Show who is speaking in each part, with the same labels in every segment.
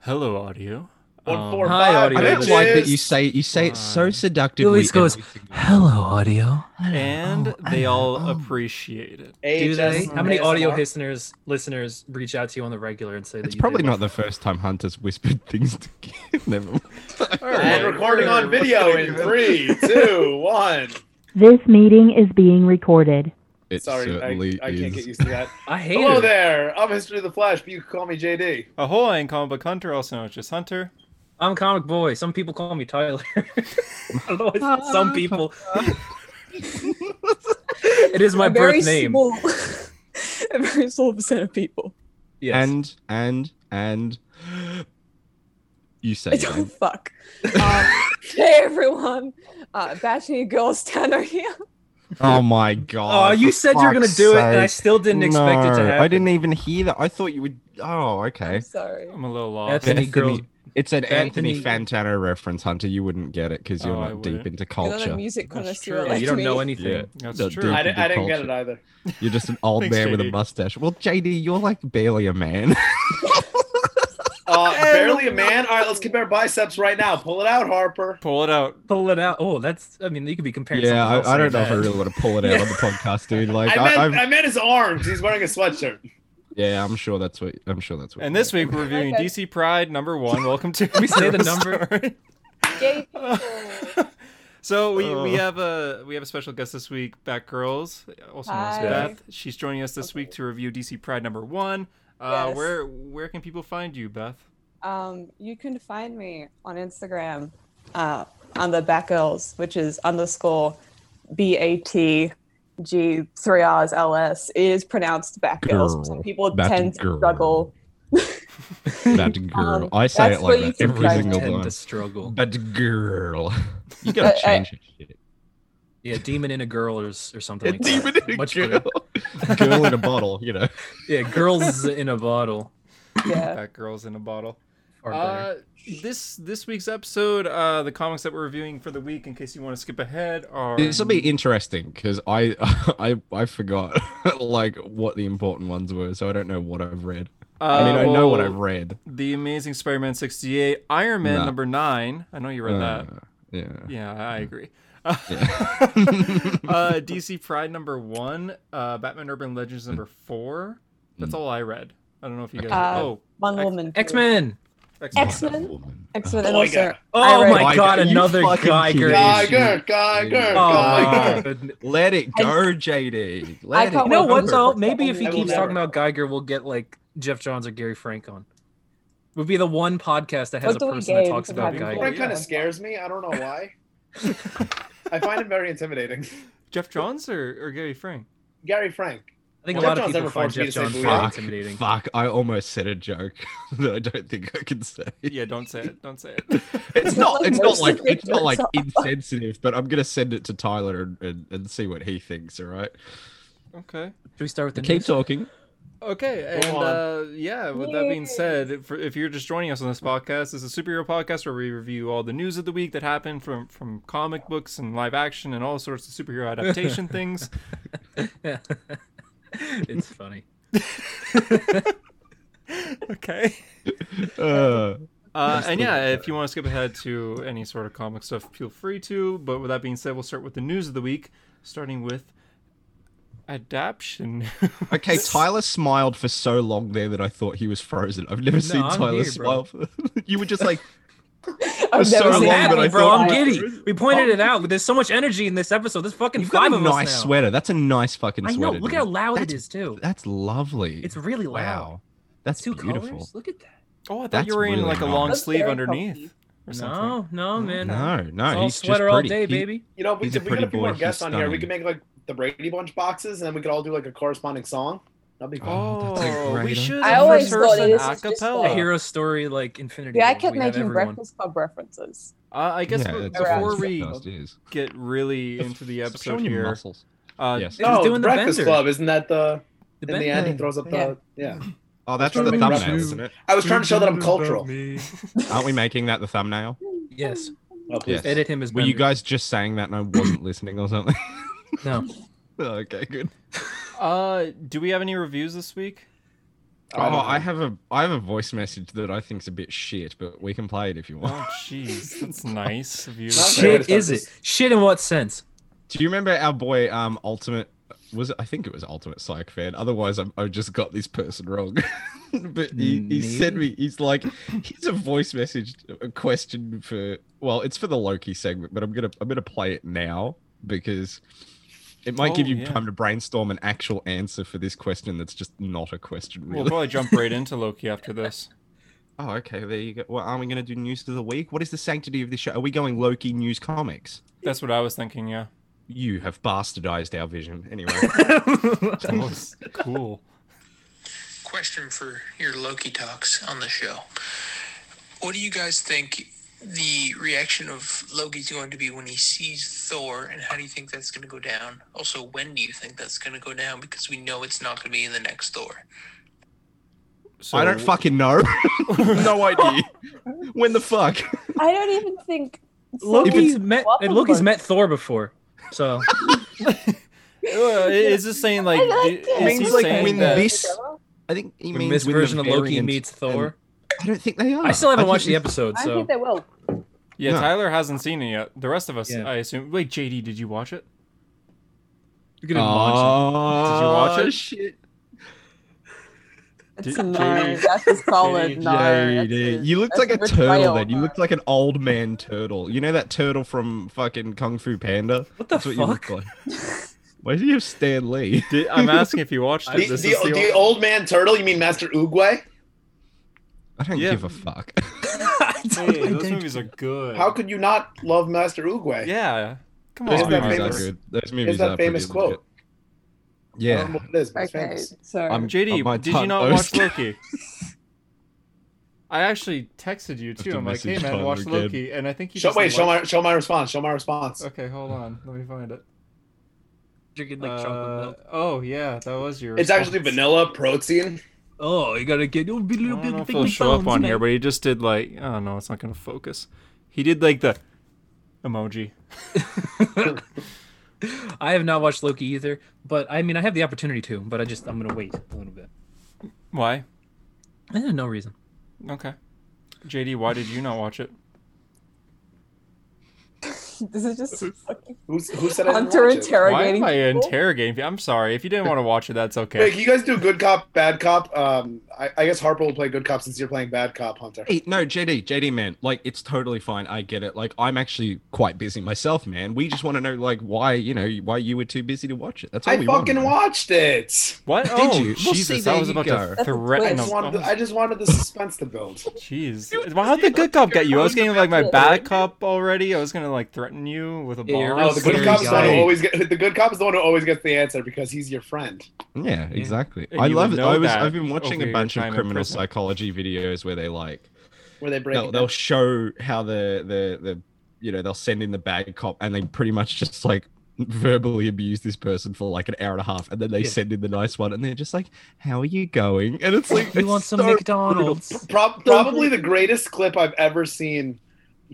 Speaker 1: Hello, audio.
Speaker 2: One
Speaker 1: Um,
Speaker 2: four
Speaker 3: Hi,
Speaker 2: five,
Speaker 3: audio. I
Speaker 2: bitches.
Speaker 3: don't like that you say it. You say it so
Speaker 1: Fine.
Speaker 3: seductively.
Speaker 4: Louis goes,
Speaker 3: every single time.
Speaker 4: "Hello, audio."
Speaker 1: and they all
Speaker 3: oh.
Speaker 1: appreciate it.
Speaker 4: Do they?
Speaker 2: AHS,
Speaker 4: How many audio
Speaker 2: ASMR?
Speaker 4: listeners listeners reach out to you on the regular and say that
Speaker 3: It's
Speaker 4: you did
Speaker 3: probably
Speaker 4: well?
Speaker 3: not the first time Hunter's whispered things to Kim. Never mind.
Speaker 2: And recording on video in three, two, one.
Speaker 5: This meeting is being recorded.
Speaker 3: It
Speaker 2: Sorry, I,
Speaker 3: certainly
Speaker 2: I
Speaker 3: is.
Speaker 2: can't get used to that.
Speaker 4: I hate
Speaker 2: Hello
Speaker 4: her.
Speaker 2: there. I'm History of the Flash, but you can call me JD.
Speaker 1: Ahoy, I'm Comic Book Hunter, also known as just Hunter.
Speaker 4: I'm comic boy. Some people call me Tyler. I don't know why I said
Speaker 3: Ah,
Speaker 4: some people. it is my
Speaker 6: a very
Speaker 4: birth name.
Speaker 6: Small, a very small percent of people.
Speaker 4: Yes.
Speaker 3: And and and you say
Speaker 6: I
Speaker 3: it.
Speaker 6: don't
Speaker 3: Em.
Speaker 6: fuck. Um, hey everyone, uh, Bachelor Girls Tanner here.
Speaker 3: Oh my god.
Speaker 4: oh, you
Speaker 3: for
Speaker 4: said you were gonna
Speaker 3: fuck's
Speaker 4: do it, and I
Speaker 3: sake.
Speaker 4: still didn't expect it to
Speaker 3: No,
Speaker 4: happen.
Speaker 3: I didn't even hear that. I thought you would. Oh, okay.
Speaker 6: I'm sorry.
Speaker 1: I'm a little lost.
Speaker 4: Anthony
Speaker 3: Anthony-
Speaker 4: girl.
Speaker 3: It's an Anthony,
Speaker 4: Anthony-
Speaker 3: Fantano reference, Hunter. You wouldn't get it because you're
Speaker 1: Oh, I
Speaker 3: not deep
Speaker 1: wouldn't.
Speaker 3: into
Speaker 6: You're not a
Speaker 3: culture.
Speaker 6: music
Speaker 1: That's
Speaker 6: connoisseur.
Speaker 1: true.
Speaker 6: Like
Speaker 4: you don't
Speaker 6: me.
Speaker 4: know anything.
Speaker 3: Yeah.
Speaker 1: That's
Speaker 3: No,
Speaker 1: true.
Speaker 3: dude.
Speaker 2: I,
Speaker 3: Welcome
Speaker 2: di-
Speaker 3: to
Speaker 2: I didn't get it
Speaker 3: culture.
Speaker 2: either.
Speaker 3: You're just an old
Speaker 1: Thanks,
Speaker 3: man with a
Speaker 1: JD.
Speaker 3: mustache. Well, JD, you're like barely a man.
Speaker 2: Uh, barely a man. All right, let's compare biceps right now. Pull it out, Harper.
Speaker 1: Pull it out.
Speaker 4: Pull it out. Oh, that's. I mean, you could be comparing.
Speaker 3: yeah,
Speaker 4: something else
Speaker 3: I, I
Speaker 4: like
Speaker 3: don't know if I
Speaker 4: that.
Speaker 3: really want to pull it out on the podcast, dude. Like,
Speaker 2: I,
Speaker 3: I,
Speaker 2: meant,
Speaker 3: I'm,
Speaker 2: I meant his arms. He's wearing a sweatshirt.
Speaker 3: yeah, I'm sure that's what I'm sure that's what.
Speaker 1: And this week we're reviewing
Speaker 6: Okay.
Speaker 1: DC Pride number one. Welcome to.
Speaker 4: we say the
Speaker 1: Hero
Speaker 4: number?
Speaker 1: Story.
Speaker 6: Gay people.
Speaker 1: so we, we
Speaker 3: Oh.
Speaker 1: have a we have a special guest this week, Bat Girls, also known as
Speaker 6: Hi.
Speaker 1: Beth. She's joining us this week to review DC Pride number one. Uh,
Speaker 6: Yes.
Speaker 1: Where where can people find you, Beth?
Speaker 6: Um, you can find me on Instagram uh, under Batgirls, which is underscore B A T G three R's L S. It is pronounced Batgirls.
Speaker 3: Girl.
Speaker 6: Some people
Speaker 3: Bat
Speaker 6: tend
Speaker 3: girl.
Speaker 6: to struggle.
Speaker 3: that girl.
Speaker 6: Um,
Speaker 3: I say it
Speaker 6: that's where
Speaker 3: like
Speaker 6: you
Speaker 3: that
Speaker 6: can
Speaker 3: every
Speaker 6: find
Speaker 3: single
Speaker 4: tend
Speaker 3: time.
Speaker 4: to struggle.
Speaker 3: That girl. You
Speaker 6: Uh,
Speaker 3: gotta
Speaker 6: I-
Speaker 3: change it. shit.
Speaker 4: Yeah, demon in a girl or, s- or something like
Speaker 3: demon
Speaker 4: that.
Speaker 3: in a
Speaker 4: Much
Speaker 3: girl.
Speaker 4: better.
Speaker 3: girl in a bottle, you know.
Speaker 4: Yeah, girls in a bottle.
Speaker 6: Yeah.
Speaker 1: Bat Girls in a bottle.
Speaker 4: Far better.
Speaker 1: Uh, this this week's episode, uh, the comics that we're reviewing for the week, in case you want to skip ahead, are
Speaker 3: This will be interesting because I, I I forgot like what the important ones were, so I don't know what I've read.
Speaker 1: Uh,
Speaker 3: I mean, I know what
Speaker 1: well,
Speaker 3: I've read.
Speaker 1: The Amazing Spider-Man sixty-eight, Iron Man
Speaker 3: Nah.
Speaker 1: number nine. I know you read that.
Speaker 3: Uh, yeah.
Speaker 1: Yeah, I agree.
Speaker 3: Yeah.
Speaker 1: uh, DC Pride number one, uh, Batman Urban Legends number four. That's
Speaker 3: Mm.
Speaker 1: all I read. I don't know if you guys.
Speaker 6: Uh,
Speaker 1: oh,
Speaker 6: One
Speaker 1: X-
Speaker 6: woman.
Speaker 4: X Men.
Speaker 1: excellent.
Speaker 6: X-Men?
Speaker 3: Woman.
Speaker 6: X Men.
Speaker 2: Oh my God.
Speaker 4: Oh
Speaker 6: read-
Speaker 4: my
Speaker 3: Like,
Speaker 4: god,
Speaker 3: are you
Speaker 4: another
Speaker 3: fucking
Speaker 4: Geiger
Speaker 3: kidding me?
Speaker 4: issue.
Speaker 2: Geiger, Geiger, Geiger.
Speaker 4: Oh
Speaker 3: my
Speaker 4: my
Speaker 3: God.
Speaker 4: goodness.
Speaker 3: Let it
Speaker 6: I-
Speaker 3: go, JD. Let
Speaker 6: I
Speaker 3: it
Speaker 6: can't
Speaker 4: You know
Speaker 6: wait
Speaker 4: what
Speaker 6: for
Speaker 4: though?
Speaker 6: the
Speaker 4: Maybe
Speaker 6: second
Speaker 4: if he
Speaker 6: I will
Speaker 4: keeps
Speaker 6: never.
Speaker 4: talking about Geiger, we'll get like Jeff Johns or Gary Frank on. Would be the one podcast that has
Speaker 6: What do
Speaker 4: a
Speaker 6: we
Speaker 4: person that
Speaker 6: gain
Speaker 4: talks
Speaker 6: from
Speaker 4: about
Speaker 6: having
Speaker 2: Frank
Speaker 4: Geiger.
Speaker 6: Geiger. Gordon?
Speaker 2: kind of scares me. I don't know why. I find him very intimidating.
Speaker 1: Jeff Johns or, or Gary Frank?
Speaker 2: Gary Frank.
Speaker 4: I think a
Speaker 2: Jeff
Speaker 4: lot of
Speaker 2: Johns
Speaker 4: people
Speaker 2: never
Speaker 4: find
Speaker 2: forced me
Speaker 4: Jeff
Speaker 2: to say
Speaker 4: Johns
Speaker 2: booyah.
Speaker 4: very
Speaker 3: Fuck,
Speaker 4: intimidating.
Speaker 3: fuck! I almost said a joke that I don't think I can say.
Speaker 1: Yeah, don't say it. Don't say it.
Speaker 3: It's not.
Speaker 6: Like
Speaker 3: It's not
Speaker 6: most
Speaker 3: like.
Speaker 6: of the
Speaker 3: It's not like
Speaker 6: jokes are-
Speaker 3: insensitive. But I'm gonna send it to Tyler and, and, and see what he thinks. All right.
Speaker 1: okay.
Speaker 4: Should we start with the
Speaker 3: Keep
Speaker 4: news?
Speaker 3: talking.
Speaker 1: Okay, and
Speaker 2: Go on.
Speaker 1: uh, yeah, with that being said, for, if you're just joining us on this podcast, this is a superhero podcast where we review all the news of the week that happened from from comic books and live action and all sorts of superhero adaptation things.
Speaker 4: it's funny.
Speaker 1: Okay.
Speaker 3: Uh,
Speaker 1: Uh,
Speaker 3: Yes,
Speaker 1: and
Speaker 3: the-
Speaker 1: yeah, if you want to skip ahead to any sort of comic stuff, feel free to. But with that being said, we'll start with the news of the week, starting with adaption.
Speaker 3: okay. Tyler smiled for so long there that I thought he was frozen. I've never seen
Speaker 4: I'm
Speaker 3: Tyler
Speaker 4: here,
Speaker 3: smile. you were just like,
Speaker 6: I've
Speaker 3: so
Speaker 6: never
Speaker 3: long
Speaker 6: seen
Speaker 3: that
Speaker 6: that
Speaker 3: I
Speaker 4: bro,
Speaker 3: thought- Oh.
Speaker 4: I'm giddy. We pointed it out. There's so much energy in this episode. There's fucking
Speaker 3: "You've
Speaker 4: five
Speaker 3: got a
Speaker 4: of
Speaker 3: nice
Speaker 4: us now.
Speaker 3: sweater. That's a nice fucking
Speaker 4: I
Speaker 3: sweater."
Speaker 4: know. Look
Speaker 3: dude.
Speaker 4: how loud
Speaker 3: That's-
Speaker 4: it is too.
Speaker 3: That's lovely.
Speaker 4: It's really loud.
Speaker 3: wow. That's
Speaker 4: Two
Speaker 3: beautiful.
Speaker 4: colors. Look at that.
Speaker 1: oh, I thought
Speaker 3: That's
Speaker 1: you were in
Speaker 3: really
Speaker 1: like a
Speaker 3: nice.
Speaker 1: long
Speaker 6: That's
Speaker 1: sleeve
Speaker 6: very
Speaker 1: underneath
Speaker 6: comfy.
Speaker 1: or something.
Speaker 4: No, no, man.
Speaker 3: No,
Speaker 4: It's
Speaker 3: no,
Speaker 4: all
Speaker 3: he's just
Speaker 4: sweater all
Speaker 3: pretty.
Speaker 4: day,
Speaker 3: He-
Speaker 4: baby.
Speaker 2: You know, if we,
Speaker 3: He's a
Speaker 2: if we get
Speaker 3: pretty
Speaker 2: a few more
Speaker 3: boy.
Speaker 2: guests
Speaker 3: He's
Speaker 2: on here, we
Speaker 3: stunning.
Speaker 2: can make like the Brady Bunch boxes, and then we could all do like a corresponding song. That'd be fun.
Speaker 3: Oh,
Speaker 1: Oh,
Speaker 3: that's a
Speaker 1: we
Speaker 3: great
Speaker 1: should
Speaker 3: idea.
Speaker 6: I
Speaker 1: have
Speaker 6: always
Speaker 1: rehearsed
Speaker 6: thought
Speaker 1: an
Speaker 6: this was just
Speaker 1: acapella.
Speaker 4: A
Speaker 6: Uh,
Speaker 4: hero story like Infinity.
Speaker 6: Yeah, I
Speaker 4: War.
Speaker 6: kept
Speaker 4: we have
Speaker 6: making
Speaker 4: everyone.
Speaker 6: Breakfast Club references.
Speaker 1: Uh, I guess
Speaker 3: Yeah,
Speaker 1: b-
Speaker 3: that's
Speaker 6: what
Speaker 1: before
Speaker 6: this
Speaker 1: we
Speaker 3: podcast is.
Speaker 1: get really into the
Speaker 3: Stop showing
Speaker 1: episode
Speaker 3: your
Speaker 1: here,
Speaker 3: muscles.
Speaker 1: uh,
Speaker 3: Yes.
Speaker 4: He's
Speaker 2: No,
Speaker 4: doing the
Speaker 2: Oh, Breakfast
Speaker 4: bender.
Speaker 2: Club, isn't that the
Speaker 4: The
Speaker 2: in the
Speaker 4: band-
Speaker 2: end he throws up the yeah.
Speaker 3: Oh, that's the
Speaker 2: Trying to make
Speaker 3: thumbnail,
Speaker 2: reference.
Speaker 3: isn't it?
Speaker 2: I was trying to show that I'm cultural.
Speaker 3: Aren't we making that the thumbnail?
Speaker 4: Yes.
Speaker 2: Oh, please.
Speaker 3: Yes.
Speaker 4: Edit him as.
Speaker 3: Were you
Speaker 4: Bender.
Speaker 3: guys just saying that and I wasn't listening or something?
Speaker 4: No.
Speaker 3: Oh, okay, good.
Speaker 1: Uh, do we have any reviews this week?
Speaker 3: Oh, I have a I have a voice message that I think's a bit shit, but we can play it if you want.
Speaker 1: Oh, jeez, that's nice of you. to
Speaker 2: Not
Speaker 1: say.
Speaker 2: fair.
Speaker 4: Shit is it? Shit in what sense?
Speaker 3: Do you remember our boy um Ultimate was it, I think it was Ultimate Psych Fan. Otherwise I'm, I just got this person wrong. but he, he sent me he's like he's a voice message a question for well, it's for the Loki segment, but I'm gonna I'm gonna play it now because it might give
Speaker 1: Oh,
Speaker 3: you
Speaker 1: yeah.
Speaker 3: time to brainstorm an actual answer for this question that's just not a question
Speaker 1: We'll
Speaker 3: really.
Speaker 1: probably jump right into Loki after this.
Speaker 3: Oh, okay. There you go. Well, are we going to do news of the week? What is the sanctity of this show? Are we going Loki news comics?
Speaker 1: That's what I was thinking. Yeah,
Speaker 3: You have bastardized our vision. Anyway,
Speaker 1: that was cool.
Speaker 7: question for your Loki talks on the show. What do you guys think the reaction of Loki's going to be when he sees Thor, and how do you think that's going to go down? Also, when do you think that's going to go down? Because we know it's not going to be in the next Thor.
Speaker 1: So,
Speaker 3: I don't fucking know. no idea. when the fuck?
Speaker 6: I don't even think
Speaker 4: Loki's met
Speaker 6: Welcome
Speaker 4: and Loki's
Speaker 6: back.
Speaker 4: met Thor before. So
Speaker 1: Uh, Is this saying like?
Speaker 6: I like
Speaker 1: is
Speaker 6: it.
Speaker 1: he
Speaker 3: Means, like,
Speaker 1: saying
Speaker 3: when
Speaker 1: that?
Speaker 3: this- I think he
Speaker 4: when
Speaker 3: means
Speaker 4: this
Speaker 3: when the
Speaker 4: version of Loki
Speaker 3: variant-
Speaker 4: meets Thor.
Speaker 3: I don't think they are.
Speaker 4: I still haven't
Speaker 3: think
Speaker 4: watched the
Speaker 3: it's-
Speaker 4: episode,
Speaker 6: I
Speaker 4: so
Speaker 6: think they will.
Speaker 1: Yeah,
Speaker 3: No.
Speaker 1: Tyler hasn't seen it yet. The rest of us,
Speaker 4: Yeah.
Speaker 1: I assume. Wait, JD, did you watch it?
Speaker 4: you're gonna launch
Speaker 1: Did you watch
Speaker 3: Oh,
Speaker 1: it?
Speaker 3: Shit.
Speaker 6: It's
Speaker 1: J-
Speaker 6: a nard.
Speaker 1: JD.
Speaker 6: That's a solid
Speaker 4: JD.
Speaker 6: nard. That's
Speaker 3: JD.
Speaker 6: a-
Speaker 3: You looked
Speaker 6: that's
Speaker 3: like a
Speaker 6: betrayal
Speaker 3: turtle then. You
Speaker 6: nard.
Speaker 3: looked like an old man turtle. You know that turtle from fucking Kung Fu Panda?
Speaker 4: What the
Speaker 3: you look
Speaker 4: fuck?
Speaker 3: like. Why do you have Stan Lee?
Speaker 1: Did, I'm asking if you watched
Speaker 2: The,
Speaker 1: it.
Speaker 2: the,
Speaker 1: This is
Speaker 2: the,
Speaker 1: the-
Speaker 2: old man turtle? You mean Master Oogway?
Speaker 3: I don't
Speaker 1: Yeah.
Speaker 3: give a fuck.
Speaker 1: Hey, those movies are good.
Speaker 2: How could you not love Master Oogway?
Speaker 1: Yeah. Come
Speaker 2: Those
Speaker 1: on.
Speaker 2: movies
Speaker 1: Mark.
Speaker 2: are famous-
Speaker 3: good. Those movies
Speaker 2: There's that
Speaker 3: are
Speaker 2: famous
Speaker 3: pretty legit.
Speaker 2: quote. I don't
Speaker 3: Yeah.
Speaker 2: know what it is, but it's
Speaker 6: Okay,
Speaker 2: famous.
Speaker 6: sorry.
Speaker 3: I'm- Of my
Speaker 1: JD, did you
Speaker 3: tongue
Speaker 1: not watch
Speaker 3: toast.
Speaker 1: Loki? I actually texted you too.
Speaker 3: to
Speaker 1: I'm like, hey
Speaker 3: message
Speaker 1: man,
Speaker 3: Tyler
Speaker 1: watch
Speaker 3: again.
Speaker 1: Loki, and I think you
Speaker 2: Show,
Speaker 1: just
Speaker 2: wait, show
Speaker 1: liked-
Speaker 2: my show my response. Show my response.
Speaker 1: Okay, hold on. Let me find it.
Speaker 4: drinking like
Speaker 1: Uh,
Speaker 4: chocolate milk.
Speaker 1: oh yeah, that was your.
Speaker 2: It's actually
Speaker 1: response.
Speaker 2: vanilla protein.
Speaker 4: Oh, you gotta get oh, be
Speaker 1: I
Speaker 4: little
Speaker 1: don't
Speaker 4: bit
Speaker 1: know if
Speaker 4: big
Speaker 1: it'll
Speaker 4: big
Speaker 1: show up
Speaker 4: bones,
Speaker 1: on
Speaker 4: man.
Speaker 1: here, but he just did like. Oh no, it's not gonna focus. He did like the emoji.
Speaker 4: I have not watched Loki either, but I mean I have the opportunity to, but I just I'm gonna wait a little bit.
Speaker 1: Why?
Speaker 4: I have no reason.
Speaker 1: Okay. JD, why did you not watch it?
Speaker 6: this is just fucking
Speaker 2: Who's, who said I didn't
Speaker 6: Hunter
Speaker 2: watch
Speaker 1: Why
Speaker 2: it?
Speaker 6: interrogating.
Speaker 1: am I
Speaker 6: people.
Speaker 1: interrogating? you? I'm sorry. If you didn't want to watch it, that's
Speaker 2: Wait,
Speaker 1: okay.
Speaker 2: can you guys do good cop, bad cop? Um, I, I guess Harper will play good cop since you're playing bad cop, Hunter.
Speaker 3: Hey, no, JD, JD, man, like it's totally fine. I get it. Like I'm actually quite busy myself, man. We just want to know, like, why you know why you were too busy to watch it. That's all
Speaker 2: I
Speaker 3: we
Speaker 2: fucking
Speaker 3: want. man.
Speaker 2: watched it.
Speaker 1: What?
Speaker 3: Did
Speaker 1: oh,
Speaker 3: you? Well, see,
Speaker 1: Jesus! I
Speaker 3: there
Speaker 1: was
Speaker 3: you
Speaker 1: about
Speaker 3: go.
Speaker 1: to
Speaker 6: That's a
Speaker 2: I
Speaker 1: threaten.
Speaker 6: twist.
Speaker 2: just
Speaker 1: him.
Speaker 2: wanted the, I just wanted the suspense to build.
Speaker 1: Jeez. Well, how'd the good cop get you? I was getting like my bad cop already. I was gonna like threaten you with a
Speaker 4: Yeah, you're
Speaker 1: bomb.
Speaker 4: a
Speaker 2: No, the good cop
Speaker 4: scary
Speaker 2: is the one who
Speaker 4: guy.
Speaker 2: always get, the good cop is the one who always gets the answer because he's your friend.
Speaker 3: Yeah, exactly.
Speaker 1: And
Speaker 3: I
Speaker 1: you would
Speaker 3: love it.
Speaker 1: know
Speaker 3: I was.
Speaker 1: that
Speaker 3: I've been watching
Speaker 1: over your
Speaker 3: a bunch
Speaker 1: time
Speaker 3: of
Speaker 1: in
Speaker 3: criminal
Speaker 1: prison.
Speaker 3: psychology videos where they like
Speaker 2: Where they break.
Speaker 3: they'll,
Speaker 2: it
Speaker 3: they'll
Speaker 2: down.
Speaker 3: show how the the the you know they'll send in the bad cop and they pretty much just like verbally abuse this person for like an hour and a half and then they
Speaker 4: Yeah.
Speaker 3: send in the nice one and they're just like how are you going and it's like
Speaker 4: You
Speaker 3: it's
Speaker 4: want some
Speaker 3: so
Speaker 4: McDonald's?
Speaker 2: Pro- probably the greatest clip I've ever seen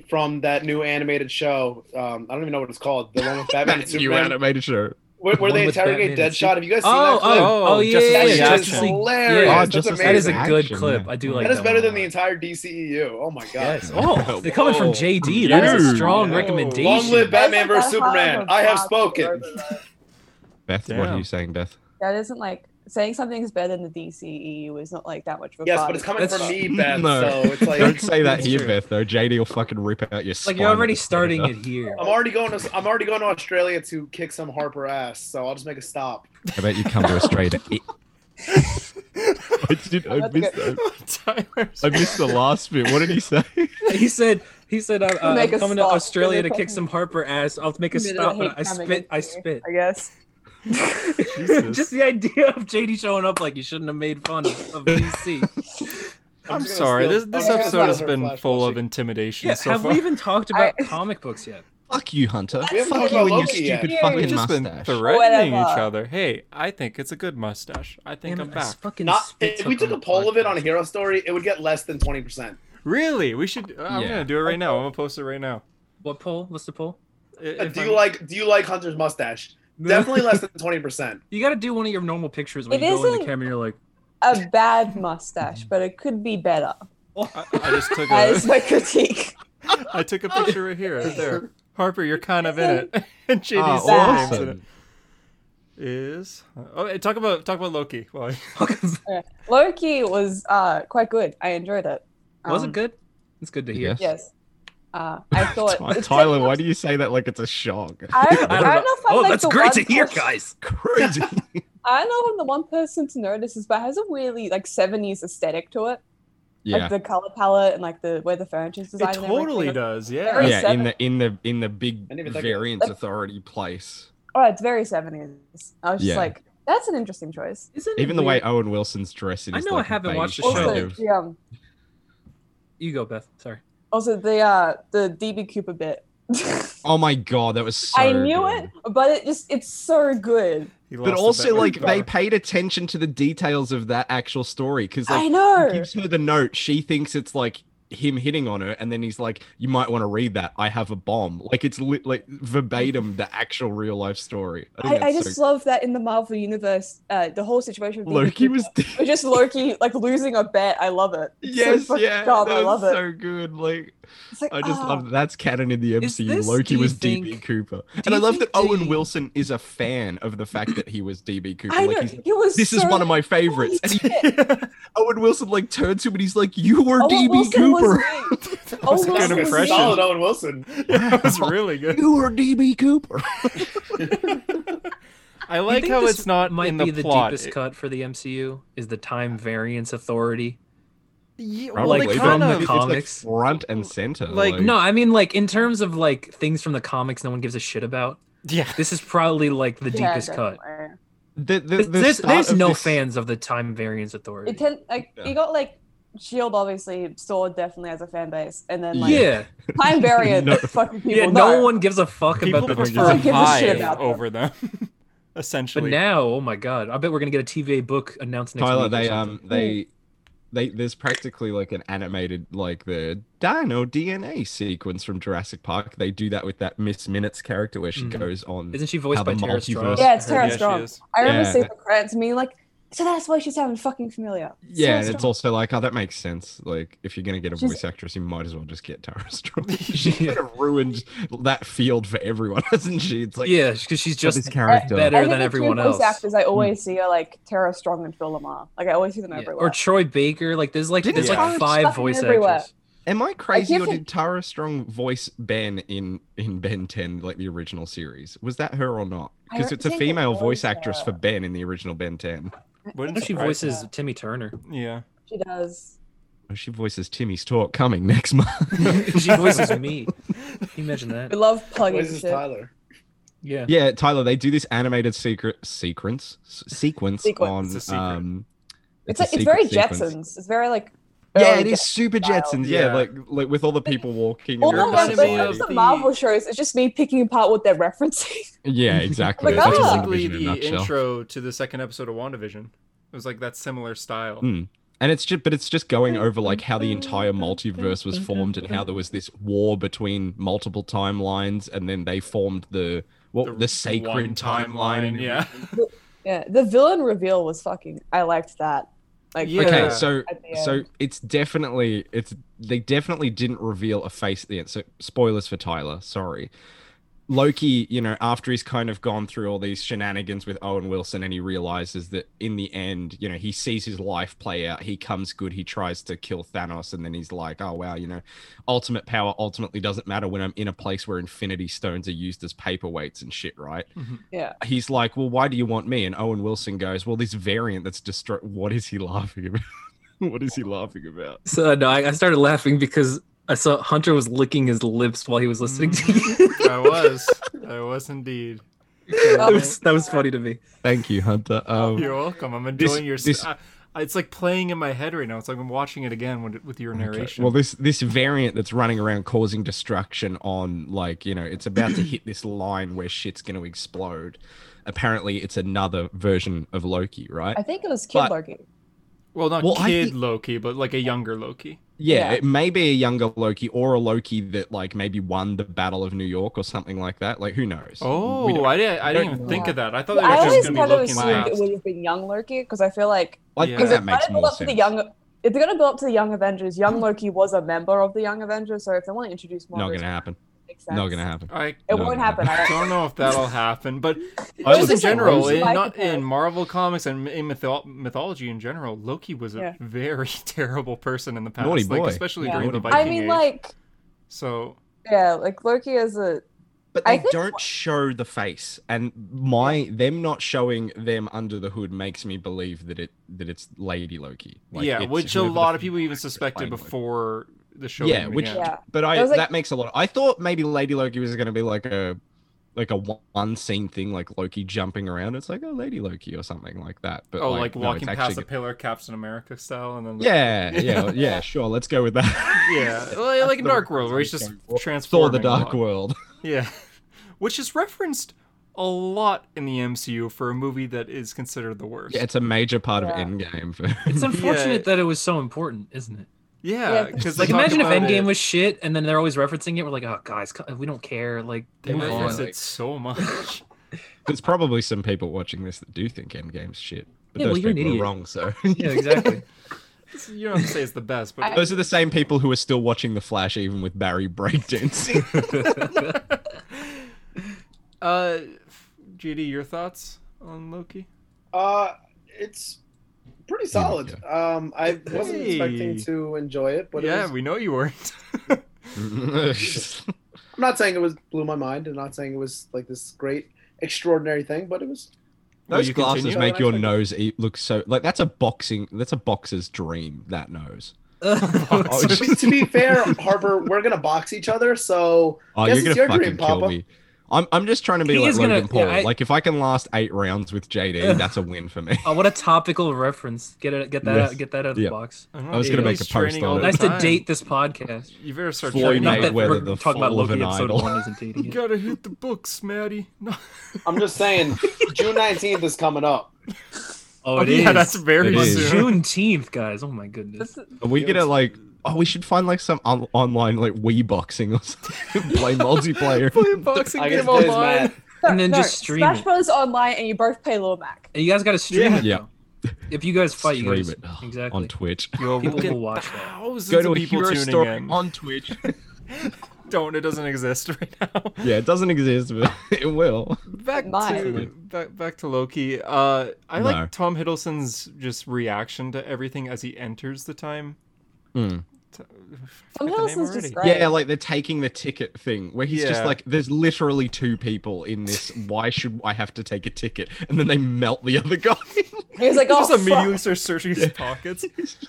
Speaker 2: from that new animated show. Um, I don't even know what it's called. The one with Batman and
Speaker 3: that new
Speaker 2: Superman,
Speaker 3: animated show
Speaker 2: where, where
Speaker 4: The one
Speaker 2: they
Speaker 4: with
Speaker 2: interrogate
Speaker 4: Batman and
Speaker 2: Deadshot. Have you guys seen
Speaker 4: Oh,
Speaker 2: that clip?
Speaker 4: oh, oh,
Speaker 1: Oh,
Speaker 4: yeah,
Speaker 1: Justice
Speaker 4: yeah,
Speaker 1: League
Speaker 4: yeah,
Speaker 1: Action.
Speaker 4: Justice League.
Speaker 2: Hilarious.
Speaker 4: Yeah.
Speaker 3: Oh,
Speaker 2: That's
Speaker 3: Justice League
Speaker 4: That is a
Speaker 2: amazing.
Speaker 4: good
Speaker 3: Action,
Speaker 4: clip.
Speaker 3: yeah.
Speaker 4: I do
Speaker 3: That
Speaker 4: like
Speaker 2: That is
Speaker 4: that
Speaker 2: better
Speaker 4: one a
Speaker 2: than the
Speaker 4: lot.
Speaker 2: entire DCEU. Oh my god.
Speaker 4: Yes. Oh, they're coming from
Speaker 1: Whoa.
Speaker 4: JD. That's a
Speaker 3: Dude.
Speaker 4: strong
Speaker 1: Whoa.
Speaker 4: recommendation.
Speaker 2: Long live
Speaker 6: That
Speaker 2: Batman vs
Speaker 6: isn't that high
Speaker 2: Superman.
Speaker 6: of a
Speaker 2: I have
Speaker 6: job
Speaker 2: spoken.
Speaker 6: to learn.
Speaker 3: beth what
Speaker 1: Damn.
Speaker 3: are you saying beth
Speaker 6: That isn't like saying something is better than the DCEU is not like that much of a
Speaker 2: Yes,
Speaker 6: body.
Speaker 2: but it's coming
Speaker 4: That's-
Speaker 2: from me, Ben.
Speaker 3: No.
Speaker 2: So it's
Speaker 3: don't
Speaker 2: like
Speaker 3: say that
Speaker 4: That's
Speaker 3: here
Speaker 4: true.
Speaker 3: beth though jd will fucking rip out your
Speaker 4: Like
Speaker 3: spine
Speaker 4: you're
Speaker 3: at
Speaker 4: already
Speaker 3: the
Speaker 4: starting it
Speaker 3: stand-up.
Speaker 4: here.
Speaker 2: I'm already going to I'm already going to Australia to kick some Harper ass. So I'll just make a stop.
Speaker 3: how about you come to australia I, did, I,
Speaker 6: That's
Speaker 3: missed,
Speaker 6: good.
Speaker 3: I,
Speaker 1: Tyler's-
Speaker 3: I missed the last bit what did he say
Speaker 4: He said he said I'm, uh,
Speaker 6: Make
Speaker 4: I'm
Speaker 6: a
Speaker 4: coming to
Speaker 6: stop.
Speaker 4: Australia to
Speaker 6: Make a
Speaker 4: kick
Speaker 6: fucking-
Speaker 4: some Harper ass. I'll make a
Speaker 6: Admitted I
Speaker 4: stop,
Speaker 6: hate
Speaker 4: but I
Speaker 6: coming
Speaker 4: spit. I
Speaker 6: against me,
Speaker 4: spit.
Speaker 6: I guess.
Speaker 1: Jesus.
Speaker 4: Just the idea of JD showing up like you shouldn't have made fun of, of DC.
Speaker 1: I'm
Speaker 2: just gonna
Speaker 1: sorry.
Speaker 2: steal-
Speaker 1: This
Speaker 2: I'm
Speaker 1: this
Speaker 2: just gonna
Speaker 1: episode has
Speaker 2: steal her
Speaker 1: been
Speaker 2: flash
Speaker 1: full
Speaker 2: while
Speaker 1: of
Speaker 2: she-
Speaker 1: intimidation
Speaker 4: Yeah,
Speaker 1: so
Speaker 4: have
Speaker 1: far.
Speaker 4: we even talked about
Speaker 6: I-
Speaker 4: comic books yet?
Speaker 3: Fuck you, Hunter.
Speaker 2: We haven't
Speaker 3: Fuck
Speaker 2: talked
Speaker 3: you and
Speaker 2: about
Speaker 3: your
Speaker 2: Loki yet.
Speaker 3: stupid
Speaker 6: We've
Speaker 3: fucking
Speaker 1: We've just been
Speaker 3: mustache.
Speaker 1: threatening
Speaker 6: Whatever.
Speaker 1: each other. Hey, I think it's a good mustache. I think
Speaker 4: Damn
Speaker 1: I'm
Speaker 4: it, I
Speaker 1: back.
Speaker 4: fucking
Speaker 2: Not
Speaker 4: spit
Speaker 2: if we
Speaker 4: took
Speaker 2: took a poll of it on a hero story, it would get less than twenty percent.
Speaker 1: Really? We should. uh, I'm
Speaker 3: Yeah.
Speaker 1: gonna do it right now. I'm gonna post it right now.
Speaker 4: What poll? What's the poll?
Speaker 1: If
Speaker 2: Uh, do
Speaker 1: I'm-
Speaker 2: you like do you like Hunter's mustache? Definitely less than twenty percent.
Speaker 4: You got to do one of your normal pictures when
Speaker 6: It
Speaker 4: you go in
Speaker 6: isn't-
Speaker 4: the camera. and You're like,
Speaker 6: a bad mustache, but it could be better.
Speaker 4: Oh,
Speaker 1: I, I just took
Speaker 6: That is
Speaker 1: a,
Speaker 6: my critique.
Speaker 1: I took a picture right here, right there. Harper, you're kind of in it, and JD's
Speaker 3: Ah,
Speaker 6: Sad.
Speaker 1: name's in it.
Speaker 3: awesome.
Speaker 1: Is oh, hey, talk about talk about Loki. Well,
Speaker 6: Loki was uh, quite good. I enjoyed it.
Speaker 4: Was
Speaker 6: Um,
Speaker 4: it good? It's good to hear.
Speaker 3: Yes.
Speaker 6: Yes. Uh, I thought
Speaker 3: Ty- Tyler, why do you say that like it's a shock?
Speaker 6: I, don't- I
Speaker 4: I
Speaker 6: don't know,
Speaker 4: don't know.
Speaker 6: if I'm
Speaker 4: oh,
Speaker 6: like
Speaker 4: that's
Speaker 6: the
Speaker 4: great to
Speaker 6: one
Speaker 4: hear,
Speaker 6: person-
Speaker 4: guys.
Speaker 3: Crazy.
Speaker 6: I don't know if I'm the one person to notice this, but it has a really like '70s aesthetic to it,
Speaker 3: yeah.
Speaker 6: like the color palette and like the way the furniture is
Speaker 1: it
Speaker 6: designed. and
Speaker 1: totally
Speaker 6: everything.
Speaker 1: does.
Speaker 6: Very
Speaker 1: Yeah.
Speaker 6: Yeah.
Speaker 3: Yeah, in
Speaker 6: seven.
Speaker 3: the in the in the big
Speaker 2: I didn't even think of-
Speaker 3: variance authority place.
Speaker 6: Oh, it's very '70s. I was just
Speaker 3: Yeah.
Speaker 6: like, that's an interesting choice.
Speaker 4: Isn't it
Speaker 3: Even the way
Speaker 4: weird-
Speaker 3: Owen Wilson's dressing.
Speaker 4: I
Speaker 3: is
Speaker 4: know I
Speaker 3: like a
Speaker 4: haven't watched
Speaker 3: beige
Speaker 4: the
Speaker 3: kind
Speaker 6: Also,
Speaker 4: show.
Speaker 3: of-
Speaker 6: the um,
Speaker 4: you go, Beth. Sorry.
Speaker 6: also the uh, the DB Cooper bit.
Speaker 3: Oh my god, that was so.
Speaker 6: I knew
Speaker 3: good.
Speaker 6: it, but it just it's so good.
Speaker 1: He
Speaker 3: But
Speaker 1: lost the
Speaker 3: also,
Speaker 1: bet.
Speaker 3: like they paid attention to the details of that actual story because
Speaker 6: I
Speaker 3: like
Speaker 6: know.
Speaker 3: he gives her the note, she thinks it's like him hitting on her, and then he's like, "You might want to read that. I have a bomb." Like it's lit like verbatim the actual real life story. I,
Speaker 6: I,
Speaker 3: think
Speaker 6: I
Speaker 3: that's
Speaker 6: just
Speaker 3: so-
Speaker 6: love that in the Marvel universe, uh, the whole situation. With DB
Speaker 3: Loki
Speaker 6: Cooper
Speaker 3: was.
Speaker 6: was just Loki like losing a bet. I love it. It's so
Speaker 3: yes,
Speaker 6: fucking
Speaker 3: yeah,
Speaker 6: dumb,
Speaker 3: that
Speaker 6: I
Speaker 3: was
Speaker 6: love it.
Speaker 3: so good. Like
Speaker 6: It's like,
Speaker 3: I just
Speaker 6: ah.
Speaker 3: love that. that's canon in the
Speaker 4: Is
Speaker 3: MCU.
Speaker 4: this- do
Speaker 3: Loki
Speaker 4: you
Speaker 3: was DB
Speaker 4: think-
Speaker 3: Cooper,
Speaker 4: do
Speaker 3: and I
Speaker 4: you
Speaker 3: love that
Speaker 4: think
Speaker 3: Owen
Speaker 4: the-
Speaker 3: Wilson is a fan of the fact that he was DB Cooper.
Speaker 6: I
Speaker 3: like,
Speaker 6: know.
Speaker 3: he's
Speaker 6: It was.
Speaker 3: this is
Speaker 6: so
Speaker 3: one of my
Speaker 6: holy
Speaker 3: favorites. And he-
Speaker 6: shit.
Speaker 3: Owen Wilson like turns to him and he's like, "You were
Speaker 6: Owen
Speaker 3: DB
Speaker 6: Oh, Wilson was
Speaker 3: Cooper.
Speaker 6: great.
Speaker 1: that was a
Speaker 6: Owen
Speaker 1: good
Speaker 6: Wilson was
Speaker 1: impression.
Speaker 2: Solid Owen Wilson.
Speaker 1: Yeah, that was really good.
Speaker 3: you were DB Cooper."
Speaker 1: I
Speaker 4: You
Speaker 1: like
Speaker 4: think
Speaker 1: how
Speaker 4: this
Speaker 1: it's not
Speaker 4: might
Speaker 1: in the,
Speaker 4: be the
Speaker 1: plot.
Speaker 4: deepest
Speaker 1: It-
Speaker 4: cut for the MCU is the time variance authority.
Speaker 1: Yeah, well,
Speaker 3: Probably
Speaker 1: they
Speaker 4: from
Speaker 1: kind
Speaker 4: the
Speaker 1: of.
Speaker 4: com- comics.
Speaker 3: it's like front and center.
Speaker 1: Like,
Speaker 4: No, I mean like in terms of like things from the comics no one gives a shit about.
Speaker 1: yeah,
Speaker 4: This is probably like the
Speaker 6: Yeah,
Speaker 4: deepest cut.
Speaker 6: definitely.
Speaker 3: the, the, the
Speaker 4: Th- There's,
Speaker 3: start
Speaker 4: there's
Speaker 3: of
Speaker 4: no
Speaker 3: this-
Speaker 4: fans of the time variance authority.
Speaker 6: It tend, like
Speaker 3: Yeah.
Speaker 6: you got like Shield obviously Sword definitely has a fan base, and then like
Speaker 4: yeah,
Speaker 6: Time Variant
Speaker 3: No.
Speaker 6: fucking people.
Speaker 4: yeah. No one gives a fuck
Speaker 1: people
Speaker 4: about the
Speaker 1: prefer
Speaker 6: don't give a shit
Speaker 1: Hive
Speaker 6: about them.
Speaker 1: over them,
Speaker 4: But
Speaker 1: essentially.
Speaker 4: now, oh my god, I bet we're gonna get a TVA book announced next
Speaker 3: Tyler,
Speaker 4: week. or
Speaker 3: they um
Speaker 4: something.
Speaker 3: they they there's practically like an animated like the dino DNA sequence from Jurassic Park. They do that with that Miss Minutes character where she
Speaker 4: Mhm.
Speaker 3: goes on.
Speaker 4: isn't she
Speaker 3: um, how
Speaker 4: voiced by
Speaker 3: the
Speaker 4: Tara
Speaker 3: multiverse-
Speaker 4: Strong?
Speaker 6: Yeah, it's Tara
Speaker 1: yeah, she
Speaker 6: Strong.
Speaker 1: is.
Speaker 6: I remember
Speaker 3: Yeah.
Speaker 6: seeing the credits and being like, so that's why she sounded fucking familiar.
Speaker 3: yeah, and
Speaker 6: so
Speaker 3: it's also like, oh, that makes sense. Like, if you're gonna get a
Speaker 6: She's-
Speaker 3: voice actress, you might as well just get Tara Strong. She's kind of ruined that field for everyone, hasn't she? It's like,
Speaker 4: Yeah, because she's
Speaker 3: just
Speaker 4: just
Speaker 3: this character.
Speaker 4: better
Speaker 6: I think
Speaker 4: than
Speaker 6: the two
Speaker 4: everyone
Speaker 6: voice
Speaker 4: else.
Speaker 6: actors I always see are like Tara Strong and Phil Lamar. Like I always see them
Speaker 4: Yeah,
Speaker 6: everywhere.
Speaker 4: Or Troy Baker. Like there's like
Speaker 3: Didn't
Speaker 4: there's
Speaker 3: Tara
Speaker 4: like five
Speaker 6: Strong
Speaker 4: voice
Speaker 6: everywhere?
Speaker 4: actors.
Speaker 3: Am I crazy
Speaker 6: give
Speaker 3: or
Speaker 6: it-
Speaker 3: did Tara Strong voice Ben in in Ben 10 like the original series? Was that her or not?
Speaker 6: I
Speaker 3: Because
Speaker 6: don't
Speaker 3: it's a
Speaker 6: think it
Speaker 3: female
Speaker 6: was
Speaker 3: voice actress
Speaker 6: her.
Speaker 3: for Ben in the original Ben 10.
Speaker 1: Wouldn't
Speaker 4: No, she
Speaker 1: surprise
Speaker 4: voices Timmy Turner.
Speaker 1: me. Yeah.
Speaker 6: she does.
Speaker 3: Oh, she voices Timmy's talk coming next month.
Speaker 4: she voices me. Can you imagine that?
Speaker 6: We love plugging
Speaker 2: Voices
Speaker 6: shit.
Speaker 2: Tyler.
Speaker 4: Yeah.
Speaker 3: yeah, Tyler, they do this animated secret sequence s- sequence,
Speaker 6: Sequence.
Speaker 3: on
Speaker 1: It's a secret.
Speaker 3: um
Speaker 6: It's
Speaker 3: a
Speaker 6: like it's
Speaker 3: secret
Speaker 6: very
Speaker 3: sequence.
Speaker 6: Jetsons. It's very like
Speaker 3: Yeah,
Speaker 6: early
Speaker 3: it is super
Speaker 6: style.
Speaker 3: Jetsons. Yeah,
Speaker 1: Yeah.
Speaker 3: like like with all the people walking.
Speaker 6: All
Speaker 3: and
Speaker 1: You're
Speaker 3: all
Speaker 6: the
Speaker 1: reminding
Speaker 6: rest
Speaker 1: me
Speaker 3: that
Speaker 1: of
Speaker 6: of the
Speaker 1: the-
Speaker 6: Marvel shows is just me picking apart what they're referencing.
Speaker 3: Yeah, exactly.
Speaker 6: Like,
Speaker 3: It's
Speaker 6: oh.
Speaker 3: like
Speaker 1: basically
Speaker 3: WandaVision in a
Speaker 1: the
Speaker 3: nutshell.
Speaker 1: intro to the second episode of WandaVision. It was like that similar style.
Speaker 3: Mm. And it's just, but it's just going over like how the entire multiverse was formed and how there was this war between multiple timelines, and then they formed the what the,
Speaker 1: one
Speaker 3: sacred timeline.
Speaker 1: timeline. Yeah.
Speaker 6: yeah, the villain reveal was fucking. I liked that. Like
Speaker 1: Yeah.
Speaker 3: Okay, so
Speaker 6: at the
Speaker 3: so
Speaker 6: end.
Speaker 3: it's definitely it's they definitely didn't reveal a face at the end. So spoilers for Tyler, sorry. Loki, you know, after he's kind of gone through all these shenanigans with Owen Wilson and he realizes that in the end, you know, he sees his life play out. He comes good. He tries to kill Thanos and then he's like, oh, wow, you know, ultimate power ultimately doesn't matter when I'm in a place where infinity stones are used as paperweights and shit, right?
Speaker 6: yeah,
Speaker 3: He's like, well, why do you want me? And Owen Wilson goes, well, this variant that's destroyed. What is he laughing about? what is he laughing about?
Speaker 4: So uh, no, I, I started laughing because I saw Hunter was licking his lips while he was listening to you.
Speaker 1: I was. I was indeed.
Speaker 4: that, was, that was funny to me.
Speaker 3: Thank you, Hunter. Um,
Speaker 1: You're welcome. I'm
Speaker 3: This-
Speaker 1: enjoying your.
Speaker 3: this-
Speaker 1: I, it's like playing in my head right now. It's like I'm watching it again with, with your narration.
Speaker 3: well, this this variant that's running around causing destruction on like you know it's about to hit this line where shit's going to explode. Apparently, it's another version of Loki, right?
Speaker 6: I think it was Kid
Speaker 3: But-
Speaker 6: Loki.
Speaker 1: Well, not
Speaker 3: Well, I
Speaker 1: kid
Speaker 3: think-
Speaker 1: Loki, but like a younger Loki.
Speaker 3: Yeah,
Speaker 6: Yeah.
Speaker 3: it may be a younger Loki or a Loki that like maybe won the Battle of New York or something like that. Like who knows? We
Speaker 1: Oh,
Speaker 3: don't-
Speaker 1: I didn't. I
Speaker 3: don't
Speaker 1: didn't even think
Speaker 6: know.
Speaker 1: of that. I thought
Speaker 6: I
Speaker 1: they were
Speaker 6: always
Speaker 1: just
Speaker 6: kind
Speaker 1: gonna
Speaker 6: of
Speaker 1: be Loki in
Speaker 6: assumed
Speaker 1: the
Speaker 6: it would have been young Loki because I feel like
Speaker 3: I
Speaker 1: Yeah. Is
Speaker 3: think
Speaker 6: Because
Speaker 1: it
Speaker 3: that
Speaker 6: it's going
Speaker 3: makes
Speaker 6: to build
Speaker 3: more
Speaker 6: up to the
Speaker 3: sense.
Speaker 6: young. It's going to build up to the Young Avengers. Young Loki was a member of the Young Avengers, so if they want to introduce more,
Speaker 3: Not
Speaker 6: of his-
Speaker 3: gonna happen.
Speaker 6: makes sense.
Speaker 3: Not gonna happen.
Speaker 1: I
Speaker 6: It
Speaker 3: No,
Speaker 6: won't
Speaker 3: no.
Speaker 6: happen. I don't.
Speaker 1: don't know if that'll happen, but
Speaker 3: I
Speaker 1: just
Speaker 3: would
Speaker 1: in
Speaker 6: like
Speaker 1: general,
Speaker 6: Loki.
Speaker 1: in,
Speaker 6: Like
Speaker 1: not
Speaker 6: her.
Speaker 1: in Marvel comics and in mytho- mythology in general, Loki was a
Speaker 6: Yeah.
Speaker 1: very terrible person in the past,
Speaker 3: Naughty
Speaker 1: like
Speaker 3: boy.
Speaker 1: especially
Speaker 6: Yeah.
Speaker 1: during the
Speaker 3: Naughty
Speaker 1: Viking
Speaker 6: I mean,
Speaker 1: Age.
Speaker 6: like,
Speaker 1: so
Speaker 6: yeah, like Loki is a.
Speaker 3: But
Speaker 6: I
Speaker 3: they
Speaker 6: think
Speaker 3: don't show the face, and my them not showing them under the hood makes me believe that it that it's Lady Loki. Like,
Speaker 1: yeah,
Speaker 3: it's
Speaker 1: which a
Speaker 3: whoever the
Speaker 1: lot of
Speaker 3: fuck
Speaker 1: people even
Speaker 3: is
Speaker 1: suspected
Speaker 3: playing Loki.
Speaker 1: before the show.
Speaker 3: Yeah,
Speaker 1: even
Speaker 3: which
Speaker 1: began.
Speaker 6: Yeah.
Speaker 3: But I,
Speaker 6: I was like-
Speaker 3: that makes a lot. I thought maybe Lady Loki was going to be like a like a one scene thing, like Loki jumping around. It's like oh, Lady Loki or something like that. But
Speaker 1: oh, like,
Speaker 3: no,
Speaker 1: walking
Speaker 3: it's
Speaker 1: past a
Speaker 3: actually-
Speaker 1: pillar, Captain America style, and then
Speaker 3: Yeah, yeah, yeah. Sure, let's go with that.
Speaker 1: yeah, like, like in
Speaker 3: the
Speaker 1: Dark World, where he's
Speaker 3: reference
Speaker 1: just
Speaker 3: I'm going for. Thor:
Speaker 1: transforming.
Speaker 3: The
Speaker 1: a
Speaker 3: Dark
Speaker 1: lot.
Speaker 3: World.
Speaker 1: Yeah, which is referenced a lot in the MCU for a movie that is considered the worst.
Speaker 3: Yeah, it's a major part
Speaker 6: Yeah.
Speaker 3: of Endgame. For
Speaker 4: It's
Speaker 1: Yeah.
Speaker 4: unfortunate that it was so important, isn't it?
Speaker 1: Yeah,
Speaker 6: Yeah.
Speaker 1: because
Speaker 4: Like, imagine if Endgame
Speaker 1: it,
Speaker 4: was shit, and then they're always referencing it. We're like, oh, guys, c- we don't care. Like,
Speaker 1: they
Speaker 4: move on.
Speaker 1: reference it so much.
Speaker 3: There's probably some people watching this that do think Endgame's shit, but
Speaker 4: Yeah, well,
Speaker 3: those
Speaker 4: you're an
Speaker 3: people are
Speaker 4: idiot.
Speaker 3: wrong. So
Speaker 4: yeah, exactly.
Speaker 1: It's- you don't have to say it's the best, but
Speaker 6: I-
Speaker 3: those are the same people who are still watching The Flash, even with Barry breakdancing.
Speaker 1: uh, GD, your thoughts on Loki?
Speaker 2: Uh, it's pretty solid. Um, I wasn't
Speaker 1: Hey.
Speaker 2: expecting to enjoy it, but
Speaker 1: yeah,
Speaker 2: it was,
Speaker 1: we know you weren't.
Speaker 2: I'm not saying it was blew my mind. I'm not saying it was like this great, extraordinary thing, but it was.
Speaker 1: Will
Speaker 3: Those
Speaker 1: you
Speaker 3: glasses
Speaker 1: continue?
Speaker 3: make your
Speaker 2: Actually-
Speaker 3: nose e- look so like that's a boxing that's a boxer's dream. That nose.
Speaker 1: Oh,
Speaker 2: To be, to be fair, Harper, we're gonna box each other, so
Speaker 3: Oh,
Speaker 2: Guess
Speaker 3: you're
Speaker 2: it's
Speaker 3: gonna
Speaker 2: your
Speaker 3: fucking
Speaker 2: dream,
Speaker 3: kill
Speaker 2: Papa.
Speaker 3: me. I'm I'm just trying to be
Speaker 4: He
Speaker 3: like
Speaker 4: is gonna-
Speaker 3: Logan Paul.
Speaker 4: yeah, I-
Speaker 3: Like if I can last eight rounds with JD, that's a win for me.
Speaker 4: oh, what a topical reference. Get it. Get that.
Speaker 3: Yes.
Speaker 4: Out, get that out of the
Speaker 3: Yeah.
Speaker 4: box.
Speaker 1: don't
Speaker 3: I was
Speaker 1: know,
Speaker 4: gonna
Speaker 1: he's
Speaker 3: make a post
Speaker 1: training
Speaker 3: on
Speaker 1: all
Speaker 3: it.
Speaker 1: the
Speaker 4: Nice to
Speaker 1: time.
Speaker 4: date this podcast.
Speaker 1: You better start
Speaker 3: Floyd
Speaker 1: training.
Speaker 4: Not
Speaker 3: Knight
Speaker 1: all the-
Speaker 4: that
Speaker 3: Mayweather,
Speaker 4: we're
Speaker 3: the
Speaker 4: talking about
Speaker 3: fall of
Speaker 4: Loki
Speaker 3: an
Speaker 4: episode
Speaker 3: idol.
Speaker 4: one isn't dating
Speaker 1: You
Speaker 4: it.
Speaker 1: gotta hit the books, Maddie. No.
Speaker 2: I'm just saying, June 19th is coming up.
Speaker 4: Oh, it is.
Speaker 1: yeah, that's very
Speaker 3: It
Speaker 4: On
Speaker 3: is.
Speaker 1: soon.
Speaker 4: Juneteenth, guys. Oh my goodness.
Speaker 6: This,
Speaker 3: Are we
Speaker 1: Yeah,
Speaker 3: gonna
Speaker 1: it's-
Speaker 3: like oh we should find like some on- online like Wii boxing or something. Play multiplayer.
Speaker 1: Play a boxing
Speaker 2: I guess
Speaker 1: game
Speaker 2: it is,
Speaker 1: online.
Speaker 2: Matt.
Speaker 4: And then just stream
Speaker 6: Smash
Speaker 4: it.
Speaker 6: Bros. online, and you both play Lil Mac.
Speaker 4: And you guys got to stream
Speaker 1: Yeah.
Speaker 4: it.
Speaker 3: Yeah.
Speaker 4: though. If you guys fight, you
Speaker 3: Stream
Speaker 4: guys
Speaker 3: it ugh,
Speaker 4: exactly.
Speaker 3: on Twitch.
Speaker 1: You'll
Speaker 4: People
Speaker 1: get
Speaker 4: will watch that.
Speaker 1: thousands
Speaker 3: Go to
Speaker 1: of
Speaker 3: a
Speaker 1: people
Speaker 3: hero
Speaker 1: tuning
Speaker 3: story
Speaker 1: in.
Speaker 3: on Twitch.
Speaker 1: Don't. It doesn't exist right now.
Speaker 3: yeah, it doesn't exist, but it will.
Speaker 1: back
Speaker 6: Mine.
Speaker 1: to back, back to Loki. Uh, I
Speaker 3: No.
Speaker 1: like Tom Hiddleston's just reaction to everything as he enters the time.
Speaker 3: Mm.
Speaker 1: T- I forget
Speaker 6: Tom
Speaker 1: the name
Speaker 6: Hiddleston's
Speaker 1: already.
Speaker 6: just great.
Speaker 3: Yeah, like they're taking the ticket thing where he's just
Speaker 1: Yeah.
Speaker 3: like, there's literally two people in this. Why should I have to take a ticket? And then they melt the other guy.
Speaker 6: He was like,
Speaker 1: He
Speaker 6: oh,
Speaker 1: just immediately
Speaker 6: fuck.
Speaker 1: starts searching his pockets.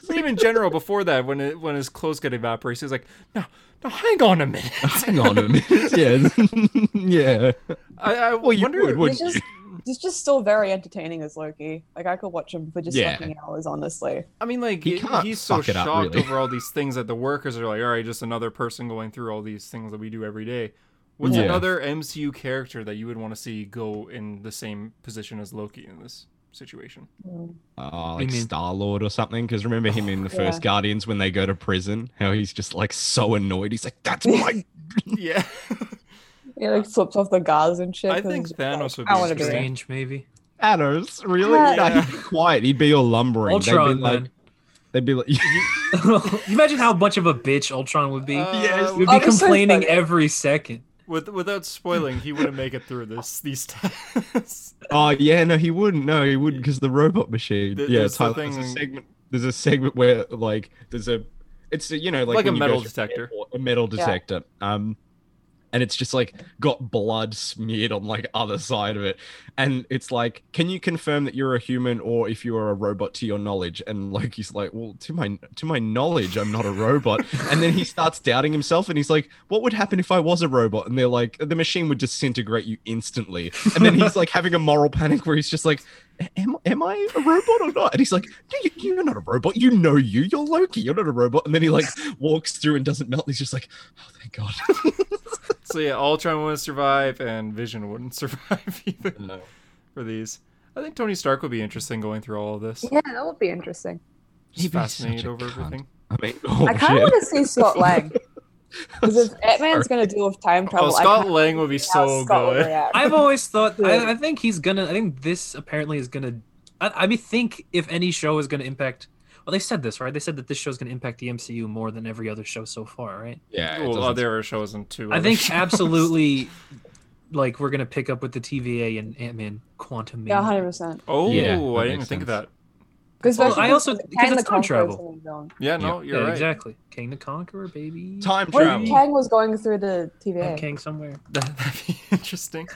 Speaker 1: But even general before that, when it, when his clothes get evaporated, he's like, "No, no, hang on a minute."
Speaker 3: Hang on a minute. Yeah. yeah.
Speaker 1: I, I
Speaker 3: Well, you
Speaker 1: wonder.
Speaker 3: would, wouldn't
Speaker 6: He's just, he's just still very entertaining as Loki. Like I could watch him for just
Speaker 3: Yeah.
Speaker 6: fucking hours, honestly.
Speaker 1: I mean, like
Speaker 3: He
Speaker 1: he-
Speaker 3: can't
Speaker 1: he's so
Speaker 3: fuck it up,
Speaker 1: shocked
Speaker 3: really.
Speaker 1: over all these things that the workers are like, all right, just another person going through all these things that we do every day. What's
Speaker 3: Yeah.
Speaker 1: another MCU character that you would want to see go in the same position as Loki in this situation?
Speaker 6: Mm.
Speaker 3: Oh,
Speaker 4: do you
Speaker 3: like
Speaker 4: mean?
Speaker 3: Star Lord or something. Because remember him in the first Guardians when they go to prison, how he's just like so annoyed. He's like, that's my.
Speaker 1: yeah,
Speaker 6: Yeah, like flips off the gauze and shit.
Speaker 1: I
Speaker 6: 'cause
Speaker 1: think
Speaker 6: he's just
Speaker 1: Thanos would
Speaker 6: like,
Speaker 1: be
Speaker 6: I want to be there.
Speaker 4: Strange, maybe.
Speaker 3: Thanos, really?
Speaker 6: Yeah.
Speaker 3: Nah, he'd be quiet. He'd be all lumbering. they'd
Speaker 4: Ultron,
Speaker 3: be like,
Speaker 4: man.
Speaker 3: they'd be like,
Speaker 4: Imagine how much of a bitch Ultron would be.
Speaker 1: Uh,
Speaker 3: Yes.
Speaker 4: We'd be
Speaker 6: I'll be so
Speaker 4: complaining
Speaker 6: excited.
Speaker 4: every second.
Speaker 1: with, without spoiling, he wouldn't make it through this these tests.
Speaker 3: Oh yeah, no, he wouldn't. No, he wouldn't because the robot machine.
Speaker 1: Th-
Speaker 3: yeah,
Speaker 1: there's the
Speaker 3: Tyler, there's a
Speaker 1: thing-
Speaker 3: segment. There's a segment where like there's a, it's a, you know like
Speaker 1: Like a
Speaker 3: when you go
Speaker 1: metal
Speaker 3: through an
Speaker 1: detector.
Speaker 3: airport, a metal
Speaker 6: Yeah.
Speaker 3: detector. Um, and it's just like got blood smeared on like other side of it, and it's like, can you confirm that you're a human or if you are a robot to your knowledge? And Loki's like, well, to my to my knowledge, I'm not a robot. and then he starts doubting himself, and he's like, what would happen if I was a robot? And they're like, the machine would disintegrate you instantly. And then he's like having a moral panic where he's just like, am, am I a robot or not? And he's like, no, you, you're not a robot. You know you. You're Loki. You're not a robot. And then he like walks through and doesn't melt. and He's just like, oh, thank God.
Speaker 1: so yeah, Ultron wouldn't survive, and Vision wouldn't survive either
Speaker 3: no.
Speaker 1: for these. I think Tony Stark would be interesting going through all of this.
Speaker 6: Yeah, that would be interesting.
Speaker 1: Just
Speaker 3: He'd be such
Speaker 1: fascinated
Speaker 3: a
Speaker 1: over
Speaker 3: cunt.
Speaker 1: everything.
Speaker 3: I mean, oh,
Speaker 6: I kind of want to see Scott Lang because if Ant-Man's going to deal with time
Speaker 1: Oh,
Speaker 6: travel, I
Speaker 1: Scott
Speaker 6: can't
Speaker 1: Lang would be
Speaker 6: see how
Speaker 1: so
Speaker 6: Scott would
Speaker 1: good.
Speaker 6: react.
Speaker 4: I've always thought. I, I think he's gonna. I think this apparently is gonna I, I mean, think if any show is going to impact. Well, they said this, right? They said that this show is going to impact the MCU more than every other show so far, right?
Speaker 3: Yeah, it
Speaker 1: well,
Speaker 3: doesn't-
Speaker 1: there are shows in two.
Speaker 4: I
Speaker 1: other
Speaker 4: think
Speaker 1: shows.
Speaker 4: absolutely, like we're going to pick up with the TVA and Ant Man Quantum.
Speaker 6: Yeah, hundred percent.
Speaker 1: Oh,
Speaker 3: Yeah, that
Speaker 1: I didn't
Speaker 3: makes
Speaker 1: think of
Speaker 3: sense.
Speaker 1: that.
Speaker 6: Because
Speaker 4: Well, I also- because it's time travel.
Speaker 1: Yeah, no, you're
Speaker 4: yeah,
Speaker 1: right.
Speaker 4: exactly. King the Conqueror, baby.
Speaker 3: time
Speaker 6: What
Speaker 3: travel.
Speaker 6: if Kang was going through the
Speaker 4: Have
Speaker 6: TVA?
Speaker 4: Oh, Kang somewhere.
Speaker 1: That, that'd be interesting.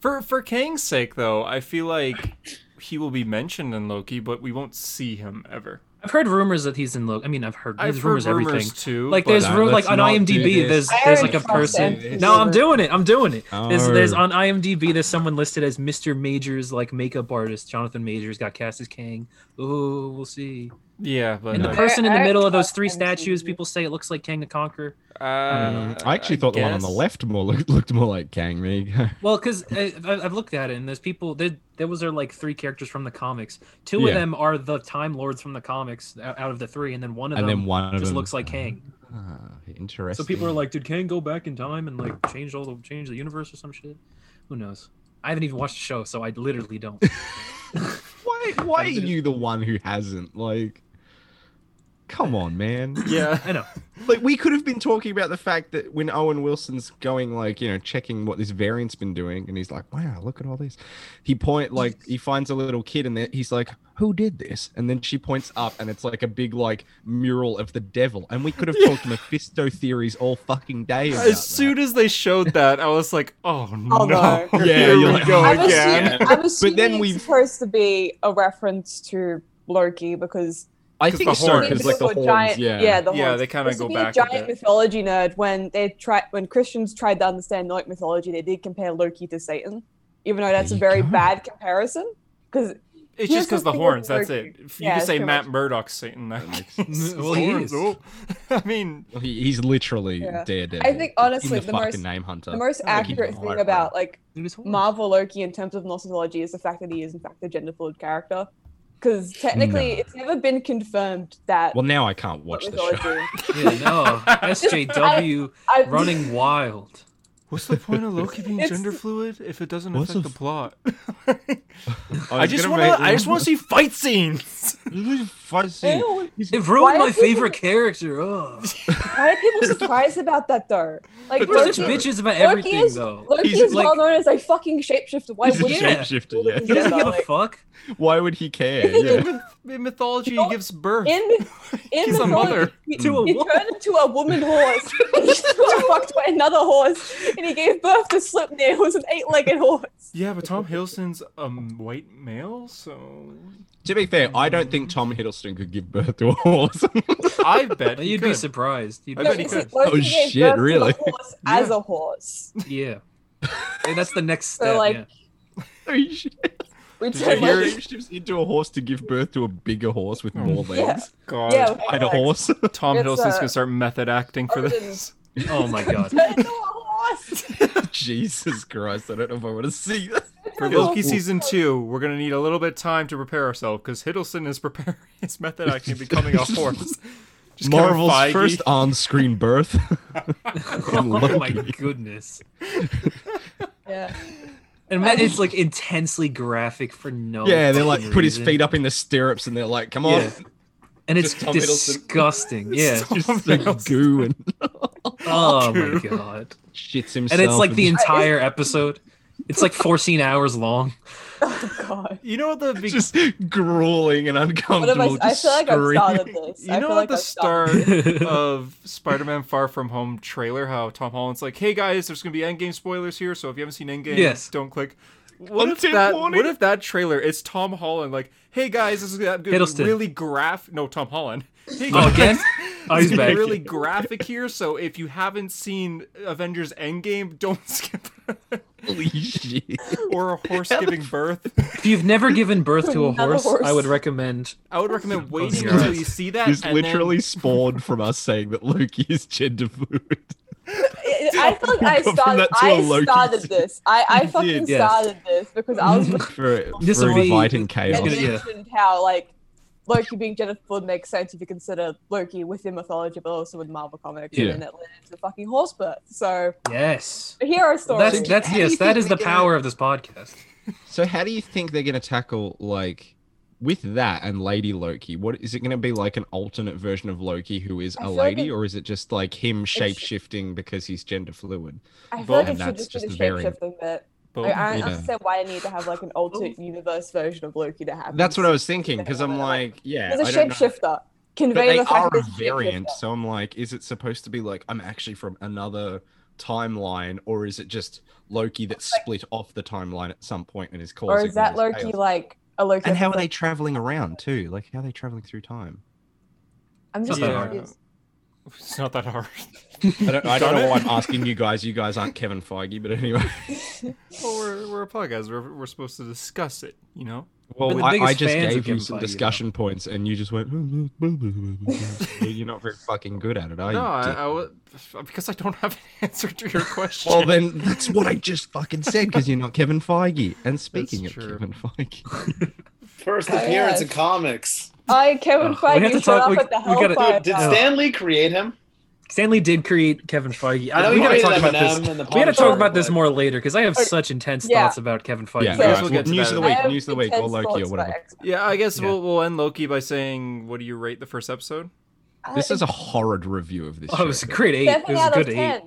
Speaker 1: For for Kang's sake, though, I feel like he will be mentioned in Loki, but we won't see him ever.
Speaker 4: I've heard rumors that he's in Loki. I mean, I've heard
Speaker 1: I've
Speaker 4: there's
Speaker 1: heard
Speaker 4: rumors,
Speaker 1: rumors,
Speaker 4: everything.
Speaker 1: too.
Speaker 4: Like
Speaker 1: but-
Speaker 4: there's
Speaker 3: Nah,
Speaker 4: room,
Speaker 3: let's
Speaker 4: like on
Speaker 3: not do
Speaker 4: IMDb, there's
Speaker 3: this.
Speaker 6: I
Speaker 4: there's like
Speaker 6: already
Speaker 4: a
Speaker 6: crossed
Speaker 4: person.
Speaker 6: it.
Speaker 4: No, I'm doing it. I'm doing it. There's,
Speaker 3: Oh.
Speaker 4: there's on IMDb. There's someone listed as Mr. Majors, like makeup artist. Jonathan Majors got cast as Kang. Oh, we'll see.
Speaker 1: yeah, but uh,
Speaker 4: And the
Speaker 3: Nice.
Speaker 4: person in the
Speaker 6: I- I
Speaker 4: middle of those
Speaker 6: trust
Speaker 4: three
Speaker 6: him to
Speaker 4: statues,
Speaker 6: be-
Speaker 4: people say it looks like Kang the Conqueror.
Speaker 1: uh,
Speaker 3: Mm, I actually thought the one on the
Speaker 1: guess.
Speaker 3: left more looked, looked more like Kang. There you go.
Speaker 4: Well, because I've looked at it, and there's people. There, those are like three characters from the comics. Two
Speaker 3: Yeah.
Speaker 4: of them are the Time Lords from the comics, o- out of the three, and then one of
Speaker 3: And
Speaker 4: them
Speaker 3: then one of
Speaker 4: just
Speaker 3: them-
Speaker 4: looks like Kang.
Speaker 3: Ah, interesting.
Speaker 4: So people are like, did Kang go back in time and like change all the change the universe or some shit? Who knows? I haven't even watched the show, so I literally don't.
Speaker 3: why? Why are you the one who hasn't? Like, come on, man.
Speaker 1: Yeah,
Speaker 4: I know.
Speaker 3: like we could have been talking about the fact that when Owen Wilson's going like you know checking what this variant's been doing and he's like wow look at all this he point like he finds a little kid and then he's like who did this and then she points up and it's like a big like mural of the devil and we could have talked Mephisto theories all fucking day about
Speaker 1: as soon as they showed that, I was like, oh no,
Speaker 6: no.
Speaker 3: Yeah,
Speaker 1: here
Speaker 3: you're
Speaker 1: we
Speaker 3: like,
Speaker 1: go
Speaker 3: oh,
Speaker 6: I'm
Speaker 3: I was-
Speaker 1: again.
Speaker 6: assuming, I'm assuming
Speaker 3: then
Speaker 6: it's
Speaker 3: we've-
Speaker 6: supposed to be a reference to Loki because
Speaker 3: I
Speaker 1: 'cause
Speaker 3: think
Speaker 1: the
Speaker 3: so
Speaker 1: horns.
Speaker 3: because like the
Speaker 6: Because
Speaker 3: horns
Speaker 6: of giant-
Speaker 3: yeah
Speaker 6: the
Speaker 1: Yeah,
Speaker 6: horns.
Speaker 1: they kinda
Speaker 6: Supposed to
Speaker 1: go
Speaker 6: be
Speaker 1: back a
Speaker 6: A giant
Speaker 1: bit.
Speaker 6: mythology nerd. When they try, when Christians tried to understand Nordic mythology, they did compare Loki to Satan, even though that's a
Speaker 3: you
Speaker 6: very
Speaker 3: go.
Speaker 6: bad comparison. Because
Speaker 1: It's
Speaker 6: Here's
Speaker 1: just because
Speaker 6: the
Speaker 1: the
Speaker 6: thing
Speaker 1: horns.
Speaker 6: with
Speaker 1: That's it.
Speaker 6: Loki.
Speaker 1: If You
Speaker 6: Yeah,
Speaker 1: could
Speaker 6: it's
Speaker 1: say
Speaker 6: pretty
Speaker 1: Matt
Speaker 6: much-
Speaker 1: Murdock's Satan. That makes
Speaker 4: Well, he
Speaker 1: Horns,
Speaker 4: is.
Speaker 1: oh. I mean,
Speaker 3: He- he's literally
Speaker 6: Yeah.
Speaker 3: daredevil
Speaker 6: I think honestly,
Speaker 3: in
Speaker 6: the,
Speaker 3: the,
Speaker 6: most
Speaker 3: fucking name hunter
Speaker 6: the most
Speaker 3: Like, he's
Speaker 6: accurate
Speaker 3: a
Speaker 6: thing
Speaker 3: pirate.
Speaker 6: about like
Speaker 4: He was horny.
Speaker 6: Marvel Loki in terms of nostalgia is the fact that he is in fact a gender fluid character. Because technically,
Speaker 3: No.
Speaker 6: it's never been confirmed that.
Speaker 3: well now I can't watch the show
Speaker 6: mythology-
Speaker 4: Yeah, no. SJW
Speaker 6: I-
Speaker 4: running wild.
Speaker 1: what's the point of Loki being
Speaker 6: It's-
Speaker 1: gender fluid if it doesn't
Speaker 3: What's
Speaker 1: affect
Speaker 3: the
Speaker 1: the
Speaker 3: f-
Speaker 1: plot?
Speaker 3: was
Speaker 1: I just
Speaker 3: gonna
Speaker 1: want to.
Speaker 3: make-
Speaker 1: I just want to see fight scenes.
Speaker 3: Fuzzy.
Speaker 6: Ew,
Speaker 4: They've
Speaker 6: Why
Speaker 4: ruined
Speaker 6: are
Speaker 4: my
Speaker 6: people-
Speaker 4: favorite character. Ugh.
Speaker 6: Why are people surprised about that though? Like
Speaker 3: Because
Speaker 4: There's
Speaker 3: it's
Speaker 6: Loki,
Speaker 4: just bitches about
Speaker 6: Loki
Speaker 4: everything
Speaker 6: is-
Speaker 4: though.
Speaker 6: Loki
Speaker 3: He's
Speaker 6: is
Speaker 4: like-
Speaker 6: well known as a fucking shapeshifter. Why
Speaker 3: He's a
Speaker 6: would you?
Speaker 4: Yeah.
Speaker 3: shapeshifter, yeah.
Speaker 4: He doesn't give a
Speaker 6: Like-
Speaker 4: fuck.
Speaker 3: Why would he care? Yeah.
Speaker 1: in, myth- in mythology, he
Speaker 6: No,
Speaker 1: gives birth.
Speaker 6: In in
Speaker 1: He's a
Speaker 6: mythology,
Speaker 1: mother.
Speaker 6: He,
Speaker 4: To a
Speaker 6: he
Speaker 4: woman.
Speaker 6: turned into a woman horse. and he got fucked by another horse, and he gave birth to Slipknot, who's an eight-legged horse.
Speaker 1: yeah, but Tom Hiddleston's a white male, so
Speaker 3: to be fair, I don't think Tom Hiddleston could give birth to a horse.
Speaker 1: I bet he
Speaker 4: You'd
Speaker 1: could.
Speaker 4: be surprised. You'd
Speaker 1: I
Speaker 4: be
Speaker 1: bet he
Speaker 6: it's like
Speaker 4: surprised.
Speaker 1: could.
Speaker 6: Loki
Speaker 3: Oh,
Speaker 6: gave
Speaker 3: shit,
Speaker 6: birth to a
Speaker 3: really?
Speaker 6: horse
Speaker 1: Yeah.
Speaker 6: as a horse.
Speaker 4: Yeah. And that's the next
Speaker 6: So,
Speaker 4: step.
Speaker 6: like,
Speaker 4: yeah.
Speaker 3: Holy shit.
Speaker 6: We
Speaker 1: Did
Speaker 3: So
Speaker 1: you
Speaker 6: turned
Speaker 3: he
Speaker 1: hear-
Speaker 6: Loki.
Speaker 3: shapeshifts into a horse to give birth to a bigger horse with more
Speaker 6: Yeah.
Speaker 3: legs.
Speaker 1: God,
Speaker 6: Yeah, okay,
Speaker 3: I had a
Speaker 6: like,
Speaker 3: horse.
Speaker 1: Tom
Speaker 6: It's,
Speaker 1: Hiddleston's
Speaker 6: uh,
Speaker 1: gonna start method acting for
Speaker 6: Odin.
Speaker 1: this.
Speaker 4: Oh my god.
Speaker 6: Turned into a horse.
Speaker 3: Jesus Christ, I don't know if I want to see that.
Speaker 1: For Loki season two, we're gonna need a little bit of time to prepare ourselves because Hiddleston is preparing his method acting, becoming a horse. Just Kevin
Speaker 3: Marvel's
Speaker 1: Feige.
Speaker 3: first on screen birth.
Speaker 4: oh my goodness.
Speaker 6: Yeah.
Speaker 4: And man, it's like intensely graphic for no.
Speaker 3: yeah, they like put his
Speaker 4: reason.
Speaker 3: feet up in the stirrups and they're like, come on.
Speaker 4: Oh, Yeah. and it's
Speaker 3: Just Tom Hiddleston.
Speaker 4: disgusting. Yeah.
Speaker 1: Tom
Speaker 3: Just like
Speaker 1: Hiddleston.
Speaker 3: goo and
Speaker 4: Oh my
Speaker 1: Dude.
Speaker 4: god.
Speaker 3: shits himself.
Speaker 4: And it's like the
Speaker 3: and-
Speaker 4: entire episode. It's like 14 hours long.
Speaker 6: Oh god.
Speaker 1: You know what the big
Speaker 3: just grueling and
Speaker 6: What have I?
Speaker 3: uncomfortable.
Speaker 6: I
Speaker 3: just
Speaker 6: feel like I've
Speaker 3: screaming.
Speaker 6: started this.
Speaker 1: You
Speaker 6: I
Speaker 1: know at
Speaker 6: feel like
Speaker 1: the
Speaker 6: I've started
Speaker 1: start
Speaker 6: this.
Speaker 1: of Spider-Man Far From Home trailer how Tom Holland's like, "Hey guys, there's gonna be Endgame spoilers here, so if you haven't seen Endgame,
Speaker 4: Yes.
Speaker 1: don't click." What if
Speaker 3: Content
Speaker 1: that?
Speaker 3: warning.
Speaker 1: What if that trailer? It's Tom Holland like, "Hey guys, this is gonna be
Speaker 4: Hiddleston.
Speaker 1: really graph." No, Tom Holland. Hey
Speaker 4: Oh, again? Oh,
Speaker 1: It's
Speaker 4: he's
Speaker 1: gonna be
Speaker 4: back.
Speaker 1: really graphic here, so if you haven't seen Avengers Endgame, don't skip
Speaker 3: Holy shit.
Speaker 1: or a horse giving birth.
Speaker 4: If you've never given birth to a
Speaker 6: Another
Speaker 4: horse,
Speaker 6: horse.
Speaker 4: I would recommend.
Speaker 1: I would recommend waiting
Speaker 4: God.
Speaker 1: until you see that.
Speaker 3: This
Speaker 1: and then-
Speaker 3: literally spawned from us saying that Loki is gender fluid.
Speaker 6: It- I feel like I
Speaker 3: Go from
Speaker 6: started.
Speaker 3: that to a
Speaker 6: I
Speaker 3: Loki
Speaker 6: started
Speaker 3: scene.
Speaker 6: this. I, I
Speaker 3: You
Speaker 6: fucking
Speaker 3: did,
Speaker 4: yes.
Speaker 6: started this because I was
Speaker 3: for
Speaker 4: This
Speaker 3: for
Speaker 4: will be-
Speaker 3: inviting
Speaker 4: it's
Speaker 3: chaos.
Speaker 6: and
Speaker 4: gonna- yeah.
Speaker 6: mentioned how like Loki being Jennifer Ford makes sense if you consider Loki within mythology, but also with Marvel comics,
Speaker 3: Yeah.
Speaker 6: and then it led to fucking horse birth. So
Speaker 4: Yes.
Speaker 6: the hero story.
Speaker 4: That's that's
Speaker 3: How do you
Speaker 4: yes. That
Speaker 3: think
Speaker 4: is
Speaker 3: they
Speaker 4: the
Speaker 3: get-
Speaker 4: power of this podcast.
Speaker 3: So how do you think they're going to tackle like with that and Lady Loki, what is it going to be like an alternate version of Loki who is
Speaker 6: I
Speaker 3: a
Speaker 6: feel like
Speaker 3: lady,
Speaker 6: it-
Speaker 3: or is it just like him shape shifting because he's gender fluid?
Speaker 6: I
Speaker 1: Both.
Speaker 6: feel like
Speaker 3: And
Speaker 6: it should
Speaker 3: that's
Speaker 6: just be the
Speaker 3: just very-
Speaker 6: shapeshifting bit.
Speaker 1: Both.
Speaker 6: Like, I don't
Speaker 3: Yeah.
Speaker 6: understand why I need to have like an alternate universe version of Loki to happen.
Speaker 3: That's what I was thinking because
Speaker 6: Yeah,
Speaker 3: I'm like, yeah,
Speaker 6: There's
Speaker 3: I
Speaker 6: a
Speaker 3: don't know.
Speaker 6: shapeshifter. Convey
Speaker 3: But they
Speaker 6: the fact
Speaker 3: are
Speaker 6: that
Speaker 3: a
Speaker 6: it's
Speaker 3: variant,
Speaker 6: shapeshifter.
Speaker 3: so I'm like, is it supposed to be like I'm actually from another timeline, or is it just Loki that split off the timeline at some point and is causing?
Speaker 6: Or is
Speaker 3: all
Speaker 6: that
Speaker 3: this
Speaker 6: Loki
Speaker 3: chaos?
Speaker 6: like a Loki?
Speaker 3: And how are
Speaker 6: that's
Speaker 3: they traveling around too? Like, how are they traveling through time?
Speaker 6: like- I'm just
Speaker 4: It's not that
Speaker 1: Yeah.
Speaker 4: hard.
Speaker 6: confused.
Speaker 1: It's not that hard.
Speaker 3: I don't, I
Speaker 1: Done
Speaker 3: don't know
Speaker 1: it?
Speaker 3: why I'm asking you guys. You guys aren't Kevin Feige, but anyway.
Speaker 1: Well, we're, we're a podcast. We're, we're supposed to discuss it, you know?
Speaker 4: But
Speaker 3: Well,
Speaker 4: the
Speaker 3: I,
Speaker 4: biggest
Speaker 3: I just
Speaker 4: fans of
Speaker 3: gave you
Speaker 4: Kevin
Speaker 3: some
Speaker 4: Feige,
Speaker 3: discussion points, and you just went. You're not very fucking good at it, are you?
Speaker 1: no, I,
Speaker 3: dick?
Speaker 1: I w- because I don't have an answer to your question.
Speaker 3: Well, then that's what I just fucking said because you're not Kevin Feige. And speaking of
Speaker 1: true.
Speaker 3: Kevin Feige,
Speaker 2: First
Speaker 6: Oh,
Speaker 2: appearance
Speaker 6: yes.
Speaker 2: in comics.
Speaker 6: I Kevin
Speaker 4: Ugh, we have
Speaker 6: Feige
Speaker 4: to
Speaker 6: showed
Speaker 4: talk-
Speaker 6: up
Speaker 4: we-
Speaker 6: at the
Speaker 4: we gotta-
Speaker 6: Hellfire.
Speaker 2: Dude, did
Speaker 6: Gala.
Speaker 2: Stanley create him?
Speaker 4: Stanley did create Kevin Feige. I-
Speaker 2: I know
Speaker 4: we
Speaker 2: he
Speaker 4: gotta
Speaker 2: created
Speaker 4: talk about this.
Speaker 2: Eminem and the
Speaker 4: We gotta
Speaker 2: Pawn
Speaker 4: talk
Speaker 2: Shop,
Speaker 4: about this
Speaker 2: but-
Speaker 4: more later because I have
Speaker 6: Or-
Speaker 4: such intense
Speaker 6: yeah.
Speaker 4: thoughts about Kevin Feige.
Speaker 3: yeah,
Speaker 6: So-
Speaker 3: alright,
Speaker 1: We'll
Speaker 3: well,
Speaker 1: get to
Speaker 3: news
Speaker 1: that
Speaker 3: of the
Speaker 1: in a
Speaker 3: week,
Speaker 6: I have
Speaker 3: news of the week, or
Speaker 6: intense
Speaker 3: Loki, or
Speaker 6: thoughts about
Speaker 3: whatever.
Speaker 6: X-Men.
Speaker 1: yeah, I guess
Speaker 3: Yeah.
Speaker 1: we'll, we'll end Loki by saying, what do you rate the first episode?
Speaker 6: I-
Speaker 3: This is a horrid review of this.
Speaker 4: Oh,
Speaker 3: show.
Speaker 4: it was a great eight. It
Speaker 6: seven
Speaker 4: was a
Speaker 6: out of
Speaker 4: good eight.
Speaker 6: ten.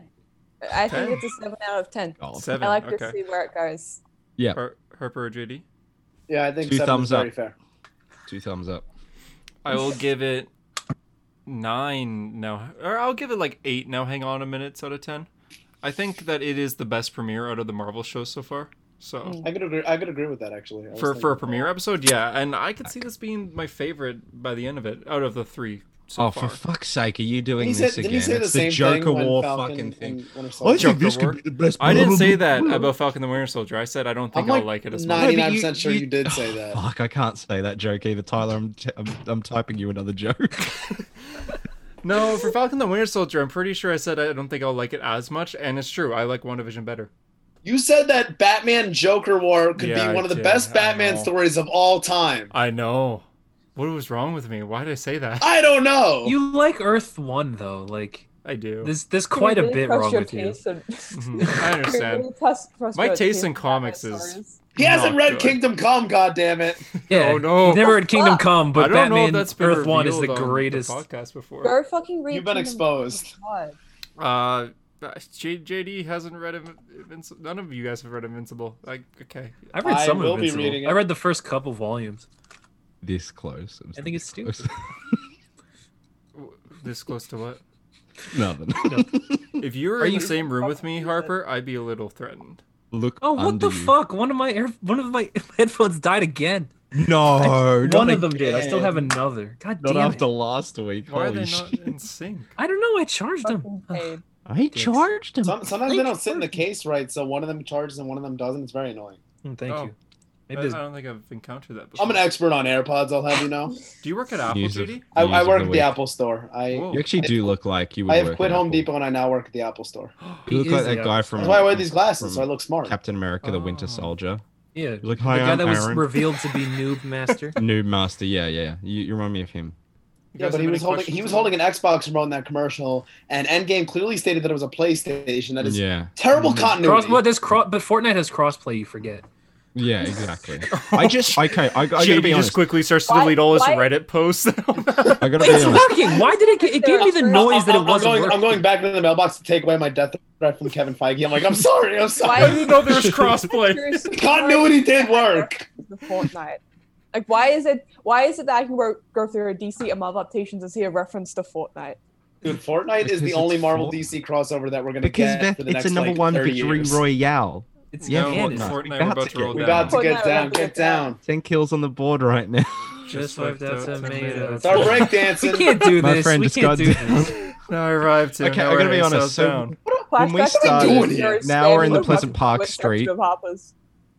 Speaker 6: I think
Speaker 1: Ten?
Speaker 6: it's a seven out of ten.
Speaker 3: God.
Speaker 1: Seven.
Speaker 6: I like
Speaker 1: okay.
Speaker 6: to see where it goes.
Speaker 1: Her- Herper or JD?
Speaker 2: Yeah, I think
Speaker 3: Two
Speaker 2: seven
Speaker 3: thumbs
Speaker 2: is very
Speaker 3: up.
Speaker 2: fair.
Speaker 3: Two thumbs up.
Speaker 1: I will give it nine now, or I'll give it like eight now. Hang on a minute, out of ten. I think that it is the best premiere out of the Marvel shows so far. So
Speaker 2: I could agree. I could agree with that actually. Mm, I was
Speaker 1: for
Speaker 2: thinking
Speaker 1: for a
Speaker 2: about
Speaker 1: premiere episode, yeah, and I could see this being my favorite by the end of it, out of the three so
Speaker 3: oh,
Speaker 1: far.
Speaker 3: for fuck's sake, are you doing
Speaker 2: He
Speaker 3: this
Speaker 2: said, didn't
Speaker 3: again?
Speaker 2: he say the
Speaker 3: it's
Speaker 2: same
Speaker 3: the Joker
Speaker 2: thing when
Speaker 3: War
Speaker 2: Falcon
Speaker 3: fucking thing.
Speaker 2: and Winter
Speaker 3: I
Speaker 2: Soldier?
Speaker 1: Joker
Speaker 3: think this
Speaker 1: War.
Speaker 3: could be the best.
Speaker 1: I didn't say that about Falcon the Winter Soldier. I said I don't think
Speaker 2: I'm
Speaker 1: I'll like
Speaker 2: like
Speaker 1: it as much.
Speaker 2: nine-
Speaker 3: No, but
Speaker 2: 99% sure you did say that.
Speaker 3: Fuck, I can't say that joke either, Tyler. I'm, t- I'm, I'm typing you another joke.
Speaker 1: No, for Falcon the Winter Soldier, I'm pretty sure I said I don't think I'll like it as much, and it's true. I like WandaVision better.
Speaker 2: You said that Batman Joker War could
Speaker 1: Yeah, I
Speaker 2: be one of the
Speaker 1: did.
Speaker 2: best
Speaker 1: I
Speaker 2: Batman
Speaker 1: know.
Speaker 2: stories of all time.
Speaker 1: I know. What was wrong with me? Why did I say that?
Speaker 2: I don't know.
Speaker 4: You like Earth One though, like
Speaker 1: I do.
Speaker 4: there's there's quite
Speaker 6: You
Speaker 4: a
Speaker 6: really
Speaker 4: bit
Speaker 6: crushed
Speaker 4: wrong
Speaker 6: your
Speaker 4: with you.
Speaker 6: taste in-
Speaker 1: Mhm, I
Speaker 6: you
Speaker 1: understand.
Speaker 6: really crushed- crushed
Speaker 1: My
Speaker 6: your
Speaker 1: taste in
Speaker 6: Batman
Speaker 1: comics is-
Speaker 6: stories.
Speaker 2: He hasn't
Speaker 1: Not
Speaker 2: read
Speaker 1: good.
Speaker 2: Kingdom Come, goddammit.
Speaker 4: Yeah,
Speaker 1: Oh, no.
Speaker 4: You've never had Kingdom Come, but
Speaker 1: I don't know
Speaker 4: Batman
Speaker 1: if that's been
Speaker 4: Earth One is the
Speaker 1: revealed on
Speaker 4: greatest.
Speaker 1: podcast before.
Speaker 6: Go fucking read.
Speaker 2: You've been
Speaker 6: Kingdom
Speaker 2: exposed.
Speaker 6: Come, oh my God.
Speaker 1: Uh, J- JD hasn't read Invin- Invincible. None of you guys have read Invincible. Like, okay,
Speaker 4: I read
Speaker 2: I
Speaker 4: some
Speaker 2: will
Speaker 4: of
Speaker 2: be
Speaker 4: Invincible.
Speaker 2: reading it.
Speaker 4: I read the first couple volumes.
Speaker 3: this close. I'm
Speaker 4: I think it's
Speaker 3: this
Speaker 4: stupid.
Speaker 1: W- this close to what?
Speaker 3: Nothing.
Speaker 1: If you were
Speaker 4: Are
Speaker 1: in
Speaker 4: you-
Speaker 1: the same room with me, Harper, I'd be a little threatened.
Speaker 3: Look.
Speaker 4: Oh, what
Speaker 3: under
Speaker 4: the
Speaker 3: you.
Speaker 4: fuck! One of my air, one of my headphones died again.
Speaker 3: No,
Speaker 4: one
Speaker 3: not
Speaker 4: of them did. I still have
Speaker 3: again.
Speaker 4: another. God
Speaker 3: Not
Speaker 4: damn
Speaker 3: after
Speaker 4: it!
Speaker 3: last week.
Speaker 1: Why are
Speaker 3: Holy
Speaker 1: they not
Speaker 3: shit.
Speaker 1: in sync?
Speaker 4: I don't know. I charged them.
Speaker 6: Fucking
Speaker 4: Ugh.
Speaker 6: paid.
Speaker 3: I
Speaker 4: Dicks.
Speaker 3: charged him.
Speaker 2: Some, sometimes they don't sit in the case right, so one of them charges and one of them doesn't. It's very annoying.
Speaker 4: Mm, Thank
Speaker 1: Oh.
Speaker 4: you.
Speaker 1: I,
Speaker 4: Maybe
Speaker 1: I
Speaker 4: there's-
Speaker 1: don't think I've encountered that before.
Speaker 2: I'm an expert on AirPods. I'll have you know.
Speaker 1: Do you work at Apple,
Speaker 3: News of-
Speaker 1: JD?
Speaker 2: I,
Speaker 3: News
Speaker 2: I
Speaker 3: of
Speaker 2: work at
Speaker 3: week.
Speaker 2: the Apple Store. I
Speaker 1: Whoa.
Speaker 3: You actually do look like you would
Speaker 2: I have
Speaker 3: work
Speaker 2: quit
Speaker 3: at
Speaker 2: Home
Speaker 3: Apple.
Speaker 2: Depot and I now work at the Apple Store.
Speaker 3: You
Speaker 4: He
Speaker 3: look like
Speaker 4: is the
Speaker 3: that guy
Speaker 4: Apple
Speaker 3: from
Speaker 2: That's why I wear these glasses,
Speaker 3: from
Speaker 2: so I look smart.
Speaker 3: Captain America: The Winter
Speaker 1: Oh.
Speaker 3: Soldier.
Speaker 4: Yeah,
Speaker 3: You look,
Speaker 4: the
Speaker 3: hi,
Speaker 4: guy
Speaker 3: I'm
Speaker 4: that was
Speaker 3: Aaron."
Speaker 4: revealed to be Noob Master.
Speaker 3: Noob Master. Yeah, yeah. yeah. You, you remind me of him.
Speaker 1: You
Speaker 2: Yeah,
Speaker 1: guys
Speaker 2: but
Speaker 1: have
Speaker 2: he
Speaker 1: any
Speaker 2: was holding
Speaker 1: questions
Speaker 2: he was
Speaker 1: about-
Speaker 2: holding an Xbox remote in that commercial, and Endgame clearly stated that it was a PlayStation. That is
Speaker 3: Yeah,
Speaker 2: terrible
Speaker 4: Cross,
Speaker 2: continuity.
Speaker 4: well, there's cross, but Fortnite has crossplay. You forget.
Speaker 3: yeah, exactly. I just okay. I, I Oh, gotta
Speaker 1: JD
Speaker 3: be honest.
Speaker 1: just quickly starts to
Speaker 6: Why-
Speaker 1: delete all his
Speaker 6: why-
Speaker 1: Reddit posts.
Speaker 3: I gotta be
Speaker 4: It's
Speaker 3: honest.
Speaker 4: working. Why did it? Get, it gave me the noise that
Speaker 2: I'm-
Speaker 4: it
Speaker 2: I'm
Speaker 4: wasn't
Speaker 2: going-
Speaker 4: working.
Speaker 2: I'm going back into the mailbox to take away my death threat from Kevin Feige. I'm like, I'm sorry, I'm sorry.
Speaker 1: I didn't know there was crossplay.
Speaker 6: Here's the
Speaker 2: Continuity
Speaker 6: story.
Speaker 2: did work.
Speaker 6: The Fortnite. Like, why is it? Why is it that I can go, go through a DC amount of adaptations and see a reference to Fortnite?
Speaker 2: Dude, Fortnite is
Speaker 3: Because
Speaker 2: the
Speaker 3: it's
Speaker 2: only Marvel
Speaker 3: Fort-
Speaker 2: DC crossover that we're gonna
Speaker 3: Because
Speaker 2: get
Speaker 3: Beth,
Speaker 2: for the
Speaker 3: it's
Speaker 2: next
Speaker 3: a number
Speaker 2: like,
Speaker 3: one
Speaker 2: 30
Speaker 3: victory
Speaker 2: years.
Speaker 3: royale.
Speaker 4: It's
Speaker 3: Yeah,
Speaker 1: no,
Speaker 4: yeah,
Speaker 3: Fortnite.
Speaker 1: Fortnite,
Speaker 3: We're
Speaker 1: we're
Speaker 3: about
Speaker 1: about
Speaker 3: to
Speaker 1: to roll
Speaker 2: We're
Speaker 1: down.
Speaker 2: about to
Speaker 6: Fortnite,
Speaker 2: get
Speaker 6: we're
Speaker 2: down,
Speaker 6: about to
Speaker 2: get
Speaker 6: get down.
Speaker 2: down.
Speaker 3: Ten kills on the board right now.
Speaker 4: Just wiped out tomatoes.
Speaker 2: It's our
Speaker 4: Yeah.
Speaker 2: break
Speaker 4: We
Speaker 2: dancing.
Speaker 4: can't do this.
Speaker 3: My friend
Speaker 4: we
Speaker 3: just
Speaker 4: can't
Speaker 3: got
Speaker 4: do
Speaker 3: down.
Speaker 4: this.
Speaker 1: No, I arrived here.
Speaker 3: Okay,
Speaker 1: Now
Speaker 3: I gotta
Speaker 1: we're
Speaker 3: be
Speaker 1: in
Speaker 3: honest,
Speaker 1: South
Speaker 3: so-
Speaker 1: Down.
Speaker 6: What a
Speaker 3: When we
Speaker 6: flashback.
Speaker 3: started-
Speaker 6: Doing here.
Speaker 3: Now we're in the
Speaker 6: Stanley
Speaker 3: Pleasant
Speaker 6: Loki
Speaker 3: Park
Speaker 6: with
Speaker 3: Street.
Speaker 6: Stephen Harper's.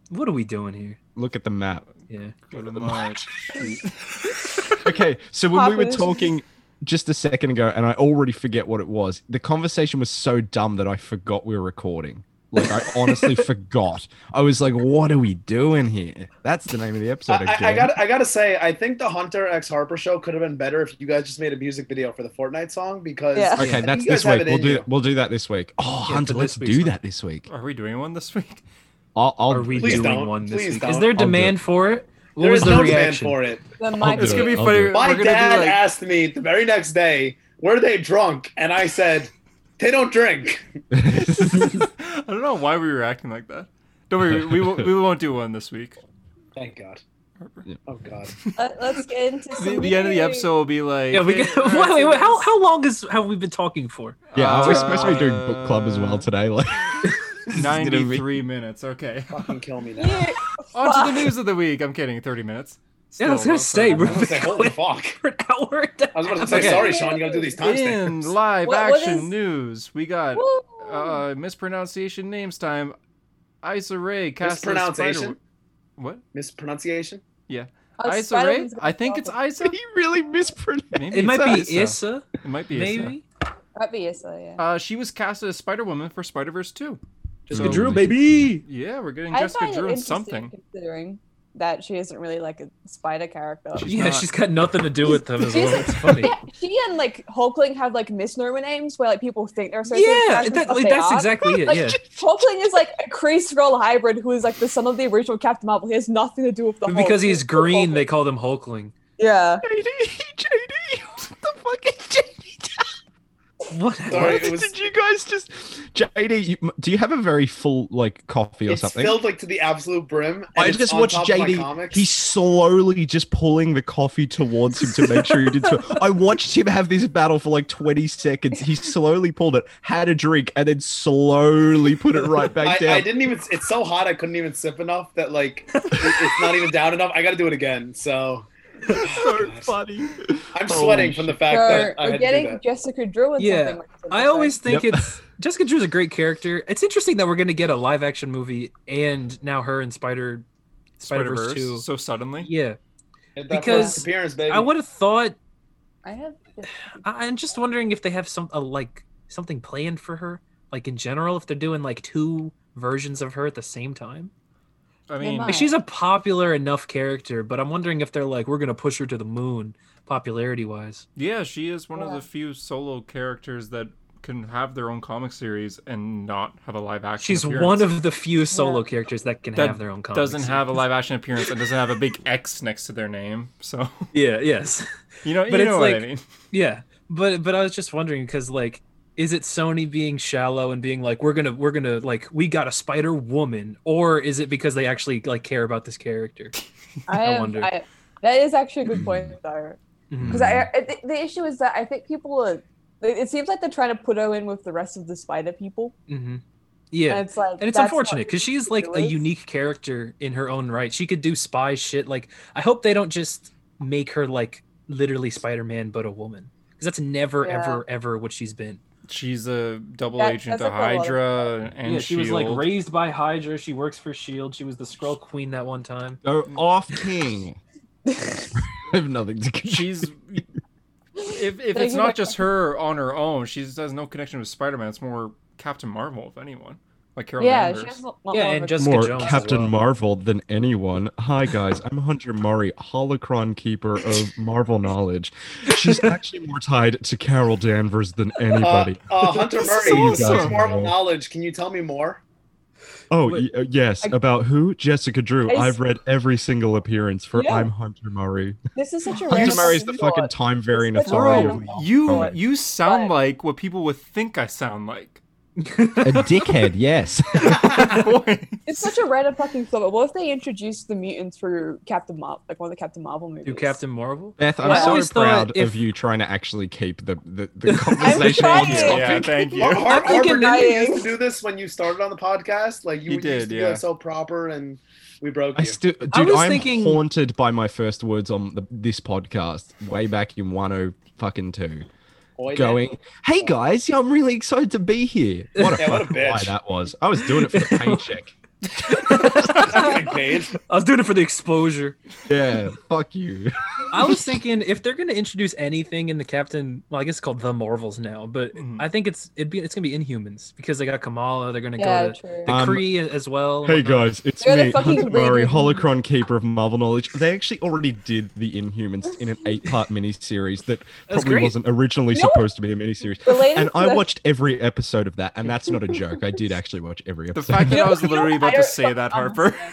Speaker 4: What are we doing here?
Speaker 3: Look at the map.
Speaker 4: Yeah.
Speaker 1: Go to Mike.
Speaker 3: Okay, so when we were
Speaker 6: Poppers.
Speaker 3: talking just a second ago, and I already forget what it was, the conversation was so dumb that I forgot we were recording. Like I honestly forgot. I was like, "What are we doing here?" That's the name of the
Speaker 2: I,
Speaker 3: episode. Again.
Speaker 2: I, I got I gotta say, I think the Hunter X Harper show could have been better if you guys just made a music video for the Fortnite song because
Speaker 6: Yeah.
Speaker 3: Okay,
Speaker 2: I think
Speaker 3: that's
Speaker 2: you guys have
Speaker 3: this week.
Speaker 2: it
Speaker 3: We'll
Speaker 2: in
Speaker 3: do
Speaker 2: you.
Speaker 3: that. We'll do that this week. Oh,
Speaker 4: Yeah,
Speaker 3: Hunter,
Speaker 4: for
Speaker 3: let's
Speaker 4: this week's
Speaker 3: do
Speaker 4: one.
Speaker 3: that this week.
Speaker 1: Are we doing one this week?
Speaker 3: I'll. I'll
Speaker 4: Are we
Speaker 2: Please
Speaker 4: doing
Speaker 2: don't.
Speaker 4: one this
Speaker 2: Please
Speaker 4: week?
Speaker 2: don't.
Speaker 4: Is there
Speaker 3: do it.
Speaker 4: demand for it? What
Speaker 2: There
Speaker 4: was
Speaker 2: is
Speaker 4: the
Speaker 2: no demand
Speaker 4: reaction?
Speaker 2: for it.
Speaker 6: The
Speaker 3: I'll
Speaker 6: mic
Speaker 1: It's
Speaker 3: do
Speaker 1: gonna
Speaker 3: it,
Speaker 1: be
Speaker 3: I'll
Speaker 1: funny.
Speaker 3: do it.
Speaker 1: We're
Speaker 2: My
Speaker 1: gonna do
Speaker 2: dad
Speaker 1: like-
Speaker 2: asked me the very next day, "Were they drunk?" And I said, "They don't drink."
Speaker 1: I don't know why we were acting like that. Don't worry, we, we, we won't do one this week.
Speaker 2: Thank God. Oh God.
Speaker 6: Let, us get into
Speaker 1: The,
Speaker 6: some
Speaker 1: the end of the
Speaker 6: news.
Speaker 1: episode will be like.
Speaker 4: Yeah, we can.
Speaker 1: "Hey,
Speaker 4: Wait, wait, wait, how how long is have we been talking for?
Speaker 3: Yeah, are we supposed to be doing
Speaker 1: Uh,
Speaker 3: book club as well today? Like this is gonna be-
Speaker 1: 93 minutes. Okay.
Speaker 2: Fucking kill me now.
Speaker 6: Yeah,
Speaker 1: On to the news of the week. I'm kidding. 30 minutes.
Speaker 4: Yeah, I was gonna
Speaker 1: Still,
Speaker 4: say
Speaker 2: I was
Speaker 4: we're
Speaker 2: gonna say, holy fuck.
Speaker 4: for an hour. and a
Speaker 2: I was about to
Speaker 4: half.
Speaker 2: say,
Speaker 1: Okay.
Speaker 2: sorry, Sean, you gotta do these
Speaker 1: In
Speaker 2: timestamps.
Speaker 1: live
Speaker 6: What- what
Speaker 1: action
Speaker 6: is-
Speaker 1: news, we got
Speaker 6: woo.
Speaker 1: uh, mispronunciation names time. Isa Rae cast as Spider-
Speaker 2: Mispronunciation?
Speaker 1: What?
Speaker 2: Mispronunciation?
Speaker 6: Oh,
Speaker 1: Isa Rae?
Speaker 6: Spider-Man's gonna
Speaker 1: I think
Speaker 6: pop
Speaker 1: it's
Speaker 6: up.
Speaker 1: Isa.
Speaker 3: he really mispronounced.
Speaker 1: Maybe
Speaker 4: It might be
Speaker 1: it's Issa.
Speaker 4: Issa,
Speaker 1: It might be Issa.
Speaker 4: maybe.
Speaker 6: That'd be Issa, yeah.
Speaker 1: Uh, she was cast as Spider Woman for Spider Verse 2.
Speaker 4: Jessica
Speaker 1: So-
Speaker 4: Drew, baby.
Speaker 1: Yeah, we're getting
Speaker 6: I
Speaker 1: Jessica
Speaker 6: find it
Speaker 1: Drew in
Speaker 6: interesting
Speaker 1: something.
Speaker 6: considering that she isn't really like a spider character.
Speaker 1: She's
Speaker 4: yeah,
Speaker 1: not-
Speaker 4: she's got nothing to do with them as well.
Speaker 6: She's-
Speaker 4: It's funny.
Speaker 6: Yeah, she and like Hulkling have like misnomer names where like people think they're associated. with
Speaker 4: yeah,
Speaker 6: Captain
Speaker 4: that-
Speaker 6: Marvel,
Speaker 4: like,
Speaker 6: they
Speaker 4: that's
Speaker 6: aren't.
Speaker 4: exactly it.
Speaker 6: Like,
Speaker 4: Yeah,
Speaker 6: Hulkling is like a Kree Skrull hybrid who is like the son of the original Captain Marvel. He has nothing to do with the
Speaker 4: But
Speaker 6: Hulk.
Speaker 4: because he's
Speaker 6: the Hulk.
Speaker 4: green, they call him Hulkling.
Speaker 6: yeah.
Speaker 3: JD, JD, what the fuck is JD?
Speaker 4: What?
Speaker 2: Sorry,
Speaker 4: what?
Speaker 2: it was-
Speaker 3: Did you guys just JD? You, do you have a very full like coffee or
Speaker 2: It's
Speaker 3: something?
Speaker 2: filled like to the absolute brim. and
Speaker 3: I
Speaker 2: it's
Speaker 3: just
Speaker 2: on
Speaker 3: watched
Speaker 2: top of my
Speaker 3: JD.
Speaker 2: comics.
Speaker 3: He's slowly just pulling the coffee towards him to make sure he did. so. I watched him have this battle for like 20 seconds. He slowly pulled it, had a drink, and then slowly put it right
Speaker 2: I,
Speaker 3: back down.
Speaker 2: I didn't even. It's so hot, I couldn't even sip enough. That like, it- it's not even down enough. I got to do it again. So
Speaker 3: so funny.
Speaker 2: I'm
Speaker 3: Holy
Speaker 2: sweating from the fact
Speaker 6: We're,
Speaker 2: that I
Speaker 6: we're
Speaker 2: had to do
Speaker 6: getting
Speaker 2: that.
Speaker 6: Jessica Drew and
Speaker 4: Yeah.
Speaker 6: something. Like that.
Speaker 4: I always think
Speaker 3: Yep.
Speaker 4: it's Jessica Drew's a great character. It's interesting that we're going to get a live action movie and now her and Spider.
Speaker 1: Spider
Speaker 4: Spider-Verse
Speaker 1: Verse
Speaker 4: 2.
Speaker 1: so suddenly.
Speaker 4: Yeah,
Speaker 2: Hit that
Speaker 4: because
Speaker 2: first appearance, baby.
Speaker 4: I would have thought.
Speaker 6: I have.
Speaker 4: I, I'm just wondering if they have some uh, like something planned for her, like in general, if they're doing like two versions of her at the same time.
Speaker 1: I
Speaker 6: They
Speaker 1: mean,
Speaker 6: might.
Speaker 4: Like she's a popular enough character, but I'm wondering if they're like we're going to push her to the moon popularity wise.
Speaker 1: yeah, she is one of
Speaker 6: Yeah.
Speaker 1: the few solo characters that can have their own comic series and not have a live action.
Speaker 4: She's
Speaker 1: appearance.
Speaker 4: one of the few solo characters that can
Speaker 1: That
Speaker 4: have their own comics.
Speaker 1: doesn't have a live action appearance and doesn't have a big X next to their name. So
Speaker 4: Yeah. Yes.
Speaker 1: you know,
Speaker 4: But
Speaker 1: you
Speaker 4: it's
Speaker 1: know what I
Speaker 4: like-
Speaker 1: mean.
Speaker 4: Yeah, but but I was just wondering because like, is it Sony being shallow and being like, we're gonna we're gonna like we got a Spider Woman, or is it because they actually like care about this character?
Speaker 6: I, have-
Speaker 4: wonder. Hmm.
Speaker 6: I- that is actually a good point though.
Speaker 4: Mm-hmm.
Speaker 6: Because I, I think the issue is that I think people are. It it seems like they're trying to put her in with the rest of the spider people,
Speaker 4: hmm Yeah.
Speaker 6: and it's like
Speaker 4: And it's
Speaker 6: that's not
Speaker 4: unfortunate because she is like a
Speaker 6: ridiculous.
Speaker 4: unique character in her own right. She could do spy shit. Like, I hope they don't just make her like literally Spider Man, but a woman. Because that's never,
Speaker 6: Yeah.
Speaker 4: ever, ever what she's been.
Speaker 1: She's a double
Speaker 6: That-
Speaker 1: agent
Speaker 6: that's
Speaker 1: to
Speaker 6: like a lot of-
Speaker 1: Hydra and
Speaker 4: yeah, she was like
Speaker 1: S.H.I.E.L.D..
Speaker 4: raised by Hydra. She works for Shield. E She was the Skrull Queen that one time.
Speaker 3: Go Oh, off king. I have nothing to contribute.
Speaker 1: she's if if
Speaker 6: They
Speaker 1: it's
Speaker 6: do
Speaker 1: not
Speaker 6: like-
Speaker 1: just her on her own, she just has no connection with Spider Man. It's more Captain Marvel, if anyone, like Carol
Speaker 6: yeah,
Speaker 1: Danvers.
Speaker 6: she has a lot
Speaker 4: Yeah,
Speaker 6: more
Speaker 4: and
Speaker 6: of a-
Speaker 4: Jessica
Speaker 3: more
Speaker 4: Jones as
Speaker 3: Captain
Speaker 4: well.
Speaker 3: Marvel than anyone. Hi guys, I'm Hunter Murray, holocron keeper of Marvel knowledge. She's actually more tied to Carol Danvers than
Speaker 2: Uh,
Speaker 3: anybody.
Speaker 2: uh, Hunter
Speaker 1: This
Speaker 2: Murray,
Speaker 1: is
Speaker 2: you
Speaker 1: awesome.
Speaker 2: have Marvel knowledge. Can you tell me more?
Speaker 3: oh
Speaker 4: wait.
Speaker 3: y- uh, yes,
Speaker 6: I-
Speaker 3: about who? Jessica Drew.
Speaker 6: I s-
Speaker 3: I've read every single appearance for
Speaker 6: Yeah.
Speaker 3: I'm Hunter Murray.
Speaker 6: This is such a
Speaker 3: Hunter
Speaker 6: random
Speaker 3: Murray's the
Speaker 6: thought.
Speaker 3: fucking time varying
Speaker 6: It's like
Speaker 3: authority.
Speaker 6: random.
Speaker 3: of-
Speaker 1: You
Speaker 6: But-
Speaker 1: you sound
Speaker 6: but-
Speaker 1: like what people would think I sound like.
Speaker 3: A dickhead, yes.
Speaker 6: It's such a random fucking thought. But what if they introduced the mutant through Captain Marvel, like one of the Captain Marvel movies?
Speaker 4: Do Captain Marvel?
Speaker 3: Beth, I'm
Speaker 6: Well, I
Speaker 4: always
Speaker 3: so proud
Speaker 4: thought if-
Speaker 3: of you trying to actually keep the, the, the conversation
Speaker 6: trying.
Speaker 3: on
Speaker 6: Yeah,
Speaker 3: topic.
Speaker 1: yeah, thank you.
Speaker 2: Har- Har-
Speaker 4: I'm
Speaker 2: Harper, didn't
Speaker 4: thinking
Speaker 2: you
Speaker 6: nice.
Speaker 2: used to do this when you started on the podcast? Like you
Speaker 1: He
Speaker 2: used
Speaker 1: did,
Speaker 2: to be
Speaker 1: yeah.
Speaker 2: like so proper, and we broke
Speaker 3: I
Speaker 2: you.
Speaker 3: still, dude,
Speaker 4: was
Speaker 3: I'm
Speaker 4: thinking-
Speaker 3: haunted by my first words on the, this podcast way back in 10 fucking two.
Speaker 2: Oi, Dan.
Speaker 3: Going, hey guys, yeah, I'm really excited to be here. What a
Speaker 2: Yeah, what a
Speaker 3: fucking lie
Speaker 2: bitch.
Speaker 3: that was. I was doing it for the paycheck.
Speaker 2: Getting paid.
Speaker 4: I was doing it for the exposure.
Speaker 3: yeah, fuck you.
Speaker 4: I was thinking if they're going to introduce anything in the Captain, well, I guess it's called the Marvels now, but
Speaker 1: Mhm.
Speaker 4: I think it's it'd be it's going to be Inhumans because they got Kamala. They're going to
Speaker 6: Yeah,
Speaker 4: go to
Speaker 6: true.
Speaker 4: the
Speaker 3: Um,
Speaker 4: Kree as well. and
Speaker 3: Hey
Speaker 4: whatnot.
Speaker 3: guys, it's
Speaker 6: You're the
Speaker 3: me,
Speaker 6: fucking
Speaker 3: Hunter Murray,
Speaker 6: leader.
Speaker 3: Holocron Keeper of Marvel Knowledge. They actually already did the Inhumans in an eight-part miniseries that
Speaker 4: That's
Speaker 3: probably
Speaker 4: great.
Speaker 3: wasn't originally
Speaker 6: You know
Speaker 3: supposed to be a miniseries.
Speaker 6: Related
Speaker 3: And
Speaker 6: to
Speaker 3: I
Speaker 6: the-
Speaker 3: watched every episode of that, and that's not a joke. I did actually watch every
Speaker 1: the
Speaker 3: episode.
Speaker 1: fact that I was
Speaker 6: You know-
Speaker 1: literally
Speaker 6: you know
Speaker 1: about
Speaker 6: what I
Speaker 1: to say
Speaker 6: don't
Speaker 1: that,
Speaker 6: fucking
Speaker 1: Harper.
Speaker 6: understand?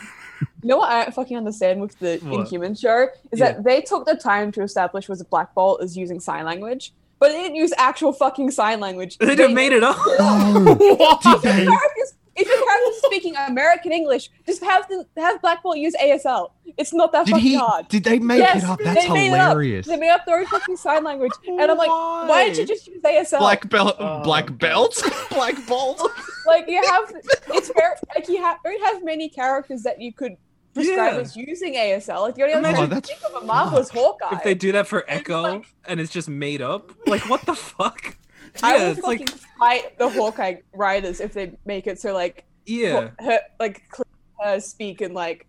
Speaker 6: You know what I fucking understand with the
Speaker 4: What?
Speaker 6: Inhuman show is
Speaker 4: Yeah.
Speaker 6: that they took the time to establish was Black Bolt is using sign language, but they didn't use actual fucking sign language.
Speaker 4: They just made it up.
Speaker 6: If your character's- If your character's speaking American English, just have them have Black Bolt use ASL. It's not that
Speaker 8: Did
Speaker 6: fucking
Speaker 8: he?
Speaker 6: hard.
Speaker 8: Did they make
Speaker 6: Yes,
Speaker 8: it up? That's
Speaker 6: they made it up.
Speaker 8: hilarious.
Speaker 6: They made up their own fucking sign language, and I'm like, why, did you just use ASL?
Speaker 3: Black belt,
Speaker 2: Oh,
Speaker 3: black
Speaker 2: God.
Speaker 3: belt, black bolt.
Speaker 6: like you have, it's very like you have don't have many characters that you could prescribe
Speaker 4: Yeah.
Speaker 6: as using ASL. Like the only other
Speaker 4: Imagine-
Speaker 3: Oh,
Speaker 6: person I
Speaker 3: that's
Speaker 6: can think of a Marvel is Hawkeye.
Speaker 4: if they do that for
Speaker 6: It's
Speaker 4: Echo
Speaker 6: like-
Speaker 4: and it's just made up, like what the fuck?
Speaker 6: I
Speaker 4: Yeah,
Speaker 6: will
Speaker 4: it's
Speaker 6: fucking
Speaker 4: like
Speaker 6: fight the Hawkeye writers if they make it so like
Speaker 4: yeah,
Speaker 6: Haw- her, like cl- her speak in like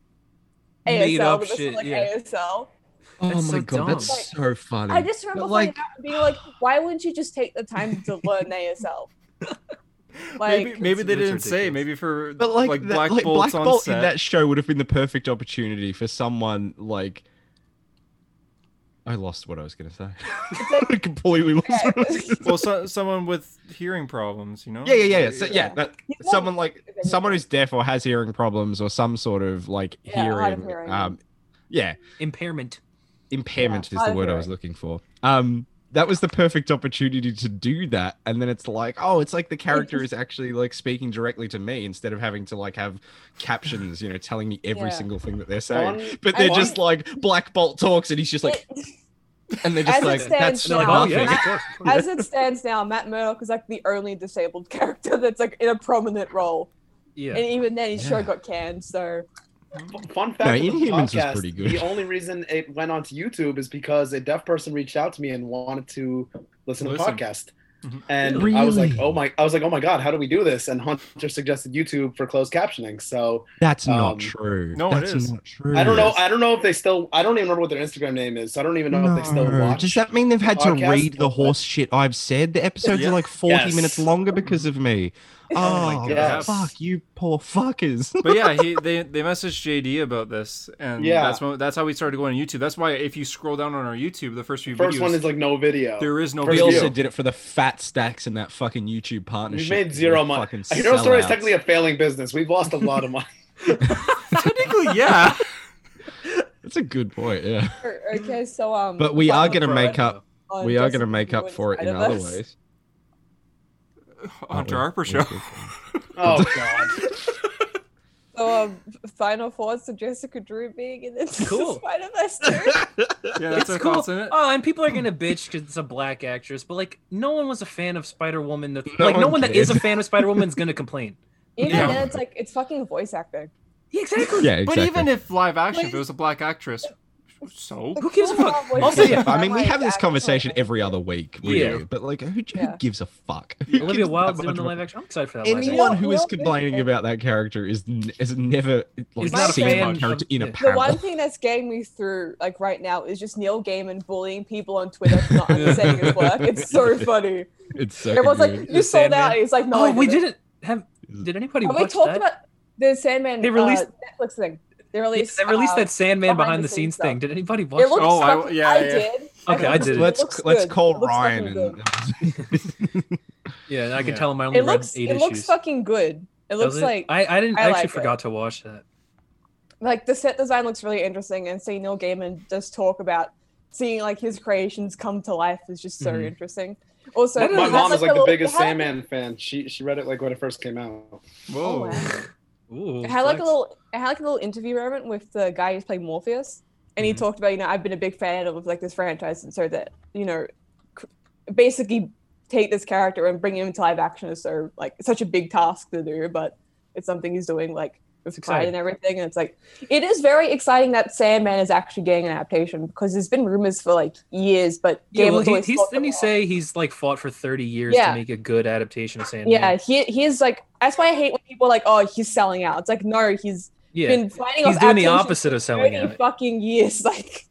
Speaker 6: ASL,
Speaker 4: Made up
Speaker 6: but it's
Speaker 4: shit,
Speaker 6: like
Speaker 4: yeah.
Speaker 6: ASL.
Speaker 3: Oh
Speaker 4: That's
Speaker 3: my
Speaker 4: so
Speaker 3: god,
Speaker 4: dumb.
Speaker 3: that's so funny.
Speaker 6: I just remember
Speaker 3: like-
Speaker 6: finding out and being like, why wouldn't you just take the time to learn ASL? Like,
Speaker 1: maybe maybe they
Speaker 8: it's
Speaker 1: didn't say.
Speaker 8: ridiculous.
Speaker 1: Maybe for
Speaker 3: But like,
Speaker 1: like
Speaker 3: that-
Speaker 1: Black
Speaker 3: like,
Speaker 1: Bolt's
Speaker 3: Black
Speaker 1: on
Speaker 3: Bolt
Speaker 1: set.
Speaker 3: in that show would have been the perfect opportunity for someone like. I lost what I was gonna say. I completely lost. What I was gonna say.
Speaker 1: well, so, someone with hearing problems, you know.
Speaker 3: Yeah, yeah, yeah. yeah. So, yeah,
Speaker 6: Yeah.
Speaker 3: that,
Speaker 6: Yeah.
Speaker 3: someone like
Speaker 6: Okay.
Speaker 3: someone who's deaf or has hearing problems or some sort of like
Speaker 6: Yeah, hard of
Speaker 3: hearing,
Speaker 6: hearing.
Speaker 3: um, yeah,
Speaker 4: impairment.
Speaker 3: impairment is
Speaker 6: Yeah, hard
Speaker 3: the
Speaker 6: of
Speaker 3: word I was looking for. Um, that was the perfect opportunity to do that, and then it's like, oh, it's like the character is actually like speaking directly to me instead of having to like have captions, you know, telling me every
Speaker 6: Yeah.
Speaker 3: single thing that they're saying.
Speaker 2: One-
Speaker 3: But they're
Speaker 6: I
Speaker 3: just like Black Bolt talks, and he's just like, and they're just
Speaker 6: As it
Speaker 3: like, that's
Speaker 6: stands
Speaker 4: They're like,
Speaker 6: now,
Speaker 4: oh, yeah.
Speaker 6: Matt-
Speaker 8: Of course, of course.
Speaker 6: as it stands now, Matt Murdock is like the only disabled character that's like in a prominent role, and
Speaker 4: Yeah,
Speaker 6: even then, his
Speaker 3: Yeah.
Speaker 6: show got canned. So
Speaker 2: Fun fact:
Speaker 3: No,
Speaker 2: of the
Speaker 3: Inhumans was
Speaker 2: podcast,
Speaker 3: pretty good.
Speaker 2: The only reason it went onto YouTube is because a deaf person reached out to me and wanted to listen, to the
Speaker 1: Listen.
Speaker 2: podcast.
Speaker 3: Mm-hmm.
Speaker 1: Mhm.
Speaker 2: And I was like,
Speaker 8: Really?
Speaker 2: "Oh my!" I was like, "Oh my God, how do we do this?" And Hunter suggested YouTube for closed captioning. So
Speaker 3: that's not
Speaker 2: Um,
Speaker 3: true.
Speaker 1: no, it
Speaker 8: That's
Speaker 1: is.
Speaker 8: not true.
Speaker 2: I don't know. I don't know if they still. I don't even remember what their Instagram name is. So I don't even know if they still
Speaker 8: No.
Speaker 2: watch.
Speaker 3: Does that mean they've had to
Speaker 2: podcast?
Speaker 3: read the horse shit I've said? The episodes
Speaker 1: Yeah.
Speaker 3: are like 40
Speaker 2: Yes.
Speaker 3: minutes longer because of me.
Speaker 1: my
Speaker 3: Oh,
Speaker 2: God.
Speaker 3: fuck, you poor fuckers.
Speaker 1: But yeah, he, they they messaged JD about this, and
Speaker 2: Yeah.
Speaker 1: that's when, that's how we started going on YouTube. That's why if you scroll down on our YouTube, the first few
Speaker 2: First
Speaker 1: videos,
Speaker 2: one is like no video.
Speaker 1: there is no
Speaker 2: First
Speaker 3: We
Speaker 1: video.
Speaker 2: you.
Speaker 3: also did it for the fat stacks and that fucking YouTube partnership.
Speaker 2: We've made zero
Speaker 3: We're
Speaker 2: money.
Speaker 3: fucking
Speaker 2: Hero Story is
Speaker 3: sellouts.
Speaker 2: technically a failing business. We've lost a lot of money.
Speaker 1: Technically, yeah.
Speaker 3: That's a good point, yeah.
Speaker 6: Okay, so um.
Speaker 3: But we are
Speaker 6: Final
Speaker 3: gonna
Speaker 6: Throw
Speaker 3: make
Speaker 6: It
Speaker 3: up.
Speaker 6: on
Speaker 3: We are
Speaker 6: Justin
Speaker 3: going to make up
Speaker 6: Bieber's
Speaker 3: for it in other
Speaker 6: Spider-Verse.
Speaker 3: ways.
Speaker 1: Hunter Harper show.
Speaker 2: Oh God.
Speaker 6: So um, final thoughts of Jessica Drew being in this
Speaker 4: Cool.
Speaker 6: Spider Verse two.
Speaker 1: Yeah, that's our thoughts in it.
Speaker 4: Oh, and people are gonna bitch because it's a black actress, but like no one was a fan of Spider Woman. That
Speaker 3: No
Speaker 4: like no
Speaker 3: one
Speaker 4: one that is a
Speaker 3: cared.
Speaker 4: fan of Spider Woman's gonna complain.
Speaker 6: Even
Speaker 1: Yeah.
Speaker 6: then, it's like it's fucking voice acting.
Speaker 4: Yeah, exactly.
Speaker 3: Yeah, exactly.
Speaker 1: But even if live action, if it was a black actress, so
Speaker 4: Who gives a fuck?
Speaker 6: Overall voice
Speaker 4: Also,
Speaker 6: acting
Speaker 4: yeah,
Speaker 6: is
Speaker 3: I mean,
Speaker 6: not
Speaker 3: we
Speaker 6: like
Speaker 3: have this
Speaker 6: acting.
Speaker 3: conversation every other week. We
Speaker 4: Yeah.
Speaker 3: do, but like, who, who
Speaker 6: Yeah.
Speaker 3: gives a fuck? Who
Speaker 4: Olivia
Speaker 3: gives that
Speaker 4: Wilde's
Speaker 3: much
Speaker 4: doing the
Speaker 3: of a-
Speaker 4: live action. I'm excited for that. live action.
Speaker 3: Anyone who
Speaker 6: We
Speaker 3: is
Speaker 6: all do
Speaker 3: complaining
Speaker 6: it.
Speaker 3: about that character is n- is never like
Speaker 4: not
Speaker 6: a
Speaker 3: seen
Speaker 1: fan
Speaker 3: that character
Speaker 4: of-
Speaker 3: in a
Speaker 4: yeah.
Speaker 6: The one
Speaker 3: panel.
Speaker 6: thing that's getting me through, like right now, is just Neil Gaiman bullying people on Twitter for not understanding his work. It's so funny.
Speaker 3: It's so
Speaker 6: Everyone's like,
Speaker 3: good.
Speaker 6: "You sold
Speaker 4: Sandman.
Speaker 6: out." and He's like, "No,
Speaker 4: Oh,
Speaker 6: I
Speaker 4: we
Speaker 6: didn't."
Speaker 4: didn't have. Did anybody
Speaker 6: Have
Speaker 4: watch
Speaker 6: we talked
Speaker 4: that?
Speaker 6: about the Sandman?
Speaker 4: They released-
Speaker 6: uh, Netflix thing. They released.
Speaker 4: they released
Speaker 6: uh,
Speaker 4: that Sandman
Speaker 6: behind
Speaker 4: behind the
Speaker 6: the
Speaker 4: scenes
Speaker 6: scenes
Speaker 4: thing.
Speaker 6: stuff.
Speaker 4: Did anybody watch?
Speaker 6: It looks.
Speaker 1: Oh, I-
Speaker 6: fucking-
Speaker 1: yeah,
Speaker 6: I
Speaker 1: yeah.
Speaker 6: did.
Speaker 4: Okay, I did it.
Speaker 3: let's
Speaker 6: looks
Speaker 3: let's
Speaker 6: good.
Speaker 3: call
Speaker 6: It looks
Speaker 3: Ryan
Speaker 6: fucking
Speaker 3: and
Speaker 4: yeah, and I can
Speaker 1: Yeah.
Speaker 4: tell him I only
Speaker 6: It
Speaker 4: read
Speaker 6: looks.
Speaker 4: eight
Speaker 6: It
Speaker 4: issues.
Speaker 6: looks fucking good. It
Speaker 4: Does
Speaker 6: looks
Speaker 4: it?
Speaker 6: like
Speaker 4: I, I didn't I
Speaker 6: I
Speaker 4: actually
Speaker 6: like it.
Speaker 4: forgot to watch that.
Speaker 6: like the set design looks really interesting and seeing Neil Gaiman just talk about seeing like his creations come to life is just so
Speaker 4: Mhm.
Speaker 6: interesting. Also,
Speaker 4: My
Speaker 6: it
Speaker 2: My
Speaker 6: has,
Speaker 2: mom is like the
Speaker 6: little-
Speaker 2: biggest
Speaker 6: it had-
Speaker 2: Sandman fan. She she read it like when it first came out.
Speaker 6: Oh,
Speaker 1: whoa.
Speaker 6: wow.
Speaker 4: Ooh,
Speaker 6: It had like a
Speaker 4: flex.
Speaker 6: little. It had like a little interview moment with the guy who's playing Morpheus, and he
Speaker 4: Mhm.
Speaker 6: talked about you know I've been a big fan of like this franchise, and so that you know, c- basically take this character and bring him to live action is so like such a big task to do, but it's something he's doing like with
Speaker 4: It's
Speaker 6: pride
Speaker 4: exciting.
Speaker 6: and everything, and it's like it is very exciting that Sandman is actually getting an adaptation because there's been rumors for like years, but
Speaker 4: Yeah, well,
Speaker 6: Gaiman's
Speaker 4: he,
Speaker 6: always
Speaker 4: he's
Speaker 6: fought
Speaker 4: didn't
Speaker 6: them
Speaker 4: he
Speaker 6: off.
Speaker 4: say he's like fought for thirty years
Speaker 6: Yeah.
Speaker 4: to make a good adaptation of Sandman?
Speaker 6: Yeah, he he is like that's why I hate when people are like oh he's selling out. It's like no, he's
Speaker 4: yeah.
Speaker 6: been fighting
Speaker 4: he's
Speaker 6: off
Speaker 4: doing the
Speaker 6: adaptations
Speaker 4: opposite of
Speaker 6: for
Speaker 4: selling
Speaker 6: 30
Speaker 4: out.
Speaker 6: fucking years. Like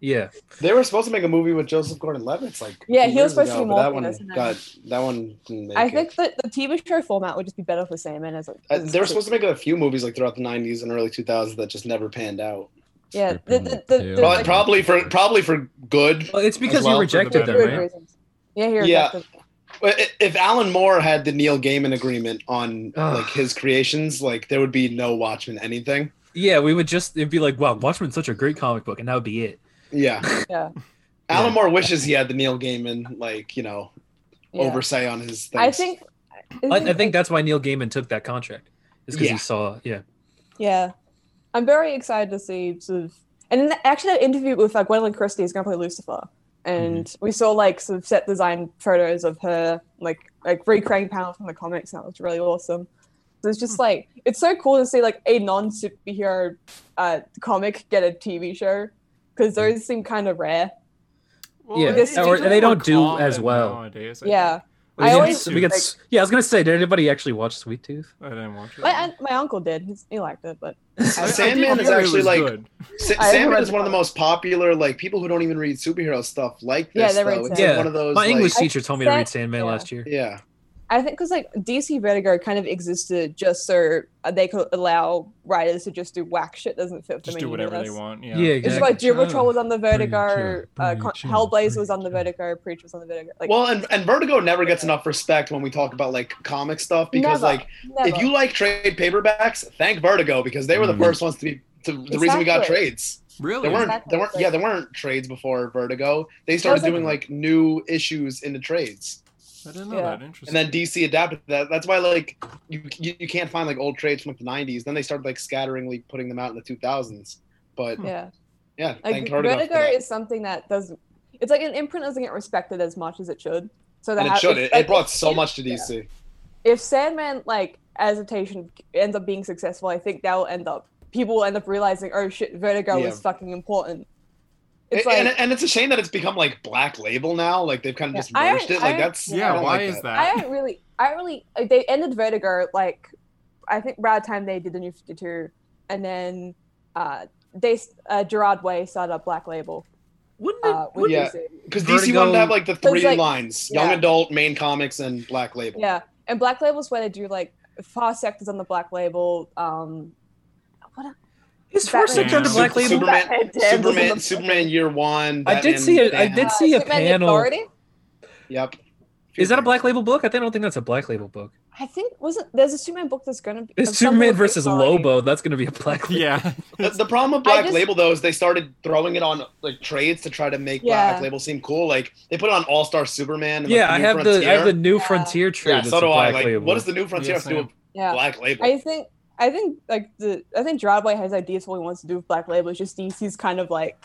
Speaker 4: Yeah,
Speaker 2: They were supposed to make a movie with Joseph Gordon-Levitt. Like
Speaker 6: Yeah,
Speaker 2: two
Speaker 6: he
Speaker 2: years
Speaker 6: was supposed to
Speaker 2: ago,
Speaker 6: be
Speaker 2: but that
Speaker 6: Morpheus,
Speaker 2: one
Speaker 6: and then-
Speaker 2: got that one. Didn't make
Speaker 6: I
Speaker 2: it.
Speaker 6: think that the TV show format would just be better for Sandman as a.
Speaker 2: Uh,
Speaker 6: as-
Speaker 2: they were supposed to make a few movies like throughout the '90s and early 2000s that just never panned out.
Speaker 6: Yeah, the, the, the, the,
Speaker 3: Well,
Speaker 2: Probably,
Speaker 6: like,
Speaker 2: probably for
Speaker 3: prob-
Speaker 2: probably for good.
Speaker 4: well, it's because
Speaker 2: well
Speaker 4: you
Speaker 2: for the
Speaker 4: rejected
Speaker 1: better,
Speaker 4: them,
Speaker 6: good
Speaker 4: right?
Speaker 6: reasons. Yeah, here.
Speaker 2: Yeah.
Speaker 6: that's the-
Speaker 2: But i- If Alan Moore had the Neil Gaiman agreement on
Speaker 4: Ugh.
Speaker 2: like his creations, like there would be no Watchmen anything.
Speaker 4: yeah, we would just it'd be like, wow, Watchmen's such a great comic book, and that would be it.
Speaker 2: Yeah.
Speaker 6: Yeah.
Speaker 2: Alan Moore wishes he had the Neil Gaiman like you know
Speaker 6: Yeah.
Speaker 2: oversight on his. Things.
Speaker 6: I think.
Speaker 4: I, I think that's why Neil Gaiman took that contract, is because
Speaker 2: Yeah.
Speaker 4: he saw, yeah,
Speaker 6: Yeah, I'm very excited to see sort of, and in the, actually, that interview with like Gwendolyn Christie is going to play Lucifer, and we saw like sort of set design photos of her, like like recreating panels from the comics, and that was really awesome. So it's just like it's so cool to see like a non superhero uh, comic get a TV show because those seem kind of rare.
Speaker 4: Yeah,
Speaker 1: it's
Speaker 6: or-
Speaker 1: usually
Speaker 4: they don't
Speaker 1: more
Speaker 4: do
Speaker 1: common
Speaker 4: as well.
Speaker 1: nowadays, I
Speaker 6: Yeah,
Speaker 4: we
Speaker 6: I
Speaker 4: get-
Speaker 6: always-
Speaker 4: we get, s- yeah. I was gonna say, did anybody actually watch Sweet Tooth?
Speaker 1: think. I didn't watch it.
Speaker 6: my aunt, my uncle did. He's, he liked it, but
Speaker 1: I- I did
Speaker 2: Sandman is
Speaker 1: hear it
Speaker 2: actually,
Speaker 1: was
Speaker 2: like-
Speaker 1: good.
Speaker 2: Sa-
Speaker 6: I
Speaker 2: Sandman
Speaker 6: read
Speaker 2: is one of the
Speaker 6: about-
Speaker 2: most popular like people who don't even read superhero stuff like
Speaker 6: Yeah,
Speaker 2: this.
Speaker 6: they read
Speaker 2: though. It's
Speaker 4: Sandman.
Speaker 2: like one of those.
Speaker 4: My
Speaker 2: like- Uh,
Speaker 4: English
Speaker 6: I-
Speaker 4: teacher told me to read
Speaker 6: that-
Speaker 4: Sandman
Speaker 6: yeah.
Speaker 4: last year.
Speaker 2: Yeah.
Speaker 6: I think because like DC Vertigo kind of existed just so uh, they could allow writers to just do whack shit that doesn't fit
Speaker 1: Just
Speaker 6: them
Speaker 1: do whatever they
Speaker 6: want.
Speaker 1: want. Yeah.
Speaker 4: Yeah,
Speaker 6: It's
Speaker 4: exactly.
Speaker 6: like Doom Patrol
Speaker 3: Oh,
Speaker 6: was on the Vertigo,
Speaker 3: Preacher,
Speaker 6: uh, Con-
Speaker 3: Preacher,
Speaker 6: Hellblazer was on the
Speaker 3: Preacher.
Speaker 6: Vertigo, Preacher was on the Vertigo. Like,
Speaker 2: Well, and, and Vertigo never gets enough respect when we talk about like comic stuff because
Speaker 6: Never.
Speaker 2: like
Speaker 6: never.
Speaker 2: if you like trade paperbacks, thank Vertigo because they were the
Speaker 4: Mm-hmm.
Speaker 3: Mhm.
Speaker 2: first ones to be to, the reason we got
Speaker 6: Exactly.
Speaker 2: trades.
Speaker 1: Really?
Speaker 2: There weren't
Speaker 6: Exactly.
Speaker 2: there weren't
Speaker 6: Like-
Speaker 2: yeah there weren't trades before Vertigo. They started
Speaker 6: like-
Speaker 2: doing like new issues into trades.
Speaker 1: I didn't know
Speaker 6: Yeah.
Speaker 1: that.
Speaker 2: and
Speaker 1: Interesting.
Speaker 2: then DC adapted that. That's why like you, you you can't find like old trades from like, the '90s. Then they started like scatteringly putting them out in the 2000s. But
Speaker 6: yeah,
Speaker 2: yeah,
Speaker 6: Hmm. like
Speaker 2: thank Vertigo. for
Speaker 6: Vertigo
Speaker 2: that.
Speaker 6: is something that doesn't. It's like an imprint doesn't get respected as much as it should. So that
Speaker 2: and it
Speaker 6: ha-
Speaker 2: should.
Speaker 6: it's
Speaker 2: It,
Speaker 6: like-
Speaker 2: it brought so
Speaker 6: if-
Speaker 2: much to
Speaker 6: yeah.
Speaker 2: DC.
Speaker 6: If Sandman like adaptation ends up being successful, I think that will end up people will end up realizing, oh shit, Vertigo
Speaker 2: Yeah.
Speaker 6: was fucking important.
Speaker 2: It-
Speaker 6: It's like
Speaker 2: and, and it's a shame that it's become like black label now. Like they've kind of
Speaker 6: Yeah,
Speaker 2: just
Speaker 6: I-
Speaker 2: merged it.
Speaker 6: I-
Speaker 2: Like that's I
Speaker 1: yeah,
Speaker 2: don't
Speaker 1: why
Speaker 2: like
Speaker 1: is that?
Speaker 6: I don't really, I don't really. Like, they ended Vertigo like I think around the time they did the New Fifty Two, and then uh, they uh, Gerard Way started up Black Label.
Speaker 4: Wouldn't it?
Speaker 6: Uh, with
Speaker 2: Yeah.
Speaker 6: DC.
Speaker 2: Because DC
Speaker 4: Vertigo-
Speaker 2: wanted to have like the three
Speaker 6: like-
Speaker 2: lines:
Speaker 6: yeah.
Speaker 2: young adult, main comics, and black label.
Speaker 6: yeah, and Black Label's where they do like Far Sector's on the Black Label. Um,
Speaker 4: is
Speaker 6: Batman-
Speaker 4: Force under
Speaker 1: Yeah.
Speaker 4: Black Label?
Speaker 2: Superman,
Speaker 6: Batman Damned is on the
Speaker 2: Superman,
Speaker 6: Black
Speaker 2: Superman Year One.
Speaker 4: I did
Speaker 2: Batman,
Speaker 4: see it- I
Speaker 2: Thanos.
Speaker 4: did see a
Speaker 6: Uh, Superman the
Speaker 4: panel.
Speaker 6: Authority?
Speaker 2: Yep.
Speaker 4: Is that a Black Label book? I think- I don't think that's a Black Label book.
Speaker 6: I think was it? There's a Superman book that's gonna be
Speaker 4: It's
Speaker 6: of something
Speaker 4: Superman
Speaker 6: with the
Speaker 4: versus
Speaker 6: Authority.
Speaker 4: Lobo. That's gonna be a Black Label.
Speaker 1: yeah.
Speaker 2: The, the problem with
Speaker 6: I
Speaker 2: Black
Speaker 6: just-
Speaker 2: Label though is they started throwing it on like trades to try to make
Speaker 6: Yeah.
Speaker 2: Black Label seem cool. Like they put it on All Star Superman. And, like,
Speaker 4: Yeah, I
Speaker 2: New
Speaker 4: have the I have the
Speaker 2: Frontier.
Speaker 4: New
Speaker 6: Yeah.
Speaker 4: Frontier trade.
Speaker 2: yeah.
Speaker 4: that's
Speaker 2: So
Speaker 4: a
Speaker 2: do I.
Speaker 4: Black
Speaker 2: Like,
Speaker 4: Label.
Speaker 2: what does the New Frontier
Speaker 1: Yeah,
Speaker 2: have to do
Speaker 1: same.
Speaker 2: with
Speaker 6: Yeah,
Speaker 2: Black Label?
Speaker 6: I think I think like the I think Gerard Way has ideas for what he wants to do with Black Label. It's just DC's kind of like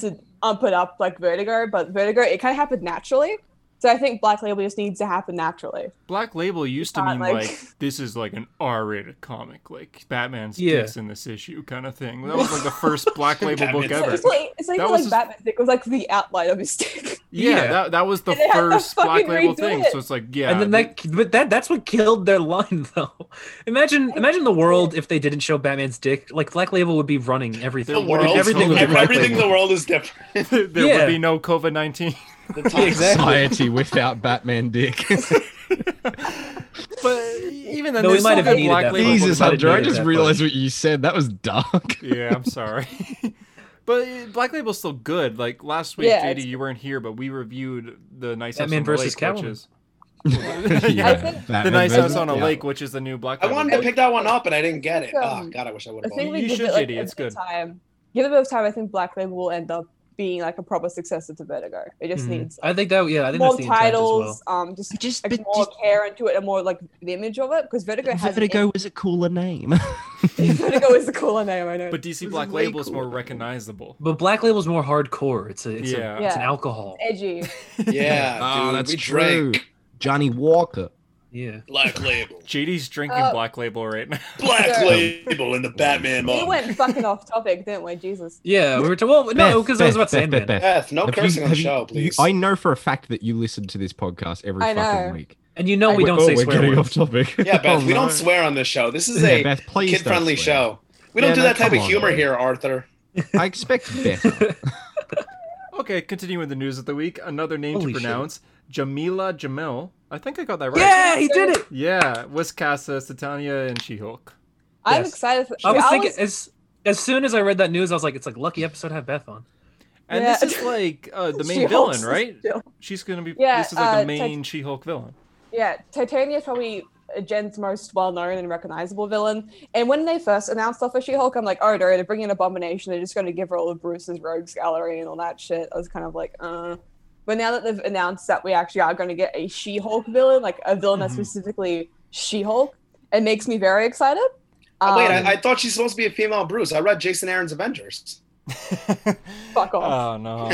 Speaker 1: Black-
Speaker 6: to ump it up like Vertigo, but Vertigo it kind of happened naturally. So I think Black Label just needs to happen naturally.
Speaker 1: Black Label used to mean
Speaker 6: not like-
Speaker 1: like, this is like an R-rated comic, like Batman's
Speaker 4: Yeah.
Speaker 1: dicks in this issue kind of thing. That was like the first Black Label book
Speaker 2: Batman's
Speaker 1: ever.
Speaker 6: It's like it's like,
Speaker 1: That
Speaker 6: like
Speaker 1: was just-
Speaker 6: Batman stick was like the outline of his stick.
Speaker 1: Yeah,
Speaker 4: Yeah.
Speaker 1: that that was the
Speaker 6: And they had to
Speaker 1: first Black
Speaker 6: fucking
Speaker 1: Label
Speaker 6: redo
Speaker 1: thing.
Speaker 6: it.
Speaker 1: So it's like yeah,
Speaker 4: and then
Speaker 1: th-
Speaker 4: that, but that that's what killed their line though. Imagine, imagine the world if they didn't show Batman's dick. Like Black Label would be running everything.
Speaker 2: the
Speaker 1: Dude,
Speaker 2: world,
Speaker 4: everything would be
Speaker 1: Every-
Speaker 4: Black
Speaker 2: everything in
Speaker 4: Label.
Speaker 2: the world is different.
Speaker 1: there
Speaker 4: yeah.
Speaker 1: would be no COVID nineteen.
Speaker 2: The times-
Speaker 4: Exactly.
Speaker 3: Society without Batman dick.
Speaker 1: But even then,
Speaker 4: No, we
Speaker 1: there's
Speaker 4: might
Speaker 1: still
Speaker 4: have
Speaker 1: been
Speaker 4: needed
Speaker 1: Black
Speaker 4: that
Speaker 1: Label
Speaker 4: book.
Speaker 1: books
Speaker 3: Jesus,
Speaker 1: about
Speaker 4: Might have
Speaker 3: Hunter, I
Speaker 4: needed
Speaker 3: just
Speaker 4: that,
Speaker 3: realized what you said. That was dark.
Speaker 1: yeah, I'm sorry. but Black Label's still good. Like last week,
Speaker 6: Yeah,
Speaker 1: JD,
Speaker 6: it's-
Speaker 1: you weren't here, but we reviewed the nice
Speaker 4: Batman
Speaker 1: house on
Speaker 4: versus
Speaker 1: the lake, which
Speaker 4: Catwoman.
Speaker 1: is-
Speaker 6: I
Speaker 1: yeah.
Speaker 6: think-
Speaker 1: The nice house on a
Speaker 3: Yeah.
Speaker 1: lake, which is the new Black.
Speaker 2: I
Speaker 1: Label
Speaker 2: wanted to
Speaker 1: book.
Speaker 2: pick that one up and I didn't get it.
Speaker 6: Um,
Speaker 2: oh God, I wish I would
Speaker 6: I
Speaker 2: have.
Speaker 6: think
Speaker 2: bought
Speaker 6: we
Speaker 1: You
Speaker 6: give
Speaker 1: should,
Speaker 6: it like
Speaker 1: JD,
Speaker 6: a
Speaker 1: it's
Speaker 6: bit of
Speaker 1: good.
Speaker 6: time. Give it a bit of time. I think Black Label will end up being like a proper successor to Vertigo. It just
Speaker 4: Mhm.
Speaker 6: needs
Speaker 4: I think that yeah, I think
Speaker 6: more
Speaker 4: that's the intent as
Speaker 6: titles,
Speaker 4: well.
Speaker 6: um, just
Speaker 3: Just,
Speaker 6: like more care into it and more like the image of it because Vertigo has an
Speaker 3: was a cooler name.
Speaker 6: Vertigo is a cooler name, I know.
Speaker 1: But DC
Speaker 3: This
Speaker 1: Black
Speaker 3: is way
Speaker 1: Label is more
Speaker 3: cooler.
Speaker 1: recognizable.
Speaker 4: But Black Label's more hardcore. It's a it's, a,
Speaker 1: Yeah.
Speaker 4: it's an
Speaker 6: Yeah.
Speaker 4: alcohol.
Speaker 6: edgy.
Speaker 2: it. Yeah,
Speaker 4: Ah,
Speaker 3: oh,
Speaker 2: Ah, dude,
Speaker 3: that's
Speaker 2: we
Speaker 3: true.
Speaker 2: drank
Speaker 3: Johnny Walker.
Speaker 4: Yeah.
Speaker 2: Black Label,
Speaker 1: JD's drinking
Speaker 6: Uh,
Speaker 1: Black Label right now.
Speaker 2: Black
Speaker 6: Sir.
Speaker 2: Label, and the Batman
Speaker 6: We
Speaker 2: mug.
Speaker 6: went fucking off topic, didn't we? Jesus.
Speaker 4: Yeah, we were to well no because it was about Sandman.
Speaker 2: Beth, no
Speaker 3: Have you-
Speaker 2: cursing on the
Speaker 3: have you-
Speaker 2: show,
Speaker 3: you-
Speaker 2: please.
Speaker 3: I know for a fact that you listen to this podcast every
Speaker 6: I
Speaker 3: fucking
Speaker 6: know.
Speaker 3: week.
Speaker 4: And you know
Speaker 6: I-
Speaker 4: we don't
Speaker 3: oh,
Speaker 4: say
Speaker 3: we're
Speaker 4: swear
Speaker 3: getting
Speaker 4: words.
Speaker 3: off topic.
Speaker 2: yeah, Beth,
Speaker 3: Oh,
Speaker 2: we
Speaker 3: no.
Speaker 2: don't swear on this show. This is
Speaker 3: Yeah,
Speaker 2: a
Speaker 3: Beth, please don't
Speaker 2: kid-friendly
Speaker 3: swear.
Speaker 2: show. We don't
Speaker 3: Yeah,
Speaker 2: do
Speaker 3: no,
Speaker 2: that type
Speaker 3: come
Speaker 2: of
Speaker 3: on,
Speaker 2: humor
Speaker 3: Beth.
Speaker 2: here, Arthur.
Speaker 3: I expect better.
Speaker 1: Okay, continuing with the news of the week. Another name
Speaker 4: Holy
Speaker 1: to
Speaker 4: shit.
Speaker 1: pronounce: Jamila Jamil. I think I got that right.
Speaker 4: Yeah, he did it.
Speaker 1: Yeah, was Casa, Satania, and She-Hulk.
Speaker 6: I'm
Speaker 4: Yes.
Speaker 6: excited for
Speaker 4: I was
Speaker 6: I
Speaker 4: thinking
Speaker 6: was-
Speaker 4: as as soon as I read that news, I was like, it's like lucky episode to have Beth on.
Speaker 1: And
Speaker 6: Yeah.
Speaker 1: this is like uh, the main
Speaker 6: She-Hulk's
Speaker 1: villain, right?
Speaker 6: still-
Speaker 1: She's gonna be.
Speaker 6: Yeah,
Speaker 1: this is like
Speaker 6: uh,
Speaker 1: the main She-Hulk villain.
Speaker 6: Yeah, Titania's probably Jen's most well-known and recognizable villain. And when they first announced her for She-Hulk, I'm like, oh no, they're bringing Abomination. They're just going to give her all of Bruce's rogues gallery and all that shit. I was kind of like, uh. But now that they've announced that we actually are going to get a She-Hulk villain, like a villain that's
Speaker 1: Mhm.
Speaker 6: specifically She-Hulk, it makes me very excited.
Speaker 2: Oh, wait,
Speaker 6: Um,
Speaker 2: I, I thought she's supposed to be a female Bruce. I read Jason Aaron's Avengers.
Speaker 6: Fuck
Speaker 1: Oh
Speaker 6: off.
Speaker 1: no.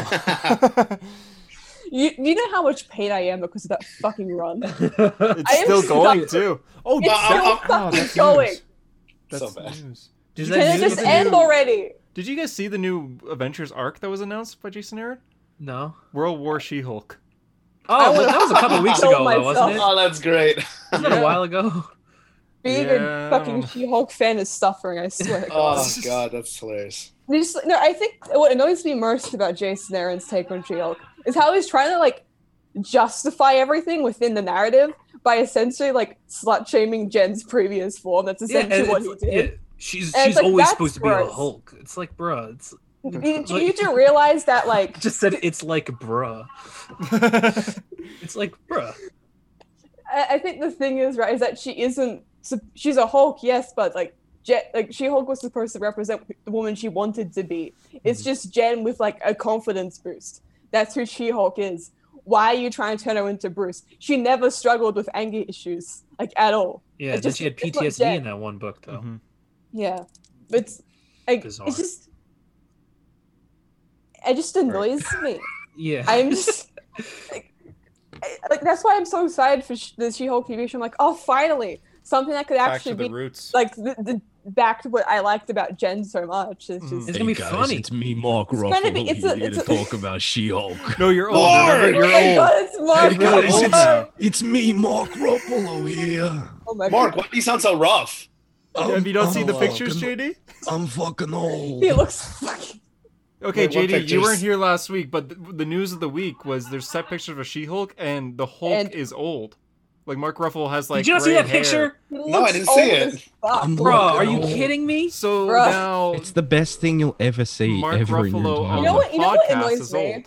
Speaker 6: you, you know how much pain I am because of that fucking run.
Speaker 1: it's
Speaker 6: I am
Speaker 1: still going
Speaker 6: stuck.
Speaker 1: too. Oh,
Speaker 6: It's
Speaker 1: that-
Speaker 6: still
Speaker 1: oh,
Speaker 6: fucking
Speaker 1: that's
Speaker 6: going.
Speaker 1: news. That's
Speaker 2: So bad.
Speaker 1: news.
Speaker 4: Does
Speaker 1: Can it
Speaker 4: that
Speaker 6: Can it
Speaker 4: mean-
Speaker 6: just end already?
Speaker 1: Did you guys see the new Avengers arc that was announced by Jason Aaron?
Speaker 4: No.
Speaker 1: World War She-Hulk.
Speaker 4: Oh, well, that was a couple weeks ago,
Speaker 6: Kill
Speaker 4: though, wasn't it?
Speaker 6: myself.
Speaker 2: oh, that's great.
Speaker 4: Wasn't that a while ago?
Speaker 6: Being
Speaker 1: Yeah, I don't
Speaker 6: a fucking
Speaker 1: know.
Speaker 6: She-Hulk fan is suffering. I swear. to God.
Speaker 2: Oh god, that's hilarious.
Speaker 6: They just- no, I think what annoys me most about Jason Aaron's take on She-Hulk is how he's trying to like justify everything within the narrative by essentially like slut shaming Jen's previous form. That's essentially
Speaker 4: and
Speaker 6: what he
Speaker 4: it's-
Speaker 6: did.
Speaker 4: yeah, She's
Speaker 6: And it's
Speaker 4: she's
Speaker 6: like,
Speaker 4: always
Speaker 6: that's
Speaker 4: supposed to be a
Speaker 6: gross.
Speaker 4: Hulk. It's like bruh. It's
Speaker 6: You,
Speaker 4: Like-
Speaker 6: you do realize that like
Speaker 4: I just said it's like bruh. It's like bruh.
Speaker 6: I, I think the thing is right is that she isn't. sup- She's a Hulk, yes, but like Jen, like she Hulk was supposed to represent the woman she wanted to be. It's just Jen with like a confidence boost. That's who She Hulk is. Why are you trying to turn her into Bruce? She never struggled with anger issues like at all.
Speaker 4: Yeah,
Speaker 6: It's
Speaker 4: then
Speaker 6: just-
Speaker 4: she had
Speaker 6: it's like
Speaker 4: PTSD
Speaker 6: dead.
Speaker 4: in that one book though.
Speaker 1: Mhm.
Speaker 6: Yeah, but it's like,
Speaker 4: Bizarre.
Speaker 6: it's just it just annoys me.
Speaker 4: Yeah.
Speaker 6: I'm just like, I- like that's why I'm so excited for sh- the She-Hulk TV show. I'm like, oh, finally something that could
Speaker 1: Back to
Speaker 6: actually
Speaker 1: the
Speaker 6: be
Speaker 1: roots.
Speaker 6: like the, the back to what I liked about Jen so much. It's
Speaker 1: Mhm.
Speaker 6: just
Speaker 4: It's gonna be funny.
Speaker 3: me, Mark
Speaker 6: It's gonna be- Ruffalo, it's a- here it's to a- talk
Speaker 3: about She-Hulk.
Speaker 1: no, you're old.
Speaker 2: Lord!
Speaker 1: remember?
Speaker 6: oh
Speaker 1: You're
Speaker 6: my
Speaker 1: old.
Speaker 6: god, it's Mark.
Speaker 1: Mm. You're
Speaker 6: Oh,
Speaker 1: old
Speaker 3: it's-
Speaker 1: now.
Speaker 3: It's me, Mark Ruffalo here.
Speaker 6: oh my
Speaker 2: Mark,
Speaker 6: god,
Speaker 2: why do you sound so rough?
Speaker 3: Oh,
Speaker 1: Have you not seen the pictures,
Speaker 3: Jade?
Speaker 1: JD?
Speaker 3: I'm fucking old.
Speaker 6: he looks fucking.
Speaker 1: Okay,
Speaker 2: Wait, what
Speaker 1: JD, you
Speaker 2: pictures?
Speaker 1: weren't here last week, but the, the news of the week was there's set pictures of a She-Hulk, and the Hulk
Speaker 6: And-
Speaker 1: is old. Like Mark Ruffalo has like.
Speaker 4: Did you not see
Speaker 1: gray
Speaker 4: that
Speaker 1: hair.
Speaker 4: picture?
Speaker 6: He
Speaker 2: No, I
Speaker 6: looks
Speaker 2: didn't
Speaker 6: old
Speaker 2: see
Speaker 6: as
Speaker 2: it.
Speaker 6: fuck.
Speaker 3: I'm
Speaker 4: Bro, are you
Speaker 3: Bruh.
Speaker 4: kidding me?
Speaker 1: So
Speaker 6: Bruh.
Speaker 1: now
Speaker 3: It's the best thing you'll ever see
Speaker 1: Mark
Speaker 3: ever in your
Speaker 1: Ruffalo um,
Speaker 3: entire
Speaker 1: on
Speaker 6: You know
Speaker 1: the
Speaker 3: life.
Speaker 6: what- you know what
Speaker 1: podcast
Speaker 6: annoys
Speaker 1: is
Speaker 6: me?
Speaker 1: old.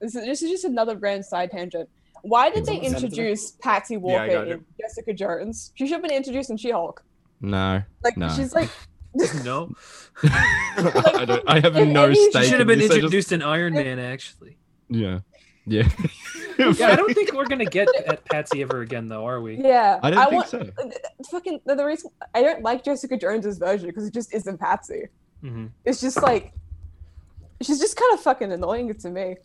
Speaker 6: This is, this is just another grand side tangent. Why did they
Speaker 2: Send it to me.
Speaker 6: introduce Patsy
Speaker 1: Yeah, I
Speaker 6: Walker
Speaker 1: got it.
Speaker 6: in Jessica Jones? She should have been introduced in She-Hulk.
Speaker 3: No,
Speaker 6: Like
Speaker 3: No.
Speaker 6: she's like
Speaker 4: No.
Speaker 3: I don't. I have
Speaker 6: If
Speaker 3: no
Speaker 6: any- She
Speaker 4: She
Speaker 3: stake.
Speaker 4: should have
Speaker 3: in
Speaker 4: been
Speaker 3: this, I just-
Speaker 4: introduced in Iron Man actually.
Speaker 3: Yeah, yeah.
Speaker 4: Yeah, I don't think we're gonna get at Patsy ever again though, are we?
Speaker 6: yeah.
Speaker 3: I don't think
Speaker 6: want,
Speaker 3: so.
Speaker 6: Fucking the, the reason I don't like Jessica Jones's version because it just isn't Patsy.
Speaker 1: Mm-hmm.
Speaker 4: hmm
Speaker 6: It's just like she's just kind of fucking annoying to me.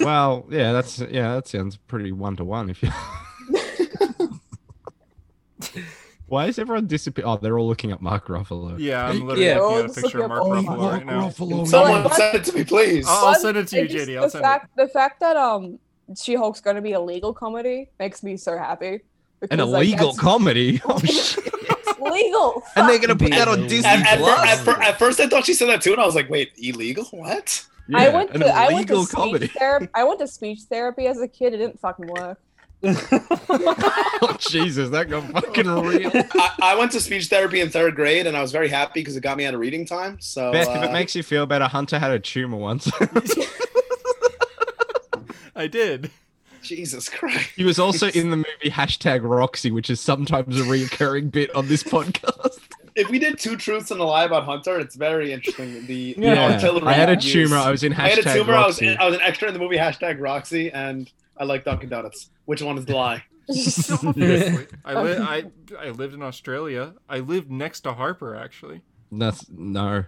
Speaker 3: Well, yeah, that's yeah, that sounds pretty one to one. If you. Why is everyone disappear? Oh, they're all looking at Mark Ruffalo.
Speaker 1: Yeah, I'm literally
Speaker 4: Yeah.
Speaker 1: looking at a
Speaker 6: Let's
Speaker 1: picture
Speaker 6: look
Speaker 1: of
Speaker 6: up
Speaker 1: Mark
Speaker 6: old
Speaker 1: Ruffalo right now.
Speaker 3: Oh,
Speaker 6: oh.
Speaker 3: Ruffalo.
Speaker 2: Someone
Speaker 6: what?
Speaker 2: send it to me, please.
Speaker 3: Oh,
Speaker 1: Oh, I'll, I'll send it to you,
Speaker 6: I just-
Speaker 1: JD. I'll
Speaker 6: the
Speaker 1: send it.
Speaker 6: fact the fact that um She-Hulk's gonna be a legal comedy makes me so happy.
Speaker 3: An
Speaker 6: because, like,
Speaker 3: illegal
Speaker 6: that's-
Speaker 3: comedy. Oh shit!
Speaker 6: it's legal.
Speaker 3: And they're
Speaker 6: fuck.
Speaker 3: gonna put that on
Speaker 4: At-
Speaker 3: Disney
Speaker 2: at, at, fir-
Speaker 3: Plus.
Speaker 2: at, fir- at first, I thought she said that too, and I was like, "Wait, illegal? What?"
Speaker 6: I
Speaker 3: Yeah,
Speaker 6: went
Speaker 3: an
Speaker 6: to I went to
Speaker 3: illegal
Speaker 6: speech therapy. I went to speech therapy as a kid. It didn't fucking work.
Speaker 3: oh Jesus, that got fucking real.
Speaker 2: I, I went to speech therapy in third grade, and I was very happy because it got me out of reading time. So,
Speaker 3: Beth, if
Speaker 2: uh,
Speaker 3: it makes you feel better, Hunter had a tumor once.
Speaker 1: I did.
Speaker 2: Jesus Christ,
Speaker 3: he was also in the movie hashtag Roxy, which is sometimes a reoccurring bit on this podcast.
Speaker 2: if we did two truths and a lie about Hunter, it's very interesting. The, the
Speaker 4: Yeah.
Speaker 2: artillery
Speaker 3: I had a
Speaker 2: use.
Speaker 3: tumor. I was in hashtag
Speaker 2: I had a tumor. I was,
Speaker 3: Roxy.
Speaker 2: I was an extra in the movie hashtag Roxy, and I like Dunkin' Donuts. Which one is the lie?
Speaker 1: Seriously. I, li- I I lived in Australia. I lived next to Harper actually.
Speaker 3: That's no.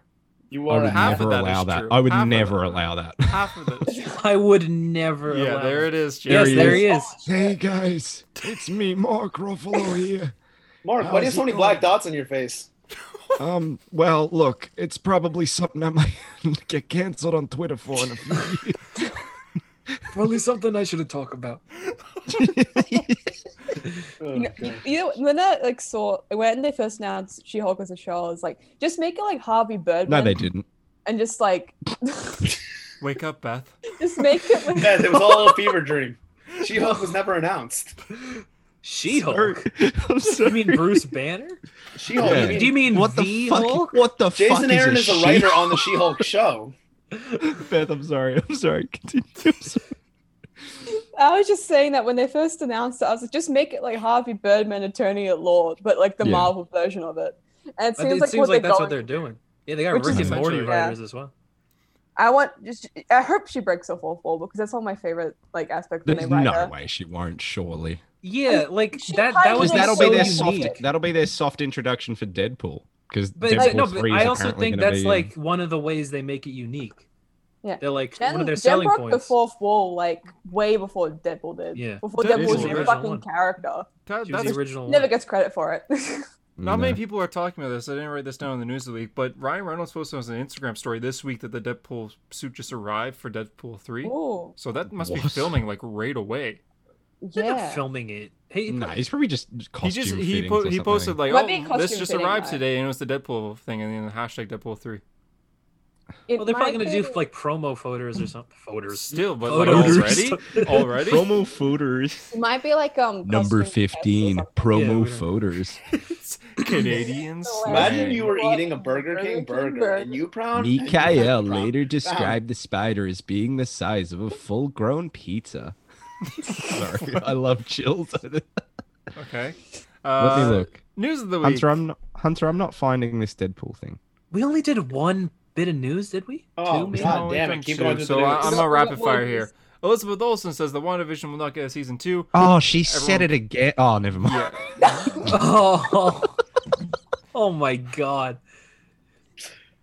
Speaker 2: You
Speaker 3: I
Speaker 2: are
Speaker 3: would
Speaker 2: a
Speaker 1: half of
Speaker 3: never
Speaker 1: that
Speaker 3: allow
Speaker 1: is
Speaker 3: that.
Speaker 1: true.
Speaker 3: I would
Speaker 1: Half of
Speaker 3: never
Speaker 1: that.
Speaker 3: allow that.
Speaker 1: Half of the
Speaker 4: I would never
Speaker 1: Yeah,
Speaker 4: allow
Speaker 1: there
Speaker 4: that.
Speaker 1: it is, JD.
Speaker 4: Yes, there
Speaker 3: is.
Speaker 4: he is.
Speaker 3: Hey guys, it's me, Mark Ruffalo here.
Speaker 2: Mark. Why do you have so many black dots on your face?
Speaker 3: Um, well, look, it's probably something I might get cancelled on Twitter for in a few years.
Speaker 4: Probably something I shouldn't talk about.
Speaker 2: Oh,
Speaker 6: You know,
Speaker 2: God.
Speaker 6: you know, when I like saw when they first announced She-Hulk as a show, I was like, just make it like Harvey Birdman,
Speaker 3: No, they didn't.
Speaker 6: and just like,
Speaker 1: Wake up, Beth.
Speaker 6: just make it. Like,
Speaker 2: Beth, it was all a fever dream. She Hulk was never announced.
Speaker 4: She Hulk.
Speaker 3: I'm
Speaker 4: You
Speaker 3: sorry.
Speaker 4: mean Bruce Banner?
Speaker 2: She Hulk.
Speaker 3: Yeah.
Speaker 4: Do you mean
Speaker 3: What the,
Speaker 4: the
Speaker 3: fuck?
Speaker 4: Hulk?
Speaker 3: What the fuck?
Speaker 2: Jason Aaron is a writer
Speaker 3: she-
Speaker 2: on the She Hulk show.
Speaker 3: Beth, I'm sorry. I'm sorry. Continue. I'm sorry.
Speaker 6: I was just saying that when they first announced it, I was like, just make it like Harvey Birdman, Attorney at Law, but like the
Speaker 3: Yeah.
Speaker 6: Marvel version of it. And
Speaker 4: But
Speaker 6: it seems like, what they're
Speaker 4: that's
Speaker 6: going.
Speaker 4: what they're doing. Yeah, they got
Speaker 6: Which
Speaker 4: Rick
Speaker 1: is
Speaker 4: and Morty
Speaker 1: essentially-
Speaker 6: Yeah.
Speaker 4: writers as well.
Speaker 6: I want just. I hope she breaks the fourth wall because that's one of my favorite like aspects when they
Speaker 3: There's
Speaker 6: write
Speaker 3: no
Speaker 6: her.
Speaker 3: way she won't. Surely,
Speaker 4: Yeah, like
Speaker 6: she
Speaker 4: that.
Speaker 6: kind
Speaker 4: That
Speaker 6: of
Speaker 4: was
Speaker 3: because that'll
Speaker 6: Because
Speaker 4: so
Speaker 3: be their
Speaker 4: unique.
Speaker 3: soft. That'll be their soft introduction for Deadpool. Because
Speaker 4: But,
Speaker 3: Deadpool
Speaker 6: like,
Speaker 4: no, but
Speaker 3: three
Speaker 4: I
Speaker 3: is
Speaker 4: also
Speaker 3: apparently
Speaker 4: think
Speaker 3: gonna
Speaker 4: that's
Speaker 3: be-
Speaker 4: like one of the ways they make it unique.
Speaker 6: uh, Yeah.
Speaker 4: they're like
Speaker 6: Jen,
Speaker 4: one of their
Speaker 6: Jen
Speaker 4: selling
Speaker 6: broke the
Speaker 4: points.
Speaker 6: fourth wall like way before Deadpool did.
Speaker 4: Yeah.
Speaker 6: Before
Speaker 1: That
Speaker 6: Deadpool
Speaker 1: is
Speaker 6: was
Speaker 1: the
Speaker 6: a
Speaker 1: original
Speaker 6: fucking
Speaker 4: one.
Speaker 6: character.
Speaker 1: That,
Speaker 4: She was
Speaker 1: that's
Speaker 4: the original
Speaker 6: Never
Speaker 4: one.
Speaker 6: gets credit for it.
Speaker 1: Not
Speaker 3: No.
Speaker 1: many people are talking about this. I didn't write this down in the news of the week, but Ryan Reynolds posted on an Instagram story this week that the Deadpool suit just arrived for Deadpool 3.
Speaker 2: Oh.
Speaker 6: Ooh,
Speaker 1: So that must be
Speaker 3: What?
Speaker 1: filming like right away.
Speaker 4: They're not
Speaker 6: yeah.
Speaker 4: filming it. Hey,
Speaker 3: Nah, he's probably just costume
Speaker 1: He just he
Speaker 3: fittings
Speaker 1: po-
Speaker 3: or
Speaker 1: he
Speaker 3: something.
Speaker 1: posted like,
Speaker 6: Might be
Speaker 1: oh, this
Speaker 6: costume
Speaker 1: just
Speaker 6: fitting
Speaker 1: arrived
Speaker 6: night.
Speaker 1: today, and it was the Deadpool thing, and then the hashtag Deadpool 3.
Speaker 6: It
Speaker 4: well, they're probably
Speaker 6: might
Speaker 4: gonna do
Speaker 6: be-
Speaker 4: like promo photos or something. Photos.
Speaker 1: Still, but like
Speaker 4: Photos.
Speaker 1: already, already.
Speaker 3: promo photos.
Speaker 6: It might be like um
Speaker 3: Number
Speaker 6: costume tests or
Speaker 3: fifteen
Speaker 6: something.
Speaker 4: Yeah, we
Speaker 3: promo
Speaker 4: don't-
Speaker 3: photos.
Speaker 1: It's Canadians.
Speaker 2: Imagine
Speaker 1: Dang.
Speaker 2: you were
Speaker 6: Well,
Speaker 2: eating a Burger King burger, and you proud.
Speaker 3: Mikael later described the spider as being the size of a full-grown pizza. Sorry, I love chills. Let
Speaker 1: Okay. Uh,
Speaker 3: me look.
Speaker 1: News of the week.
Speaker 3: Hunter, I'm not, Hunter, I'm not finding this Deadpool thing.
Speaker 4: We only did one bit of news, did we?
Speaker 2: Oh
Speaker 1: We've
Speaker 2: god
Speaker 1: only
Speaker 2: damn
Speaker 1: done
Speaker 2: it! Keep
Speaker 1: two,
Speaker 2: going. through
Speaker 1: So
Speaker 2: the
Speaker 1: I,
Speaker 2: news.
Speaker 1: I'm
Speaker 6: So
Speaker 1: a rapid
Speaker 6: what
Speaker 1: fire
Speaker 6: was-
Speaker 1: here. Elizabeth Olsen says the WandaVision will not get a season two.
Speaker 3: Oh, she said it
Speaker 1: Everyone-
Speaker 3: again. Oh, never mind.
Speaker 1: Yeah.
Speaker 4: oh, oh my god.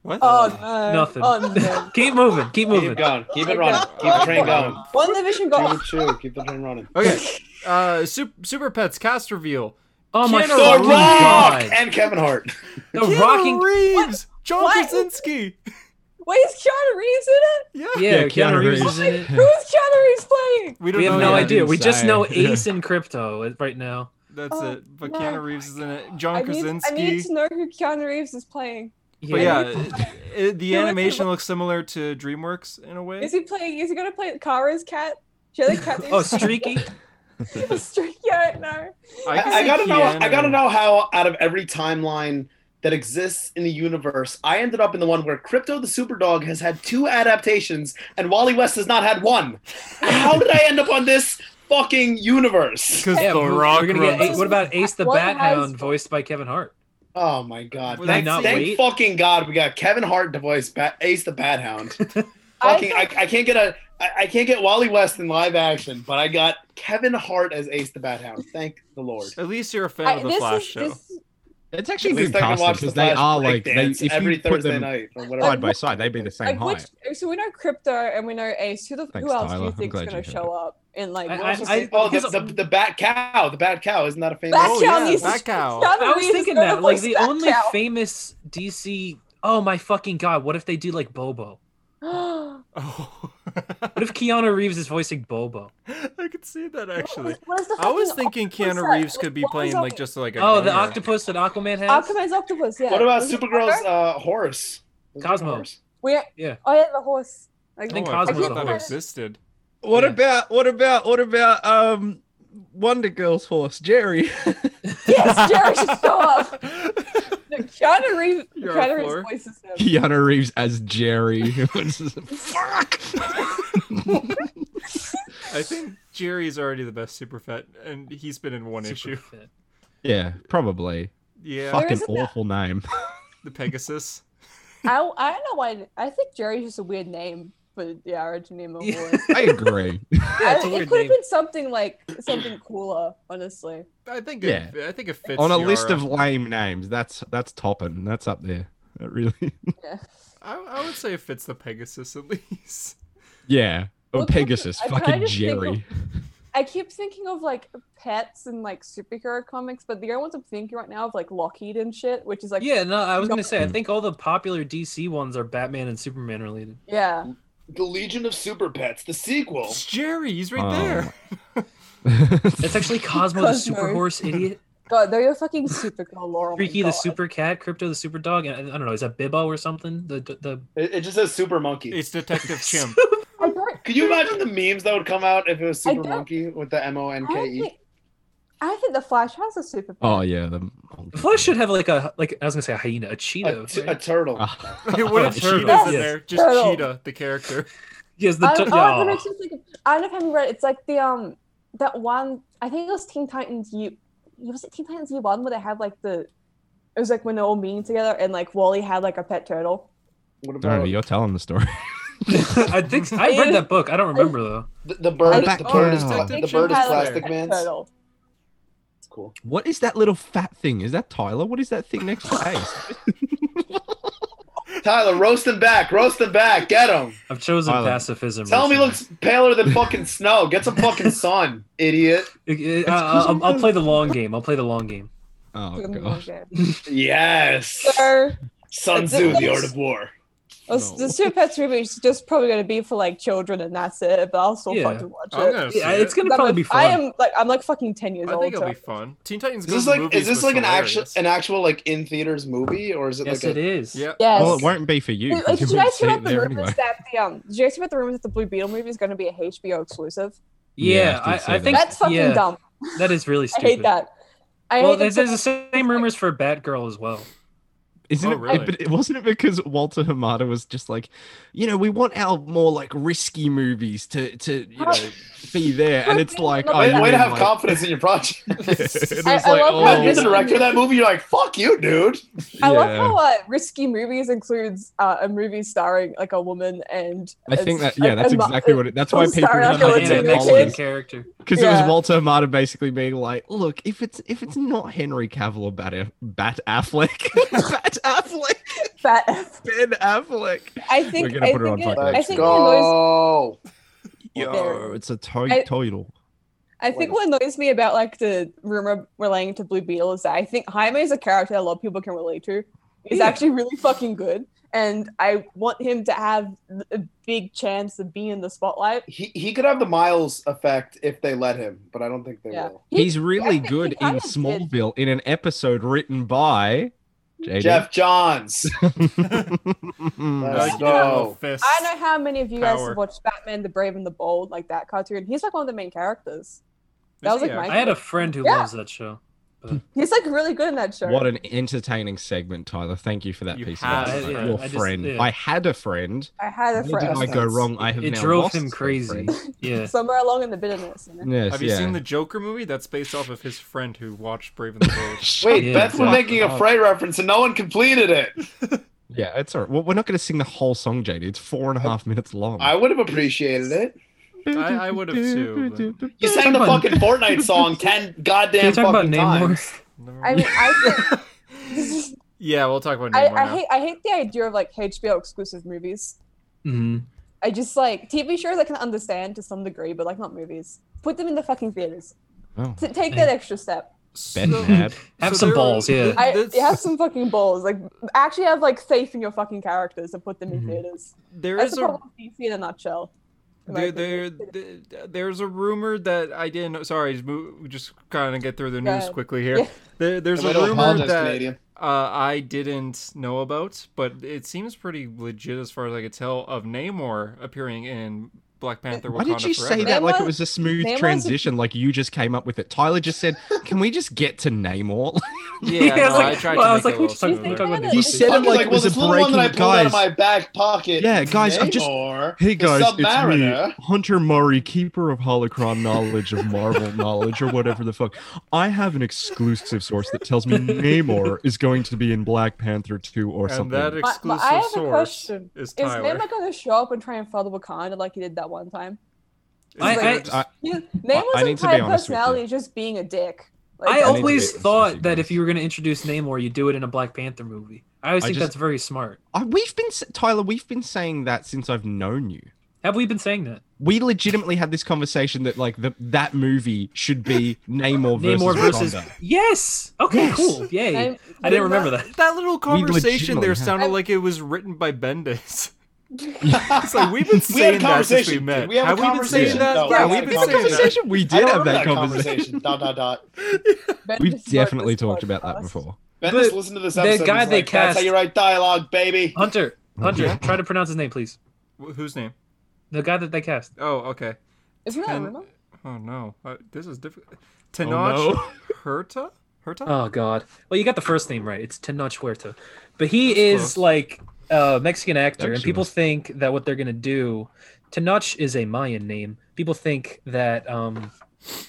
Speaker 1: What?
Speaker 6: Oh no.
Speaker 4: Nothing.
Speaker 6: Oh no.
Speaker 4: keep moving. Keep moving.
Speaker 2: Keep going. Keep it
Speaker 6: Oh,
Speaker 2: running.
Speaker 6: God.
Speaker 2: Keep the train going.
Speaker 6: One division
Speaker 2: Choo
Speaker 6: got
Speaker 2: choo. Keep the train running.
Speaker 1: Okay. Uh, Super, Super Pets cast reveal.
Speaker 4: Oh my
Speaker 1: Keanu
Speaker 2: The
Speaker 1: Oh,
Speaker 4: fucking
Speaker 2: Rock
Speaker 4: god.
Speaker 2: and Kevin Hart.
Speaker 4: The
Speaker 1: Keanu
Speaker 4: rocking.
Speaker 1: Reeves. John
Speaker 6: What?
Speaker 1: Krasinski.
Speaker 6: Wait, is Keanu Reeves in it?
Speaker 1: Yeah.
Speaker 4: Yeah,
Speaker 3: Yeah,
Speaker 4: Keanu,
Speaker 3: Keanu
Speaker 4: Reeves
Speaker 3: Reeves.
Speaker 4: is in it.
Speaker 6: Who's Keanu Reeves playing?
Speaker 1: We don't
Speaker 4: We have
Speaker 1: know
Speaker 4: no
Speaker 1: yet.
Speaker 4: idea. We just
Speaker 3: Insane.
Speaker 4: know
Speaker 3: Yeah.
Speaker 4: Ace and Crypto right now.
Speaker 1: That's
Speaker 6: Oh,
Speaker 1: it. But
Speaker 6: no.
Speaker 1: Keanu Reeves is in it. John
Speaker 6: I need, I
Speaker 1: Krasinski.
Speaker 6: need to know who Keanu Reeves is playing.
Speaker 1: But yeah, it- it- the
Speaker 6: Yeah, what's
Speaker 1: animation
Speaker 6: the-
Speaker 1: looks similar to DreamWorks in a way.
Speaker 6: Is he playing? Is he gonna play Kara's cat? She had a cat. named
Speaker 4: Oh, Streaky.
Speaker 6: Streaky. I don't know.
Speaker 1: I, can
Speaker 2: I, I
Speaker 1: see
Speaker 2: gotta know. I
Speaker 1: Keanu-
Speaker 2: gotta know how out of every timeline that exists in the universe, I ended up in the one where Crypto the Superdog has had two adaptations and Wally West has not had one. How did I end up on this fucking universe?
Speaker 1: Because
Speaker 4: Yeah,
Speaker 1: The
Speaker 4: we're-
Speaker 1: Rock
Speaker 4: we're gonna get
Speaker 1: runs-
Speaker 4: Ace, what about Ace the
Speaker 6: What
Speaker 4: Bat Hound,
Speaker 6: has-
Speaker 4: voiced by Kevin Hart?
Speaker 2: Oh my god!
Speaker 1: Would
Speaker 2: Thank,
Speaker 1: that not
Speaker 2: thank
Speaker 4: wait?
Speaker 2: fucking god we got Kevin Hart to voice Bat- Ace the Bat Hound. fucking, I,
Speaker 6: thought-
Speaker 2: I can't get a I, I can't get Wally West in live action, but I got Kevin Hart as Ace the Bat Hound. Thank the Lord.
Speaker 1: At least you're a fan
Speaker 6: I,
Speaker 1: of the
Speaker 6: this
Speaker 1: Flash
Speaker 6: is,
Speaker 1: show.
Speaker 6: This,
Speaker 3: It's
Speaker 2: At
Speaker 3: actually good
Speaker 2: least I can
Speaker 3: casting
Speaker 2: watch
Speaker 3: because
Speaker 2: the
Speaker 3: they
Speaker 2: Flash
Speaker 3: are like they,
Speaker 2: breakdance
Speaker 3: if you
Speaker 2: every
Speaker 3: put
Speaker 2: Thursday
Speaker 3: them
Speaker 2: night or whatever.
Speaker 3: side by side, they'd be the same
Speaker 6: like,
Speaker 3: height.
Speaker 6: which, so we know Crypto and we know Ace. Who the
Speaker 3: Thanks,
Speaker 6: who else
Speaker 3: Tyler. I'm
Speaker 6: do you
Speaker 3: glad
Speaker 6: think's
Speaker 3: you
Speaker 6: gonna
Speaker 3: heard
Speaker 6: show up in like?
Speaker 4: I-
Speaker 2: What
Speaker 4: I-
Speaker 2: else was
Speaker 4: I-
Speaker 2: it? oh,
Speaker 4: here's
Speaker 2: the,
Speaker 4: a-
Speaker 2: the, the Bat Cow. The Bat Cow. Isn't that a famous?
Speaker 6: Bat
Speaker 1: Oh,
Speaker 6: Cow
Speaker 1: yeah,
Speaker 6: needs
Speaker 1: Bat
Speaker 6: to
Speaker 1: Cow.
Speaker 6: Keanu
Speaker 4: I was
Speaker 6: Reeves is
Speaker 4: thinking
Speaker 6: gonna
Speaker 4: that. Like
Speaker 6: voice
Speaker 4: the
Speaker 6: Bat
Speaker 4: only
Speaker 6: Cow.
Speaker 4: famous DC. Oh my fucking god! What if they do like Bobo?
Speaker 1: Oh,
Speaker 4: What if Keanu Reeves is voicing Bobo?
Speaker 1: I could see that actually.
Speaker 6: Where's the
Speaker 1: I was
Speaker 6: fucking
Speaker 1: thinking Keanu
Speaker 6: octopus at?
Speaker 1: Reeves could be
Speaker 6: What was
Speaker 1: playing
Speaker 6: up
Speaker 1: like
Speaker 6: with-
Speaker 1: just like a
Speaker 4: Oh, the
Speaker 1: ringer.
Speaker 4: octopus that Aquaman has.
Speaker 6: Aquaman's octopus, yeah.
Speaker 2: What about
Speaker 6: Is it
Speaker 2: Supergirl's
Speaker 6: Cosmo?
Speaker 2: uh, horse? Is it
Speaker 4: Cosmo.
Speaker 2: horse?
Speaker 6: Where-
Speaker 4: Yeah.
Speaker 6: Oh yeah, the horse. Like,
Speaker 1: Oh,
Speaker 4: I think
Speaker 1: I
Speaker 4: Cosmo's
Speaker 1: forgot
Speaker 4: the
Speaker 1: that
Speaker 4: horse.
Speaker 1: existed.
Speaker 3: What
Speaker 4: Yeah.
Speaker 3: about what about what about um Wonder Girl's horse, Jerry?
Speaker 6: yes, Jerry should show up. No, Keanu Reeves.
Speaker 1: You're
Speaker 6: Keanu
Speaker 1: on
Speaker 6: Reeves
Speaker 1: floor.
Speaker 6: voices him.
Speaker 3: Keanu Reeves as Jerry. Fuck.
Speaker 1: I think Jerry's already the best super fat, and he's been in one
Speaker 4: Super
Speaker 1: issue.
Speaker 4: fit.
Speaker 3: yeah, probably.
Speaker 1: Yeah,
Speaker 6: Fuck.
Speaker 3: Fucking
Speaker 6: isn't that-
Speaker 3: awful name.
Speaker 1: the Pegasus.
Speaker 6: I, I don't know why. I think Jerry's just a weird name for the origin name of
Speaker 4: Yeah.
Speaker 6: horse.
Speaker 3: I agree.
Speaker 4: Yeah,
Speaker 6: I-
Speaker 4: it's a
Speaker 6: it
Speaker 4: weird
Speaker 6: could have
Speaker 4: name.
Speaker 6: been something like something cooler, honestly.
Speaker 1: I think. It, I think it fits
Speaker 3: On a
Speaker 1: the
Speaker 3: list of
Speaker 1: aura.
Speaker 3: lame names, that's that's topping. That's up there. That really.
Speaker 1: I, I would say it fits the Pegasus at least.
Speaker 3: Yeah. Or
Speaker 6: Well, that's-
Speaker 3: Pegasus.
Speaker 6: I tried
Speaker 3: Fucking
Speaker 6: to think of-
Speaker 3: Jerry.
Speaker 6: I keep thinking of like pets and like superhero comics, but the only ones I'm thinking right now of like Lockheed and shit, which is like Mm.
Speaker 4: yeah, no, I was gonna say. I think all the popular DC ones are Batman and Superman related.
Speaker 6: yeah.
Speaker 2: The Legion of Super Pets, the sequel.
Speaker 1: It's Jerry. He's right
Speaker 3: Oh.
Speaker 1: there.
Speaker 4: That's actually Cosmo, the
Speaker 6: Cosmo. Oh
Speaker 4: Super Horse idiot,
Speaker 6: God, they're your fucking Supergirl, Laurel. Oh
Speaker 4: Freaky the Super Cat, Crypto the Super Dog, and I don't know. Is that Bibbo or something? The the, the
Speaker 2: It, it just says Super Monkey.
Speaker 1: It's Detective Chimp.
Speaker 6: I don't
Speaker 2: Could you imagine the memes that would come out if it was
Speaker 6: I
Speaker 2: Super
Speaker 6: don't-
Speaker 2: Monkey with the M O N
Speaker 6: I
Speaker 2: K
Speaker 6: don't
Speaker 2: E?
Speaker 6: think, I think the Flash has a super.
Speaker 3: oh yeah. The...
Speaker 4: the Flash should have like a like I was gonna say a hyena, a
Speaker 2: A,
Speaker 4: cheetah.
Speaker 2: t- a
Speaker 4: right?
Speaker 2: turtle.
Speaker 3: Ah.
Speaker 1: It would have
Speaker 4: Cheetah.
Speaker 1: Cheetah's in
Speaker 4: Yes.
Speaker 1: there. Just
Speaker 6: Turtle.
Speaker 1: Cheetah, the character.
Speaker 4: Yes, the
Speaker 6: I,
Speaker 4: tu-
Speaker 6: oh, I'm gonna
Speaker 4: Aw.
Speaker 6: just think of- I don't know if I've read. It's like the um that one. I think it was Teen Titans U. Was it Teen Titans U one where they had like the? It was like when they're all meeting together and like Wally had like a pet turtle.
Speaker 2: What about
Speaker 3: Donovan, you're telling the story.
Speaker 4: I think I read that book. I don't remember though.
Speaker 2: the, the bird?
Speaker 3: Back
Speaker 2: The bird is,
Speaker 3: down.
Speaker 2: pla- the
Speaker 6: Fiction
Speaker 2: bird is
Speaker 6: had, like, a
Speaker 2: plastic
Speaker 6: pet
Speaker 2: man's.
Speaker 6: turtle.
Speaker 2: It's cool.
Speaker 3: What is that little fat thing? Is that Tyler? What is that thing next to Ace?
Speaker 2: Tyler, roast him back. Roast him back. Get him.
Speaker 4: I've chosen
Speaker 3: Tyler.
Speaker 4: pacifism.
Speaker 2: Tell him he
Speaker 4: recently.
Speaker 2: looks paler than fucking snow. Get some fucking sun, idiot.
Speaker 4: It- it- I- I'll, I'll play the long game. I'll play the long game.
Speaker 3: oh
Speaker 6: Something
Speaker 3: gosh.
Speaker 6: like that.
Speaker 2: Yes.
Speaker 6: Sir,
Speaker 2: Sun Tzu, The Art of War.
Speaker 6: those,
Speaker 3: No.
Speaker 6: those two pets really is just probably going to be for like children and that's it. But I'll still
Speaker 4: Yeah.
Speaker 6: fucking watch
Speaker 1: I'm
Speaker 6: it.
Speaker 1: gonna see
Speaker 4: Yeah,
Speaker 1: it.
Speaker 4: it's gonna
Speaker 6: I'm
Speaker 4: probably
Speaker 6: like-
Speaker 4: be fun.
Speaker 6: I am like I'm like fucking ten years
Speaker 1: I
Speaker 6: old.
Speaker 1: think it'll
Speaker 6: so-
Speaker 1: be fun. Teen Titans
Speaker 2: Is
Speaker 1: Go
Speaker 2: this
Speaker 1: to
Speaker 2: like
Speaker 1: Movies
Speaker 2: is this
Speaker 1: was
Speaker 2: like an
Speaker 1: hilarious.
Speaker 2: action an actual like in theaters movie or is it
Speaker 4: Yes,
Speaker 2: like
Speaker 4: it
Speaker 2: a
Speaker 4: is.
Speaker 1: Yeah.
Speaker 6: Yes.
Speaker 3: Well, Oh, it won't be for you.
Speaker 6: Wait,
Speaker 3: 'cause
Speaker 6: like,
Speaker 3: you
Speaker 6: did you
Speaker 3: wouldn't
Speaker 6: guys
Speaker 3: see
Speaker 6: hear
Speaker 3: it
Speaker 6: about the
Speaker 3: there
Speaker 6: rumors
Speaker 3: anyway.
Speaker 6: that the um? Did you guys hear about the rumors that the Blue Beetle movie is going to be a HBO exclusive?
Speaker 3: Yeah,
Speaker 4: Yeah,
Speaker 3: I did say
Speaker 4: I, I
Speaker 3: that.
Speaker 4: think
Speaker 6: That's fucking
Speaker 4: yeah,
Speaker 6: dumb.
Speaker 4: That is really
Speaker 6: I
Speaker 4: stupid.
Speaker 6: hate that. I
Speaker 4: Well,
Speaker 6: hate it
Speaker 4: there's
Speaker 6: so
Speaker 4: there's the same rumors for Batgirl as well.
Speaker 3: Isn't
Speaker 1: Oh,
Speaker 3: it?
Speaker 1: really?
Speaker 3: But it wasn't it because Walter Hamada was just like, you know, we want our more like risky movies to to you know be there, and it's like, oh,
Speaker 2: way,
Speaker 3: you
Speaker 2: way
Speaker 3: mean,
Speaker 2: to have
Speaker 3: like-
Speaker 2: confidence in your project.
Speaker 3: it was
Speaker 6: I-
Speaker 3: like,
Speaker 6: I love how
Speaker 2: Imagine You're
Speaker 3: oh,
Speaker 2: the director of that movie. You're like, fuck you, dude.
Speaker 6: I love
Speaker 3: yeah.
Speaker 6: how uh, risky movies includes uh, a movie starring like a woman and
Speaker 3: I think that yeah, that's exactly what it. That's why
Speaker 6: I'm
Speaker 3: people
Speaker 6: sorry, I
Speaker 3: hate
Speaker 6: feel like
Speaker 3: it
Speaker 6: it's
Speaker 4: That's
Speaker 6: a
Speaker 4: the
Speaker 6: kid.
Speaker 4: character.
Speaker 3: because it
Speaker 6: Yeah.
Speaker 3: was Walter Hamada basically being like, look, if it's if it's not Henry Cavill or Bat, Bat Affleck, Bat Affleck,
Speaker 6: Fat.
Speaker 3: Ben Affleck,
Speaker 6: I think
Speaker 3: gonna
Speaker 6: I
Speaker 3: put it
Speaker 6: think
Speaker 3: on
Speaker 6: it,
Speaker 3: fucking
Speaker 6: I
Speaker 2: Let's
Speaker 6: think
Speaker 3: Netflix.
Speaker 6: what annoys
Speaker 2: go.
Speaker 3: yo, it's a to-
Speaker 6: I-
Speaker 3: total.
Speaker 6: I think what annoys me about like the rumor relating to Blue Beetle is that I think Jaime is a character that a lot of people can relate to. He's
Speaker 4: Yeah.
Speaker 6: actually really fucking good, and I want him to have a big chance to be in the spotlight.
Speaker 2: He he could have the Miles effect if they let him, but I don't think they
Speaker 6: Yeah,
Speaker 2: will.
Speaker 6: He-
Speaker 3: He's really
Speaker 6: think he
Speaker 3: good in
Speaker 6: kind of did.
Speaker 3: Smallville in an episode written by JD.
Speaker 2: Jeff Johns.
Speaker 1: I
Speaker 2: Let's
Speaker 1: give it a little
Speaker 2: go.
Speaker 1: fist.
Speaker 6: I know how many of you guys
Speaker 1: Power.
Speaker 6: have watched Batman: The Brave and the Bold, like that cartoon. He's like one of the main characters. That
Speaker 1: Is
Speaker 6: was
Speaker 1: he
Speaker 6: like my.
Speaker 4: I had a friend who
Speaker 6: Yeah.
Speaker 4: loves that show.
Speaker 6: He's like really good in that show.
Speaker 3: What an entertaining segment, Tyler. Thank you for that
Speaker 1: You
Speaker 3: piece
Speaker 1: had
Speaker 3: of
Speaker 1: a
Speaker 3: advice.
Speaker 1: friend.
Speaker 3: Your
Speaker 4: I just-
Speaker 3: friend.
Speaker 4: yeah.
Speaker 3: I had a friend.
Speaker 6: I had a
Speaker 3: Where did I
Speaker 6: friend
Speaker 3: go wrong? I have
Speaker 4: It
Speaker 3: now
Speaker 4: drove
Speaker 3: lost
Speaker 4: him
Speaker 3: that
Speaker 4: crazy.
Speaker 3: friend.
Speaker 4: Yeah.
Speaker 6: somewhere along in the bitterness. You know?
Speaker 3: Yes,
Speaker 1: Have you
Speaker 3: yeah.
Speaker 1: seen the Joker movie? That's based off of his friend who watched Brave and the Bold.
Speaker 2: Wait,
Speaker 4: Yeah,
Speaker 2: Beth was
Speaker 3: fuck
Speaker 2: making a
Speaker 3: up.
Speaker 2: Frey reference and no one completed it.
Speaker 3: Yeah, it's all right. Well, we're not going to sing the whole song, JD. It's four and a half minutes long.
Speaker 2: I would have appreciated it.
Speaker 1: I- I would've too,
Speaker 2: You sang the
Speaker 4: Someone-
Speaker 2: fucking Fortnite song ten
Speaker 4: Can
Speaker 2: goddamn
Speaker 4: we talk about
Speaker 2: fucking times.
Speaker 4: Namor?
Speaker 1: Never
Speaker 6: I
Speaker 1: mind.
Speaker 6: mean, I think.
Speaker 1: yeah, we'll talk about
Speaker 6: I,
Speaker 1: Namor
Speaker 6: I
Speaker 1: now.
Speaker 6: hate I hate the idea of like HBO exclusive movies.
Speaker 4: hmm
Speaker 6: I just like TV shows I can understand to some degree, but like not movies. Put them in the fucking theaters.
Speaker 3: Oh,
Speaker 6: T- take that extra step.
Speaker 1: So-
Speaker 3: Ben mad.
Speaker 4: Have
Speaker 1: so
Speaker 4: some
Speaker 1: there-
Speaker 4: balls, yeah.
Speaker 6: I
Speaker 1: that's-
Speaker 6: you have some fucking balls. Like actually have like faith in your fucking characters and put them in
Speaker 3: Mm-hmm.
Speaker 4: Mhm.
Speaker 6: theaters.
Speaker 1: There
Speaker 6: That's
Speaker 1: is
Speaker 6: the
Speaker 1: a
Speaker 6: problem with DC in a nutshell. in my
Speaker 1: there,
Speaker 6: opinion.
Speaker 1: there, th- there's a rumor that I didn't. know- Sorry, just move- just kind of get through the
Speaker 6: Go
Speaker 1: news
Speaker 6: ahead.
Speaker 1: quickly here.
Speaker 6: Yeah.
Speaker 1: There, there's
Speaker 2: I
Speaker 1: a
Speaker 2: don't
Speaker 1: rumor
Speaker 2: apologize,
Speaker 1: that
Speaker 2: Canadian.
Speaker 1: uh, I didn't know about, but it seems pretty legit as far as I could tell of Namor appearing in Black Panther.
Speaker 3: Why
Speaker 1: Wakanda
Speaker 3: did you say
Speaker 1: Forever.
Speaker 3: that like it
Speaker 6: Namor-
Speaker 3: was a smooth
Speaker 6: Namor's a-
Speaker 3: transition? Like you just came up with it. Tyler just said, "Can we just get to Namor?"
Speaker 1: Yeah,
Speaker 4: Yeah, I was
Speaker 1: no, I
Speaker 4: like-
Speaker 1: tried
Speaker 4: well,
Speaker 1: to
Speaker 4: I
Speaker 1: make
Speaker 4: was like,
Speaker 1: it
Speaker 4: we
Speaker 1: a
Speaker 4: just
Speaker 1: little
Speaker 6: think
Speaker 1: smoother.
Speaker 6: about it.
Speaker 3: you said it
Speaker 2: Fucking
Speaker 3: like it was a
Speaker 2: this little one
Speaker 3: breaking
Speaker 2: that I pulled out
Speaker 3: guys.
Speaker 2: of my back pocket.
Speaker 3: Yeah, guys, I'm just-
Speaker 2: Namor,
Speaker 3: Hey
Speaker 2: the
Speaker 3: guys, it's
Speaker 2: Submariner.
Speaker 3: me, Hunter Murray, keeper of holocron knowledge, of Marvel knowledge, or whatever the fuck. I have an exclusive source that tells me Namor is going to be in Black Panther 2 or
Speaker 1: And
Speaker 3: something.
Speaker 1: that
Speaker 6: but
Speaker 1: exclusive
Speaker 6: I have a
Speaker 1: source
Speaker 6: question.
Speaker 1: is
Speaker 6: Is
Speaker 1: Tyler.
Speaker 6: Namor gonna show up and try and follow Wakanda like he did that one time?
Speaker 1: Is
Speaker 4: I-
Speaker 1: Tyler
Speaker 4: I-
Speaker 1: just-
Speaker 3: I-
Speaker 6: He,
Speaker 3: I- I
Speaker 6: Namor's
Speaker 3: need to be honest with
Speaker 6: entire
Speaker 3: you.
Speaker 6: personality is just being a dick. Like,
Speaker 4: I
Speaker 6: that's-
Speaker 3: need to
Speaker 4: always
Speaker 3: be-
Speaker 4: thought that if you were going to introduce Namor, you do it in a Black Panther movie. I always
Speaker 3: I
Speaker 4: think
Speaker 3: just-
Speaker 4: that's very smart.
Speaker 3: I, we've been s- Tyler, we've been saying that since I've known you.
Speaker 4: Have we been saying that?
Speaker 3: We legitimately had this conversation that like the, that movie should be Namor versus,
Speaker 4: Namor versus.
Speaker 3: Wakanda.
Speaker 4: Yes. Okay.
Speaker 3: Yes.
Speaker 4: Cool. Yay.
Speaker 6: I'm-
Speaker 4: I didn't remember that.
Speaker 1: That, that little conversation
Speaker 3: legitimately
Speaker 1: there
Speaker 3: have-
Speaker 1: sounded
Speaker 6: I'm-
Speaker 1: like it was written by Bendis. it's like we've been
Speaker 2: We had a
Speaker 1: saying that since we
Speaker 2: conversation.
Speaker 1: met.
Speaker 2: Did we have a
Speaker 1: have we been saying
Speaker 2: conversation?
Speaker 1: that?
Speaker 2: No,
Speaker 1: yeah,
Speaker 2: we
Speaker 1: we've
Speaker 2: had a
Speaker 1: been saying that.
Speaker 3: Conversation we
Speaker 2: I
Speaker 3: did
Speaker 2: don't
Speaker 3: have
Speaker 2: remember
Speaker 3: that conversation.
Speaker 2: dot dot dot.
Speaker 6: Ben
Speaker 3: We've
Speaker 6: just wrote
Speaker 3: definitely
Speaker 6: this
Speaker 3: talked about that
Speaker 6: podcast.
Speaker 3: before.
Speaker 2: Ben,
Speaker 4: But
Speaker 2: just listen to this
Speaker 4: the
Speaker 2: episode.
Speaker 4: guy
Speaker 2: He's
Speaker 4: they
Speaker 2: like, That's how
Speaker 4: cast-
Speaker 2: you write dialogue, baby.
Speaker 4: Hunter. Hunter.
Speaker 3: Yeah.
Speaker 4: Try to pronounce his name, please.
Speaker 1: Wh- Whose name?
Speaker 4: The guy that they cast.
Speaker 1: Oh, okay.
Speaker 6: Isn't that a
Speaker 1: Ten-
Speaker 6: rumor?
Speaker 1: oh no, uh, this is difficult. Tanaj
Speaker 3: no.
Speaker 1: Herta. Herta.
Speaker 4: Oh God. Well, you got the first name right. It's Tenoch Huerta, but he
Speaker 1: That's
Speaker 4: is
Speaker 1: close.
Speaker 4: like a Mexican actor,
Speaker 3: Actually
Speaker 4: and people
Speaker 3: was-
Speaker 4: think that what they're gonna do. Tenoch is a Mayan name. people think that um,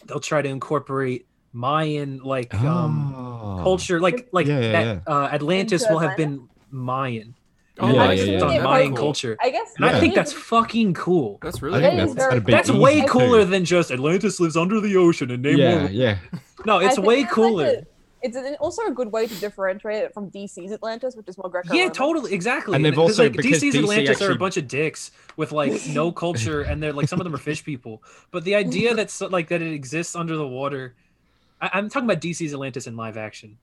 Speaker 4: they'll try to incorporate Mayan like um,
Speaker 3: Ah.
Speaker 4: culture, like like
Speaker 3: Oh. Yeah, yeah,
Speaker 4: that Uh, Atlantis
Speaker 8: Into
Speaker 4: will have been Mayan.
Speaker 1: Oh,
Speaker 3: Yeah,
Speaker 1: I
Speaker 3: yeah,
Speaker 1: see.
Speaker 3: yeah.
Speaker 4: It's on
Speaker 1: That's
Speaker 4: Mayan
Speaker 1: cool.
Speaker 4: culture,
Speaker 8: I guess.
Speaker 4: and I
Speaker 3: Yeah.
Speaker 4: think that's fucking cool.
Speaker 1: That's
Speaker 3: I
Speaker 1: really
Speaker 8: That
Speaker 3: think
Speaker 1: cool.
Speaker 8: is
Speaker 3: that's,
Speaker 8: very
Speaker 3: that'd be
Speaker 8: cool.
Speaker 4: That's
Speaker 3: easy
Speaker 4: way
Speaker 3: too.
Speaker 4: cooler than just Atlantis lives under the ocean and name
Speaker 3: Yeah,
Speaker 4: more.
Speaker 3: yeah.
Speaker 4: No,
Speaker 8: I
Speaker 4: it's
Speaker 8: think
Speaker 4: way
Speaker 8: that's like
Speaker 4: cooler.
Speaker 8: a- it's an, also a good way to differentiate it from DC's Atlantis, which is more Greco.
Speaker 4: Yeah, totally, exactly.
Speaker 3: And they've
Speaker 4: 'cause,
Speaker 3: also-
Speaker 4: like
Speaker 3: because
Speaker 4: DC's
Speaker 3: DC
Speaker 4: Atlantis are
Speaker 3: actually-
Speaker 4: a bunch of dicks with like no culture, and they're like some of them are fish people. But the idea that so- like that it exists under the water, I- I'm talking about DC's Atlantis in live action.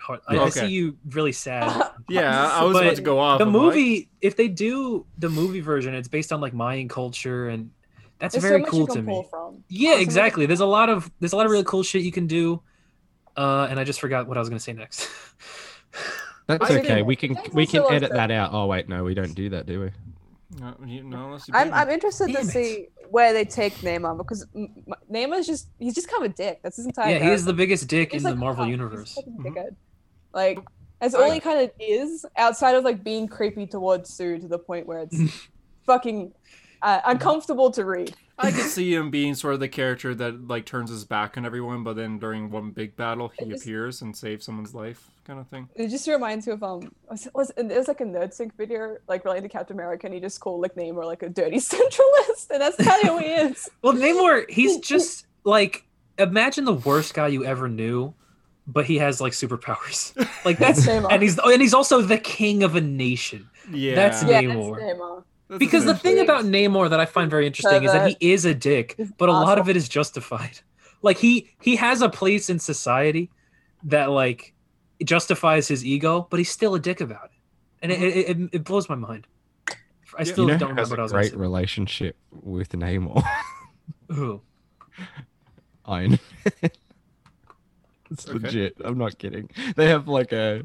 Speaker 4: Hard- I, I
Speaker 1: Okay.
Speaker 4: see you really sad.
Speaker 1: Yeah, I was about
Speaker 4: But
Speaker 1: to go off.
Speaker 4: the
Speaker 1: I'm
Speaker 4: movie, if they do the movie version, it's based on like Mayan culture, and that's
Speaker 8: There's so
Speaker 4: very
Speaker 8: much
Speaker 4: cool
Speaker 8: you
Speaker 4: to
Speaker 8: can pull
Speaker 4: me.
Speaker 8: from.
Speaker 4: Yeah,
Speaker 8: Awesome.
Speaker 4: exactly. There's a lot of there's a lot of really cool shit you can do. Uh, and I just forgot what I was gonna say next.
Speaker 1: I
Speaker 3: That's okay.
Speaker 8: think-
Speaker 3: We can
Speaker 8: That's
Speaker 3: we can
Speaker 8: also
Speaker 3: edit
Speaker 8: awesome.
Speaker 3: that out. Oh wait, no, we don't do that, do we?
Speaker 1: like, no, you, no, unless you
Speaker 6: I'm,
Speaker 1: beat
Speaker 6: I'm
Speaker 1: me.
Speaker 6: interested
Speaker 4: Damn
Speaker 6: to
Speaker 4: it.
Speaker 6: see where they take Neymar because M- M- Neymar's just he's just kind of a dick. That's his entire.
Speaker 4: yeah, he is the biggest dick
Speaker 6: character. He's
Speaker 4: in
Speaker 6: like,
Speaker 4: the Marvel
Speaker 6: oh, he's
Speaker 4: universe. Mm-hmm.
Speaker 6: fucking
Speaker 1: Mhm.
Speaker 6: dickhead. Like that's
Speaker 2: Oh,
Speaker 6: all he kind of is outside of like being creepy towards Sue to the point where it's fucking uh, uncomfortable to read.
Speaker 1: I could see him being sort of the character that like turns his back on everyone, but then during one big battle, he
Speaker 6: It just-
Speaker 1: appears and saves someone's life, kind of thing.
Speaker 6: It just reminds me of um, was, was it was like a nerd sync video like related to Captain America, and he just called like Neymar like a dirty centralist, and that's kind of who he is.
Speaker 4: Well, Namor, he's just like imagine the worst guy you ever knew, but he has like superpowers. Like that's
Speaker 6: Neymar.
Speaker 4: and he's oh, and he's also the king of a nation.
Speaker 1: Yeah,
Speaker 4: That's-
Speaker 6: yeah,
Speaker 4: Namor.
Speaker 6: That's Neymar.
Speaker 1: that's
Speaker 4: Because the
Speaker 1: essentially-
Speaker 4: thing about Namor that I find very interesting is that he is a dick, but a lot of it is justified. Like he he has a place in society that like justifies his ego, but he's still a dick about it, and it it, it, it blows my mind. I
Speaker 1: Yeah.
Speaker 4: still
Speaker 3: you know,
Speaker 4: don't
Speaker 3: who has
Speaker 4: remember what I
Speaker 3: a
Speaker 4: was gonna
Speaker 3: great
Speaker 4: say.
Speaker 3: relationship with Namor.
Speaker 4: Who?
Speaker 3: Iron. Man. it's
Speaker 1: Okay.
Speaker 3: legit. I'm not kidding. They have like a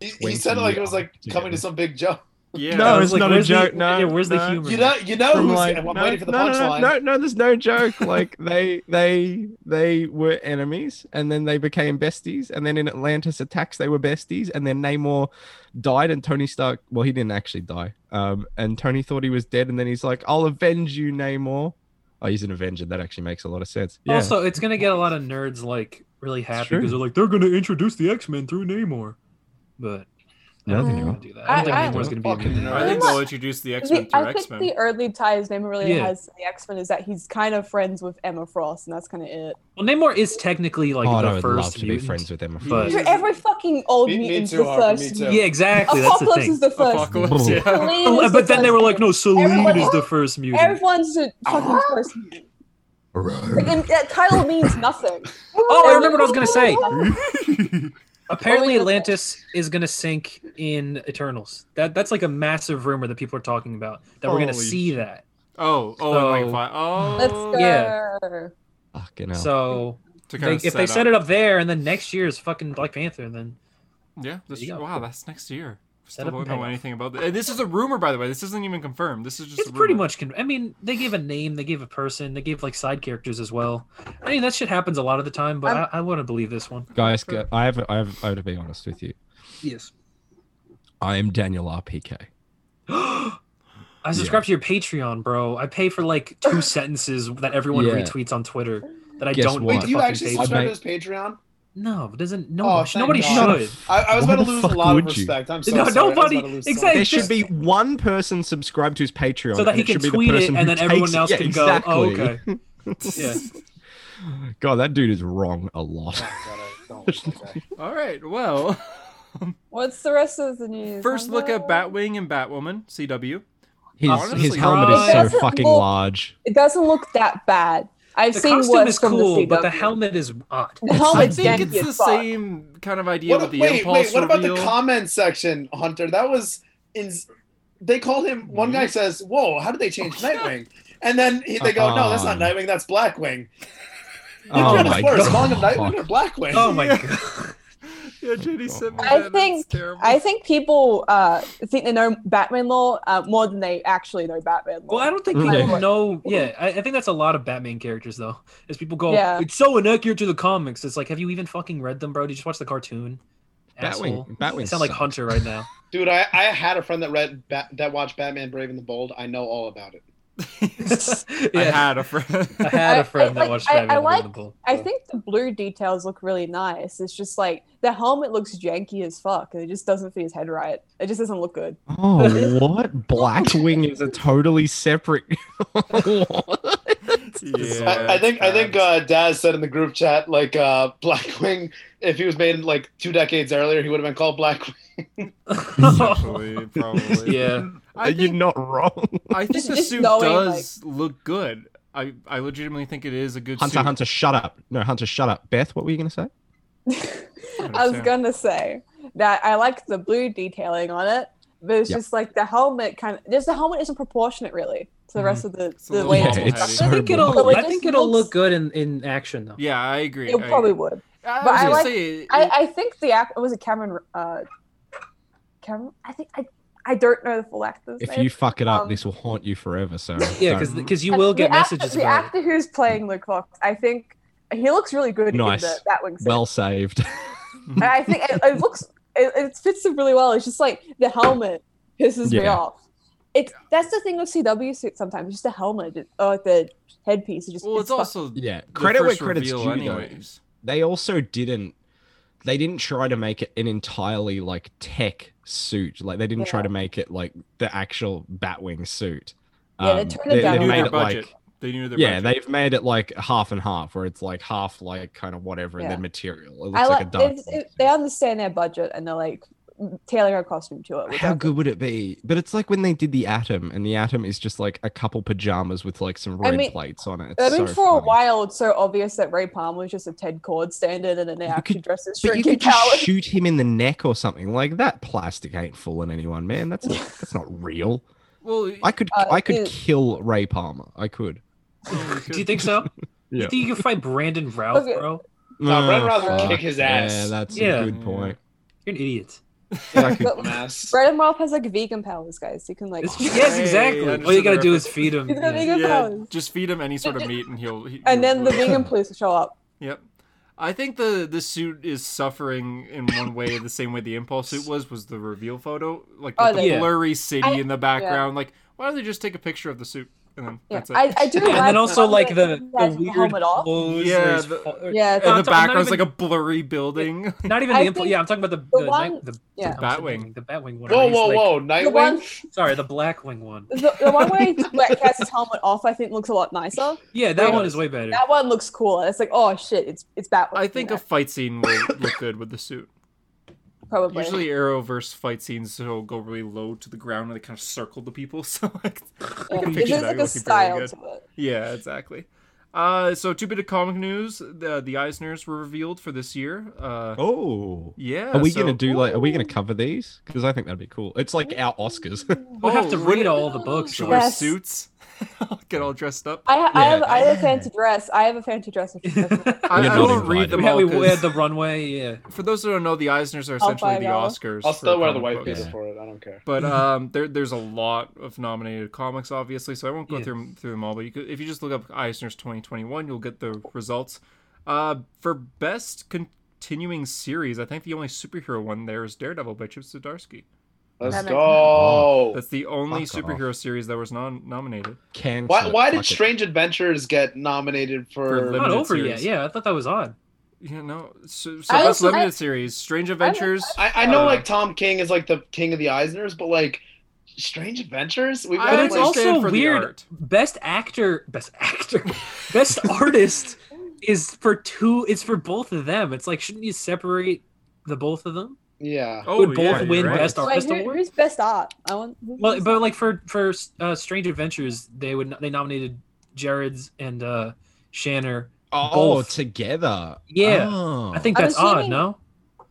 Speaker 2: He, he
Speaker 3: When
Speaker 2: said it
Speaker 3: we
Speaker 2: like it was
Speaker 3: are
Speaker 2: like coming
Speaker 3: together.
Speaker 2: to some big joke.
Speaker 1: yeah,
Speaker 3: No,
Speaker 4: I was
Speaker 3: it's
Speaker 4: like,
Speaker 3: not a
Speaker 4: where's
Speaker 3: joke,
Speaker 4: The,
Speaker 3: no,
Speaker 4: yeah, where's
Speaker 3: no.
Speaker 4: the humor?
Speaker 2: You know, you
Speaker 4: Oh,
Speaker 2: know
Speaker 3: from
Speaker 2: who's.
Speaker 3: like,
Speaker 2: I'm
Speaker 3: no,
Speaker 2: waiting for the
Speaker 3: no, no,
Speaker 2: punchline.
Speaker 3: no, no, there's no joke. Like they, they, they were enemies, and then they became besties, and then in Atlantis attacks, they were besties, and then Namor died, and Tony Stark. Well, he didn't actually die. Um, and Tony thought he was dead, and then he's like, "I'll avenge you, Namor." Oh, he's an Avenger. That actually makes a lot of sense. Yeah.
Speaker 4: Also, it's gonna get a lot of nerds like really happy
Speaker 3: true.
Speaker 4: because they're like they're gonna introduce the X Men through Namor, but I
Speaker 3: No,
Speaker 4: don't think
Speaker 3: they
Speaker 4: they're gonna
Speaker 3: won't.
Speaker 4: do that. I don't
Speaker 6: I-
Speaker 4: think Namor's
Speaker 2: I-
Speaker 4: gonna be.
Speaker 2: Fucking
Speaker 4: in there.
Speaker 1: I think they'll introduce the X Men
Speaker 6: The-
Speaker 1: to
Speaker 6: I
Speaker 1: X
Speaker 6: think
Speaker 1: Men.
Speaker 6: the early ties Namor really
Speaker 4: Yeah.
Speaker 6: has to the X Men is that he's kind of friends with Emma Frost, and that's kind of it.
Speaker 4: Well, Namor is technically like
Speaker 3: oh, and I
Speaker 4: the
Speaker 3: would
Speaker 4: first
Speaker 3: love to
Speaker 4: mutant.
Speaker 3: be friends with them.
Speaker 4: but-
Speaker 6: Sure, every fucking old
Speaker 2: Me- me
Speaker 6: mutant's
Speaker 2: too,
Speaker 6: the
Speaker 2: Harper,
Speaker 6: first.
Speaker 2: me too.
Speaker 6: mutant.
Speaker 4: Yeah, exactly. That's the
Speaker 6: Apocalypse
Speaker 4: thing.
Speaker 6: is the first.
Speaker 1: Apocalypse. Yeah.
Speaker 6: Selene
Speaker 4: Oh,
Speaker 6: is
Speaker 4: but
Speaker 6: the
Speaker 4: then they
Speaker 6: first
Speaker 4: were like,
Speaker 6: mutant.
Speaker 4: no, Selene
Speaker 6: Everyone-
Speaker 4: is the first mutant.
Speaker 6: Everyone's the fucking first. mutant. Like, and that title means nothing.
Speaker 4: oh, I remember what I was gonna say. Apparently,
Speaker 6: Oh, yeah.
Speaker 4: Atlantis is gonna sink in Eternals. That that's like a massive rumor that people are talking about. That we're gonna
Speaker 1: Holy
Speaker 4: see
Speaker 1: shit.
Speaker 4: that.
Speaker 1: Oh, oh, and
Speaker 4: So-
Speaker 1: like, fi- oh,
Speaker 6: Let's go.
Speaker 4: Yeah.
Speaker 3: Fucking hell.
Speaker 4: So
Speaker 1: To
Speaker 4: they,
Speaker 1: kind
Speaker 4: if they set it up there, and then next year is fucking Black Panther, and then
Speaker 1: yeah, that's
Speaker 4: There you
Speaker 1: true.
Speaker 4: go.
Speaker 1: wow, that's next year.
Speaker 4: Set
Speaker 1: Still
Speaker 4: up
Speaker 1: don't
Speaker 4: and
Speaker 1: know
Speaker 4: payoff.
Speaker 1: anything about this. And this is a rumor, by the way. This isn't even confirmed. This is just.
Speaker 4: it's
Speaker 1: a
Speaker 4: pretty
Speaker 1: rumor.
Speaker 4: much. Con- I mean, they gave a name, they gave a person, they gave like side characters as well. I mean, that shit happens a lot of the time, but I, I want to believe this one.
Speaker 3: guys, go- I have, I have, I have to be honest with you.
Speaker 4: Yes.
Speaker 3: I am Daniel RPK.
Speaker 4: I subscribe to your Patreon, bro. I pay for like two sentences that everyone
Speaker 3: Yeah. retweets
Speaker 4: retweets on Twitter that I
Speaker 3: Guess
Speaker 4: don't
Speaker 3: don't
Speaker 2: Wait, do
Speaker 4: want
Speaker 3: what?
Speaker 4: to
Speaker 2: you
Speaker 4: fucking
Speaker 2: actually
Speaker 4: pay
Speaker 3: for.
Speaker 2: subscribe to his Patreon?
Speaker 4: No, doesn't no
Speaker 2: Oh, thank
Speaker 4: nobody
Speaker 2: God.
Speaker 4: should.
Speaker 2: I, I was
Speaker 3: Why
Speaker 2: about
Speaker 3: the
Speaker 2: to lose a
Speaker 3: fuck
Speaker 2: lot of
Speaker 3: would you?
Speaker 2: respect. I'm so
Speaker 4: No,
Speaker 2: sorry.
Speaker 4: nobody-
Speaker 2: I was about to lose so
Speaker 4: exactly.
Speaker 3: There
Speaker 2: much.
Speaker 4: Just-
Speaker 3: should be one person subscribed to his Patreon,
Speaker 4: So that
Speaker 3: and
Speaker 4: he
Speaker 3: it
Speaker 4: can
Speaker 3: should be the
Speaker 4: tweet it
Speaker 3: person
Speaker 4: and
Speaker 3: who
Speaker 4: then everyone
Speaker 3: takes-
Speaker 4: else
Speaker 3: yeah,
Speaker 4: can go,
Speaker 3: exactly.
Speaker 4: Oh, okay. Yeah.
Speaker 3: God, that dude is wrong a lot.
Speaker 2: Oh, God, I don't- okay.
Speaker 1: All right. Well,
Speaker 6: What's the rest of the news?
Speaker 1: first look at
Speaker 6: Batman.
Speaker 1: Batwing and Batwoman CW.
Speaker 3: His
Speaker 1: Honestly,
Speaker 3: his helmet is
Speaker 6: That's
Speaker 3: so
Speaker 6: a
Speaker 3: fucking
Speaker 6: bull-
Speaker 3: large.
Speaker 6: It doesn't look that bad. I've
Speaker 4: The
Speaker 6: seen
Speaker 4: costume
Speaker 6: worse
Speaker 4: is
Speaker 6: from
Speaker 4: cool,
Speaker 6: the CW.
Speaker 4: but the helmet is odd.
Speaker 6: The
Speaker 1: I
Speaker 6: helmet's
Speaker 1: think it's
Speaker 6: janky
Speaker 1: the
Speaker 6: as fuck.
Speaker 1: same kind of idea
Speaker 2: What,
Speaker 1: with the
Speaker 2: wait,
Speaker 1: impulse.
Speaker 2: wait. What about the
Speaker 1: reveal.
Speaker 2: comment section, Hunter? That was in. They called him. One guy says, "Whoa, how did they change Nightwing?" And then he, they go, "No, that's not
Speaker 3: Uh-uh.
Speaker 2: Nightwing. That's Blackwing."
Speaker 3: Oh
Speaker 2: Which one
Speaker 3: my
Speaker 2: is worse, calling him
Speaker 3: god!
Speaker 2: Nightwing or Blackwing?
Speaker 4: Oh my god.
Speaker 1: Yeah,
Speaker 4: Oh.
Speaker 1: Jenny sent me
Speaker 6: I
Speaker 1: that.
Speaker 6: think-
Speaker 1: It's terrible.
Speaker 6: I think people uh, think they know Batman law uh, more than they actually know Batman law.
Speaker 4: Well, I don't think
Speaker 3: Mm.
Speaker 1: Mm-hmm.
Speaker 4: people
Speaker 3: Yeah.
Speaker 4: know. Yeah, I, I think that's a lot of Batman characters, though. Is people go,
Speaker 6: Yeah.
Speaker 4: it's so inaccurate to the comics. It's like, have you even fucking read them, bro? Did you just watch the cartoon? Asshole.
Speaker 3: Batwing, Batwing.
Speaker 4: I sound like
Speaker 3: sucks.
Speaker 4: Hunter right now.
Speaker 2: Dude, I, I had a friend that read Bat, that watched Batman: Brave and the Bold. I know all about it.
Speaker 1: I
Speaker 4: Yeah.
Speaker 1: had a friend.
Speaker 4: I had
Speaker 6: I-
Speaker 4: a friend
Speaker 6: I-
Speaker 4: that
Speaker 6: like,
Speaker 4: watched
Speaker 6: I-
Speaker 4: Batman
Speaker 6: I
Speaker 4: and
Speaker 6: like-
Speaker 4: the Bull.
Speaker 6: I think the blue details look really nice. It's just like the helmet looks janky as fuck. It just doesn't fit his head right. It just doesn't look good.
Speaker 3: Oh, what? Blackwing is a totally separate.
Speaker 1: yeah,
Speaker 2: I, I think I think uh, Daz said in the group chat like uh, Blackwing. If he was made like two decades earlier, he would have been called Blackwing.
Speaker 1: Actually, probably.
Speaker 4: yeah.
Speaker 1: I
Speaker 3: You're
Speaker 1: think,
Speaker 3: not wrong.
Speaker 1: I think
Speaker 6: Just-
Speaker 1: the
Speaker 6: just
Speaker 1: suit
Speaker 6: knowing,
Speaker 1: does look good. I, I legitimately think it is a good
Speaker 3: Hunter,
Speaker 1: suit.
Speaker 3: Hunter, shut up. No, Hunter, shut up. Beth, what were you going to say?
Speaker 6: I was
Speaker 1: Understand.
Speaker 6: gonna say that I like the blue detailing on it, but it's
Speaker 3: Yep.
Speaker 6: just like the helmet kind of. Just the helmet isn't proportionate really to the rest of the
Speaker 1: It's a
Speaker 6: the
Speaker 1: little
Speaker 6: way
Speaker 1: Mm-hmm. Yeah,
Speaker 6: it's
Speaker 1: it's
Speaker 6: constructed.
Speaker 1: so
Speaker 4: I think it'll.
Speaker 6: But it
Speaker 4: I
Speaker 6: just
Speaker 4: think it'll
Speaker 6: looks-
Speaker 4: look good in, in action though.
Speaker 1: Yeah, I agree.
Speaker 6: It
Speaker 1: I
Speaker 6: probably
Speaker 1: agree.
Speaker 6: would.
Speaker 1: I was
Speaker 6: but I
Speaker 1: gonna
Speaker 6: like-
Speaker 1: say, it-
Speaker 6: I, I think the act was it Cameron. Uh, Cameron, I think I I don't know the full actor's
Speaker 3: If
Speaker 6: name.
Speaker 3: you fuck it up,
Speaker 6: Um,
Speaker 3: this will haunt you forever. So
Speaker 4: Yeah,
Speaker 3: don't-
Speaker 4: because
Speaker 1: Sorry.
Speaker 4: you will get
Speaker 6: the actor-
Speaker 4: messages
Speaker 6: The
Speaker 4: about it.
Speaker 6: actor who's playing Luke Fox, I think he looks really good
Speaker 3: Nice.
Speaker 6: in the Batwing suit.
Speaker 3: well saved.
Speaker 6: and I think it, it looks it, it fits him really well. It's just like the helmet pisses me
Speaker 3: Yeah.
Speaker 6: off. It's that's the thing with CW suits sometimes. It's just the helmet it- or like the headpiece. It just
Speaker 1: well, it's, also
Speaker 3: yeah,
Speaker 1: the
Speaker 3: credit where
Speaker 1: first
Speaker 3: credit's
Speaker 1: reveal
Speaker 3: due. Though.
Speaker 1: anyways.
Speaker 3: They also didn't. They didn't try to make it an entirely like tech suit. Like they didn't try
Speaker 6: Yeah.
Speaker 3: to make it like the actual Batwing suit. Um,
Speaker 6: Yeah, they turned it
Speaker 1: They
Speaker 6: down Yeah,
Speaker 1: knew
Speaker 6: made
Speaker 1: their
Speaker 6: it
Speaker 1: budget. They knew their
Speaker 3: yeah,
Speaker 1: budget.
Speaker 3: they've made it like half and half, where it's like half like kind of whatever, and
Speaker 6: Yeah.
Speaker 3: then material. It looks
Speaker 6: I
Speaker 3: like,
Speaker 6: like
Speaker 3: a dark.
Speaker 6: it's- it- they understand their budget and they're like tailoring a costume to it. which
Speaker 3: How
Speaker 6: I-
Speaker 3: good would it be? But it's like when they did the atom, and the atom is just like a couple pajamas with like some
Speaker 6: I
Speaker 3: red
Speaker 6: mean-
Speaker 3: plates on it.
Speaker 6: I
Speaker 3: It's
Speaker 6: mean,
Speaker 3: so
Speaker 6: for a
Speaker 3: funny.
Speaker 6: while, it's so obvious that Ray Palmer was just a Ted Cord standard, and then they
Speaker 3: You
Speaker 6: actually
Speaker 3: could-
Speaker 6: dress as
Speaker 3: But you
Speaker 6: shrinking
Speaker 3: could just
Speaker 6: coward.
Speaker 3: shoot him in the neck or something like that. Plastic ain't fooling anyone, man. That's not, that's not real.
Speaker 1: Well,
Speaker 3: I could
Speaker 6: Uh,
Speaker 3: I could
Speaker 6: it-
Speaker 3: kill Ray Palmer. I could.
Speaker 4: Do you think so?
Speaker 3: Yeah.
Speaker 4: You think you can fight Brandon Routh,
Speaker 6: Okay.
Speaker 4: bro?
Speaker 2: No, Red
Speaker 3: Ah,
Speaker 2: Roth would
Speaker 3: fuck.
Speaker 2: kick his
Speaker 3: Yeah,
Speaker 2: ass.
Speaker 3: that's
Speaker 4: Yeah.
Speaker 3: a good point.
Speaker 4: You're an idiot.
Speaker 3: I could-
Speaker 6: But
Speaker 2: Dumbass.
Speaker 6: Brandon Ralph has like vegan powers, guys. You can like
Speaker 4: It's- yes,
Speaker 1: Hey,
Speaker 4: exactly.
Speaker 1: I
Speaker 4: All you
Speaker 1: understood
Speaker 4: gotta
Speaker 1: the
Speaker 4: do is feed him.
Speaker 6: He's gonna
Speaker 4: yeah.
Speaker 6: make
Speaker 1: yeah,
Speaker 6: powers.
Speaker 1: just feed him any sort of meat, and he'll. He,
Speaker 6: and then the
Speaker 1: he'll-
Speaker 6: vegan police will show up.
Speaker 1: Yep. I think the the suit is suffering in one way the same way the impulse suit was was the reveal photo like with
Speaker 6: Oh,
Speaker 1: the
Speaker 4: yeah.
Speaker 1: blurry city
Speaker 6: I-
Speaker 1: in the background like why don't they just take a picture of the suit and then
Speaker 6: Yeah,
Speaker 1: that's it.
Speaker 6: I, I do.
Speaker 4: And then also like the,
Speaker 6: Yeah,
Speaker 4: the weird Uh,
Speaker 6: helmet off.
Speaker 4: clothes.
Speaker 1: Yeah,
Speaker 4: where he's
Speaker 1: the-
Speaker 4: fa-
Speaker 6: Yeah,
Speaker 1: and
Speaker 6: it's
Speaker 1: the
Speaker 4: I'm not
Speaker 1: background's
Speaker 4: even-
Speaker 1: like a blurry building.
Speaker 4: Not even
Speaker 6: I
Speaker 4: the impl-
Speaker 6: think
Speaker 4: yeah. I'm talking about the
Speaker 6: the
Speaker 4: the,
Speaker 6: one-
Speaker 4: night- the,
Speaker 6: yeah.
Speaker 4: I'm sorry,
Speaker 1: Batwing.
Speaker 4: The Batwing one.
Speaker 2: Whoa,
Speaker 4: where he's,
Speaker 2: whoa,
Speaker 4: like-
Speaker 2: whoa!
Speaker 6: the one,
Speaker 2: Nightwing.
Speaker 4: Sorry, the Blackwing one.
Speaker 6: the, the one where he like, casts his helmet off, I think looks a lot nicer.
Speaker 4: Yeah, that one is way better.
Speaker 6: That one looks cool. It's like, oh shit, it's it's Batman.
Speaker 1: I think
Speaker 6: you
Speaker 1: a
Speaker 6: know,
Speaker 1: fight scene will look good with the suit.
Speaker 6: probably.
Speaker 1: Usually Arrowverse fight scenes so go really low to the ground and they kind of circle the people. So like
Speaker 6: yeah.
Speaker 1: can
Speaker 6: It's
Speaker 1: picture that
Speaker 6: just like a
Speaker 1: looking fairly
Speaker 6: style
Speaker 1: good.
Speaker 6: to it.
Speaker 1: Yeah, exactly. Uh, so two bit of comic news: the the Eisners were revealed for this year. Uh,
Speaker 3: oh.
Speaker 1: yeah.
Speaker 3: Are we
Speaker 1: so-
Speaker 3: gonna do like? Are we gonna cover these? Because I think that'd be cool. It's like our Oscars.
Speaker 4: We'll have
Speaker 1: Oh,
Speaker 4: to
Speaker 1: would
Speaker 4: read
Speaker 1: it-
Speaker 4: all the books.
Speaker 1: Should
Speaker 4: though.
Speaker 1: wear
Speaker 6: Yes.
Speaker 1: suits. Get all dressed up.
Speaker 6: I, I have I have
Speaker 3: Yeah.
Speaker 6: a fancy dress. I have a fancy dress. If you
Speaker 1: I,
Speaker 3: You're
Speaker 1: I
Speaker 3: not
Speaker 1: won't read
Speaker 3: invited.
Speaker 1: them
Speaker 4: we had,
Speaker 1: all.
Speaker 4: we
Speaker 1: 'cause
Speaker 4: had the runway. Yeah,
Speaker 1: For those who don't know, the Eisners are
Speaker 6: I'll
Speaker 1: essentially
Speaker 6: buy
Speaker 1: the
Speaker 6: it all.
Speaker 1: Oscars.
Speaker 2: I'll
Speaker 1: for
Speaker 2: still wear the
Speaker 1: comic
Speaker 2: white
Speaker 1: books.
Speaker 2: people
Speaker 3: Yeah.
Speaker 2: for it. I don't care.
Speaker 1: But um, there, there's a lot of nominated comics, obviously. So I won't go
Speaker 4: Yeah.
Speaker 1: through through them all. But you could, if you just look up Eisner's 2021, you'll get the results. Uh, for best continuing series, I think the only superhero one there is Daredevil by Chip Zdarsky.
Speaker 2: Let's
Speaker 6: That makes
Speaker 2: go.
Speaker 1: That's the only
Speaker 3: Fuck off.
Speaker 1: superhero series that was non nominated.
Speaker 3: Can
Speaker 2: Why, why did Strange Adventures get nominated
Speaker 1: For
Speaker 2: for?
Speaker 1: Limited
Speaker 4: not over yet.
Speaker 1: series.
Speaker 4: Yeah, I thought that was odd.
Speaker 1: You know, so, so
Speaker 6: I
Speaker 1: that's
Speaker 6: also- I-
Speaker 1: limited series. Strange Adventures.
Speaker 2: I, I know
Speaker 1: Uh,
Speaker 2: like Tom King is like the king of the Eisners, but like Strange Adventures, we've
Speaker 1: I
Speaker 4: But
Speaker 2: got
Speaker 4: it's
Speaker 2: like,
Speaker 1: understand
Speaker 4: also
Speaker 1: for the
Speaker 4: weird.
Speaker 1: art.
Speaker 4: Best actor, best actor, best artist is for two. It's for both of them. It's like, shouldn't you separate the both of them?
Speaker 2: yeah.
Speaker 1: Oh,
Speaker 4: would both
Speaker 1: yeah, you're
Speaker 4: win
Speaker 1: right.
Speaker 4: best
Speaker 6: Wait,
Speaker 4: artist
Speaker 6: who,
Speaker 4: award.
Speaker 6: who's best art? I want. who's
Speaker 4: Well,
Speaker 6: best
Speaker 4: but
Speaker 6: art?
Speaker 4: like for for uh, Strange Adventures, they would they nominated Jared's and uh Shanner.
Speaker 3: Oh,
Speaker 4: both?
Speaker 3: together.
Speaker 4: Yeah,
Speaker 3: Oh.
Speaker 4: I think
Speaker 6: I'm
Speaker 4: that's odd.
Speaker 6: assuming-
Speaker 4: No.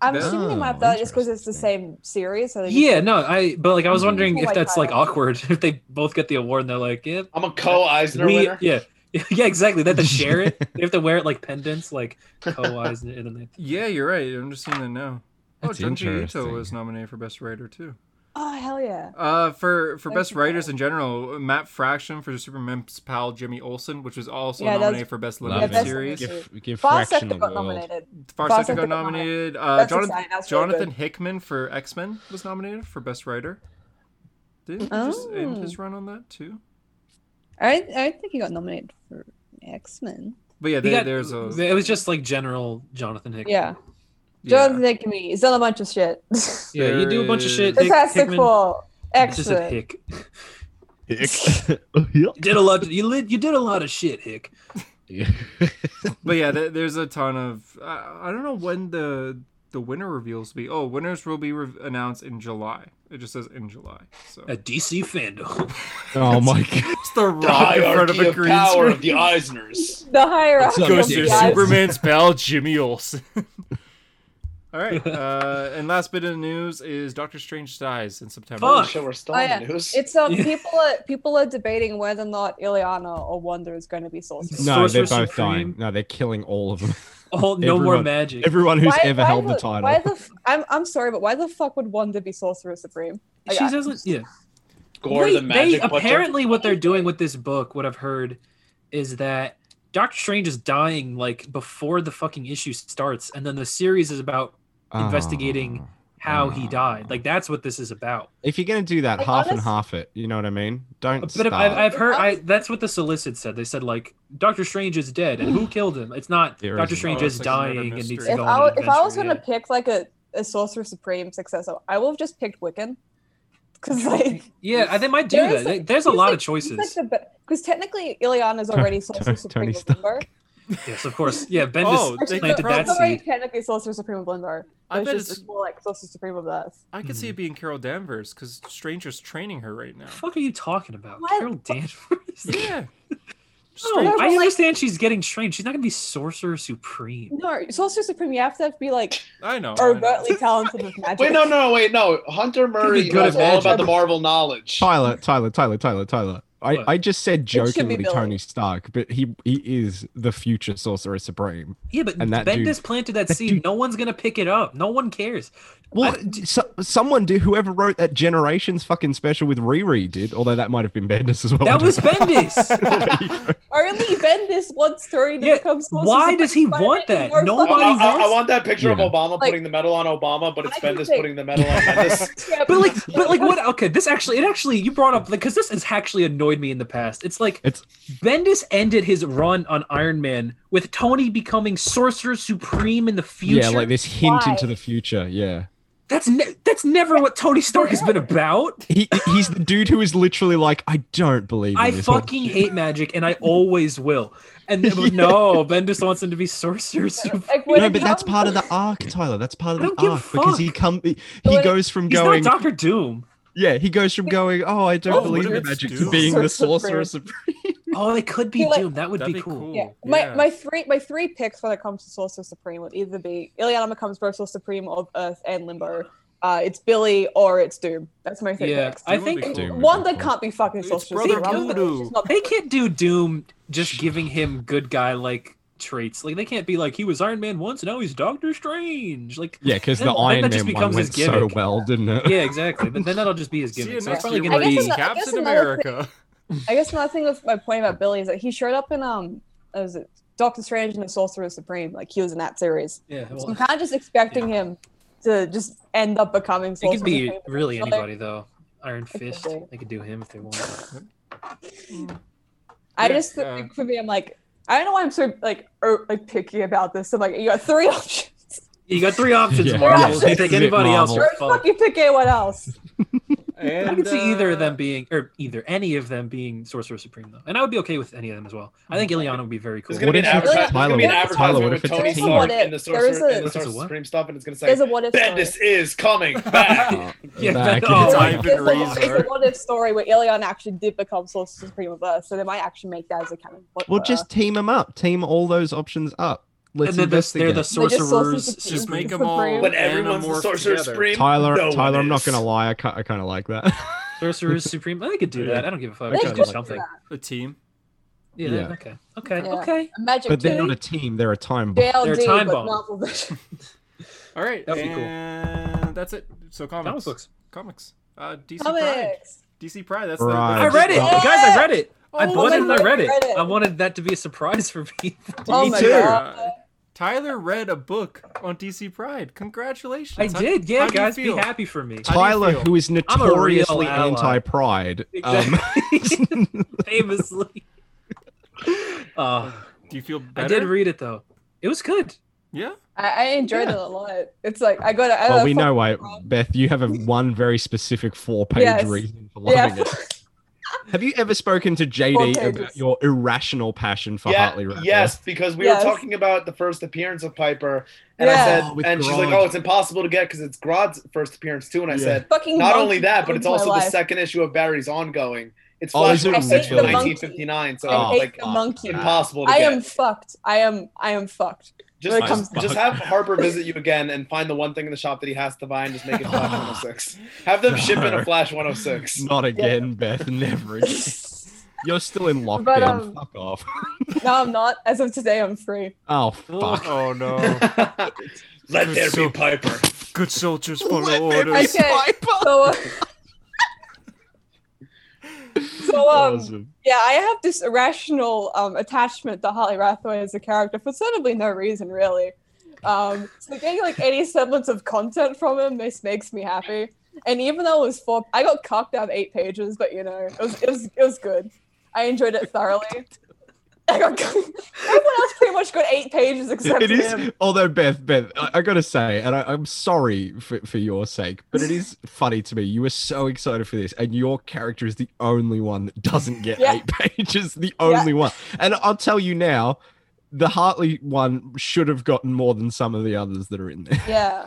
Speaker 6: I'm
Speaker 1: Oh,
Speaker 6: assuming they might have done it just because it's the same series. So they just-
Speaker 4: Yeah, no. I but like I was
Speaker 3: Mhm.
Speaker 4: wondering
Speaker 6: People
Speaker 4: if
Speaker 6: like
Speaker 4: that's like
Speaker 6: titles.
Speaker 4: awkward if they both get the award and they're like, yeah,
Speaker 2: I'm a co Eisner
Speaker 4: we,
Speaker 2: winner.
Speaker 4: yeah. Yeah, exactly. They have to share it. They have to wear it like pendants, like co-eyes and and then
Speaker 1: Yeah, you're right. I'm just seeing that now.
Speaker 3: That's
Speaker 1: oh, Junji Ito
Speaker 3: interesting.
Speaker 1: was nominated for best writer too.
Speaker 6: Oh hell yeah.
Speaker 1: Uh, for for best
Speaker 6: Thank you.
Speaker 1: writers in general, Matt Fraction for Superman's pal Jimmy Olsen, which was also
Speaker 6: Yeah, that was-
Speaker 1: nominated for best
Speaker 3: Love
Speaker 1: limited
Speaker 6: Yeah,
Speaker 3: it.
Speaker 6: best
Speaker 1: series.
Speaker 6: limited
Speaker 3: Give, give
Speaker 6: Far
Speaker 3: fraction
Speaker 6: Sector
Speaker 3: the
Speaker 6: got
Speaker 3: world.
Speaker 6: nominated.
Speaker 1: Farsector
Speaker 6: Farsector
Speaker 1: got
Speaker 6: got
Speaker 1: nominated. Uh,
Speaker 6: That's
Speaker 1: Jonathan
Speaker 6: exciting. That's really
Speaker 1: Jonathan
Speaker 6: good.
Speaker 1: Hickman for X Men was nominated for best writer. Didn't he just
Speaker 6: Oh.
Speaker 1: end his run on that too?
Speaker 6: I I don't think he got nominated for X Men.
Speaker 1: But yeah,
Speaker 4: He
Speaker 1: there,
Speaker 4: got-
Speaker 1: there's a
Speaker 4: It was just like general Jonathan Hickman.
Speaker 6: Yeah,
Speaker 1: yeah.
Speaker 6: Jonathan Hickman. He's done a bunch of shit.
Speaker 4: Yeah, you do a bunch of shit.
Speaker 1: There
Speaker 4: Hick-
Speaker 6: Fantastic
Speaker 4: Hickman-
Speaker 6: Four.
Speaker 4: it's Just a
Speaker 6: Excellent.
Speaker 4: hick.
Speaker 3: Hick.
Speaker 4: You did a lot. you lit, You did a lot of shit, Hick.
Speaker 1: But yeah, there, there's a ton of. I, I don't know when the the winner reveals will be. Oh, winners will be re- announced in July. It just says in July. So
Speaker 4: A DC fandom.
Speaker 3: oh my god.
Speaker 1: it's the
Speaker 2: The
Speaker 1: rock in front of
Speaker 2: hierarchy
Speaker 1: a
Speaker 2: of
Speaker 1: green
Speaker 2: power
Speaker 1: screen.
Speaker 2: of the Eisners.
Speaker 6: The hierarchy.
Speaker 3: It's
Speaker 6: of
Speaker 1: Goes
Speaker 6: the
Speaker 1: to
Speaker 3: Yeah.
Speaker 6: guys.
Speaker 1: Superman's pal Jimmy Olsen. All right, uh, and last bit of news is Doctor Strange dies in September.
Speaker 4: Fuck.
Speaker 2: Show we're still
Speaker 6: Oh,
Speaker 2: on the
Speaker 6: yeah.
Speaker 2: news.
Speaker 6: It's um
Speaker 4: Yeah.
Speaker 6: people are people are debating whether or not Ileana or Wanda is going to be sorceress.
Speaker 3: No, they're
Speaker 4: Sorcerer
Speaker 3: both dying.
Speaker 4: Supreme.
Speaker 3: No, they're killing all of them.
Speaker 4: Oh, no more
Speaker 3: Everyone-
Speaker 4: magic.
Speaker 3: Everyone who's
Speaker 6: Why-
Speaker 3: ever
Speaker 6: why
Speaker 3: held the
Speaker 6: the- Why
Speaker 3: title.
Speaker 6: the f- I'm I'm sorry, but why the fuck would Wanda be sorcerer supreme?
Speaker 4: she doesn't. Yeah.
Speaker 2: Gore
Speaker 4: Wait,
Speaker 2: the Magic
Speaker 4: they,
Speaker 2: Butcher.
Speaker 4: apparently what they're doing with this book, what I've heard, is that Doctor Strange is dying like before the fucking issue starts, and then the series is about investigating
Speaker 3: Ah.
Speaker 4: how he
Speaker 3: Ah.
Speaker 4: died. Like that's what this is about.
Speaker 3: If you're gonna do that,
Speaker 6: Like,
Speaker 3: half and
Speaker 6: honest-
Speaker 3: half it. You know what I mean? Don't.
Speaker 4: But
Speaker 3: start.
Speaker 4: if I've, I've heard, I
Speaker 6: Honest-
Speaker 4: that's what the solicit said. They said like Doctor Strange is dead, and who killed him? It's not
Speaker 3: There
Speaker 4: Doctor
Speaker 3: isn't.
Speaker 4: Strange
Speaker 1: Oh,
Speaker 4: is
Speaker 1: it's like another
Speaker 4: dying and needs
Speaker 1: mystery.
Speaker 4: to
Speaker 6: If
Speaker 4: go
Speaker 6: I,
Speaker 4: on an
Speaker 6: if I was
Speaker 4: adventure,
Speaker 6: gonna pick like a, a sorcerer supreme successor, I would have just picked Wiccan. Because like
Speaker 4: yeah, yeah, they might do
Speaker 6: There's,
Speaker 4: that.
Speaker 6: like-
Speaker 4: There's a
Speaker 6: he's,
Speaker 4: lot
Speaker 6: like-
Speaker 4: of choices.
Speaker 6: Because technically Ileana's already sorcerer
Speaker 3: Tony-
Speaker 6: supreme
Speaker 3: Tony
Speaker 6: of Limbo.
Speaker 4: yes, of course. Yeah, Bendis
Speaker 1: Oh, they
Speaker 4: planted
Speaker 1: could
Speaker 4: that
Speaker 1: probably-
Speaker 4: seed.
Speaker 6: already technically sorcerer supreme of Limbo.
Speaker 1: I bet
Speaker 6: It's just
Speaker 1: it's-
Speaker 6: it's more like sorcerer supreme of us.
Speaker 1: I could see
Speaker 4: Hmm.
Speaker 1: it being Carol Danvers because Stranger's training her right now.
Speaker 4: The fuck are you talking about,
Speaker 6: What?
Speaker 4: Carol Danvers?
Speaker 1: Yeah.
Speaker 4: No,
Speaker 1: Strange-
Speaker 6: but
Speaker 4: Oh, I
Speaker 6: like-
Speaker 4: understand she's getting trained. She's not gonna be sorcerer supreme.
Speaker 6: No, sorcerer supreme, you have to be like
Speaker 1: I know. I know.
Speaker 6: overtly talented with magic.
Speaker 2: Wait, no, no, wait, no. Hunter Murray
Speaker 4: good
Speaker 2: knows
Speaker 4: at
Speaker 2: all
Speaker 4: magic.
Speaker 2: about the Marvel knowledge.
Speaker 3: Tyler, Tyler, Tyler, Tyler, Tyler. I,
Speaker 4: What?
Speaker 3: I just said
Speaker 6: should be
Speaker 3: jokingly
Speaker 6: Billy.
Speaker 3: Tony Stark, but he he is the future Sorcerer Supreme.
Speaker 4: Yeah, but
Speaker 3: And that
Speaker 4: Bendis
Speaker 3: dude-
Speaker 4: planted that
Speaker 3: that
Speaker 4: seed.
Speaker 3: dude-
Speaker 4: No one's gonna pick it up. No one cares.
Speaker 3: Well, d- so, someone did whoever wrote that Generations fucking special with Riri did, although that might have been Bendis as well.
Speaker 4: That was Bendis.
Speaker 6: Only Bendis wants Tori to
Speaker 4: Yeah,
Speaker 6: become sorcerer
Speaker 4: why
Speaker 6: supreme
Speaker 4: does he
Speaker 6: by
Speaker 4: want
Speaker 6: making
Speaker 4: that?
Speaker 6: more
Speaker 4: No
Speaker 2: I,
Speaker 6: fucking-
Speaker 4: one-
Speaker 2: I- I- I
Speaker 4: Nobody
Speaker 2: want that picture
Speaker 3: Yeah.
Speaker 2: of Obama
Speaker 6: Like-
Speaker 2: putting the medal on Obama, but it's
Speaker 6: I think
Speaker 2: Bendis
Speaker 6: they-
Speaker 2: putting the medal on Bendis.
Speaker 6: Yeah,
Speaker 4: but like, but like, what? Okay, this actually, it actually, you brought up like, because this has actually annoyed me in the past. It's like
Speaker 3: It's-
Speaker 4: Bendis ended his run on Iron Man with Tony becoming Sorcerer Supreme in the future.
Speaker 3: yeah, like this hint
Speaker 6: Why?
Speaker 3: into the future. Yeah,
Speaker 4: That's ne- that's never what Tony Stark has been about.
Speaker 3: he he's the dude who is literally like, I don't believe. in
Speaker 4: I
Speaker 3: this
Speaker 4: fucking hate magic, and I always will. And then- but no, Bendis wants him to be Sorcerer Supreme.
Speaker 6: like when
Speaker 3: No,
Speaker 6: it
Speaker 3: but that's
Speaker 6: comes-
Speaker 3: part of the arc, Tyler. That's part of
Speaker 4: I
Speaker 3: the
Speaker 4: don't give a
Speaker 3: arc because he
Speaker 4: fuck.
Speaker 3: come he,
Speaker 6: But
Speaker 3: he
Speaker 6: when-
Speaker 3: goes from
Speaker 4: He's
Speaker 3: going
Speaker 4: not Doctor Doom.
Speaker 3: yeah he goes from going oh I don't
Speaker 1: Oh,
Speaker 3: believe
Speaker 1: what
Speaker 3: in
Speaker 1: if it's
Speaker 3: magic to
Speaker 1: Doom?
Speaker 3: being the
Speaker 6: Sorcerer
Speaker 3: sorcerer supreme.
Speaker 4: Oh, it could be
Speaker 6: He, like-
Speaker 4: Doom. That would
Speaker 1: That'd
Speaker 4: be, cool.
Speaker 6: Yeah. My
Speaker 1: Yeah.
Speaker 6: my three my three picks when it comes to Sorcerer Supreme would either be Ileana becomes Sorcerer Supreme of Earth and Limbo. Uh, it's Billy or it's Doom. That's my three
Speaker 4: Yeah,
Speaker 6: picks.
Speaker 4: I
Speaker 1: Doom would be
Speaker 4: think-
Speaker 1: cool.
Speaker 3: Doom.
Speaker 6: Wanda can't be fucking
Speaker 1: It's
Speaker 6: Sorcerer
Speaker 1: Brother
Speaker 6: Supreme. I'm sorry,
Speaker 1: Voodoo.
Speaker 6: she's not-
Speaker 4: They can't do Doom just giving him good guy like traits. Like they can't be like he was Iron Man once, now he's Doctor Strange. Like
Speaker 3: Yeah, because
Speaker 4: Then-
Speaker 3: the
Speaker 4: then
Speaker 3: Iron
Speaker 4: that just
Speaker 3: Man one
Speaker 4: becomes his
Speaker 3: went so
Speaker 4: gimmick.
Speaker 3: well, didn't it?
Speaker 4: yeah, exactly. But then that'll just be his
Speaker 1: See
Speaker 4: gimmick.
Speaker 1: you
Speaker 4: So
Speaker 1: next
Speaker 4: it's probably
Speaker 1: year,
Speaker 4: gonna
Speaker 6: I
Speaker 1: Woody.
Speaker 6: guess
Speaker 4: be
Speaker 6: it's I guess
Speaker 1: Captain
Speaker 6: another
Speaker 1: America.
Speaker 6: I guess another thing with my point about Billy is that he showed up in um, what was it Doctor Strange and the Sorcerer Supreme? Like he was in that series.
Speaker 4: yeah.
Speaker 6: So
Speaker 4: Well,
Speaker 6: I'm kind of just expecting him to just end up becoming
Speaker 4: it
Speaker 6: Sorcerer
Speaker 4: could be
Speaker 6: Supreme.
Speaker 4: really
Speaker 6: Like,
Speaker 4: anybody though. Iron Fist,
Speaker 6: be.
Speaker 4: they could do him if they want.
Speaker 1: Yeah,
Speaker 6: I just
Speaker 1: uh,
Speaker 6: for me, I'm like, I don't know why I'm so like er, like picky about this. I'm like, you got three options.
Speaker 4: You got three options,
Speaker 3: Yeah.
Speaker 4: Marvel.
Speaker 6: Yeah.
Speaker 4: You pick anybody
Speaker 3: Marvel.
Speaker 4: else,
Speaker 6: Or
Speaker 4: you're fucked.
Speaker 6: fuck you pick anyone else.
Speaker 4: I
Speaker 1: And,
Speaker 4: could see either of
Speaker 1: uh,
Speaker 4: them being, or either any of them being Sorcerer Supreme though, and I would be okay with any of them as well. I think
Speaker 1: Mm-hmm.
Speaker 4: Ileana would be very cool.
Speaker 2: It's gonna, be an,
Speaker 3: What if it's
Speaker 2: advertise- it's gonna be an
Speaker 6: Tyler?
Speaker 2: advertisement
Speaker 3: Tyler, what
Speaker 2: with
Speaker 3: if it's
Speaker 2: Tony
Speaker 3: a
Speaker 2: Stark
Speaker 6: team?
Speaker 2: and the
Speaker 6: There is
Speaker 2: Sorcerer,
Speaker 6: a-
Speaker 2: and the
Speaker 4: There's a
Speaker 2: Sorcerer
Speaker 4: what?
Speaker 2: Supreme stuff, and it's gonna say,
Speaker 6: There's a what if
Speaker 2: Bendis
Speaker 6: story.
Speaker 2: is coming back.
Speaker 4: Yeah,
Speaker 3: Back
Speaker 4: that-
Speaker 3: in
Speaker 4: oh,
Speaker 1: time.
Speaker 3: time.
Speaker 6: There's a,
Speaker 1: Ivan
Speaker 6: there's a
Speaker 1: Reis,
Speaker 6: what if story where Ilion actually did become Sorcerer Supreme of Earth, so they might actually make that as a canon. What
Speaker 3: Well,
Speaker 6: the-
Speaker 3: just team them up. Team all those options up. Let's
Speaker 4: and then the, they're
Speaker 3: investigate.
Speaker 4: the
Speaker 6: They're just Sorcerers
Speaker 4: sorcerers.
Speaker 6: Supreme.
Speaker 1: Just make 'em all-
Speaker 6: Supreme.
Speaker 1: But
Speaker 2: When everyone's the
Speaker 1: Animorphs
Speaker 2: Sorcerer
Speaker 1: together.
Speaker 2: Supreme,
Speaker 3: Tyler,
Speaker 2: no
Speaker 3: Tyler,
Speaker 2: one
Speaker 3: I'm not
Speaker 2: is.
Speaker 3: gonna lie. I, ki- I kind of like that.
Speaker 4: Sorcerer's Supreme. I could do that. I don't give a fuck. I
Speaker 6: They could
Speaker 4: could do
Speaker 6: do
Speaker 4: something.
Speaker 1: A team.
Speaker 4: Yeah.
Speaker 3: Yeah.
Speaker 4: Okay. Okay.
Speaker 6: Yeah.
Speaker 4: Okay.
Speaker 6: Magic
Speaker 3: but they're
Speaker 6: Key,
Speaker 3: not a team. They're a time bomb.
Speaker 6: JLD,
Speaker 4: They're a time
Speaker 6: but
Speaker 4: bomb.
Speaker 6: Marvel Vision.
Speaker 1: All right,
Speaker 4: That'd be cool.
Speaker 1: and that's it. So comics,
Speaker 4: Comic books.
Speaker 1: comics, uh, DC Pride,
Speaker 6: Comics.
Speaker 1: DC Pride. That's
Speaker 3: Pride.
Speaker 1: the.
Speaker 4: I read it,
Speaker 6: Yeah.
Speaker 4: guys. I read it. I
Speaker 1: Oh
Speaker 4: bought
Speaker 1: my
Speaker 4: it and I
Speaker 6: God,
Speaker 4: read it.
Speaker 6: read it.
Speaker 4: I wanted that to be a surprise for people.
Speaker 6: Oh
Speaker 1: Me
Speaker 6: my
Speaker 1: too.
Speaker 6: god.
Speaker 1: Tyler read a book on DC Pride. Congratulations.
Speaker 4: I
Speaker 1: How-
Speaker 4: did,
Speaker 1: how
Speaker 4: yeah,
Speaker 1: do you
Speaker 4: guys, be
Speaker 1: feel?
Speaker 4: happy for me.
Speaker 1: How do you
Speaker 3: Tyler,
Speaker 1: feel?
Speaker 3: who is
Speaker 4: I'm a real
Speaker 3: notoriously
Speaker 4: ally.
Speaker 3: anti-pride, um,
Speaker 4: Exactly. Famously. Uh,
Speaker 1: Do you feel
Speaker 4: I
Speaker 1: better?
Speaker 4: did read it though. It was good.
Speaker 1: Yeah.
Speaker 6: I, I enjoyed it a lot. It's like I got to.
Speaker 3: well, we know why, Beth. You have a one very specific four-page
Speaker 6: Yes.
Speaker 3: reason for
Speaker 6: Yeah.
Speaker 3: loving it. Have you ever spoken to JD
Speaker 6: Four
Speaker 3: about
Speaker 6: pages.
Speaker 3: your irrational passion for Hartley Rapper?
Speaker 2: Yes, because we
Speaker 6: Yes.
Speaker 2: were talking about the first appearance of Piper, and I
Speaker 6: Yeah.
Speaker 2: said,
Speaker 3: Oh, with
Speaker 2: and she's like,
Speaker 3: Grodd.
Speaker 2: "Oh, it's impossible to get because it's Grodd's first appearance too." And I
Speaker 3: Yeah.
Speaker 2: said,
Speaker 6: Fucking
Speaker 2: "Not
Speaker 6: monkey
Speaker 2: only that, but it's
Speaker 6: changed my
Speaker 2: also the
Speaker 6: life.
Speaker 2: second issue of Barry's ongoing. It's
Speaker 3: Oh, is
Speaker 2: flashing
Speaker 3: it Oh,
Speaker 2: back to
Speaker 3: really?
Speaker 2: 1959, so
Speaker 3: I
Speaker 2: it's
Speaker 6: hate
Speaker 2: like
Speaker 6: the monkey.
Speaker 2: impossible to
Speaker 6: I
Speaker 2: get."
Speaker 6: am fucked. I am. I am fucked.
Speaker 2: just,
Speaker 6: when it
Speaker 2: just,
Speaker 3: comes-
Speaker 2: just have Harper visit you again and find the one thing in the shop that he has to buy and just make it Flash 106. Have them ship in
Speaker 3: No.
Speaker 2: a Flash 106.
Speaker 3: Not again, Beth. Never. again. You're still in lockdown.
Speaker 6: But, um,
Speaker 3: Fuck off.
Speaker 6: No, I'm not. As of today, I'm free.
Speaker 3: Oh fuck.
Speaker 1: Oh no.
Speaker 2: Let there
Speaker 1: So-
Speaker 2: be Piper.
Speaker 1: Good soldiers follow
Speaker 6: be-
Speaker 1: orders.
Speaker 6: Okay. So, uh, so um,
Speaker 3: Awesome.
Speaker 6: yeah, I have this irrational um, attachment to Holly Rathaway as a character for certainly no reason, really. Um, so getting like any semblance of content from him, this makes me happy. And even though it was four, I got cocked out of eight pages, but you know, it was it was it was good. I enjoyed it thoroughly. I got everyone else pretty much got eight pages except
Speaker 3: It
Speaker 6: him.
Speaker 3: is, although Beth, Beth, I, I gotta say, and I, I'm sorry for, for your sake, but it is funny to me. You were so excited for this, and your character is the only one that doesn't get
Speaker 6: Yeah.
Speaker 3: eight pages. The
Speaker 6: Yeah.
Speaker 3: only one, and I'll tell you now, the Hartley one should have gotten more than some of the others that are in there.
Speaker 6: Yeah,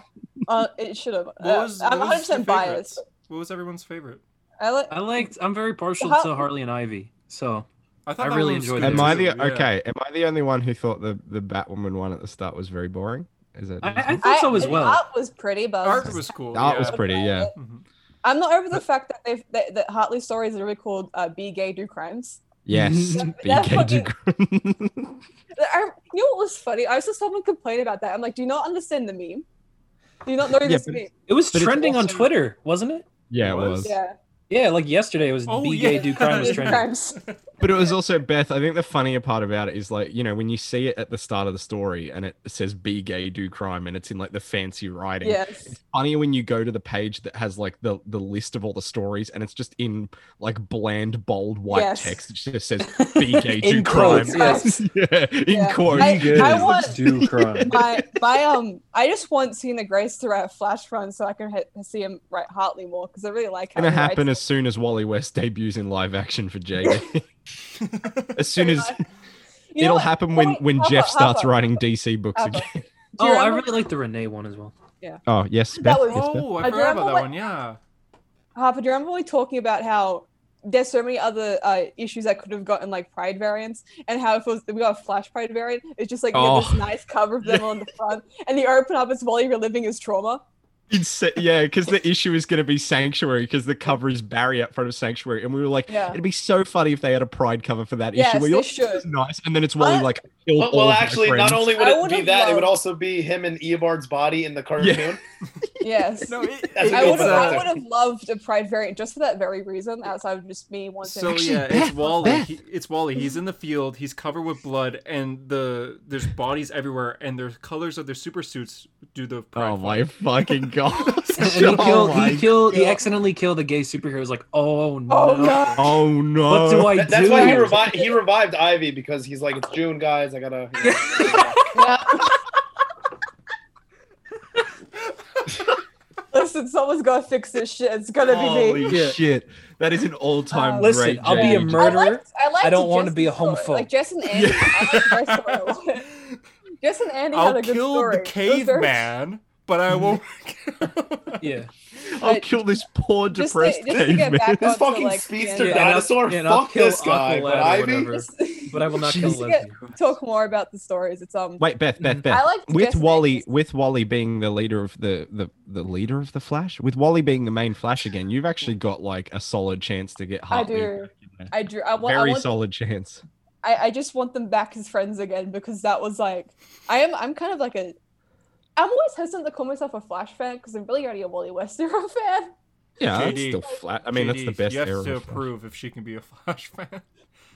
Speaker 6: uh, it should have. uh,
Speaker 1: What was,
Speaker 4: uh,
Speaker 6: I'm
Speaker 1: what was
Speaker 6: 100
Speaker 1: your
Speaker 6: percent
Speaker 1: favorites?
Speaker 6: biased.
Speaker 1: What was everyone's favorite?
Speaker 6: I like.
Speaker 4: I liked. I'm very partial
Speaker 6: How-
Speaker 4: to Harley and Ivy. So
Speaker 1: I thought
Speaker 4: I
Speaker 1: that
Speaker 4: really
Speaker 1: one was
Speaker 4: enjoyed
Speaker 1: good
Speaker 4: it.
Speaker 3: Am I
Speaker 1: too,
Speaker 3: the
Speaker 1: yeah.
Speaker 3: okay? Am I the only one who thought the the Batwoman one at the start was very boring? Is that?
Speaker 4: I, I
Speaker 3: that
Speaker 4: thought so as
Speaker 6: the
Speaker 4: well.
Speaker 6: art was pretty, but I was
Speaker 1: Art
Speaker 6: just-
Speaker 1: was cool. yeah.
Speaker 3: was pretty. Yeah.
Speaker 1: Mhm.
Speaker 6: I'm not over the fact that they've that, that Hartley stories are really called uh, "Be Gay, Do Crimes."
Speaker 3: Yes.
Speaker 6: That-
Speaker 3: BK
Speaker 6: that fucking-
Speaker 3: Duke-
Speaker 6: I, you know what was funny? I saw someone complain about that. I'm like, do you not understand the meme? Do you not know
Speaker 3: Yeah,
Speaker 6: this
Speaker 3: but
Speaker 6: meme?
Speaker 4: It was
Speaker 3: But it's
Speaker 4: trending on
Speaker 3: also-
Speaker 4: Twitter, wasn't it?
Speaker 3: yeah, it
Speaker 1: It was.
Speaker 3: was.
Speaker 6: Yeah,
Speaker 4: Yeah, like yesterday it was
Speaker 1: Oh,
Speaker 4: be gay
Speaker 1: yeah.
Speaker 4: do crime was
Speaker 6: Do
Speaker 4: trending.
Speaker 6: Crimes.
Speaker 3: But it was also Beth. I think the funnier part about it is like you know when you see it at the start of the story and it says "be gay, do crime" and it's in like the fancy writing.
Speaker 6: Yes.
Speaker 3: Funnier when you go to the page that has like the the list of all the stories and it's just in like bland, bold white
Speaker 6: Yes.
Speaker 3: text. It just says "be gay, do
Speaker 4: In
Speaker 3: crime."
Speaker 4: quotes, yes.
Speaker 3: yeah, in
Speaker 6: Yeah.
Speaker 3: quotes.
Speaker 6: I- I
Speaker 3: yes.
Speaker 6: want
Speaker 9: do crime.
Speaker 6: my my um. I just want Cena Grace to write a Flash run so I can he- see him write Hartley more because I really like. how
Speaker 3: gonna
Speaker 6: he writes
Speaker 3: happen
Speaker 6: it.
Speaker 3: as soon as Wally West debuts in live action for JD. as soon as
Speaker 6: You know
Speaker 3: it'll
Speaker 6: what?
Speaker 3: happen when
Speaker 6: Wait,
Speaker 3: when
Speaker 6: how
Speaker 3: Jeff
Speaker 6: about- how
Speaker 3: starts
Speaker 6: about-
Speaker 3: writing DC books
Speaker 6: how about-
Speaker 3: again.
Speaker 6: Do
Speaker 4: Oh, I
Speaker 6: you remember-
Speaker 4: really liked the Renee one as well.
Speaker 3: Oh yes,
Speaker 6: That
Speaker 3: Beth,
Speaker 6: was-
Speaker 3: yes, Beth.
Speaker 1: Oh, I
Speaker 6: I
Speaker 1: forgot
Speaker 6: remember
Speaker 1: about that
Speaker 6: what-
Speaker 1: one. Yeah.
Speaker 6: Harper, do you remember we were talking about how there's so many other uh, issues that could have gotten like pride variants, and how if it was, we got a flash pride variant, it's just like you have
Speaker 3: Oh.
Speaker 6: this nice cover of them on the front, and the open up is while you're living is trauma.
Speaker 3: It's, yeah, because the issue is going to be Sanctuary because the cover is Barry out front of Sanctuary, and we were like,
Speaker 6: Yeah.
Speaker 3: it'd be so funny if they had a Pride cover for that
Speaker 6: Yes,
Speaker 3: issue. Where
Speaker 6: they
Speaker 3: you're like,
Speaker 6: should.
Speaker 3: "This is nice, and then it's Wally
Speaker 6: I-
Speaker 3: like, "Kill
Speaker 2: Well,
Speaker 3: all
Speaker 2: well
Speaker 3: of my
Speaker 2: actually, not
Speaker 3: friends."
Speaker 2: only would
Speaker 6: I
Speaker 2: it
Speaker 6: would
Speaker 2: be
Speaker 6: have
Speaker 2: that, it would
Speaker 6: loved-
Speaker 2: also be him and Eobard's body in the cartoon.
Speaker 3: Yeah.
Speaker 6: Yes.
Speaker 1: No, it,
Speaker 2: That's
Speaker 1: it-
Speaker 6: I would
Speaker 1: it's, uh,
Speaker 6: I would have loved a pride variant just for that very reason, outside of just me wanting.
Speaker 1: So
Speaker 3: Actually,
Speaker 1: yeah,
Speaker 3: Beth,
Speaker 1: it's Wally.
Speaker 3: Beth.
Speaker 1: He, it's Wally. He's in the field. He's covered with blood, and the there's bodies everywhere, and their colors of their super suits do the. pride
Speaker 3: Oh
Speaker 1: flag.
Speaker 3: my fucking god!
Speaker 4: And he killed.
Speaker 3: oh, my-
Speaker 4: He killed. He accidentally killed a gay superhero. He's like, oh no.
Speaker 6: Oh no!
Speaker 3: oh no!
Speaker 4: What do I
Speaker 2: That-
Speaker 4: do?
Speaker 2: that's why he revived he revived Ivy because he's like, it's June, guys. I gotta. you know."
Speaker 6: Listen, someone's gotta fix this shit. It's gonna be me.
Speaker 3: Holy
Speaker 4: Yeah.
Speaker 3: shit! That is an all-time
Speaker 6: Um,
Speaker 3: great.
Speaker 4: Listen, I'll be a
Speaker 3: JJ.
Speaker 4: murderer.
Speaker 6: I, liked
Speaker 4: I don't wanna
Speaker 6: Jess
Speaker 4: be a
Speaker 6: and Troy.
Speaker 4: homophobe.
Speaker 6: Like Jess and Andy, I like Jess and Troy. Jess and Andy had
Speaker 1: I'll
Speaker 6: a good
Speaker 1: kill
Speaker 6: story.
Speaker 1: the
Speaker 6: It was very-
Speaker 1: caveman, but I won't.
Speaker 4: Yeah.
Speaker 3: I'll
Speaker 6: but-
Speaker 3: kill this poor
Speaker 6: Just to-
Speaker 3: depressed
Speaker 6: just to get
Speaker 3: caveman.
Speaker 6: back
Speaker 2: this
Speaker 6: onto,
Speaker 2: fucking
Speaker 6: like, the
Speaker 2: speedster
Speaker 6: end-
Speaker 4: Yeah, and I'll-
Speaker 2: dinosaur.
Speaker 4: yeah, and I'll
Speaker 2: fuck
Speaker 4: kill
Speaker 2: this guy,
Speaker 4: Aqualad
Speaker 2: but
Speaker 4: or
Speaker 2: Ivy.
Speaker 4: whatever. But I will not kill
Speaker 3: Jesus.
Speaker 4: lesbian.
Speaker 6: talk more about the stories. It's um.
Speaker 3: Wait, Beth, Beth, Beth.
Speaker 6: I liked
Speaker 3: with
Speaker 6: Jess and
Speaker 3: Wally,
Speaker 6: Andy's-
Speaker 3: with Wally being the leader of the, the the leader of the Flash, with Wally being the main Flash again, you've actually got like a solid chance to get
Speaker 6: I
Speaker 3: Hartley.
Speaker 6: do.
Speaker 3: back in there.
Speaker 6: I drew. I want. I,
Speaker 3: Very
Speaker 6: want
Speaker 3: solid chance.
Speaker 6: I, I just want them back as friends again because that was like. I am. I'm kind of like a. I'm always hesitant to call myself a Flash fan because I'm really already a Wally West era fan.
Speaker 3: Yeah,
Speaker 1: JD,
Speaker 3: that's still flat. I mean, that's the
Speaker 1: JD,
Speaker 3: best
Speaker 1: You have
Speaker 3: era.
Speaker 1: to
Speaker 3: of Flash.
Speaker 1: approve if she can be a Flash fan.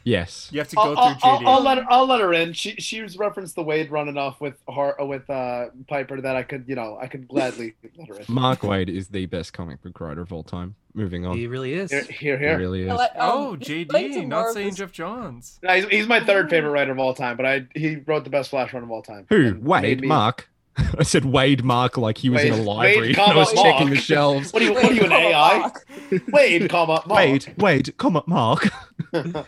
Speaker 3: Yes.
Speaker 1: You have to go
Speaker 6: Oh,
Speaker 2: I'll, I'll,
Speaker 1: through JD.
Speaker 2: I'll, I'll let her, I'll let her in. She she's referenced the Wade run enough with her with uh Piper that I could you know I could gladly let her in.
Speaker 3: Mark Wade is the best comic book writer of all time. Moving on.
Speaker 4: He really is.
Speaker 2: Here here.
Speaker 3: He
Speaker 2: here.
Speaker 3: really is.
Speaker 6: Let, um,
Speaker 1: oh,
Speaker 6: like to
Speaker 1: JD,
Speaker 6: more
Speaker 1: not
Speaker 6: of
Speaker 1: saying
Speaker 6: this-
Speaker 1: Jeff Johns.
Speaker 2: No, he's, he's my third favorite writer of all time, but I he wrote the best Flash run of all time.
Speaker 3: Who?
Speaker 2: And made
Speaker 3: Wade?
Speaker 2: me-
Speaker 3: Mark? I said Wade Mark like he was in a
Speaker 2: Wade-
Speaker 3: library.
Speaker 2: Wade,
Speaker 3: and I was
Speaker 2: comma,
Speaker 3: checking the
Speaker 2: Mark.
Speaker 3: shelves.
Speaker 2: What are you? What are you an
Speaker 6: Wait,
Speaker 2: AI?
Speaker 6: fuck.
Speaker 2: Wade, comma Mark.
Speaker 3: Wade, Wade, comma, Mark.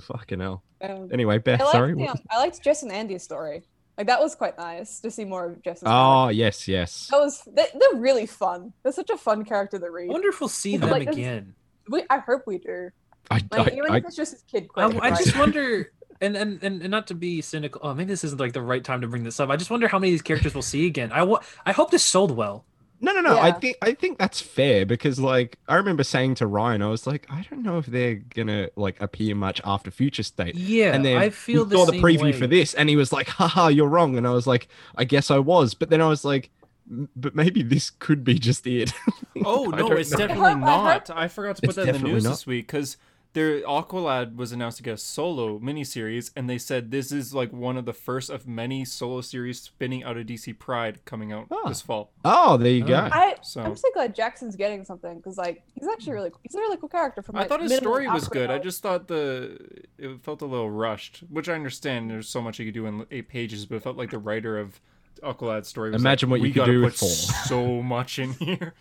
Speaker 3: Fucking hell.
Speaker 6: Um,
Speaker 3: Anyway, Beth,
Speaker 6: I liked,
Speaker 3: sorry.
Speaker 6: yeah,
Speaker 3: what-
Speaker 6: I liked Jess and Andy's story. Like that was quite nice to see more of Jess's.
Speaker 3: Oh, yes, yes.
Speaker 6: that was they, they're really fun. They're such a fun character to
Speaker 4: I
Speaker 6: read.
Speaker 4: wonder if we'll see
Speaker 6: Like,
Speaker 4: them
Speaker 6: this-
Speaker 4: again.
Speaker 6: We, I hope we do.
Speaker 3: I,
Speaker 6: Like
Speaker 3: I-
Speaker 6: even
Speaker 3: I-
Speaker 6: if it's just his kid.
Speaker 4: I,
Speaker 6: Quick,
Speaker 4: I
Speaker 6: like-
Speaker 4: just wonder, and, and and and not to be cynical. Oh, maybe this isn't like the right time to bring this up. I just wonder how many of these characters we'll see again. I wa- I hope this sold well.
Speaker 3: No, no, no. I
Speaker 6: Yeah.
Speaker 3: think I think that's fair because like I remember saying to Ryan, I was like, I don't know if they're gonna like appear much after Future State.
Speaker 4: Yeah,
Speaker 3: and then
Speaker 4: I feel
Speaker 3: we
Speaker 4: the
Speaker 3: saw the
Speaker 4: same
Speaker 3: preview
Speaker 4: way.
Speaker 3: for this, and he was like, haha, you're wrong. And I was like, I guess I was. But then I was like, "M- but maybe this could be just it.
Speaker 1: Oh
Speaker 3: I
Speaker 1: no,
Speaker 3: don't
Speaker 1: it's
Speaker 3: know.
Speaker 1: definitely
Speaker 6: I heard-
Speaker 1: not. I forgot to put
Speaker 3: It's
Speaker 1: that in the
Speaker 3: definitely
Speaker 1: news
Speaker 3: not.
Speaker 1: this week because their Aqualad was announced to get a solo miniseries, and they said this is like one of the first of many solo series spinning out of DC Pride coming out
Speaker 3: Ah.
Speaker 1: this fall.
Speaker 3: Oh, there you go.
Speaker 4: Oh.
Speaker 6: I, I'm
Speaker 1: So
Speaker 6: so glad Jackson's getting something because like he's actually really he's a really cool character. From
Speaker 1: I
Speaker 6: like,
Speaker 1: thought his
Speaker 6: minimal
Speaker 1: story was good. I
Speaker 6: background.
Speaker 1: just thought the it felt a little rushed, which I understand. There's so much you could do in eight pages, but it felt like the writer of Aqualad's story. Was
Speaker 3: Imagine
Speaker 1: like,
Speaker 3: what you
Speaker 1: we
Speaker 3: could
Speaker 1: gotta
Speaker 3: do
Speaker 1: put
Speaker 3: with four."
Speaker 1: so much in here.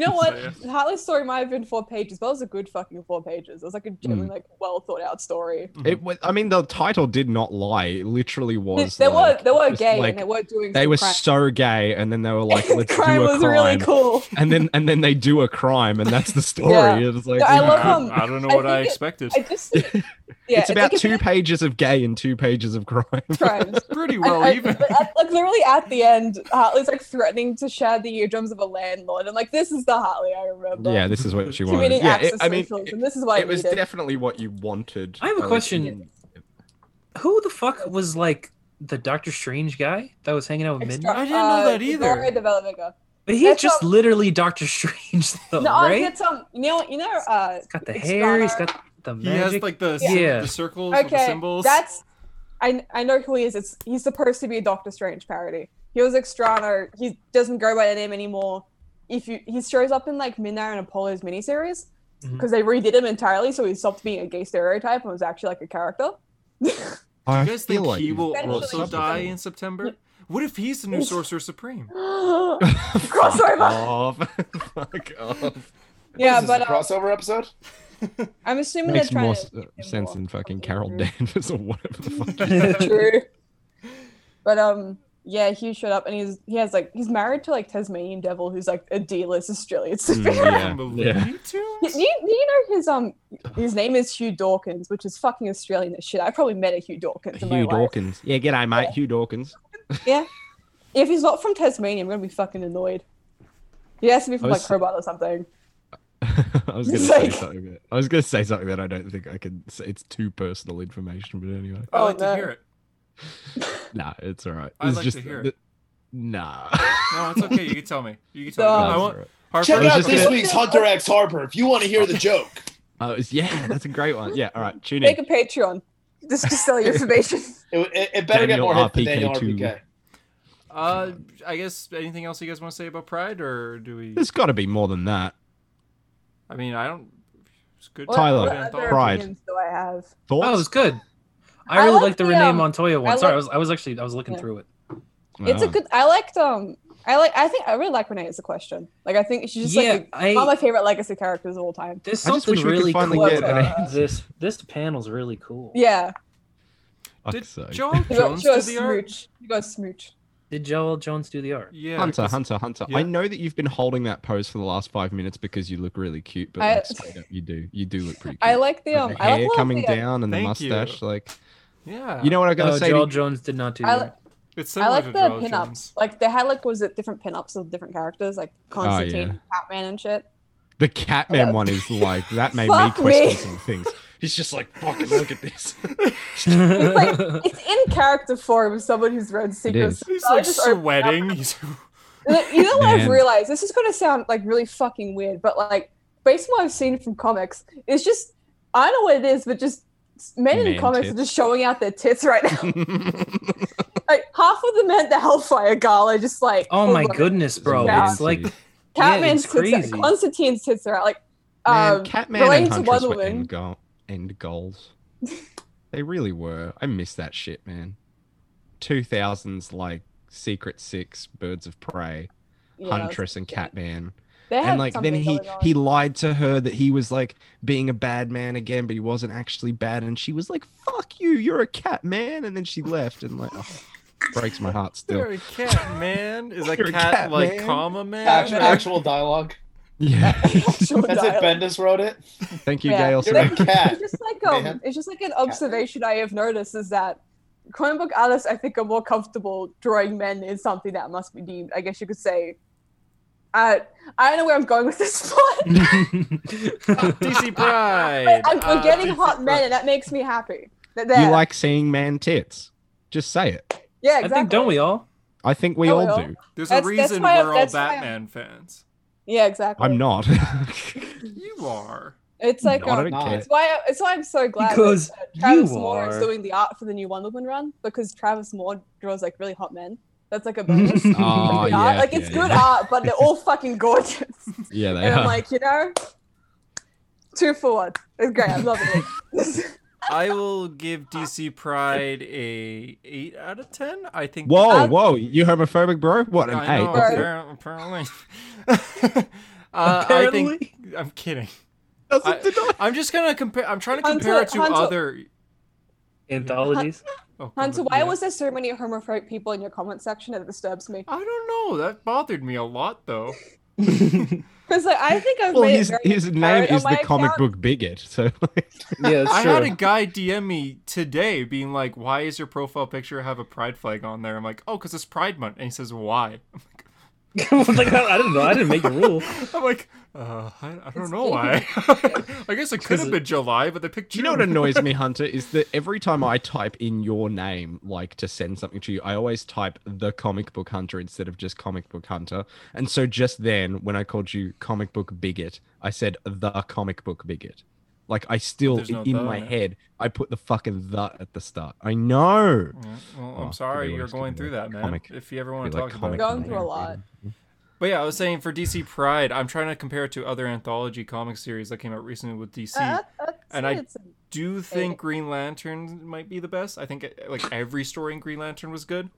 Speaker 6: know what
Speaker 1: So,
Speaker 6: Hartley's story might have been four pages, but it was a good fucking four pages. It was like a
Speaker 3: Hmm.
Speaker 6: genuine, like well thought out story.
Speaker 3: It was, I mean, the title did not lie. It literally was.
Speaker 6: They
Speaker 3: like,
Speaker 6: were they were
Speaker 3: just,
Speaker 6: gay
Speaker 3: like,
Speaker 6: and they were doing
Speaker 3: they
Speaker 6: some
Speaker 3: were
Speaker 6: crime.
Speaker 3: so gay, and then they were like,
Speaker 6: And
Speaker 3: let's do a
Speaker 6: crime
Speaker 3: crime.
Speaker 6: was really cool.
Speaker 3: And then and then they do a crime, and that's the story.
Speaker 6: Yeah.
Speaker 3: It's like,
Speaker 6: No, I
Speaker 1: yeah.
Speaker 6: love
Speaker 1: I,
Speaker 6: how-
Speaker 1: I don't know
Speaker 6: I
Speaker 1: what I
Speaker 6: think it-
Speaker 1: expected.
Speaker 6: I just think- yeah,
Speaker 3: it's about
Speaker 6: like, if
Speaker 3: two
Speaker 6: you
Speaker 3: pages of gay and two pages of crime.
Speaker 6: did crimes.
Speaker 1: Pretty
Speaker 6: And,
Speaker 1: well,
Speaker 6: and-
Speaker 1: even.
Speaker 6: but at- like literally at the end, Hartley's like threatening to share the eardrums of a landlord. I'm like, this is the Hartley I remember.
Speaker 3: yeah, this is what she wanted.
Speaker 6: committing
Speaker 3: Yeah,
Speaker 6: acts
Speaker 3: it-
Speaker 6: of
Speaker 3: I mean,
Speaker 6: socialism.
Speaker 3: it,
Speaker 6: this is what I
Speaker 3: it was
Speaker 6: needed.
Speaker 3: definitely what you wanted.
Speaker 4: I have a
Speaker 3: like,
Speaker 4: question.
Speaker 3: in-
Speaker 4: Who the fuck was like the Doctor Strange guy that was hanging out with
Speaker 6: Extra- uh,
Speaker 1: I
Speaker 4: Midnight?
Speaker 1: didn't know that either.
Speaker 6: Gloria de Valdevega.
Speaker 4: But he's
Speaker 6: That's
Speaker 4: just
Speaker 6: not-
Speaker 4: literally Doctor Strange,
Speaker 3: Oh,
Speaker 4: though,
Speaker 6: No, I
Speaker 4: right?
Speaker 6: get some. You know, you know. Uh,
Speaker 4: He's got the
Speaker 6: it's
Speaker 4: hair. He's
Speaker 6: Donner.
Speaker 4: got the
Speaker 1: He has
Speaker 4: magic.
Speaker 1: like the,
Speaker 4: Yeah.
Speaker 1: the circles with the
Speaker 6: okay,
Speaker 1: symbols.
Speaker 6: that's. I I know who he is. It's he's supposed to be a Doctor Strange parody. He was Extrano. He doesn't go by that name anymore. If you he shows up in like Midnight and Apollo's miniseries
Speaker 3: Mm-hmm.
Speaker 4: Mhm.
Speaker 6: because they redid him entirely, so he stopped being a gay stereotype and was actually like a character.
Speaker 3: I
Speaker 1: Do you guys
Speaker 3: feel
Speaker 1: think
Speaker 3: like
Speaker 1: he
Speaker 3: you've
Speaker 1: will
Speaker 3: got
Speaker 6: Eventually
Speaker 1: also
Speaker 3: something.
Speaker 1: die in September? What if he's the new
Speaker 6: Oof.
Speaker 1: Sorcerer Supreme?
Speaker 6: Crossover.
Speaker 3: Fuck off. Fuck off.
Speaker 6: yeah,
Speaker 2: Is this
Speaker 6: but
Speaker 2: a
Speaker 6: uh,
Speaker 2: crossover episode.
Speaker 6: I'm assuming
Speaker 3: Makes
Speaker 6: they're trying
Speaker 3: more
Speaker 6: to
Speaker 3: s- uh,
Speaker 6: make him
Speaker 3: sense
Speaker 6: more
Speaker 3: than fucking
Speaker 6: something
Speaker 3: Carol
Speaker 6: true.
Speaker 3: Danvers or whatever the fuck.
Speaker 6: True. But um, yeah, he showed up and he's he has like he's married to like Tasmanian devil who's like a D-list Australian.
Speaker 3: Hmm.
Speaker 6: superhero.
Speaker 3: yeah,
Speaker 1: From the
Speaker 3: yeah.
Speaker 1: Looney
Speaker 6: Do
Speaker 1: Tunes?
Speaker 6: you, do you know his um his name is Hugh Dawkins, which is fucking Australian as shit. I probably met a Hugh Dawkins in my
Speaker 3: Hugh
Speaker 6: life.
Speaker 3: Dawkins. Yeah, g'day, mate. Hugh Dawkins.
Speaker 6: If he's not from Tasmania, I'm gonna be fucking annoyed. He has to be from
Speaker 3: I
Speaker 6: like
Speaker 3: was-
Speaker 6: Hobart or something.
Speaker 3: I was gonna
Speaker 6: It's
Speaker 3: say
Speaker 6: like-
Speaker 3: something. That, I was gonna say something that I don't think I can. Say. It's too personal information, but anyway,
Speaker 1: I
Speaker 6: Oh,
Speaker 1: like to
Speaker 6: no.
Speaker 1: hear it.
Speaker 3: nah, it's all right.
Speaker 1: I'd
Speaker 3: It's
Speaker 1: like to
Speaker 3: just
Speaker 1: hear
Speaker 3: the-
Speaker 1: it.
Speaker 3: Nah.
Speaker 1: No, it's okay. You can tell me. You can
Speaker 6: No.
Speaker 1: tell me.
Speaker 3: Nah,
Speaker 1: I
Speaker 3: it's
Speaker 1: want
Speaker 3: all right.
Speaker 1: Harper.
Speaker 2: Check
Speaker 3: I was
Speaker 2: out
Speaker 3: just
Speaker 2: this
Speaker 3: gonna-
Speaker 2: week's Hunter X Harper if you want to hear the joke.
Speaker 3: Oh, it's- yeah, that's a great one. Yeah, all right. Tune
Speaker 6: Make
Speaker 3: in.
Speaker 6: a Patreon. Just to sell your information.
Speaker 2: It, it, it better
Speaker 3: Daniel
Speaker 2: get more hits than Daniel
Speaker 3: RPK2.
Speaker 2: RPK.
Speaker 1: Uh, I guess anything else you guys want to say about Pride, or do we?
Speaker 3: There's got to be more than that.
Speaker 1: I mean, I don't. It's good.
Speaker 6: What-
Speaker 3: Tyler,
Speaker 6: what
Speaker 1: good
Speaker 6: other
Speaker 1: anthology.
Speaker 3: Pride.
Speaker 6: opinions do I have?
Speaker 3: Thoughts?
Speaker 4: Oh, it was good. I
Speaker 6: I
Speaker 4: really
Speaker 6: like
Speaker 4: liked the
Speaker 6: the,
Speaker 4: Renee
Speaker 6: um,
Speaker 4: Montoya one.
Speaker 6: I
Speaker 4: Sorry, I
Speaker 6: like-
Speaker 4: was I was actually I was looking
Speaker 6: Yeah.
Speaker 4: through it.
Speaker 6: It's a
Speaker 3: Ah.
Speaker 6: good. I liked. Um, I like. I think I really like Renee as a question. Like, I think she's just
Speaker 4: yeah,
Speaker 6: like
Speaker 4: I
Speaker 6: one of my favorite legacy characters of all time.
Speaker 4: there's
Speaker 3: I just
Speaker 4: something
Speaker 3: wish we could
Speaker 4: really
Speaker 3: finally
Speaker 4: cool
Speaker 6: get an
Speaker 4: about this. This panel's really cool.
Speaker 6: Yeah,
Speaker 3: Fuck's
Speaker 1: Did
Speaker 3: sake.
Speaker 1: John
Speaker 6: you got,
Speaker 1: Jones
Speaker 6: she got
Speaker 1: do the art?
Speaker 6: smooch. You got smooch.
Speaker 4: Did Joel Jones do the art?
Speaker 1: Yeah.
Speaker 3: Hunter,
Speaker 1: 'cause-
Speaker 3: Hunter, Hunter.
Speaker 1: yeah.
Speaker 3: I know that you've been holding that pose for the last five minutes because you look really cute, but
Speaker 6: I-
Speaker 3: like, straight up, you do. You do look pretty cute.
Speaker 6: I like the
Speaker 3: With
Speaker 6: um.
Speaker 3: the
Speaker 6: I like a
Speaker 3: hair
Speaker 6: lot of
Speaker 3: coming
Speaker 6: the, um,
Speaker 3: down and the
Speaker 1: Thank you. Uh,
Speaker 3: mustache. Like,
Speaker 1: Yeah.
Speaker 3: you know what I gotta
Speaker 4: No,
Speaker 3: say?
Speaker 4: Oh, Joel
Speaker 3: to-
Speaker 4: Jones did not do the
Speaker 6: I
Speaker 4: art.
Speaker 1: it's
Speaker 6: I
Speaker 1: similar
Speaker 6: like
Speaker 1: to
Speaker 6: the
Speaker 1: Joel
Speaker 6: pinups.
Speaker 1: Jones.
Speaker 6: Like they had like was it different pinups of different characters like Constantine,
Speaker 3: Oh, yeah.
Speaker 6: and Catman, and shit.
Speaker 3: the Catman
Speaker 6: Uh,
Speaker 3: one is like that made me
Speaker 6: fuck
Speaker 3: question
Speaker 6: me.
Speaker 3: some things. He's just like, fucking look at this.
Speaker 6: It's like it's in character form of someone who's read
Speaker 3: is.
Speaker 6: secrets.
Speaker 1: He's like
Speaker 6: just opened up.
Speaker 1: sweating. He's.
Speaker 6: You know what I've
Speaker 3: Man.
Speaker 6: realized? This is gonna sound like really fucking weird, but like based on what I've seen from comics, it's just I don't know what it is, but just men in
Speaker 3: Man
Speaker 6: comics
Speaker 3: tits.
Speaker 6: are just showing out their tits right now.
Speaker 3: It's
Speaker 6: like half of the men at the Hellfire Gala are just like,
Speaker 4: Oh my
Speaker 6: look,
Speaker 4: goodness, bro!
Speaker 6: Yeah.
Speaker 4: It's like
Speaker 3: amazing.
Speaker 6: Catman's
Speaker 4: it's
Speaker 6: tits,
Speaker 4: crazy.
Speaker 6: out, Constantine's tits are out. Like,
Speaker 3: Man,
Speaker 6: um,
Speaker 3: Catman
Speaker 6: relating
Speaker 3: and
Speaker 6: to
Speaker 3: Huntress
Speaker 6: Wonder
Speaker 3: were
Speaker 6: Woman.
Speaker 3: end, goal- end goals. they really were. I miss that shit, man. 2000s, like Secret Six, Birds of Prey,
Speaker 6: Yeah,
Speaker 3: Huntress, and Catman.
Speaker 6: they had
Speaker 3: And like, then
Speaker 6: something
Speaker 3: he
Speaker 6: going on.
Speaker 3: he lied to her that he was like being a bad man again, but he wasn't actually bad. And she was like, "Fuck you, you're a cat man." And then she left, and like, oh, breaks my heart still.
Speaker 1: You're a cat man. Is that
Speaker 3: You're a
Speaker 1: cat,
Speaker 3: cat
Speaker 1: like
Speaker 3: man.
Speaker 1: comma man?
Speaker 2: Act-
Speaker 1: Or-
Speaker 2: actual dialogue.
Speaker 3: Yeah.
Speaker 6: Actual
Speaker 2: That's it.
Speaker 6: dialogue.
Speaker 2: Bendis wrote it.
Speaker 3: Thank you,
Speaker 6: Yeah.
Speaker 3: Gail.
Speaker 2: You're a
Speaker 3: Simone.
Speaker 2: cat.
Speaker 6: it's just like um,
Speaker 2: Man.
Speaker 6: it's just like an observation I have noticed is that comic book artists I think are more comfortable drawing men in something that must be deemed, I guess you could say. I I don't know where I'm going with this but
Speaker 1: DC Pride.
Speaker 6: but I'm
Speaker 1: Ah,
Speaker 6: forgetting
Speaker 1: DC
Speaker 6: hot men
Speaker 1: Pride.
Speaker 6: and that makes me happy. That
Speaker 3: uh, You
Speaker 6: there.
Speaker 3: like seeing man tits? Just say it.
Speaker 6: yeah,
Speaker 4: I
Speaker 6: exactly.
Speaker 4: think don't we all?
Speaker 3: I think we
Speaker 6: Oh,
Speaker 3: all
Speaker 6: well.
Speaker 3: do.
Speaker 1: There's
Speaker 6: That's-
Speaker 1: a
Speaker 6: that's
Speaker 1: reason
Speaker 6: why-
Speaker 1: we're all
Speaker 6: that's why I'm-
Speaker 1: Batman fans.
Speaker 6: Yeah, exactly.
Speaker 3: I'm not.
Speaker 1: You are.
Speaker 6: It's like
Speaker 3: I
Speaker 6: um,
Speaker 3: don't
Speaker 2: not.
Speaker 3: care.
Speaker 6: it's why I, it's why I'm so glad
Speaker 4: Because
Speaker 6: that uh, Travis
Speaker 4: you
Speaker 6: Moore is
Speaker 4: are.
Speaker 6: doing the art for the new Wonder Woman run because Travis Moore draws like really hot men. That's like a bonus.
Speaker 4: Oh,
Speaker 6: Like, the art- like it's
Speaker 3: yeah,
Speaker 6: good
Speaker 3: yeah.
Speaker 6: art, but they're all fucking gorgeous.
Speaker 3: Yeah, they
Speaker 6: and
Speaker 3: are.
Speaker 6: I'm like, you know, two for one. It's great. I'm loving it.
Speaker 1: I will give DC Pride a eight out of ten. I think.
Speaker 3: whoa,
Speaker 6: I-
Speaker 3: whoa! You homophobic, bro? What an
Speaker 1: I
Speaker 3: eight?
Speaker 1: know,
Speaker 6: Right.
Speaker 1: appar- apparently. uh, I think
Speaker 4: Apparently.
Speaker 1: I'm kidding.
Speaker 3: Doesn't
Speaker 1: I-
Speaker 3: deny-
Speaker 1: I'm just gonna compare. I'm trying to
Speaker 6: Hunter-
Speaker 1: compare it to
Speaker 6: Hunter-
Speaker 1: other.
Speaker 4: anthologies.
Speaker 1: Oh,
Speaker 6: Hunter,
Speaker 1: God,
Speaker 6: why
Speaker 1: yeah.
Speaker 6: was there so many homophobic people in your comment section? It disturbs me.
Speaker 1: I don't know. That bothered me a lot, though.
Speaker 6: Because like, I think I've
Speaker 3: Well,
Speaker 6: made
Speaker 3: his
Speaker 6: it very
Speaker 3: his name
Speaker 6: apparent on
Speaker 3: is the
Speaker 6: Oh, my
Speaker 3: comic
Speaker 6: account.
Speaker 3: book bigot. So like,
Speaker 4: yeah,
Speaker 1: I
Speaker 4: that's
Speaker 1: had a
Speaker 4: true.
Speaker 1: guy DM me today being like, "Why is your profile picture have a pride flag on there?" I'm like, "Oh, because it's Pride Month." And he says, "Why?" I'm like,
Speaker 4: Like, I, I don't know. I didn't make the rule.
Speaker 1: I'm like, uh, I, I don't
Speaker 6: It's
Speaker 1: know
Speaker 6: big.
Speaker 1: why. I guess it could
Speaker 4: Because
Speaker 1: have
Speaker 4: it-
Speaker 1: been July, but they picked
Speaker 3: Do you know what
Speaker 1: June.
Speaker 3: annoys me, Hunter, is that every time I type in your name, like to send something to you, I always type the comic book hunter instead of just comic book hunter. And so just then, when I called you comic book bigot, I said the comic book bigot. Like I still
Speaker 1: There's no
Speaker 3: in
Speaker 1: the
Speaker 3: my
Speaker 1: in it.
Speaker 3: head, I put the fucking the at the start. I know.
Speaker 1: Yeah, well,
Speaker 3: Oh,
Speaker 1: I'm sorry
Speaker 3: really
Speaker 1: you're
Speaker 3: wasted
Speaker 1: going
Speaker 3: in
Speaker 1: through
Speaker 3: there.
Speaker 1: that, man.
Speaker 3: Comic.
Speaker 1: If you ever want
Speaker 3: Be
Speaker 1: to
Speaker 3: like
Speaker 1: talk about it,
Speaker 3: comic
Speaker 6: Going
Speaker 3: book
Speaker 6: through a
Speaker 3: hunter.
Speaker 6: lot.
Speaker 1: but yeah, I was saying for DC Pride, I'm trying to compare it to other anthology comic series that came out recently with DC.
Speaker 6: Uh, uh,
Speaker 1: and I-
Speaker 6: it's-
Speaker 1: Do you think Green Lantern might be the best? I think like every story in Green Lantern was good,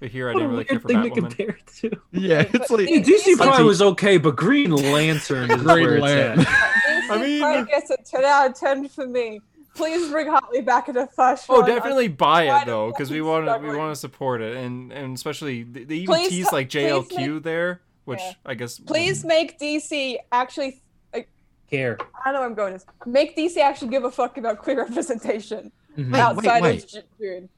Speaker 1: but here I
Speaker 4: What a
Speaker 1: didn't really care
Speaker 4: weird
Speaker 1: for
Speaker 4: thing to
Speaker 1: Batwoman.
Speaker 4: compare it to.
Speaker 3: Yeah, it's like
Speaker 6: Dude,
Speaker 4: DC Pride
Speaker 3: Hunting-
Speaker 4: was okay, but Green Lantern is
Speaker 3: Green
Speaker 4: where it's
Speaker 3: Lantern.
Speaker 4: at.
Speaker 6: If
Speaker 1: I
Speaker 6: I
Speaker 1: mean-
Speaker 6: gets a 10 out of 10 for me. Please bring Hartley back in a first
Speaker 1: Oh,
Speaker 6: run.
Speaker 1: definitely buy
Speaker 6: Why
Speaker 1: it
Speaker 6: the
Speaker 1: though,
Speaker 6: fuck
Speaker 1: because we
Speaker 6: is
Speaker 1: want to we
Speaker 6: Starlight-
Speaker 1: want to support it, and and especially they they even
Speaker 6: Please
Speaker 1: tease
Speaker 6: t-
Speaker 1: like
Speaker 6: please
Speaker 1: JLQ
Speaker 6: make-
Speaker 1: there, which
Speaker 6: Yeah.
Speaker 1: I guess
Speaker 6: Please make DC actually.
Speaker 4: Care.
Speaker 6: I don't know where I'm going with this. Make DC actually give a fuck about queer representation
Speaker 4: Mhm.
Speaker 3: Wait, wait,
Speaker 6: outside
Speaker 3: wait.
Speaker 6: of J- June.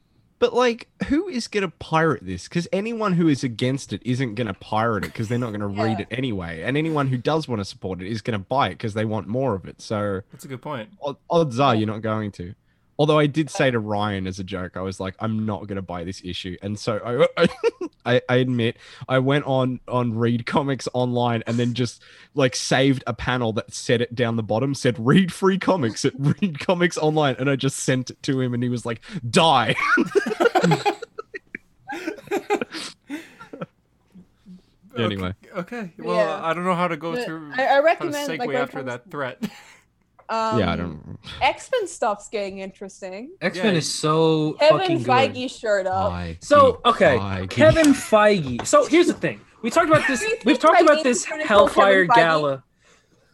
Speaker 3: But like, who is gonna pirate this? Because anyone who is against it isn't gonna pirate it because they're not gonna read
Speaker 6: Yeah.
Speaker 3: it anyway. And anyone who does want to support it is gonna buy it because they want more of it. So
Speaker 1: that's a good point.
Speaker 3: od- odds are you're not going to. Although I did say to Ryan as a joke, I was like, I'm not gonna buy this issue. And so I, I, I admit I went on on Read Comics online and then just like saved a panel that said it down the bottom said read free comics at Read Comics online, and I just sent it to him and he was like, die. Anyway.
Speaker 1: okay. okay. Well,
Speaker 6: Yeah.
Speaker 1: I don't know how to go
Speaker 6: But
Speaker 1: through.
Speaker 6: I- I
Speaker 1: how to
Speaker 6: recommend, like,
Speaker 1: segue
Speaker 6: when it
Speaker 1: after
Speaker 6: comes-
Speaker 1: that threat.
Speaker 6: Um,
Speaker 3: yeah, I don't.
Speaker 6: X Men stuff's getting interesting.
Speaker 4: X Men
Speaker 1: Yeah.
Speaker 4: is so fucking
Speaker 6: Kevin Feige
Speaker 4: good.
Speaker 6: showed up.
Speaker 4: So okay,
Speaker 3: Feige.
Speaker 4: Kevin Feige. So here's the thing. We talked about this.
Speaker 6: Do you think
Speaker 4: We've talked
Speaker 6: Feige
Speaker 4: about this
Speaker 6: is gonna kill
Speaker 4: Hellfire
Speaker 6: Kevin Feige?
Speaker 4: Gala.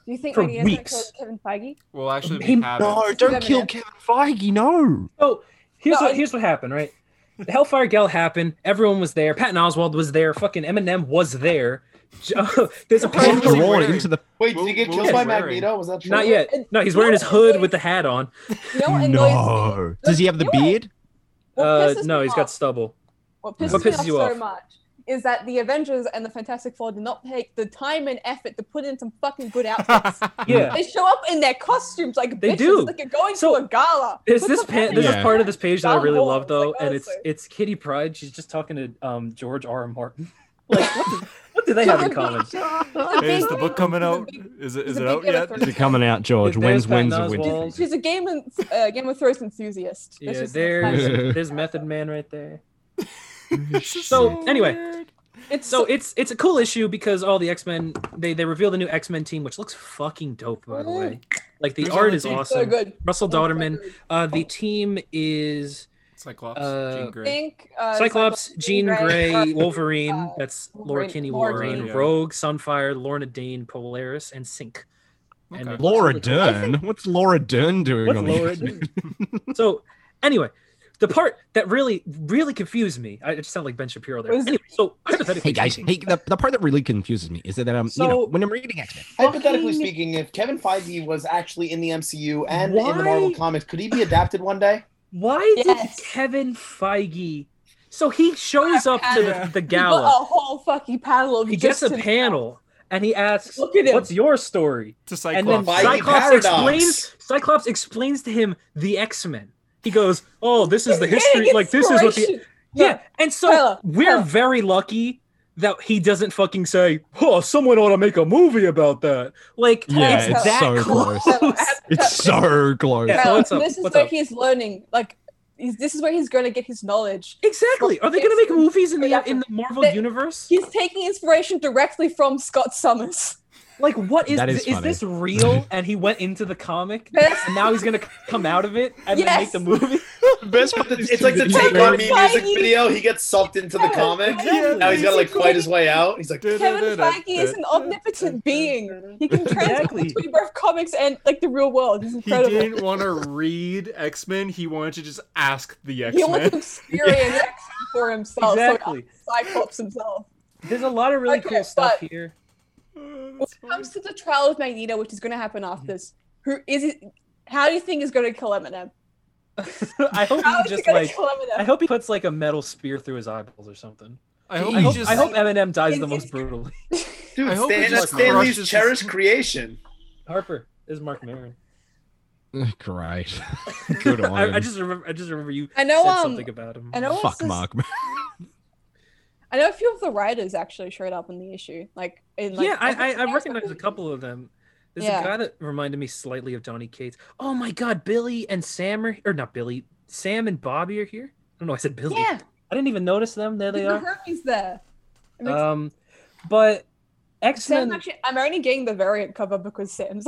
Speaker 6: Do you think
Speaker 4: For
Speaker 6: Andy is gonna
Speaker 4: weeks.
Speaker 6: kill Kevin Feige?
Speaker 1: Well, actually, we
Speaker 4: Him-
Speaker 1: have
Speaker 3: No,
Speaker 1: it.
Speaker 3: don't kill Kevin Feige. No.
Speaker 4: So here's
Speaker 6: No,
Speaker 4: what
Speaker 6: I-
Speaker 4: here's what happened, right? The Hellfire Gala happened. Everyone was there. Patton Oswald was there. Fucking Eminem was there. Oh, There's a
Speaker 1: What was
Speaker 3: Paul
Speaker 1: he
Speaker 4: picture.
Speaker 1: wearing?
Speaker 3: drawn into the.
Speaker 2: Wait,
Speaker 1: What-
Speaker 2: did he get
Speaker 1: what
Speaker 2: killed
Speaker 1: was
Speaker 2: by
Speaker 1: he wearing?
Speaker 2: Magneto? Was that true?
Speaker 4: Not yet. No, he's wearing his hood with the hat on.
Speaker 6: You know what annoys me?
Speaker 3: No. Does he have the
Speaker 6: You know what-
Speaker 3: beard?
Speaker 6: What
Speaker 4: Uh,
Speaker 6: pisses
Speaker 4: no,
Speaker 6: me
Speaker 4: he's got
Speaker 6: off-
Speaker 4: stubble.
Speaker 6: What
Speaker 3: What
Speaker 6: pisses,
Speaker 4: pisses
Speaker 6: me
Speaker 4: you
Speaker 6: off
Speaker 4: off?
Speaker 6: so much is that the Avengers and the Fantastic Four did not take the time and effort to put in some fucking good outfits.
Speaker 4: Yeah.
Speaker 6: They show up in their costumes like
Speaker 4: They
Speaker 6: bitches,
Speaker 4: do.
Speaker 6: like you're going
Speaker 4: So,
Speaker 6: to a gala.
Speaker 4: There's
Speaker 6: Put
Speaker 4: this
Speaker 6: some
Speaker 4: pa-
Speaker 6: effort
Speaker 4: there's
Speaker 3: Yeah.
Speaker 4: this part of this page that I
Speaker 6: Dumb
Speaker 4: really
Speaker 6: balls,
Speaker 4: love though,
Speaker 6: like,
Speaker 4: and it's
Speaker 6: honestly.
Speaker 4: it's Kitty Pride. She's just talking to um George R. R. Martin. Like what the, What do they have in common?
Speaker 1: Hey, is the book coming out? Is it is
Speaker 6: It's a
Speaker 1: it
Speaker 6: big
Speaker 1: out yet?
Speaker 6: editor.
Speaker 3: Is it coming out, George?
Speaker 4: There's
Speaker 3: When's
Speaker 4: Patton
Speaker 3: Winds of
Speaker 4: Oswalt.
Speaker 3: Winter?
Speaker 6: She's a Game, and, uh, Game of Thrones enthusiast. That's
Speaker 4: Yeah,
Speaker 6: just-
Speaker 4: there's there's Method Man right there.
Speaker 1: So
Speaker 4: anyway.
Speaker 1: weird.
Speaker 6: it's
Speaker 4: So it's it's a cool issue because all the X Men they they reveal the new X Men team, which looks fucking dope by the way. Like the
Speaker 1: Who's on
Speaker 4: art
Speaker 1: the
Speaker 4: is
Speaker 1: team?
Speaker 6: so
Speaker 4: awesome.
Speaker 6: good.
Speaker 4: Russell
Speaker 6: So
Speaker 4: Dodderman.
Speaker 6: good.
Speaker 4: Uh, the team is
Speaker 1: Cyclops,
Speaker 4: Uh,
Speaker 1: Jean Grey.
Speaker 6: Think, uh,
Speaker 4: Cyclops, Jean Grey,
Speaker 6: uh,
Speaker 4: Wolverine.
Speaker 6: uh,
Speaker 4: that's Laura
Speaker 6: Wolverine,
Speaker 4: Kinney,
Speaker 6: Laura
Speaker 4: Wolverine,
Speaker 1: Kinney.
Speaker 4: Rogue, Sunfire, Lorna Dane, Polaris, and Sync. and
Speaker 1: Okay.
Speaker 10: I
Speaker 3: Laura
Speaker 10: think-
Speaker 3: Dern. What's Laura Dern doing
Speaker 4: What's
Speaker 3: on
Speaker 4: Laura
Speaker 3: the
Speaker 4: Dern? So, anyway, the part that really, really confused me. I I just sound like Ben Shapiro there.
Speaker 6: Was-
Speaker 4: Anyway, so hypothetically,
Speaker 3: Hey guys, hey, the, the part that really confuses me is that um, you know,
Speaker 4: So-
Speaker 3: when I'm reading X Men,
Speaker 2: Hypothetically
Speaker 4: Fucking-
Speaker 2: speaking, if Kevin Feige was actually in the MCU and in the
Speaker 4: Why?
Speaker 2: Marvel comics, could he be adapted one day?
Speaker 4: why
Speaker 6: Yes.
Speaker 4: did Kevin Feige? So he shows up to
Speaker 1: Yeah.
Speaker 4: the, the
Speaker 6: He got
Speaker 4: gala.
Speaker 6: a whole fucking panel of
Speaker 4: He gets a
Speaker 6: just him.
Speaker 4: panel and he asks,
Speaker 6: Look at him.
Speaker 4: "What's your story?"
Speaker 1: to
Speaker 4: and
Speaker 1: Cyclops.
Speaker 4: then
Speaker 2: Feige
Speaker 4: Cyclops
Speaker 2: paradox.
Speaker 4: explains Cyclops explains to him the X Men. He goes, "Oh, this is the
Speaker 6: He's
Speaker 4: history.
Speaker 6: getting
Speaker 4: Like this is what the
Speaker 6: inspiration.
Speaker 4: yeah." And so
Speaker 6: Tyler,
Speaker 4: we're
Speaker 6: Tyler.
Speaker 4: very lucky that he doesn't fucking say, "Oh, someone ought to make a movie about that." Like
Speaker 3: Yeah,
Speaker 4: it's,
Speaker 6: it's
Speaker 4: that
Speaker 3: so
Speaker 4: close.
Speaker 6: Tyler, have-
Speaker 3: it's so close.
Speaker 4: Yeah.
Speaker 6: Tyler,
Speaker 4: what's up?
Speaker 6: This is
Speaker 4: What's
Speaker 6: where
Speaker 4: up?
Speaker 6: he's learning. Like, he's, this is where he's going to get his knowledge.
Speaker 4: exactly. Are they going to make movies in the in the Marvel
Speaker 6: They-
Speaker 4: universe?
Speaker 6: He's taking inspiration directly from Scott Summers.
Speaker 4: Like, what is
Speaker 3: That is
Speaker 4: is,
Speaker 3: funny.
Speaker 4: this real? And he went into the comic,
Speaker 6: Yes.
Speaker 4: and now he's going to come out of it and then make
Speaker 6: Yes.
Speaker 4: the movie.
Speaker 10: The best part
Speaker 2: It's,
Speaker 10: is
Speaker 2: it's like the
Speaker 10: that
Speaker 2: Take
Speaker 10: he's
Speaker 2: On
Speaker 6: Kevin
Speaker 2: Me
Speaker 6: Feige-
Speaker 2: music video. He gets sucked into the
Speaker 6: Yeah,
Speaker 2: comic.
Speaker 1: exactly.
Speaker 2: Now he's got to like fight his way out. He's like,
Speaker 6: Kevin Feige is an omnipotent being. He can transport
Speaker 4: Exactly.
Speaker 6: between both comics and like the real world. He's
Speaker 1: He
Speaker 6: incredible.
Speaker 1: didn't want to read X Men. He wanted to just ask the X
Speaker 6: He wants to
Speaker 1: Men.
Speaker 6: experience X-Men for himself.
Speaker 4: exactly.
Speaker 6: So he outs Cyclops himself.
Speaker 4: There's a lot of really
Speaker 6: Okay,
Speaker 4: cool stuff
Speaker 6: but-
Speaker 4: here.
Speaker 6: When it comes to the trial of Magneto, which is going to happen after this, who is it? How do you think is going to kill Eminem?
Speaker 4: I hope
Speaker 6: How
Speaker 4: he
Speaker 6: is he
Speaker 4: just
Speaker 6: going
Speaker 4: like
Speaker 6: to kill
Speaker 4: I
Speaker 6: Eminem?
Speaker 4: hope he puts like a metal spear through his eyeballs or something.
Speaker 1: I hope,
Speaker 4: I
Speaker 1: he
Speaker 4: hope,
Speaker 1: just,
Speaker 4: I hope Eminem dies the
Speaker 6: Is-
Speaker 4: most
Speaker 6: is-
Speaker 4: brutally.
Speaker 1: I
Speaker 2: dude,
Speaker 1: hope he
Speaker 2: Stan,
Speaker 1: just
Speaker 2: that's Stan
Speaker 1: crushes
Speaker 2: Lee's
Speaker 1: his-
Speaker 2: cherished creation.
Speaker 4: Harper is Mark Maron.
Speaker 3: Great. Good on him.
Speaker 4: I, I just remember. I just remember you
Speaker 6: I know,
Speaker 4: said
Speaker 6: um,
Speaker 4: something about him.
Speaker 6: I know it's
Speaker 3: Fuck
Speaker 6: this-
Speaker 3: Mark.
Speaker 6: I know a few of the writers actually showed up in the issue. Like, in, like
Speaker 4: yeah, I, I, I
Speaker 6: think-
Speaker 4: recognize a couple of them. There's
Speaker 6: Yeah.
Speaker 4: a guy that reminded me slightly of Donny Cates. Oh my God, Billy and Sam are or not Billy, Sam and Bobby are here. I don't know. I said Billy.
Speaker 6: Yeah,
Speaker 4: I didn't even notice them. There they
Speaker 6: the
Speaker 4: are.
Speaker 6: Hermes there. It makes-
Speaker 4: Um, but X
Speaker 6: Sam
Speaker 4: Men.
Speaker 6: actually, I'm only getting the variant cover because Sam's.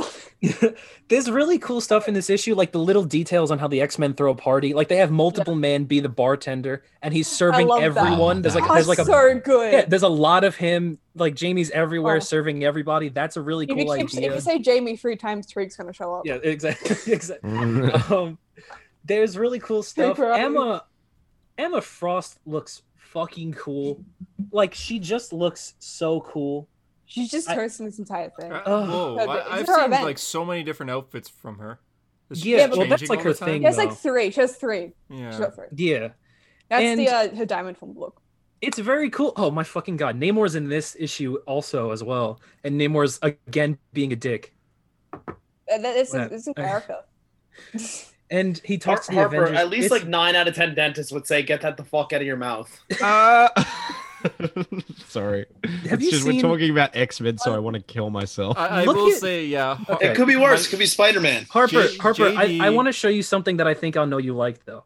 Speaker 4: There's really cool stuff in this issue, like the little details on how the X Men throw a party. Like they have multiple men be the bartender, and he's serving
Speaker 6: love that.
Speaker 4: everyone. There's like there's like a
Speaker 6: so good.
Speaker 4: yeah, there's a lot of him. Like Jamie's everywhere,
Speaker 6: Oh. serving
Speaker 4: serving everybody. That's a really
Speaker 6: if,
Speaker 4: cool
Speaker 6: you keep, if
Speaker 4: idea.
Speaker 6: you say Jamie three times, Tariq's gonna show up.
Speaker 4: Yeah, exactly. exactly.
Speaker 3: Mark.
Speaker 4: Um, there's really cool stuff.
Speaker 6: Paper out.
Speaker 4: Emma, Emma Frost looks fucking cool. Like she just looks so cool.
Speaker 6: She's just
Speaker 4: I-
Speaker 6: hosting this entire thing.
Speaker 1: Uh,
Speaker 4: Ugh.
Speaker 1: whoa!
Speaker 6: No, but
Speaker 1: I, I've
Speaker 6: it's her
Speaker 1: seen
Speaker 6: event.
Speaker 1: like so many different outfits from her. Is she
Speaker 4: Yeah,
Speaker 1: just
Speaker 6: well,
Speaker 4: that's
Speaker 1: changing
Speaker 4: like
Speaker 1: all
Speaker 4: her
Speaker 1: the time?
Speaker 4: thing.
Speaker 6: she has
Speaker 4: no.
Speaker 6: like three. She has three. She's
Speaker 1: Yeah.
Speaker 6: got three.
Speaker 4: Yeah,
Speaker 6: That's
Speaker 4: And-
Speaker 6: the uh, her diamond form look.
Speaker 4: it's very cool. Oh my fucking god, Namor's in this issue also as well, and Namor's again being a dick,
Speaker 6: Uh, that- It's,
Speaker 4: Well,
Speaker 6: it's in
Speaker 4: I-
Speaker 6: character.
Speaker 4: and he
Speaker 2: Har-
Speaker 4: talks to the
Speaker 2: Harper,
Speaker 4: Avengers.
Speaker 2: at least
Speaker 4: It's-
Speaker 2: like nine out of ten dentists would say, "Get that the fuck out of your mouth."
Speaker 3: Uh, sorry.
Speaker 4: Have
Speaker 3: It's
Speaker 4: you
Speaker 3: just
Speaker 4: seen-
Speaker 3: we're talking about X Men, so I want to kill myself.
Speaker 1: I, I
Speaker 4: Look
Speaker 1: will
Speaker 4: at-
Speaker 1: say, yeah. Har-
Speaker 2: It could be worse. It could be Spider Man.
Speaker 4: Harper,
Speaker 1: J-
Speaker 4: Harper, I,
Speaker 1: JD.
Speaker 4: I want to show you something that I think I'll know you like though.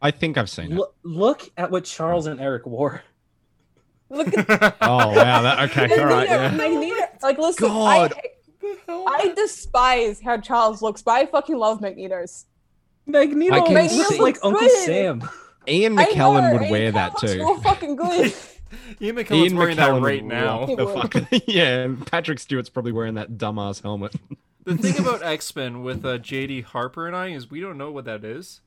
Speaker 3: I think I've seen it.
Speaker 4: Look look at what Charles and Eric wore.
Speaker 6: Look at
Speaker 3: Oh wow! That, okay, all
Speaker 6: Magneto.
Speaker 3: right. Yeah.
Speaker 6: Magneto. Like, listen,
Speaker 3: God.
Speaker 6: I, I despise how Charles looks, but I fucking love Magneto's.
Speaker 4: Magneto,
Speaker 3: I can
Speaker 4: looks
Speaker 3: see-
Speaker 4: like Uncle
Speaker 6: Good.
Speaker 4: Sam.
Speaker 3: Ian
Speaker 6: I
Speaker 3: McKellen
Speaker 6: know,
Speaker 3: would
Speaker 6: and
Speaker 3: wear
Speaker 6: Ian
Speaker 3: that
Speaker 6: McKellen's
Speaker 3: too.
Speaker 6: real fucking good.
Speaker 1: Ian McKellen's
Speaker 3: Ian
Speaker 1: wearing that
Speaker 3: McKellen
Speaker 1: right
Speaker 3: would
Speaker 1: now.
Speaker 3: rock
Speaker 6: He
Speaker 3: the
Speaker 6: would.
Speaker 3: fuck- yeah, and Patrick Stewart's probably wearing that dumbass helmet.
Speaker 1: The thing about X Men with uh, JD Harper and I is we don't know what that is.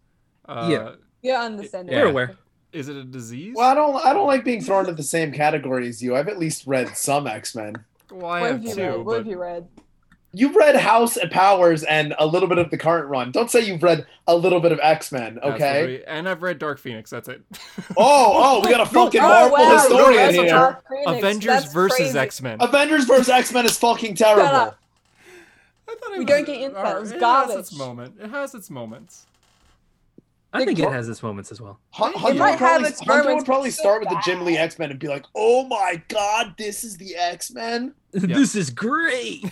Speaker 1: Uh,
Speaker 4: Yeah.
Speaker 6: Yeah, I understand.
Speaker 1: Yeah.
Speaker 4: We're aware.
Speaker 1: Is it a disease?
Speaker 2: Well, I don't. I don't like being thrown into the same category as you. I've at least read some X Men.
Speaker 1: Well, I
Speaker 6: What
Speaker 1: have
Speaker 6: have you
Speaker 1: two.
Speaker 6: read? What
Speaker 1: But
Speaker 6: have you read?
Speaker 2: You've read House and Powers and a little bit of the current run. Don't say you've read a little bit of X Men,
Speaker 1: that's
Speaker 2: okay?
Speaker 1: what we- and I've read Dark Phoenix. That's it.
Speaker 2: Oh, oh, we got a fucking
Speaker 6: Oh,
Speaker 2: Marvel
Speaker 6: wow,
Speaker 1: no,
Speaker 2: historian
Speaker 1: that's
Speaker 6: you're
Speaker 1: a
Speaker 2: here.
Speaker 1: terrible-
Speaker 6: Dark Phoenix.
Speaker 1: Avengers
Speaker 6: That's
Speaker 1: versus
Speaker 6: crazy.
Speaker 1: X Men.
Speaker 2: Avengers vs X Men is fucking
Speaker 6: Shut
Speaker 2: terrible.
Speaker 6: up.
Speaker 1: I thought it
Speaker 6: We don't get into that. It was
Speaker 1: It has its
Speaker 6: garbage.
Speaker 1: moment. It has its moments.
Speaker 4: I think it has its moments as well.
Speaker 2: Hun-
Speaker 6: It
Speaker 2: Hunter,
Speaker 6: might
Speaker 2: would probably,
Speaker 6: have its
Speaker 2: Hunter
Speaker 6: moments,
Speaker 2: would probably
Speaker 6: but so
Speaker 2: start with the Jim Lee X Men and be like, "Oh my God, this is the X Men."
Speaker 4: This is great.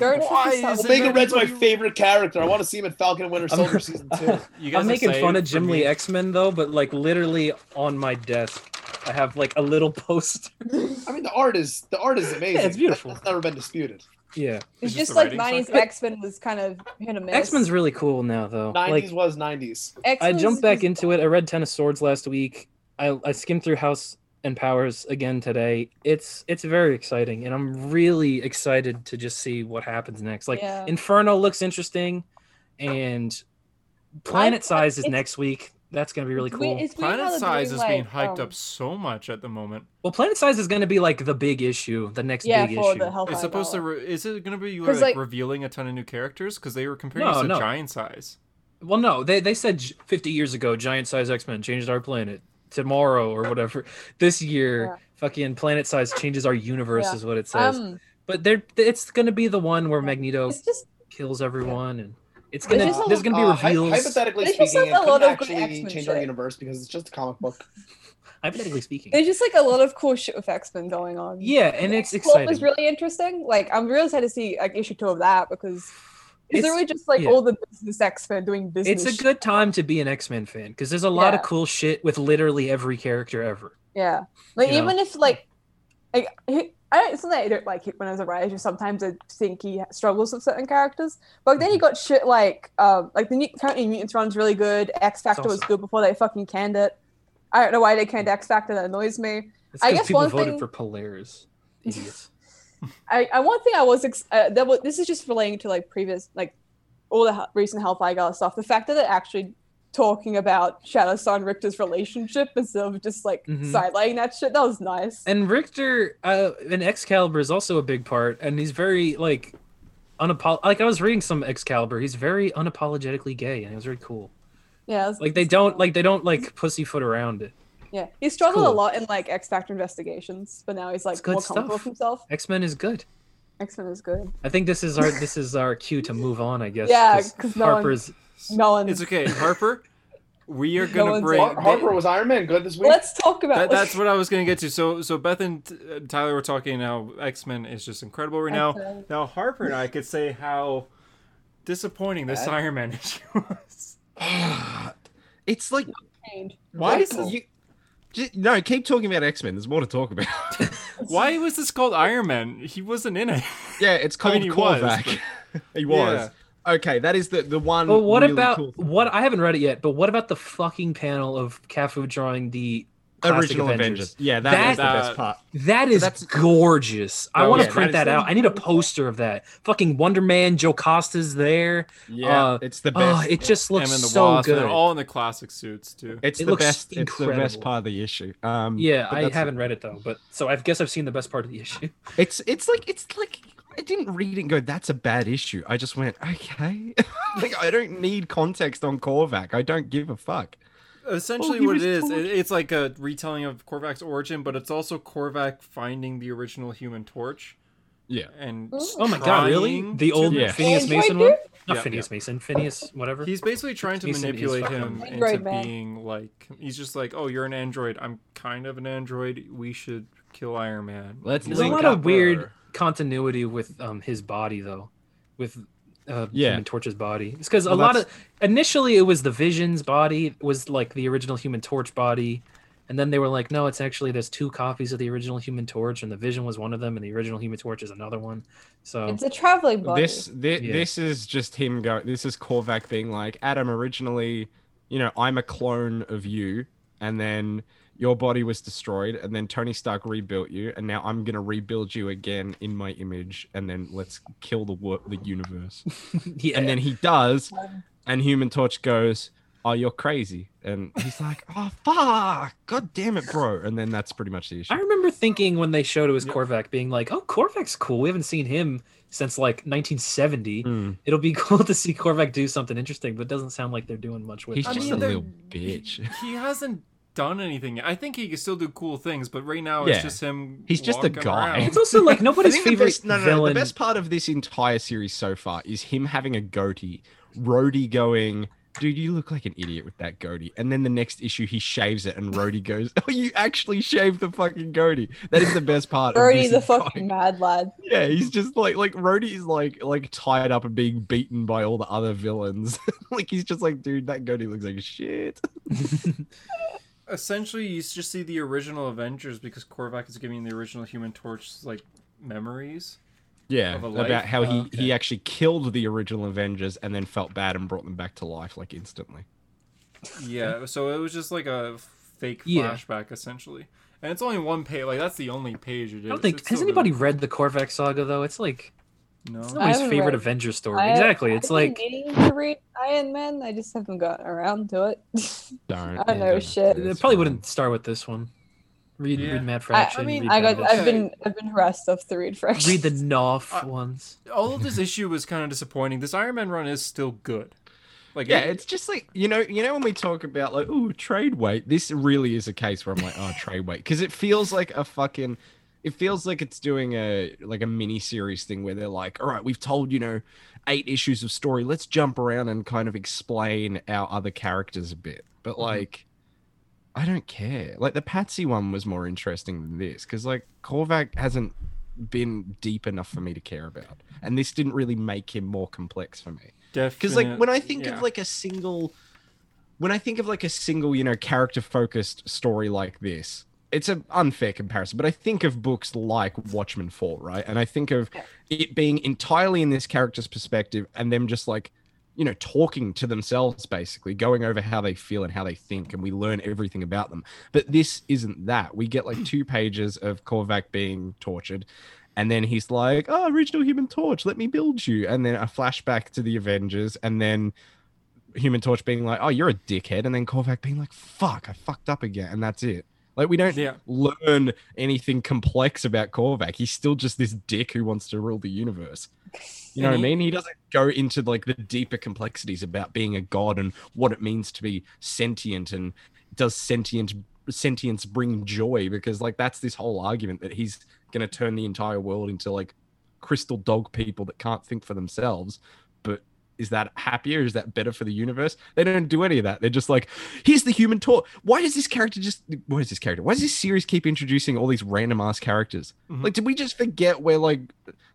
Speaker 6: Garden
Speaker 4: Why
Speaker 6: Focus
Speaker 4: is
Speaker 6: on-
Speaker 4: it-
Speaker 2: Omega Red's my
Speaker 4: everybody-
Speaker 2: favorite character. I want to see him in Falcon and Winter
Speaker 4: I'm-
Speaker 2: Soldier season two.
Speaker 1: You guys
Speaker 4: I'm
Speaker 1: are
Speaker 4: making
Speaker 1: saved
Speaker 4: fun of
Speaker 1: for
Speaker 4: Jim
Speaker 1: me.
Speaker 4: Lee X Men though, but like literally on my desk, I have like a little poster.
Speaker 2: I mean, the art is the art is amazing.
Speaker 4: it's beautiful.
Speaker 2: That's never been disputed.
Speaker 4: yeah,
Speaker 1: It's
Speaker 6: It's
Speaker 1: just
Speaker 6: just
Speaker 1: the
Speaker 6: like
Speaker 1: writing
Speaker 6: 90s X Men was kind of hit or miss.
Speaker 4: X Men's really cool now though.
Speaker 2: Nineties
Speaker 4: Like
Speaker 2: was nineties.
Speaker 4: I
Speaker 6: X-Men's
Speaker 4: jumped back
Speaker 6: was-
Speaker 4: into it. I read Ten of Swords last week. I, I skimmed through House and Powers again today. It's it's very exciting, and I'm really excited to just see what happens next. Like
Speaker 6: Yeah.
Speaker 4: Inferno looks interesting, and Planet Size is
Speaker 6: it's-
Speaker 4: next week. That's gonna be really
Speaker 6: It's weird-
Speaker 4: cool.
Speaker 6: it's weird how
Speaker 1: Planet
Speaker 6: they're
Speaker 1: Size
Speaker 6: doing,
Speaker 1: is being
Speaker 6: like,
Speaker 1: hyped
Speaker 6: um,
Speaker 1: up so much at the moment.
Speaker 4: Well, Planet Size is gonna be like the big issue, the next
Speaker 6: Yeah,
Speaker 4: big
Speaker 6: for
Speaker 4: issue.
Speaker 6: the
Speaker 2: Oh
Speaker 6: Hellfire.
Speaker 1: It's supposed to.
Speaker 6: Gala.
Speaker 1: Re- is it going to be
Speaker 6: 'Cause,
Speaker 1: like,
Speaker 6: like-
Speaker 1: revealing a ton of new characters? Because they were comparing
Speaker 4: No,
Speaker 1: us to
Speaker 4: no.
Speaker 1: Giant Size.
Speaker 4: Well, no, they they said j- 50 years ago, giant size X Men changed our planet. Tomorrow or whatever, this year,
Speaker 6: Yeah.
Speaker 4: fucking planet size changes our universe
Speaker 6: Yeah.
Speaker 4: is what it says.
Speaker 6: Um,
Speaker 4: but they're it's gonna be the one where Magneto
Speaker 6: it's just
Speaker 4: kills everyone, and it's
Speaker 6: There's
Speaker 4: gonna
Speaker 6: just a
Speaker 4: there's gonna be
Speaker 2: Uh, hy-
Speaker 4: reveals.
Speaker 2: hypothetically
Speaker 6: There's just,
Speaker 2: speaking, it
Speaker 6: like, a
Speaker 2: couldn't
Speaker 6: lot of good
Speaker 2: actually
Speaker 6: X-Men
Speaker 2: change our
Speaker 6: shit.
Speaker 2: universe because it's just a comic book.
Speaker 4: hypothetically speaking,
Speaker 6: there's just like a lot of cool shit with X Men going on.
Speaker 4: yeah, and it's
Speaker 6: X-Corp
Speaker 4: exciting.
Speaker 6: is really interesting. Like I'm really excited to see like issue two of that because
Speaker 4: It's-
Speaker 6: it's literally just like
Speaker 4: yeah.
Speaker 6: all the business X Men doing business.
Speaker 4: it's a
Speaker 6: shit.
Speaker 4: good time to be an X Men fan because there's a lot of
Speaker 6: Yeah.
Speaker 4: cool shit with literally every character ever.
Speaker 6: Yeah. Like
Speaker 4: You know?
Speaker 6: even if like like he- I don't, it's not that I don't like it when I was a writer. Sometimes I think he struggles with certain characters. But
Speaker 4: Mm-hmm.
Speaker 6: then you got shit like um like the new, currently mutants run's really good. X Factor was
Speaker 4: awesome.
Speaker 6: good before they fucking canned it. I don't know why they canned X Factor. That annoys me.
Speaker 4: It's
Speaker 6: I
Speaker 4: 'cause
Speaker 6: guess
Speaker 4: people
Speaker 6: one
Speaker 4: voted
Speaker 6: thing-
Speaker 4: for Polaris. Idiots.
Speaker 6: I, I one thing I was ex- uh, that was, this is just relating to like previous like all the hel- recent Hellfire Gala stuff. The fact that they're actually talking about Shadow Son Richter's relationship instead of just like
Speaker 4: Mhm.
Speaker 6: sidelining that shit that was nice.
Speaker 4: And Richter uh, and Excalibur is also a big part, and he's very like unapol. Like I was reading some Excalibur, he's very unapologetically gay, and it was really cool.
Speaker 6: yeah, it was-
Speaker 4: Like they don't like they don't like pussyfoot around it.
Speaker 6: Yeah, he struggled
Speaker 4: cool.
Speaker 6: a lot in like X Factor investigations, but now he's
Speaker 4: It's
Speaker 6: like
Speaker 4: good
Speaker 6: more comfortable
Speaker 4: stuff.
Speaker 6: with himself.
Speaker 4: X Men is good.
Speaker 6: X Men is good.
Speaker 4: I think this is our this is our cue to move on. I guess.
Speaker 6: Yeah, 'cause no one-
Speaker 4: Harper's.
Speaker 6: No one.
Speaker 1: It's okay, Harper. We are
Speaker 6: No
Speaker 1: gonna
Speaker 6: one's-
Speaker 1: bring.
Speaker 2: Har- Harper was Iron Man good this week.
Speaker 6: Let's talk about
Speaker 1: That, that's what I was gonna get to. So, so Beth and uh, Tyler were talking how X Men is just incredible right now.
Speaker 6: X-Men.
Speaker 1: Now Harper and I could say how disappointing this
Speaker 2: Bad.
Speaker 1: Iron Man issue was.
Speaker 3: it's like
Speaker 6: change.
Speaker 3: why is
Speaker 2: Deadpool.
Speaker 3: you J- no, keep talking about X Men. There's more to talk about.
Speaker 1: Why was this called Iron Man? He wasn't in it.
Speaker 3: yeah, it's
Speaker 1: I
Speaker 3: called
Speaker 1: mean, he was,
Speaker 3: Korvac. he was. Okay, that is the the one.
Speaker 4: But what
Speaker 3: really
Speaker 4: about
Speaker 3: cool thing.
Speaker 4: what I haven't read it yet? But what about the fucking panel of Cafu drawing the classic
Speaker 3: original Avengers? Yeah,
Speaker 4: That-
Speaker 3: that is the
Speaker 1: that-
Speaker 3: best part.
Speaker 4: That is
Speaker 3: that's-
Speaker 4: gorgeous. I
Speaker 3: Oh,
Speaker 4: want to
Speaker 3: yeah,
Speaker 4: print
Speaker 3: that
Speaker 4: that,
Speaker 3: is-
Speaker 4: out. I need a poster of that. Fucking Wonder Man, Joe Costa's there.
Speaker 3: Yeah,
Speaker 4: Uh,
Speaker 3: it's the
Speaker 4: Oh,
Speaker 3: best.
Speaker 4: it just looks
Speaker 1: Him and the
Speaker 4: so
Speaker 1: Wasp, and
Speaker 4: good.
Speaker 1: they're all in the classic suits too.
Speaker 3: it's
Speaker 4: it
Speaker 3: the
Speaker 4: looks
Speaker 3: best. It's the
Speaker 4: incredible.
Speaker 3: best part of the issue. Um,
Speaker 4: yeah,
Speaker 3: but
Speaker 4: I
Speaker 3: that's-
Speaker 4: haven't read it though, but so I guess I've seen the best part of the issue.
Speaker 3: It's it's like it's like I didn't read it and go, that's a bad issue. I just went, okay. like I don't need context on Korvac. I don't give a fuck.
Speaker 1: Essentially,
Speaker 3: Oh, he
Speaker 1: what it
Speaker 3: was
Speaker 1: is,
Speaker 3: talking-
Speaker 1: it- it's like a retelling of Korvac's origin, but it's also Korvac finding the original Human Torch.
Speaker 3: Yeah.
Speaker 1: and
Speaker 6: Ooh.
Speaker 4: Oh my god, really?
Speaker 1: trying
Speaker 4: The
Speaker 1: to-
Speaker 4: old
Speaker 3: Yeah.
Speaker 4: Phineas
Speaker 6: Android
Speaker 4: Mason
Speaker 6: dude?
Speaker 4: one? Not
Speaker 1: Yeah.
Speaker 4: Phineas Mason, Phineas whatever.
Speaker 1: He's basically trying to
Speaker 4: Mason is
Speaker 1: manipulate him
Speaker 6: fucking-
Speaker 1: into
Speaker 6: Android man.
Speaker 1: being like he's just like, oh, you're an android. I'm kind of an android. We should kill Iron Man.
Speaker 3: Let's
Speaker 1: He's
Speaker 4: There's a
Speaker 1: like,
Speaker 4: lot
Speaker 3: Link
Speaker 4: of
Speaker 3: up,
Speaker 4: weird
Speaker 3: brother.
Speaker 4: continuity with um his body though, with uh,
Speaker 3: Yeah.
Speaker 4: Human Torch's body. It's because
Speaker 3: Well,
Speaker 4: a lot of initially it was the Vision's body was like the original Human Torch body, and then they were like, no, it's actually there's two copies of the original Human Torch, and the Vision was one of them, and the original Human Torch is another one. So
Speaker 6: It's a traveling body.
Speaker 3: This this,
Speaker 4: Yeah.
Speaker 3: this is just him go this is Korvac being like, Adam, originally, you know, I'm a clone of you, and then your body was destroyed, and then Tony Stark rebuilt you, and now I'm gonna rebuild you again in my image, and then let's kill the wor- the universe.
Speaker 4: yeah,
Speaker 3: And then he does, and Human Torch goes, "Oh, you're crazy," and he's like, "Oh, fuck, god damn it, bro!" And then that's pretty much the
Speaker 4: I
Speaker 3: issue.
Speaker 4: remember thinking when they showed it was
Speaker 1: Yep.
Speaker 4: Korvac, being like, "Oh, Korvac's cool. We haven't seen him since like 1970.
Speaker 1: Hmm.
Speaker 3: Mm.
Speaker 4: It'll be cool to see Korvac do something interesting." But it doesn't sound like they're doing much with.
Speaker 3: He's
Speaker 4: it.
Speaker 3: just a
Speaker 1: they're-
Speaker 3: little bitch.
Speaker 1: He hasn't done anything. yet. I think he can still do cool things, but right now it's
Speaker 3: Yeah.
Speaker 1: just him.
Speaker 3: He's just a
Speaker 1: walking
Speaker 3: guy.
Speaker 1: around.
Speaker 4: It's also like
Speaker 3: I
Speaker 4: nobody's
Speaker 3: think the
Speaker 4: favorite
Speaker 3: best, no, no, no,
Speaker 4: villain.
Speaker 3: the best part of this entire series so far is him having a goatee, Rhodey going, dude, you look like an idiot with that goatee. And then the next issue, he shaves it, and Rhodey goes, oh, you actually shaved the fucking goatee. That is the best part. of
Speaker 8: Brody
Speaker 3: this
Speaker 8: the
Speaker 3: entire-
Speaker 8: fucking mad lad.
Speaker 3: Yeah, he's just like like Rhodey is like like tied up and being beaten by all the other villains. like he's just like, dude, that goatee looks like shit.
Speaker 1: Essentially, you just see the original Avengers because Korvac is giving the original Human Torch like memories.
Speaker 3: Yeah,
Speaker 1: Of a life?
Speaker 3: about how he
Speaker 1: Oh, okay.
Speaker 3: he actually killed the original Avengers and then felt bad and brought them back to life like instantly.
Speaker 1: Yeah, so it was just like a fake
Speaker 4: Yeah.
Speaker 1: flashback essentially, and it's only one page. Like that's the only page it is.
Speaker 4: I don't think
Speaker 1: It's
Speaker 4: has
Speaker 1: still
Speaker 4: anybody
Speaker 1: good.
Speaker 4: read the Korvac saga though. It's like it's
Speaker 1: No.
Speaker 4: nobody's
Speaker 8: haven't
Speaker 4: favorite
Speaker 8: read-
Speaker 4: Avenger story.
Speaker 8: I-
Speaker 4: exactly.
Speaker 8: I've
Speaker 4: It's
Speaker 8: been
Speaker 4: like
Speaker 8: meaning to read Iron Man. I just haven't gotten around to it.
Speaker 3: Darn.
Speaker 8: I don't know shit.
Speaker 4: they probably wouldn't start with this one. Read
Speaker 1: Yeah.
Speaker 4: read Mad
Speaker 8: I- I
Speaker 4: Fraction.
Speaker 1: mean,
Speaker 4: read
Speaker 8: I got.
Speaker 4: Bendis.
Speaker 8: I've been. I've been harassed off the read fresh.
Speaker 4: read the Knopf
Speaker 1: I-
Speaker 4: ones.
Speaker 1: All of this issue was kind of disappointing. This Iron Man run is still good. Like
Speaker 3: Yeah,
Speaker 1: it-
Speaker 3: it's just like you know, you know when we talk about like oh trade weight, this really is a case where I'm like oh trade weight because it feels like a fucking, it feels like it's doing a like a mini series thing where they're like all right we've told you know eight issues of story let's jump around and kind of explain our other characters a bit but like. I don't care. Like the Patsy one was more interesting than this because like Korvac hasn't been deep enough for me to care about, and this didn't really make him more complex for me because like when i think
Speaker 1: yeah.
Speaker 3: of like a single when i think of like a single you know character focused story like this it's an unfair comparison but i think of books like watchmen 4 right and i think of it being entirely in this character's perspective and them just like you know talking to themselves basically going over how they feel and how they think and we learn everything about them but this isn't that we get like two pages of korvac being tortured and then he's like, "Oh, original Human Torch, let me build you." And then a flashback to the Avengers, and then Human Torch being like, "Oh, you're a dickhead," and then Korvac being like, "Fuck, I fucked up again," and that's it. Like we don't
Speaker 1: yeah.
Speaker 3: learn anything complex about Korvac. He's still just this dick who wants to rule the universe. You know what I
Speaker 1: And he-
Speaker 3: mean? He doesn't go into like the deeper complexities about being a god and what it means to be sentient and does sentient sentience bring joy because like that's this whole argument that he's going to turn the entire world into like crystal dog people that can't think for themselves. But is that happier? Is that better for the universe? They don't do any of that. They're just like, here's the human torch. Why does this character just, what is this character? Why does this series keep introducing all these random ass characters?
Speaker 1: Mhm.
Speaker 3: Like, did we just forget where like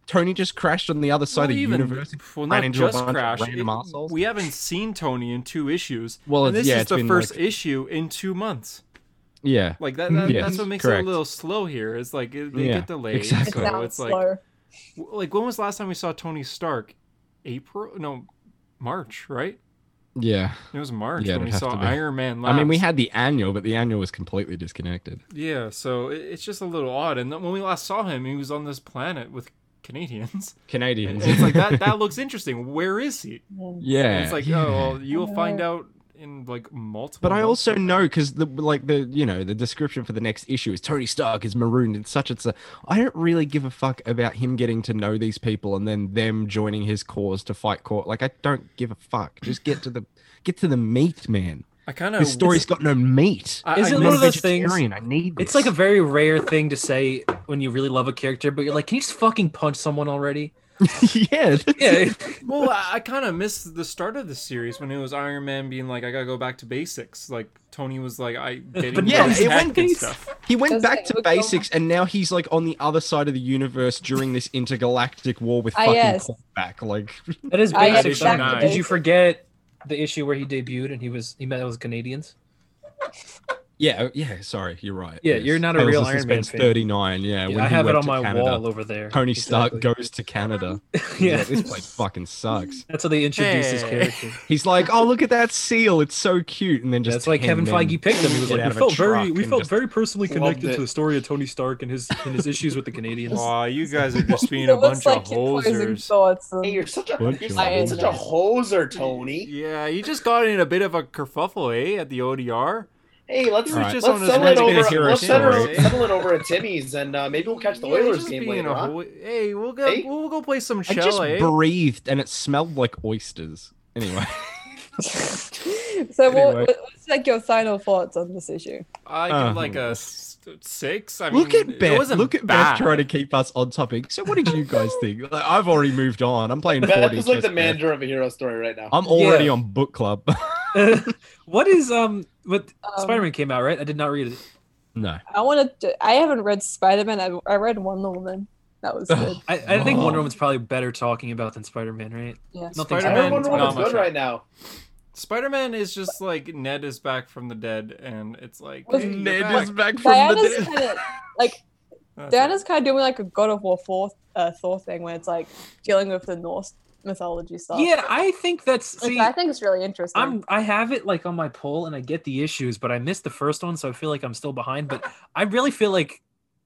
Speaker 3: Tony just crashed on the other side
Speaker 1: Well,
Speaker 3: of the
Speaker 1: even-
Speaker 3: universe?
Speaker 1: well,
Speaker 3: ran
Speaker 1: not
Speaker 3: into a
Speaker 1: just
Speaker 3: bunch of
Speaker 1: Crash.
Speaker 3: random
Speaker 1: it-
Speaker 3: assholes?
Speaker 1: we haven't seen Tony in two issues.
Speaker 3: Well,
Speaker 1: and
Speaker 3: it's,
Speaker 1: this
Speaker 3: yeah,
Speaker 1: is
Speaker 3: it's
Speaker 1: the
Speaker 3: been,
Speaker 1: first
Speaker 3: like-
Speaker 1: issue in two months.
Speaker 3: yeah.
Speaker 1: Like that, that
Speaker 3: Yes,
Speaker 1: that's what makes it
Speaker 3: correct.
Speaker 1: a little slow here. It's like it, they
Speaker 3: Yeah,
Speaker 1: get delayed.
Speaker 3: exactly.
Speaker 8: It's
Speaker 1: So
Speaker 8: now
Speaker 1: it's like
Speaker 8: slow.
Speaker 1: w- like when was the last time we saw Tony Stark? April? No, March, right?
Speaker 3: Yeah.
Speaker 1: It was March
Speaker 3: Yeah,
Speaker 1: when we
Speaker 3: it'd have
Speaker 1: saw
Speaker 3: to be.
Speaker 1: Iron Man last.
Speaker 3: I mean, we had the annual, but the annual was completely disconnected.
Speaker 1: Yeah, so it, it's just a little odd. And then when we last saw him, he was on this planet with Canadians. And
Speaker 3: Canadians.
Speaker 1: it's like that that looks interesting. Where is he?
Speaker 8: Mm.
Speaker 3: yeah.
Speaker 1: And it's like,
Speaker 3: yeah.
Speaker 1: oh, well, you will
Speaker 8: know.
Speaker 1: find out in like multiple.
Speaker 3: But I
Speaker 1: months.
Speaker 3: also know because the like the you know the description for the next issue is Tony Stark is marooned in such and such. I don't really give a fuck about him getting to know these people and then them joining his cause to fight court. Like I don't give a fuck. Just get to the get to the meat, man.
Speaker 1: I kind
Speaker 3: This story's got no meat.
Speaker 1: I,
Speaker 4: Is
Speaker 1: I
Speaker 4: it
Speaker 1: know-
Speaker 4: one
Speaker 3: I'm not
Speaker 4: of those things-
Speaker 3: vegetarian. I need.
Speaker 4: It's
Speaker 3: This.
Speaker 4: like a very rare thing to say when you really love a character, but you're like, can you just fucking punch someone already?
Speaker 3: yeah. that's it.
Speaker 4: Yeah,
Speaker 1: Well, I, I kind of missed the start of the series when it was Iron Man being like, "I gotta go back to basics." Like Tony was like, "I getting
Speaker 4: But
Speaker 3: yeah,
Speaker 1: yeah,
Speaker 3: it went
Speaker 1: tech and
Speaker 3: bas-
Speaker 1: stuff."
Speaker 3: He went
Speaker 8: Doesn't
Speaker 3: back
Speaker 8: it
Speaker 3: to
Speaker 8: look so
Speaker 3: basics, and now he's like on the other side of the universe during this intergalactic war with
Speaker 8: Ah,
Speaker 3: fucking
Speaker 8: yes.
Speaker 3: back. Like,
Speaker 4: that is
Speaker 8: I
Speaker 1: had
Speaker 4: basic.
Speaker 1: to
Speaker 4: stuff.
Speaker 1: back to
Speaker 4: Did you forget the issue where he debuted and he was he met with Canadians?
Speaker 3: yeah, oh, yeah. Sorry, you're right.
Speaker 4: Yeah, you're not a real
Speaker 3: of
Speaker 4: Iron Man
Speaker 3: Suspense
Speaker 4: fan.
Speaker 3: 39.
Speaker 4: Yeah,
Speaker 3: Yeah, when
Speaker 4: I
Speaker 3: he
Speaker 4: have it
Speaker 3: went
Speaker 4: on
Speaker 3: to
Speaker 4: my
Speaker 3: Canada,
Speaker 4: wall over there.
Speaker 3: Tony Stark
Speaker 4: Exactly.
Speaker 3: goes to Canada. He's
Speaker 4: Yeah,
Speaker 3: like, this place fucking sucks.
Speaker 4: that's how they introduced his
Speaker 1: Hey.
Speaker 4: character.
Speaker 3: He's like, oh look at that seal, it's so cute, and then just
Speaker 4: That's why
Speaker 3: 10
Speaker 4: Kevin
Speaker 3: men
Speaker 4: Feige picked him. He was
Speaker 3: get
Speaker 4: like,
Speaker 3: out
Speaker 4: we
Speaker 3: of a
Speaker 4: felt very,
Speaker 3: truck
Speaker 4: we
Speaker 3: and
Speaker 4: felt
Speaker 3: just-
Speaker 4: very personally
Speaker 2: Loved
Speaker 4: connected
Speaker 2: it.
Speaker 4: to the story of Tony Stark and his and his issues with the Canadians.
Speaker 1: Aw, you guys are just being
Speaker 8: It
Speaker 1: a
Speaker 8: looks
Speaker 1: bunch
Speaker 8: like
Speaker 1: of
Speaker 8: your closing
Speaker 1: hosers.
Speaker 8: thoughts.
Speaker 2: Hey,
Speaker 8: And
Speaker 2: you're such a
Speaker 3: Bunch
Speaker 2: you're
Speaker 3: of
Speaker 2: such, such a hoser, Tony.
Speaker 1: Yeah, you just got in a bit of a kerfuffle, eh, at the ODR.
Speaker 2: Hey, let's
Speaker 1: You were
Speaker 3: Alright.
Speaker 1: just
Speaker 2: let's
Speaker 1: on this
Speaker 2: settle
Speaker 1: rant
Speaker 2: it
Speaker 3: Let's get a
Speaker 1: about
Speaker 2: over.
Speaker 3: hero
Speaker 2: Let's settle,
Speaker 1: story.
Speaker 2: it- settle it over at Timmy's, and uh, maybe we'll catch the
Speaker 1: Yeah, you're
Speaker 2: Oilers
Speaker 1: just
Speaker 2: game
Speaker 1: being
Speaker 2: later.
Speaker 1: a
Speaker 2: huh?
Speaker 1: ho- Hey, we'll go.
Speaker 2: Hey?
Speaker 1: We'll go play some
Speaker 3: I
Speaker 1: shell,
Speaker 3: just
Speaker 1: eh?
Speaker 3: breathed, and it smelled like oysters. Anyway,
Speaker 8: so,
Speaker 3: Anyway.
Speaker 8: what, what's like your final thoughts on this issue?
Speaker 1: I give
Speaker 3: Oh.
Speaker 1: like a s- six. I
Speaker 3: look
Speaker 1: mean,
Speaker 3: at Beth.
Speaker 1: It wasn't
Speaker 3: look at
Speaker 1: bad.
Speaker 3: Beth trying to keep us on topic. So, what did you guys think? Like, I've already moved on. I'm playing 40.
Speaker 2: Beth is like the
Speaker 3: just Beth.
Speaker 2: manager of a hero story right now.
Speaker 3: I'm already
Speaker 4: Yeah.
Speaker 3: on book club.
Speaker 4: what is um? What
Speaker 6: Um,
Speaker 4: Spider-Man came out right? I did not read it.
Speaker 11: No.
Speaker 6: I want to. I haven't read Spider Man. I, I read Wonder Woman. That was good.
Speaker 4: I, I think
Speaker 11: Oh.
Speaker 4: Wonder Woman's probably better talking about than Spider-Man, right?
Speaker 6: Yeah.
Speaker 4: Nothing's
Speaker 2: I
Speaker 1: Spider-Man-
Speaker 2: heard
Speaker 4: happened.
Speaker 2: Wonder Woman's
Speaker 1: Not much.
Speaker 2: good right now.
Speaker 1: Spider-Man is just like Ned is back from the dead, and it's like
Speaker 6: Was-
Speaker 1: hey, you're
Speaker 11: Ned
Speaker 1: back.
Speaker 11: is back from
Speaker 6: Diana's
Speaker 11: the
Speaker 6: kind
Speaker 11: dead.
Speaker 6: of like
Speaker 1: That's it.
Speaker 6: Diana's kind of doing like a God of War Thor, uh, Thor thing when it's like dealing with the Norse mythology stuff.
Speaker 4: Yeah, I think that's
Speaker 6: Which
Speaker 4: see.
Speaker 6: I think it's really interesting.
Speaker 4: I'm I have it like on my poll and I get the issues, but I missed the first one, so I feel like I'm still behind. But I really feel like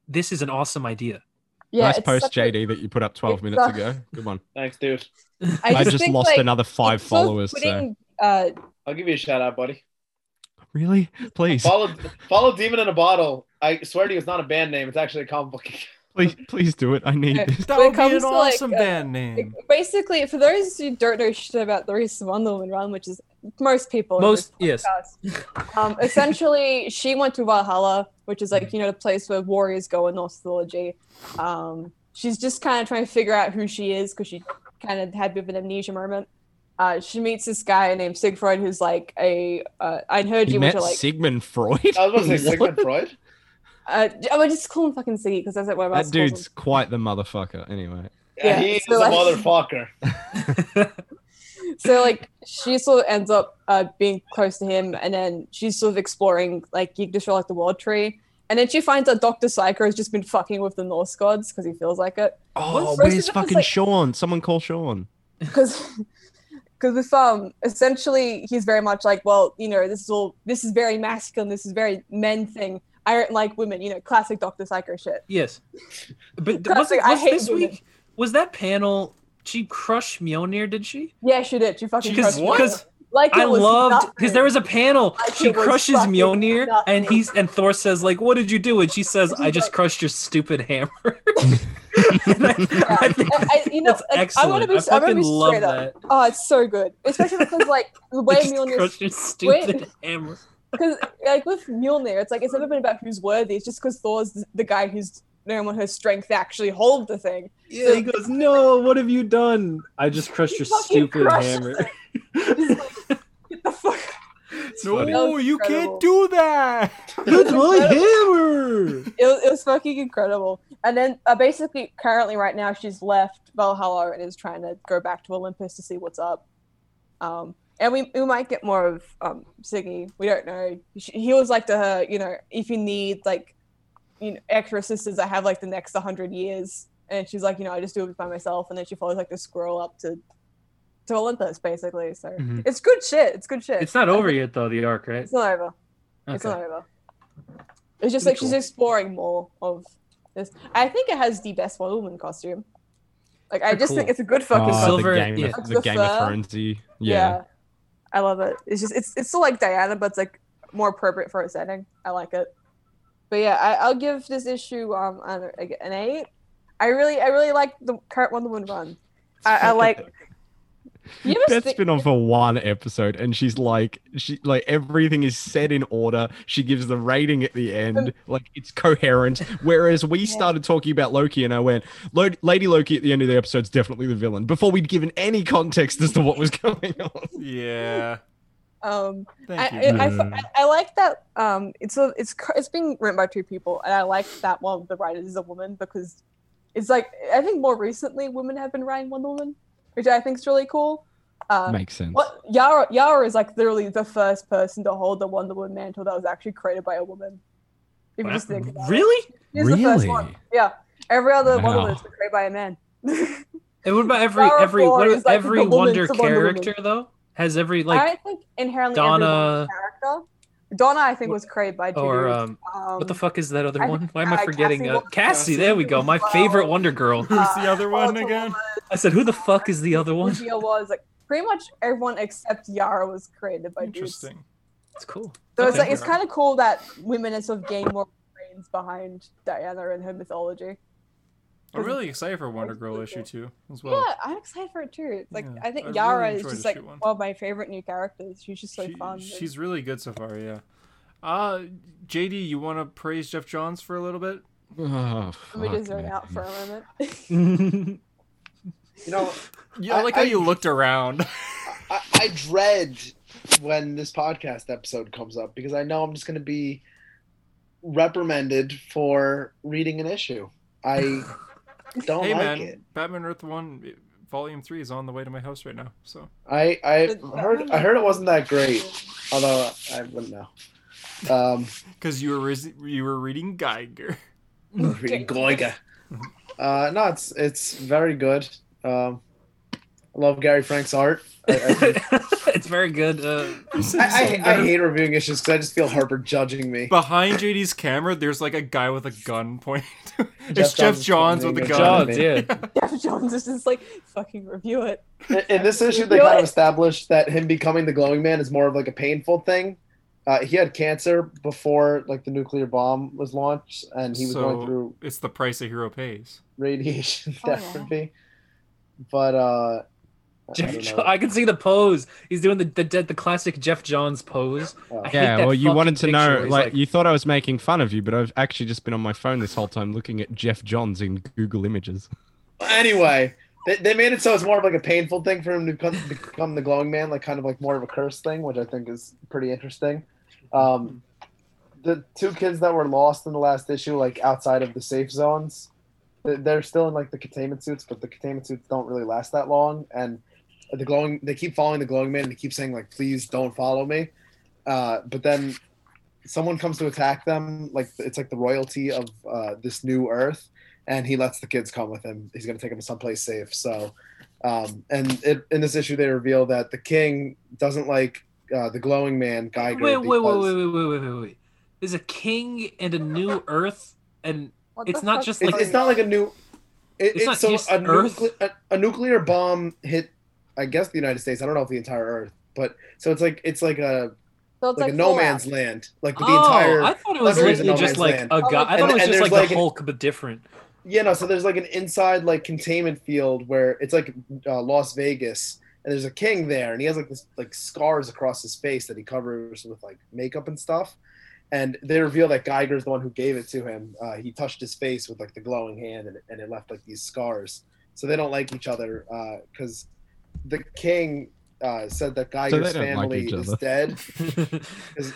Speaker 4: this is an awesome idea.
Speaker 6: yeah,
Speaker 3: nice
Speaker 6: it's
Speaker 3: post,
Speaker 6: such a-
Speaker 3: JD, that you put up 12
Speaker 6: it's
Speaker 3: minutes
Speaker 6: a-
Speaker 3: ago. Good one.
Speaker 2: Thanks, dude.
Speaker 6: I
Speaker 3: I just
Speaker 6: think,
Speaker 3: lost
Speaker 6: like,
Speaker 3: another five
Speaker 6: it's sort of
Speaker 3: followers. So.
Speaker 6: putting, uh,
Speaker 2: I'll give you a shout out, buddy.
Speaker 3: Really? Please,
Speaker 2: Follow, follow Demon in a Bottle. I swear to you, it's not a band name. It's actually a comic book.
Speaker 3: please, please do it. I need
Speaker 6: Okay.
Speaker 3: this.
Speaker 1: that
Speaker 6: when it
Speaker 1: would be
Speaker 6: comes
Speaker 1: an
Speaker 6: to, like,
Speaker 1: awesome
Speaker 6: uh,
Speaker 1: band name.
Speaker 6: basically for those who don't know shit about the recent Wonder Woman run, which is most people. in
Speaker 4: Most
Speaker 6: this
Speaker 4: yes,
Speaker 6: podcast, Um, essentially, she went to Valhalla, which is like you know the place where warriors go in Norse mythology. Um, she's just kind of trying to figure out who she is because she kind of had a bit of an amnesia moment. Uh, she meets this guy named Siegfried, who's like a uh, I'd heard
Speaker 3: He
Speaker 6: you, which
Speaker 3: met
Speaker 6: are like
Speaker 3: Sigmund Freud.
Speaker 2: I was about to say
Speaker 3: What?
Speaker 2: Sigmund Freud.
Speaker 6: uh, I would just call him fucking Siggy because that's like one of my
Speaker 3: That dude's quite the motherfucker. Anyway,
Speaker 2: Yeah,
Speaker 6: Yeah,
Speaker 2: he is
Speaker 6: so
Speaker 2: a
Speaker 6: like-
Speaker 2: motherfucker.
Speaker 6: so like she sort of ends up uh, being close to him and then she's sort of exploring like Yggdrasil like the world tree and then she finds that Dr. Psycho has just been fucking with the Norse gods because he feels like it
Speaker 3: oh,
Speaker 6: What's-
Speaker 3: where's
Speaker 6: Racism is
Speaker 3: fucking
Speaker 6: like-
Speaker 3: Sean? Someone call Sean.
Speaker 6: because because with um essentially he's very much like well you know this is all this is very masculine this is very men thing I don't like women you know classic Dr. Psycho shit
Speaker 4: yes. But
Speaker 6: Classic,
Speaker 4: was, it,
Speaker 6: I
Speaker 4: was
Speaker 6: hate
Speaker 4: this
Speaker 6: women.
Speaker 4: week? Was that panel? She crushed Mjolnir, did she?
Speaker 6: yeah she did she fucking
Speaker 4: Because
Speaker 6: crushed it. like
Speaker 4: I
Speaker 6: it was
Speaker 4: loved because
Speaker 6: nothing.
Speaker 4: there was a panel.
Speaker 6: Like,
Speaker 4: she
Speaker 6: it was
Speaker 4: crushes
Speaker 6: fucking
Speaker 4: Mjolnir,
Speaker 6: nothing.
Speaker 4: and he's and Thor says like, "What did you do?" And she says,
Speaker 6: She's
Speaker 4: "I just
Speaker 6: like-
Speaker 4: crushed your stupid hammer." And I,
Speaker 6: Yeah.
Speaker 4: I think
Speaker 6: I, I- you know,
Speaker 4: that's
Speaker 6: like, I
Speaker 4: excellent.
Speaker 6: want to
Speaker 4: I,
Speaker 6: be, I
Speaker 4: fucking
Speaker 6: be
Speaker 4: love
Speaker 6: straight
Speaker 4: that.
Speaker 6: up. Oh, it's so good, especially because like the way
Speaker 4: I just
Speaker 6: Mjolnir,
Speaker 4: crushed your stupid hammer.
Speaker 6: because like with Mjolnir, it's like it's never been about who's worthy. It's just because Thor's the guy who's no one has strength to actually hold the thing.
Speaker 4: Yeah, he goes, "No, what have you done? I just crushed
Speaker 6: He
Speaker 4: your
Speaker 6: fucking
Speaker 4: stupid
Speaker 6: crushes
Speaker 4: hammer."
Speaker 6: Just, like, Get the fuck! That
Speaker 1: No,
Speaker 6: was
Speaker 1: you
Speaker 6: incredible.
Speaker 1: can't do that.
Speaker 4: That's my hammer.
Speaker 6: It was, it was fucking incredible. And then uh, basically, currently right now, she's left Valhalla and is trying to go back to Olympus to see what's up. Um, and we, we might get more of um, Siggy. We don't know. She, he was like to her, you know, if you need like, you know, extra assistance, I have like the next 100 years. And she's like, you know, I just do it by myself. And then she follows like this squirrel up to to Olympus, basically. So
Speaker 4: Mhm.
Speaker 6: it's good shit. It's good shit.
Speaker 4: It's not over yet, though. The arc, right?
Speaker 6: It's not over. It's
Speaker 4: Okay.
Speaker 6: not over. It's just
Speaker 4: Pretty
Speaker 6: like she's
Speaker 4: cool.
Speaker 6: exploring more of this. I think it has the best Wonder Woman costume. Like I
Speaker 4: Pretty
Speaker 6: just think
Speaker 4: cool.
Speaker 6: it's a good fucking
Speaker 4: Ah,
Speaker 3: Oh,
Speaker 6: costume.
Speaker 4: Silver-
Speaker 3: the Game,
Speaker 4: yeah.
Speaker 3: of,
Speaker 6: The
Speaker 3: the Game of
Speaker 6: fur.
Speaker 3: Thronesy.
Speaker 6: Yeah.
Speaker 3: Yeah.
Speaker 6: I love it. It's just it's it's still like Diana, but it's like more appropriate for its setting. I like it. But yeah, I, I'll give this issue um I don't know, like an eight. I really I really like the current Wonder Woman run. I, I like. You ever
Speaker 3: Beth's
Speaker 6: think-
Speaker 3: been on for one episode, and she's like, she like everything is set in order. She gives the rating at the
Speaker 6: Um,
Speaker 3: end, like it's coherent. Whereas we started talking about Loki, and I went, "Lo- "Lady Loki" at the end of the episode's definitely the villain." Before we'd given any context as to what was going on.
Speaker 1: Yeah.
Speaker 6: um
Speaker 1: Thank
Speaker 6: I,
Speaker 1: you.
Speaker 6: I, I, I, I like that. Um, it's a, it's cr- it's being written by two people, and I like that one of the writers is a woman because it's like I think more recently women have been writing Wonder Woman, which I think is really cool. Um,
Speaker 3: Makes sense.
Speaker 6: what Yara Yara is like literally the first person to hold the Wonder Woman mantle that was actually created by a woman. If you just think about it.
Speaker 4: Really?
Speaker 6: She's the first one.
Speaker 3: Really?
Speaker 6: Yeah, every other Wonder
Speaker 3: Wow.
Speaker 6: Woman has been created by a man.
Speaker 4: And what about every
Speaker 6: Power
Speaker 4: every
Speaker 6: four
Speaker 4: what
Speaker 6: is
Speaker 4: about
Speaker 6: like
Speaker 4: every
Speaker 6: the woman
Speaker 4: Wonder
Speaker 6: to Wonder Woman.
Speaker 4: character though? Has every like
Speaker 6: I think inherently
Speaker 4: Donna-
Speaker 6: everyone's character. Donna, I think, was created by
Speaker 4: or
Speaker 6: dudes.
Speaker 4: um
Speaker 6: Um,
Speaker 4: what the fuck is that other
Speaker 6: I-
Speaker 4: one? Why am I
Speaker 6: uh,
Speaker 4: forgetting?
Speaker 6: Cassie
Speaker 4: Cassie, uh,
Speaker 6: Walker.
Speaker 4: Cassie there we go. My favorite Wonder Girl.
Speaker 6: uh,
Speaker 1: Who's the other one
Speaker 6: Wonder
Speaker 1: again?
Speaker 4: I said, who the fuck is the other one?
Speaker 6: Lugia was like pretty much everyone except Yara was created by dudes. So
Speaker 1: Interesting.
Speaker 4: It's cool.
Speaker 6: it's like
Speaker 1: Okay.
Speaker 6: it's kind of cool that women have sort of gained more brains behind Diana and her mythology.
Speaker 1: I'm really excited for Wonder Girl issue two as well.
Speaker 6: yeah, I'm excited for it too. It's like
Speaker 1: Yeah,
Speaker 6: I
Speaker 1: I
Speaker 6: think
Speaker 1: really
Speaker 6: Yara is
Speaker 1: enjoyed
Speaker 6: just
Speaker 1: the
Speaker 6: like
Speaker 1: shoot one.
Speaker 6: one of my favorite new characters. She's just so
Speaker 1: She-
Speaker 6: fun.
Speaker 1: She's really good so far, yeah. Uh JD, you want to praise Jeff Johns for a little bit?
Speaker 3: Oh,
Speaker 6: Let me
Speaker 3: fuck,
Speaker 6: just zone
Speaker 3: man.
Speaker 6: out for a moment.
Speaker 2: You know,
Speaker 1: Yeah, I, like how
Speaker 2: I-
Speaker 1: you looked around.
Speaker 2: I, I dread when this podcast episode comes up because I know I'm just going to be reprimanded for reading an issue. I don't
Speaker 1: hey
Speaker 2: like
Speaker 1: man,
Speaker 2: it.
Speaker 1: Batman Earth One Volume Three is on the way to my house right now. So
Speaker 2: I I
Speaker 6: But
Speaker 2: heard I heard it wasn't that great, although I wouldn't know. Um,
Speaker 1: because you were res- you were reading Geiger.
Speaker 2: reading Uh, no, it's it's very good. Um, I love Gary Frank's art. I, I, think-
Speaker 4: it's very good. Uh,
Speaker 2: I, I, I hate reviewing issues because I just feel Harper judging me.
Speaker 1: Behind JD's camera, there's like a guy with a gun pointing. to- it's Jeff
Speaker 2: Jeff Johns
Speaker 1: Johns
Speaker 2: pointing
Speaker 1: with a
Speaker 2: a
Speaker 1: gun.
Speaker 2: gun.
Speaker 12: Johns, yeah.
Speaker 6: Jeff Jones is just like fucking review it.
Speaker 2: In, in this issue, they
Speaker 6: Do
Speaker 2: kind of
Speaker 6: it.
Speaker 2: established that him becoming the glowing man is more of like a painful thing. Uh, he had cancer before like the nuclear bomb was launched, and he was
Speaker 1: So-
Speaker 2: going through
Speaker 1: It's the price a hero pays.
Speaker 2: radiation
Speaker 6: Oh, wow.
Speaker 2: therapy. But uh, I
Speaker 4: Jeff,
Speaker 2: don't
Speaker 4: Jo-
Speaker 2: know.
Speaker 4: I can see the pose. He's doing the the, the, the classic Jeff Johns pose.
Speaker 2: Oh.
Speaker 4: I hate
Speaker 3: Yeah,
Speaker 4: that
Speaker 3: well, you
Speaker 4: fucking
Speaker 3: wanted to know,
Speaker 4: picture. He's
Speaker 3: like, you thought I was making fun of you, but I've actually just been on my phone this whole time looking at Jeff Johns in Google Images.
Speaker 2: anyway, they, they made it so it's more of like a painful thing for him to become, become the glowing man, like kind of like more of a curse thing, which I think is pretty interesting. Um, the two kids that were lost in the last issue, like outside of the safe zones, they- they're still in like the containment suits, but the containment suits don't really last that long. And the glowing, they keep following the glowing man, and they keep saying like, "Please don't follow me." Uh, but then someone comes to attack them, like it's like the royalty of uh, this new Earth and he lets the kids come with him. He's going to take them to someplace safe. So, um, and it, in this issue, they reveal that the king doesn't like uh, the glowing man, Geiger.
Speaker 4: wait, wait, wait,
Speaker 2: because-
Speaker 4: wait, wait, wait, wait, wait, wait. There's a king and a new Earth, and
Speaker 6: What
Speaker 4: It's
Speaker 6: the
Speaker 4: not
Speaker 6: fuck
Speaker 4: just
Speaker 6: is
Speaker 2: It-
Speaker 4: like-
Speaker 2: it's not like a new. It,
Speaker 4: It's
Speaker 2: it's,
Speaker 4: not
Speaker 2: so
Speaker 4: just
Speaker 2: a,
Speaker 4: Earth?
Speaker 2: nucle- a, a nuclear bomb hit, I guess, the United States. I don't know if the entire Earth, but so it's like it's like a
Speaker 6: So
Speaker 2: like,
Speaker 6: it's like,
Speaker 2: a no
Speaker 6: Fallout.
Speaker 2: man's land, like the
Speaker 4: oh,
Speaker 2: entire.
Speaker 4: I thought it was
Speaker 2: Leverage
Speaker 4: literally
Speaker 2: and
Speaker 4: just
Speaker 2: Nomadic
Speaker 4: like
Speaker 2: Land.
Speaker 4: a guy. I thought
Speaker 2: And-
Speaker 4: it was
Speaker 2: and
Speaker 4: just
Speaker 2: there's
Speaker 4: like,
Speaker 2: like
Speaker 4: the
Speaker 2: an-
Speaker 4: Hulk, but different.
Speaker 2: Yeah, no. So there's like an inside like containment field where it's like uh, Las Vegas, and there's a king there, and he has like this like scars across his face that he covers with like makeup and stuff. And they reveal that Geiger's the one who gave it to him. Uh, he touched his face with like the glowing hand, and, and it left like these scars. So they don't like each other because the king uh, said that Geiger's
Speaker 3: don't like
Speaker 2: family
Speaker 3: each
Speaker 2: is
Speaker 3: other.
Speaker 2: dead because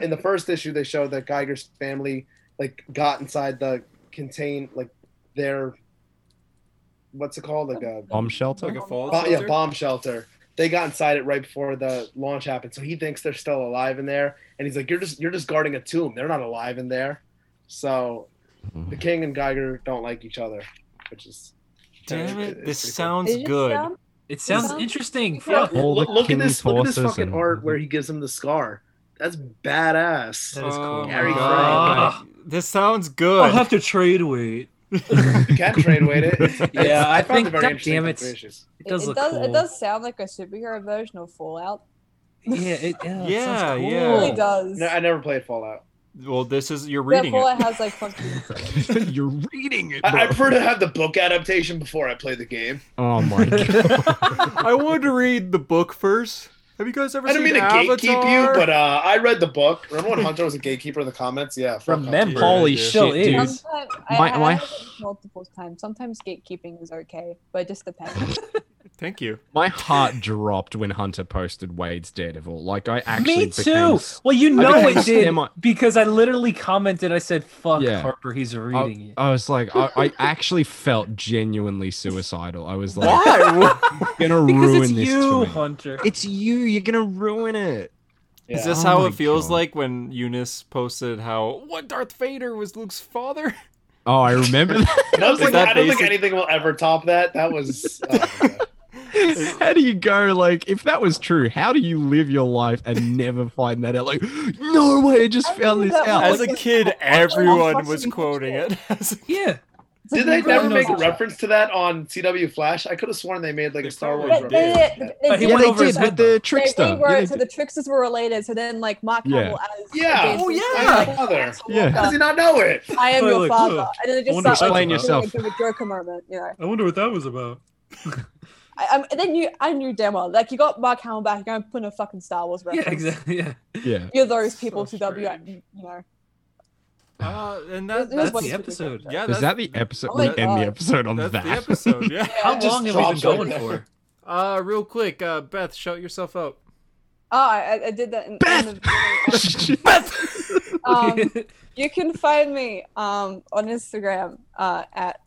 Speaker 2: in the first issue they showed that Geiger's family like got inside the contain like their what's it called like a
Speaker 3: Bomb shelter?
Speaker 1: Like a fall.
Speaker 2: bo- yeah
Speaker 1: shelter?
Speaker 2: bomb shelter. They got inside it right before the launch happened, so he thinks they're still alive in there, and he's like, "You're just you're just guarding a tomb. They're not alive in there." So
Speaker 3: Mm-hmm.
Speaker 2: the king and Geiger don't like each other, which is
Speaker 1: Damn
Speaker 2: it's
Speaker 1: it!
Speaker 2: pretty
Speaker 1: This
Speaker 2: cool.
Speaker 1: sounds
Speaker 6: It just
Speaker 1: good.
Speaker 6: sound-
Speaker 4: It sounds
Speaker 6: sounds-
Speaker 4: interesting.
Speaker 2: Yeah,
Speaker 4: Fuck.
Speaker 3: All
Speaker 2: look,
Speaker 3: the
Speaker 2: look at
Speaker 3: king's
Speaker 2: this look at this
Speaker 3: horses
Speaker 2: fucking
Speaker 3: and-
Speaker 2: art where he gives him the scar. That's badass.
Speaker 4: That is cool.
Speaker 1: my
Speaker 2: Gary
Speaker 1: God. This sounds
Speaker 4: I'll
Speaker 1: good.
Speaker 4: have to trade weight.
Speaker 2: You can trade weight it.
Speaker 4: Yeah, I
Speaker 2: found
Speaker 4: think-
Speaker 2: it very
Speaker 4: God
Speaker 2: interesting
Speaker 4: damn
Speaker 2: for
Speaker 4: it.
Speaker 2: three issues.
Speaker 4: It does
Speaker 6: it,
Speaker 4: look
Speaker 6: does,
Speaker 4: cool.
Speaker 6: it does sound like a superhero version of Fallout.
Speaker 4: Yeah, it, yeah, it
Speaker 1: Yeah,
Speaker 4: sounds cool.
Speaker 1: yeah.
Speaker 6: It really does.
Speaker 2: Oh. No, I never played Fallout.
Speaker 1: Well, this is you're
Speaker 6: yeah,
Speaker 1: reading it.
Speaker 6: Fallout has like fucking
Speaker 3: You're reading it.
Speaker 2: I, I
Speaker 3: bro.
Speaker 2: prefer to have the book adaptation before I play the game.
Speaker 3: oh my god.
Speaker 1: I wanted to read the book first. Have you guys ever
Speaker 2: I
Speaker 1: seen
Speaker 2: don't mean to
Speaker 1: Avatar?
Speaker 2: gatekeep you, but uh, I read the book. Remember when Hunter was a gatekeeper in the comments? Yeah. fuck Hunter.
Speaker 3: Remember, holy
Speaker 1: Yeah,
Speaker 3: shit,
Speaker 4: still
Speaker 3: dude.
Speaker 4: is.
Speaker 6: Sometimes, I,
Speaker 3: My-
Speaker 6: I
Speaker 3: my-
Speaker 6: have it multiple times. Sometimes gatekeeping is okay, but it just depends.
Speaker 1: Thank you.
Speaker 3: My heart dropped when Hunter posted Wade's Daredevil. Like I actually
Speaker 4: Me
Speaker 3: became
Speaker 4: too.
Speaker 3: s-
Speaker 4: Well, you
Speaker 3: I
Speaker 4: know
Speaker 3: became
Speaker 4: it did
Speaker 3: semi-
Speaker 4: because I literally commented. I said, "Fuck
Speaker 3: Yeah.
Speaker 4: Harper, he's reading it."
Speaker 3: I was like, I, I actually felt genuinely suicidal. I was like,
Speaker 1: Why?
Speaker 3: you're gonna
Speaker 4: Because
Speaker 3: ruin
Speaker 4: it's
Speaker 3: this
Speaker 4: you,
Speaker 3: to me.
Speaker 4: Hunter.
Speaker 3: It's you. You're gonna ruin it.
Speaker 1: Is
Speaker 2: Yeah.
Speaker 1: this
Speaker 3: Oh
Speaker 1: how
Speaker 3: my
Speaker 1: it feels
Speaker 3: God.
Speaker 1: like when Eunice posted how what Darth Vader was Luke's father?
Speaker 3: Oh, I remember that.
Speaker 2: And I, was
Speaker 1: Is
Speaker 2: like,
Speaker 1: that
Speaker 2: I don't think
Speaker 1: basic?
Speaker 2: anything will ever top that. That was. oh my God.
Speaker 3: how do you go like if that was true? How do you live your life and never find that out? Like, no way! I just
Speaker 6: I
Speaker 3: found
Speaker 6: knew
Speaker 3: this
Speaker 6: that
Speaker 3: out.
Speaker 1: As a
Speaker 3: Like,
Speaker 1: kid, everyone was quoting it.
Speaker 4: Yeah,
Speaker 2: Did they never
Speaker 4: knows
Speaker 2: make a
Speaker 4: that.
Speaker 2: reference to that on CW Flash? I could have sworn they made like
Speaker 1: They
Speaker 2: a Star Wars
Speaker 1: probably
Speaker 6: But
Speaker 1: did.
Speaker 2: reference.
Speaker 6: they, they,
Speaker 4: But he
Speaker 6: did
Speaker 3: yeah,
Speaker 4: went
Speaker 3: they
Speaker 4: over
Speaker 3: did
Speaker 4: his
Speaker 3: with
Speaker 4: head,
Speaker 3: the
Speaker 4: though.
Speaker 6: They,
Speaker 3: trickster.
Speaker 6: they were,
Speaker 3: Yeah, they
Speaker 6: so
Speaker 3: did.
Speaker 6: the tricksters were related. So then, like Mock
Speaker 3: Yeah.
Speaker 6: Hubble as
Speaker 2: Yeah.
Speaker 6: James
Speaker 1: Oh,
Speaker 6: was
Speaker 1: yeah.
Speaker 6: like,
Speaker 2: My father.
Speaker 3: Yeah.
Speaker 2: How does he not know it?
Speaker 6: I am
Speaker 4: Oh,
Speaker 6: your
Speaker 4: look,
Speaker 6: father,
Speaker 4: look.
Speaker 6: and then it
Speaker 4: I
Speaker 6: just
Speaker 4: wonder-
Speaker 6: starts
Speaker 3: Explain
Speaker 6: like,
Speaker 3: yourself.
Speaker 6: Like, a Joker moment, you know.
Speaker 4: I wonder what that was about.
Speaker 6: I, I'm, and then you, I knew demo. Like you got Mark Hamill back, you're going to put in a fucking Star Wars reference.
Speaker 4: Yeah, exactly. Yeah,
Speaker 3: Yeah.
Speaker 6: You're those people
Speaker 1: So
Speaker 6: to W, you know.
Speaker 1: Uh, and
Speaker 6: It
Speaker 1: that,
Speaker 6: was- it was
Speaker 1: that's,
Speaker 6: what
Speaker 4: the
Speaker 6: he did.
Speaker 4: episode.
Speaker 1: yeah,
Speaker 3: Is
Speaker 1: that's,
Speaker 3: that the episode?
Speaker 6: Oh
Speaker 3: we
Speaker 6: my
Speaker 3: end
Speaker 6: God.
Speaker 3: the episode on
Speaker 1: that's
Speaker 3: that.
Speaker 1: the episode. Yeah.
Speaker 4: How
Speaker 2: Just
Speaker 4: long have we been
Speaker 2: drops right
Speaker 4: going
Speaker 2: there.
Speaker 4: for?
Speaker 1: Uh, real quick, uh, Beth, shout yourself out.
Speaker 6: Oh, I, I did that in, in
Speaker 3: Beth!
Speaker 6: the um, you can find me um, on Instagram uh, at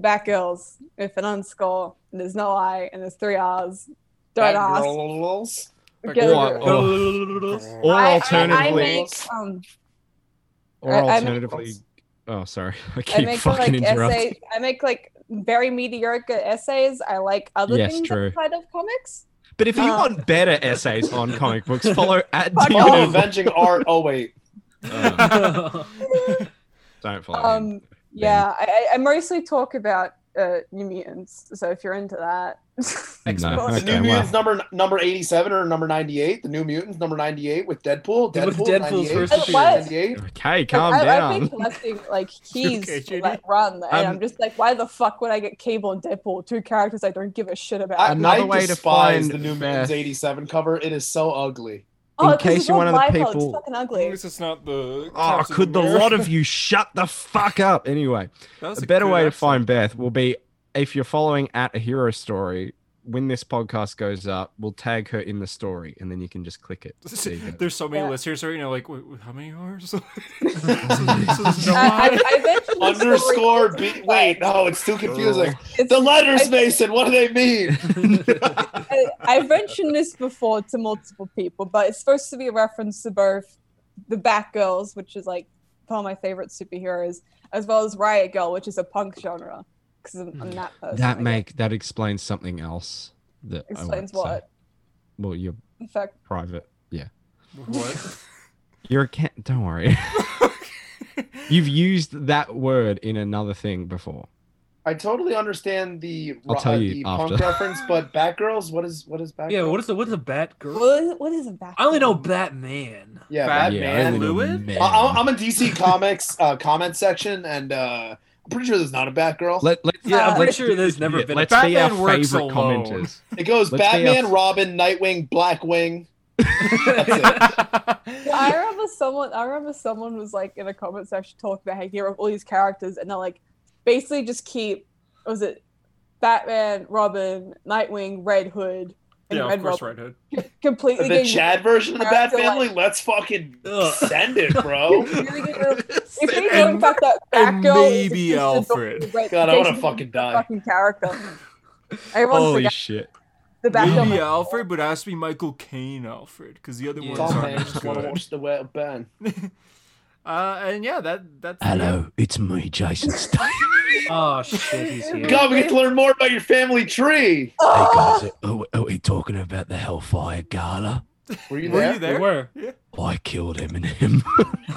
Speaker 6: Batgirls with an underscore. And there's no I, and there's three R's. Don't ask.
Speaker 2: Rolls.
Speaker 6: Get a
Speaker 3: Or-
Speaker 6: girl.
Speaker 2: Um,
Speaker 3: or- or
Speaker 6: I- I- I
Speaker 3: alternatively-
Speaker 6: make, um,
Speaker 3: Or
Speaker 6: I- I make-
Speaker 3: alternatively, oh sorry, I
Speaker 6: I
Speaker 3: keep
Speaker 6: make like
Speaker 3: fucking interrupting.
Speaker 6: essays. I make like very mediocre essays. I like other
Speaker 3: Yes,
Speaker 6: things
Speaker 3: true.
Speaker 6: outside of comics.
Speaker 3: But if you
Speaker 6: Uh.
Speaker 3: want better essays on comic books, follow at
Speaker 6: Fuck
Speaker 3: Demon
Speaker 2: Oh,
Speaker 3: of-
Speaker 2: avenging art. Oh wait.
Speaker 3: Uh, Don't follow. him.
Speaker 6: Um, yeah, I, I- I mostly talk about uh, New Mutants. So if you're into that,
Speaker 3: No,
Speaker 2: The
Speaker 3: okay,
Speaker 2: New
Speaker 3: wow.
Speaker 2: Mutants number number eighty seven or number ninety eight. The New Mutants number ninety eight with Deadpool.
Speaker 4: With
Speaker 2: Deadpool
Speaker 4: Deadpool's
Speaker 2: 98,
Speaker 4: first
Speaker 6: appearance.
Speaker 2: 98.
Speaker 3: Okay, calm
Speaker 6: I, I've been
Speaker 3: down.
Speaker 6: collecting like keys
Speaker 1: Okay,
Speaker 6: for
Speaker 1: Judy.
Speaker 6: that run, and
Speaker 3: Um,
Speaker 6: I'm just like, why the fuck would I get Cable and Deadpool, two characters I don't give a shit about?
Speaker 2: I,
Speaker 3: Another
Speaker 2: I
Speaker 3: way to
Speaker 2: despise
Speaker 3: find
Speaker 2: the New
Speaker 3: Beth.
Speaker 2: Mutants eighty seven cover. It is so ugly.
Speaker 6: oh,
Speaker 3: in
Speaker 6: 'cause
Speaker 3: case
Speaker 6: it's
Speaker 3: you're
Speaker 6: all
Speaker 3: one of the
Speaker 6: lipo,
Speaker 3: people-
Speaker 6: it's fucking
Speaker 1: As long
Speaker 6: ugly.
Speaker 1: as it's not the.
Speaker 3: Oh,
Speaker 1: Captain
Speaker 3: could the
Speaker 1: America.
Speaker 3: lot of you shut the fuck up? Anyway,
Speaker 1: That was
Speaker 3: a
Speaker 1: a
Speaker 3: better
Speaker 1: good
Speaker 3: way to
Speaker 1: accent.
Speaker 3: find Beth will be if you're following at a hero story. When this podcast goes up, we'll tag her in the story, and then you can just click it. There you go.
Speaker 1: There's so many
Speaker 6: Yeah.
Speaker 1: lists here, so you know, like, wait, wait, how many are? so, so there's no
Speaker 6: I,
Speaker 1: one.
Speaker 6: I, I mentioned this story-
Speaker 2: Underscore B. Wait, no, it's too confusing.
Speaker 6: it's-
Speaker 2: The letters,
Speaker 6: I-
Speaker 2: Mason. What do they mean?
Speaker 6: I, I've mentioned this before to multiple people, but it's supposed to be a reference to both the Batgirls, which is like one of my favorite superheroes, as well as Riot Girl, which is a punk genre. Because I'm, I'm that person. I
Speaker 3: Mm, that
Speaker 6: guess.
Speaker 3: make that explains something else. That I won't
Speaker 6: explains
Speaker 3: say.
Speaker 6: what.
Speaker 3: Well, you're
Speaker 6: In fact,
Speaker 3: private.
Speaker 1: What?
Speaker 3: You're a cat. Don't worry. You've used that word in another thing before.
Speaker 2: I totally understand the,
Speaker 3: I'll
Speaker 2: ro-
Speaker 3: tell
Speaker 2: uh,
Speaker 3: you
Speaker 2: the
Speaker 3: after.
Speaker 2: punk reference, but Batgirls, what is what is Batgirls?
Speaker 4: yeah, what is the what is a bat girl?
Speaker 6: what is, what is a Batgirl?
Speaker 4: I only know Batman.
Speaker 2: yeah,
Speaker 1: Bat-
Speaker 3: Yeah,
Speaker 1: Man,
Speaker 3: I only know
Speaker 1: Lewis?
Speaker 3: man.
Speaker 2: I- I- I'm a DC Comics uh, comment section, and uh, I'm pretty sure there's not a Batgirl.
Speaker 3: Let, let's,
Speaker 6: Yeah,
Speaker 3: let's
Speaker 6: I'm
Speaker 4: pretty sure
Speaker 3: do
Speaker 4: there's
Speaker 3: this
Speaker 4: never
Speaker 3: bit.
Speaker 4: been a-
Speaker 3: Let's be our
Speaker 1: Batman works
Speaker 3: favorite
Speaker 1: alone.
Speaker 3: commenters.
Speaker 2: it goes
Speaker 3: let's be
Speaker 2: Batman,
Speaker 3: a-
Speaker 2: Robin, Nightwing, Blackwing.
Speaker 6: Well, I remember someone. I remember someone was like in a comment section talking about how here are all these characters, and they're like, basically just keep. what Was it Batman, Robin, Nightwing, Red Hood, and
Speaker 1: yeah,
Speaker 6: Red
Speaker 1: of course,
Speaker 6: Robin?
Speaker 1: Red Hood.
Speaker 6: Completely
Speaker 2: The
Speaker 6: getting
Speaker 2: Chad version of the Bat
Speaker 6: character, like-
Speaker 2: family? Let's fucking
Speaker 4: Ugh.
Speaker 2: send it, bro.
Speaker 6: really getting rid of- If they
Speaker 1: And-
Speaker 6: know in fact that
Speaker 1: and
Speaker 6: Batgirl is
Speaker 1: maybe
Speaker 6: a piece of
Speaker 1: Alfred.
Speaker 6: the Red-
Speaker 2: God, I wanna
Speaker 6: Jason
Speaker 2: fucking
Speaker 6: is a
Speaker 2: die.
Speaker 6: Fucking character. Everyone's
Speaker 3: Holy
Speaker 6: forgot
Speaker 3: shit.
Speaker 6: the Batgirl.
Speaker 1: Maybe Alfred, but it has to be Michael Caine Alfred, because the other
Speaker 4: Yeah.
Speaker 1: ones
Speaker 2: Stop,
Speaker 1: aren't
Speaker 2: man. I
Speaker 1: as
Speaker 2: just want to
Speaker 1: good.
Speaker 2: watch the way of Ben.
Speaker 1: Uh, and yeah, that that's
Speaker 3: it's me, Jason Statham.
Speaker 4: Oh shit, he's here.
Speaker 2: God, we get to learn more about your family tree.
Speaker 6: Ah!
Speaker 3: are, we talking about the Hellfire Gala?
Speaker 2: Were you
Speaker 1: Were
Speaker 2: there?
Speaker 1: you
Speaker 4: They
Speaker 1: there?
Speaker 4: were.
Speaker 3: I killed Eminem.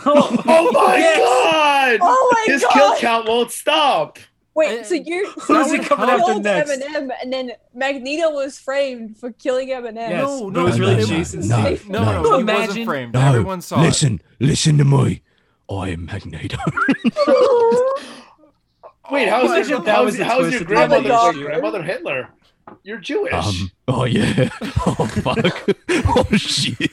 Speaker 2: Oh my god!
Speaker 6: Oh my
Speaker 2: His
Speaker 6: god!
Speaker 2: kill count won't stop.
Speaker 6: Wait, so you
Speaker 4: Who's
Speaker 6: so
Speaker 4: it coming after
Speaker 6: killed
Speaker 4: next?
Speaker 6: Eminem, and then Magneto was framed for killing Eminem.
Speaker 4: Yes,
Speaker 1: No,
Speaker 4: but
Speaker 1: no,
Speaker 4: it was
Speaker 1: no,
Speaker 4: really
Speaker 1: no,
Speaker 4: Jason.
Speaker 3: no,
Speaker 4: Statham.
Speaker 1: No, no,
Speaker 3: No.
Speaker 1: no he
Speaker 4: Imagine-
Speaker 1: wasn't framed. Everyone saw
Speaker 3: listen to me. I am Magneto.
Speaker 1: it.
Speaker 6: Oh
Speaker 2: Wait, how's
Speaker 4: Imagine
Speaker 2: your
Speaker 4: if that
Speaker 2: how's,
Speaker 4: was a
Speaker 2: how's
Speaker 4: twist
Speaker 2: your
Speaker 4: at the end
Speaker 6: of
Speaker 2: grandmother
Speaker 6: the
Speaker 2: your
Speaker 4: shoot.
Speaker 2: grandmother Hitler? You're Jewish.
Speaker 3: oh yeah. Oh fuck. oh shit.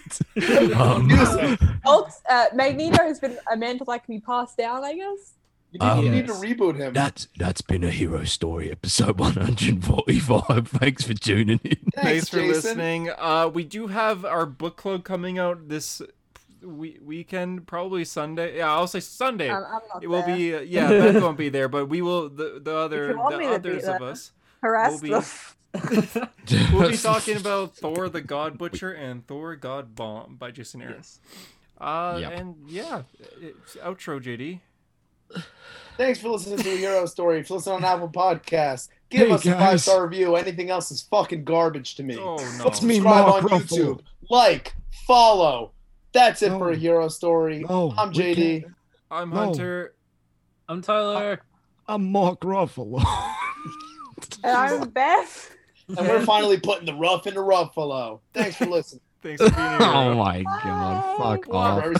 Speaker 3: Um,
Speaker 2: Music.
Speaker 6: Ult, uh, Magneto has been a man to like be passed down, I guess.
Speaker 2: you, need, you need to
Speaker 3: um,
Speaker 2: reboot him.
Speaker 3: That's that's been a hero story episode 145. Thanks for tuning in.
Speaker 1: Thanks for
Speaker 2: Jason.
Speaker 1: listening. Uh, we do have our book club coming out this we- weekend, probably Sunday. Yeah, I'll say Sunday.
Speaker 6: Um, I'm not
Speaker 1: it will
Speaker 6: there.
Speaker 1: be. uh, Yeah, Beth won't be there, but we will. The the other
Speaker 6: want
Speaker 1: the
Speaker 6: me to be
Speaker 1: others of
Speaker 6: there.
Speaker 1: us will
Speaker 6: harassed.
Speaker 1: be-
Speaker 6: them.
Speaker 1: will be talking about Thor the God Butcher and Thor God Bomb by Jason Aaron. Uh,
Speaker 3: Yep.
Speaker 1: and yeah, it's outro JD.
Speaker 2: Thanks for listening to a Hero Story. If you listen on Apple Podcasts, give
Speaker 3: Hey,
Speaker 2: us a
Speaker 3: guys.
Speaker 2: five star review. Anything else is fucking garbage to me.
Speaker 1: Oh no,
Speaker 3: That's me,
Speaker 2: Subscribe
Speaker 3: Mark
Speaker 2: on
Speaker 3: Ruffalo. Oh.
Speaker 2: YouTube. Like, follow. That's it
Speaker 3: No.
Speaker 2: for a Hero Story.
Speaker 3: No,
Speaker 2: I'm
Speaker 3: Oh, we
Speaker 2: JD.
Speaker 3: can't.
Speaker 1: I'm
Speaker 3: No.
Speaker 1: Hunter.
Speaker 4: I'm Tyler.
Speaker 3: I'm Mark Ruffalo.
Speaker 6: And I'm Beth.
Speaker 2: And we're finally putting the rough into Ruffalo. Thanks for listening.
Speaker 1: Thanks for being here.
Speaker 3: oh my god.
Speaker 6: Bye.
Speaker 3: Fuck
Speaker 2: Whatever,
Speaker 3: off.
Speaker 2: every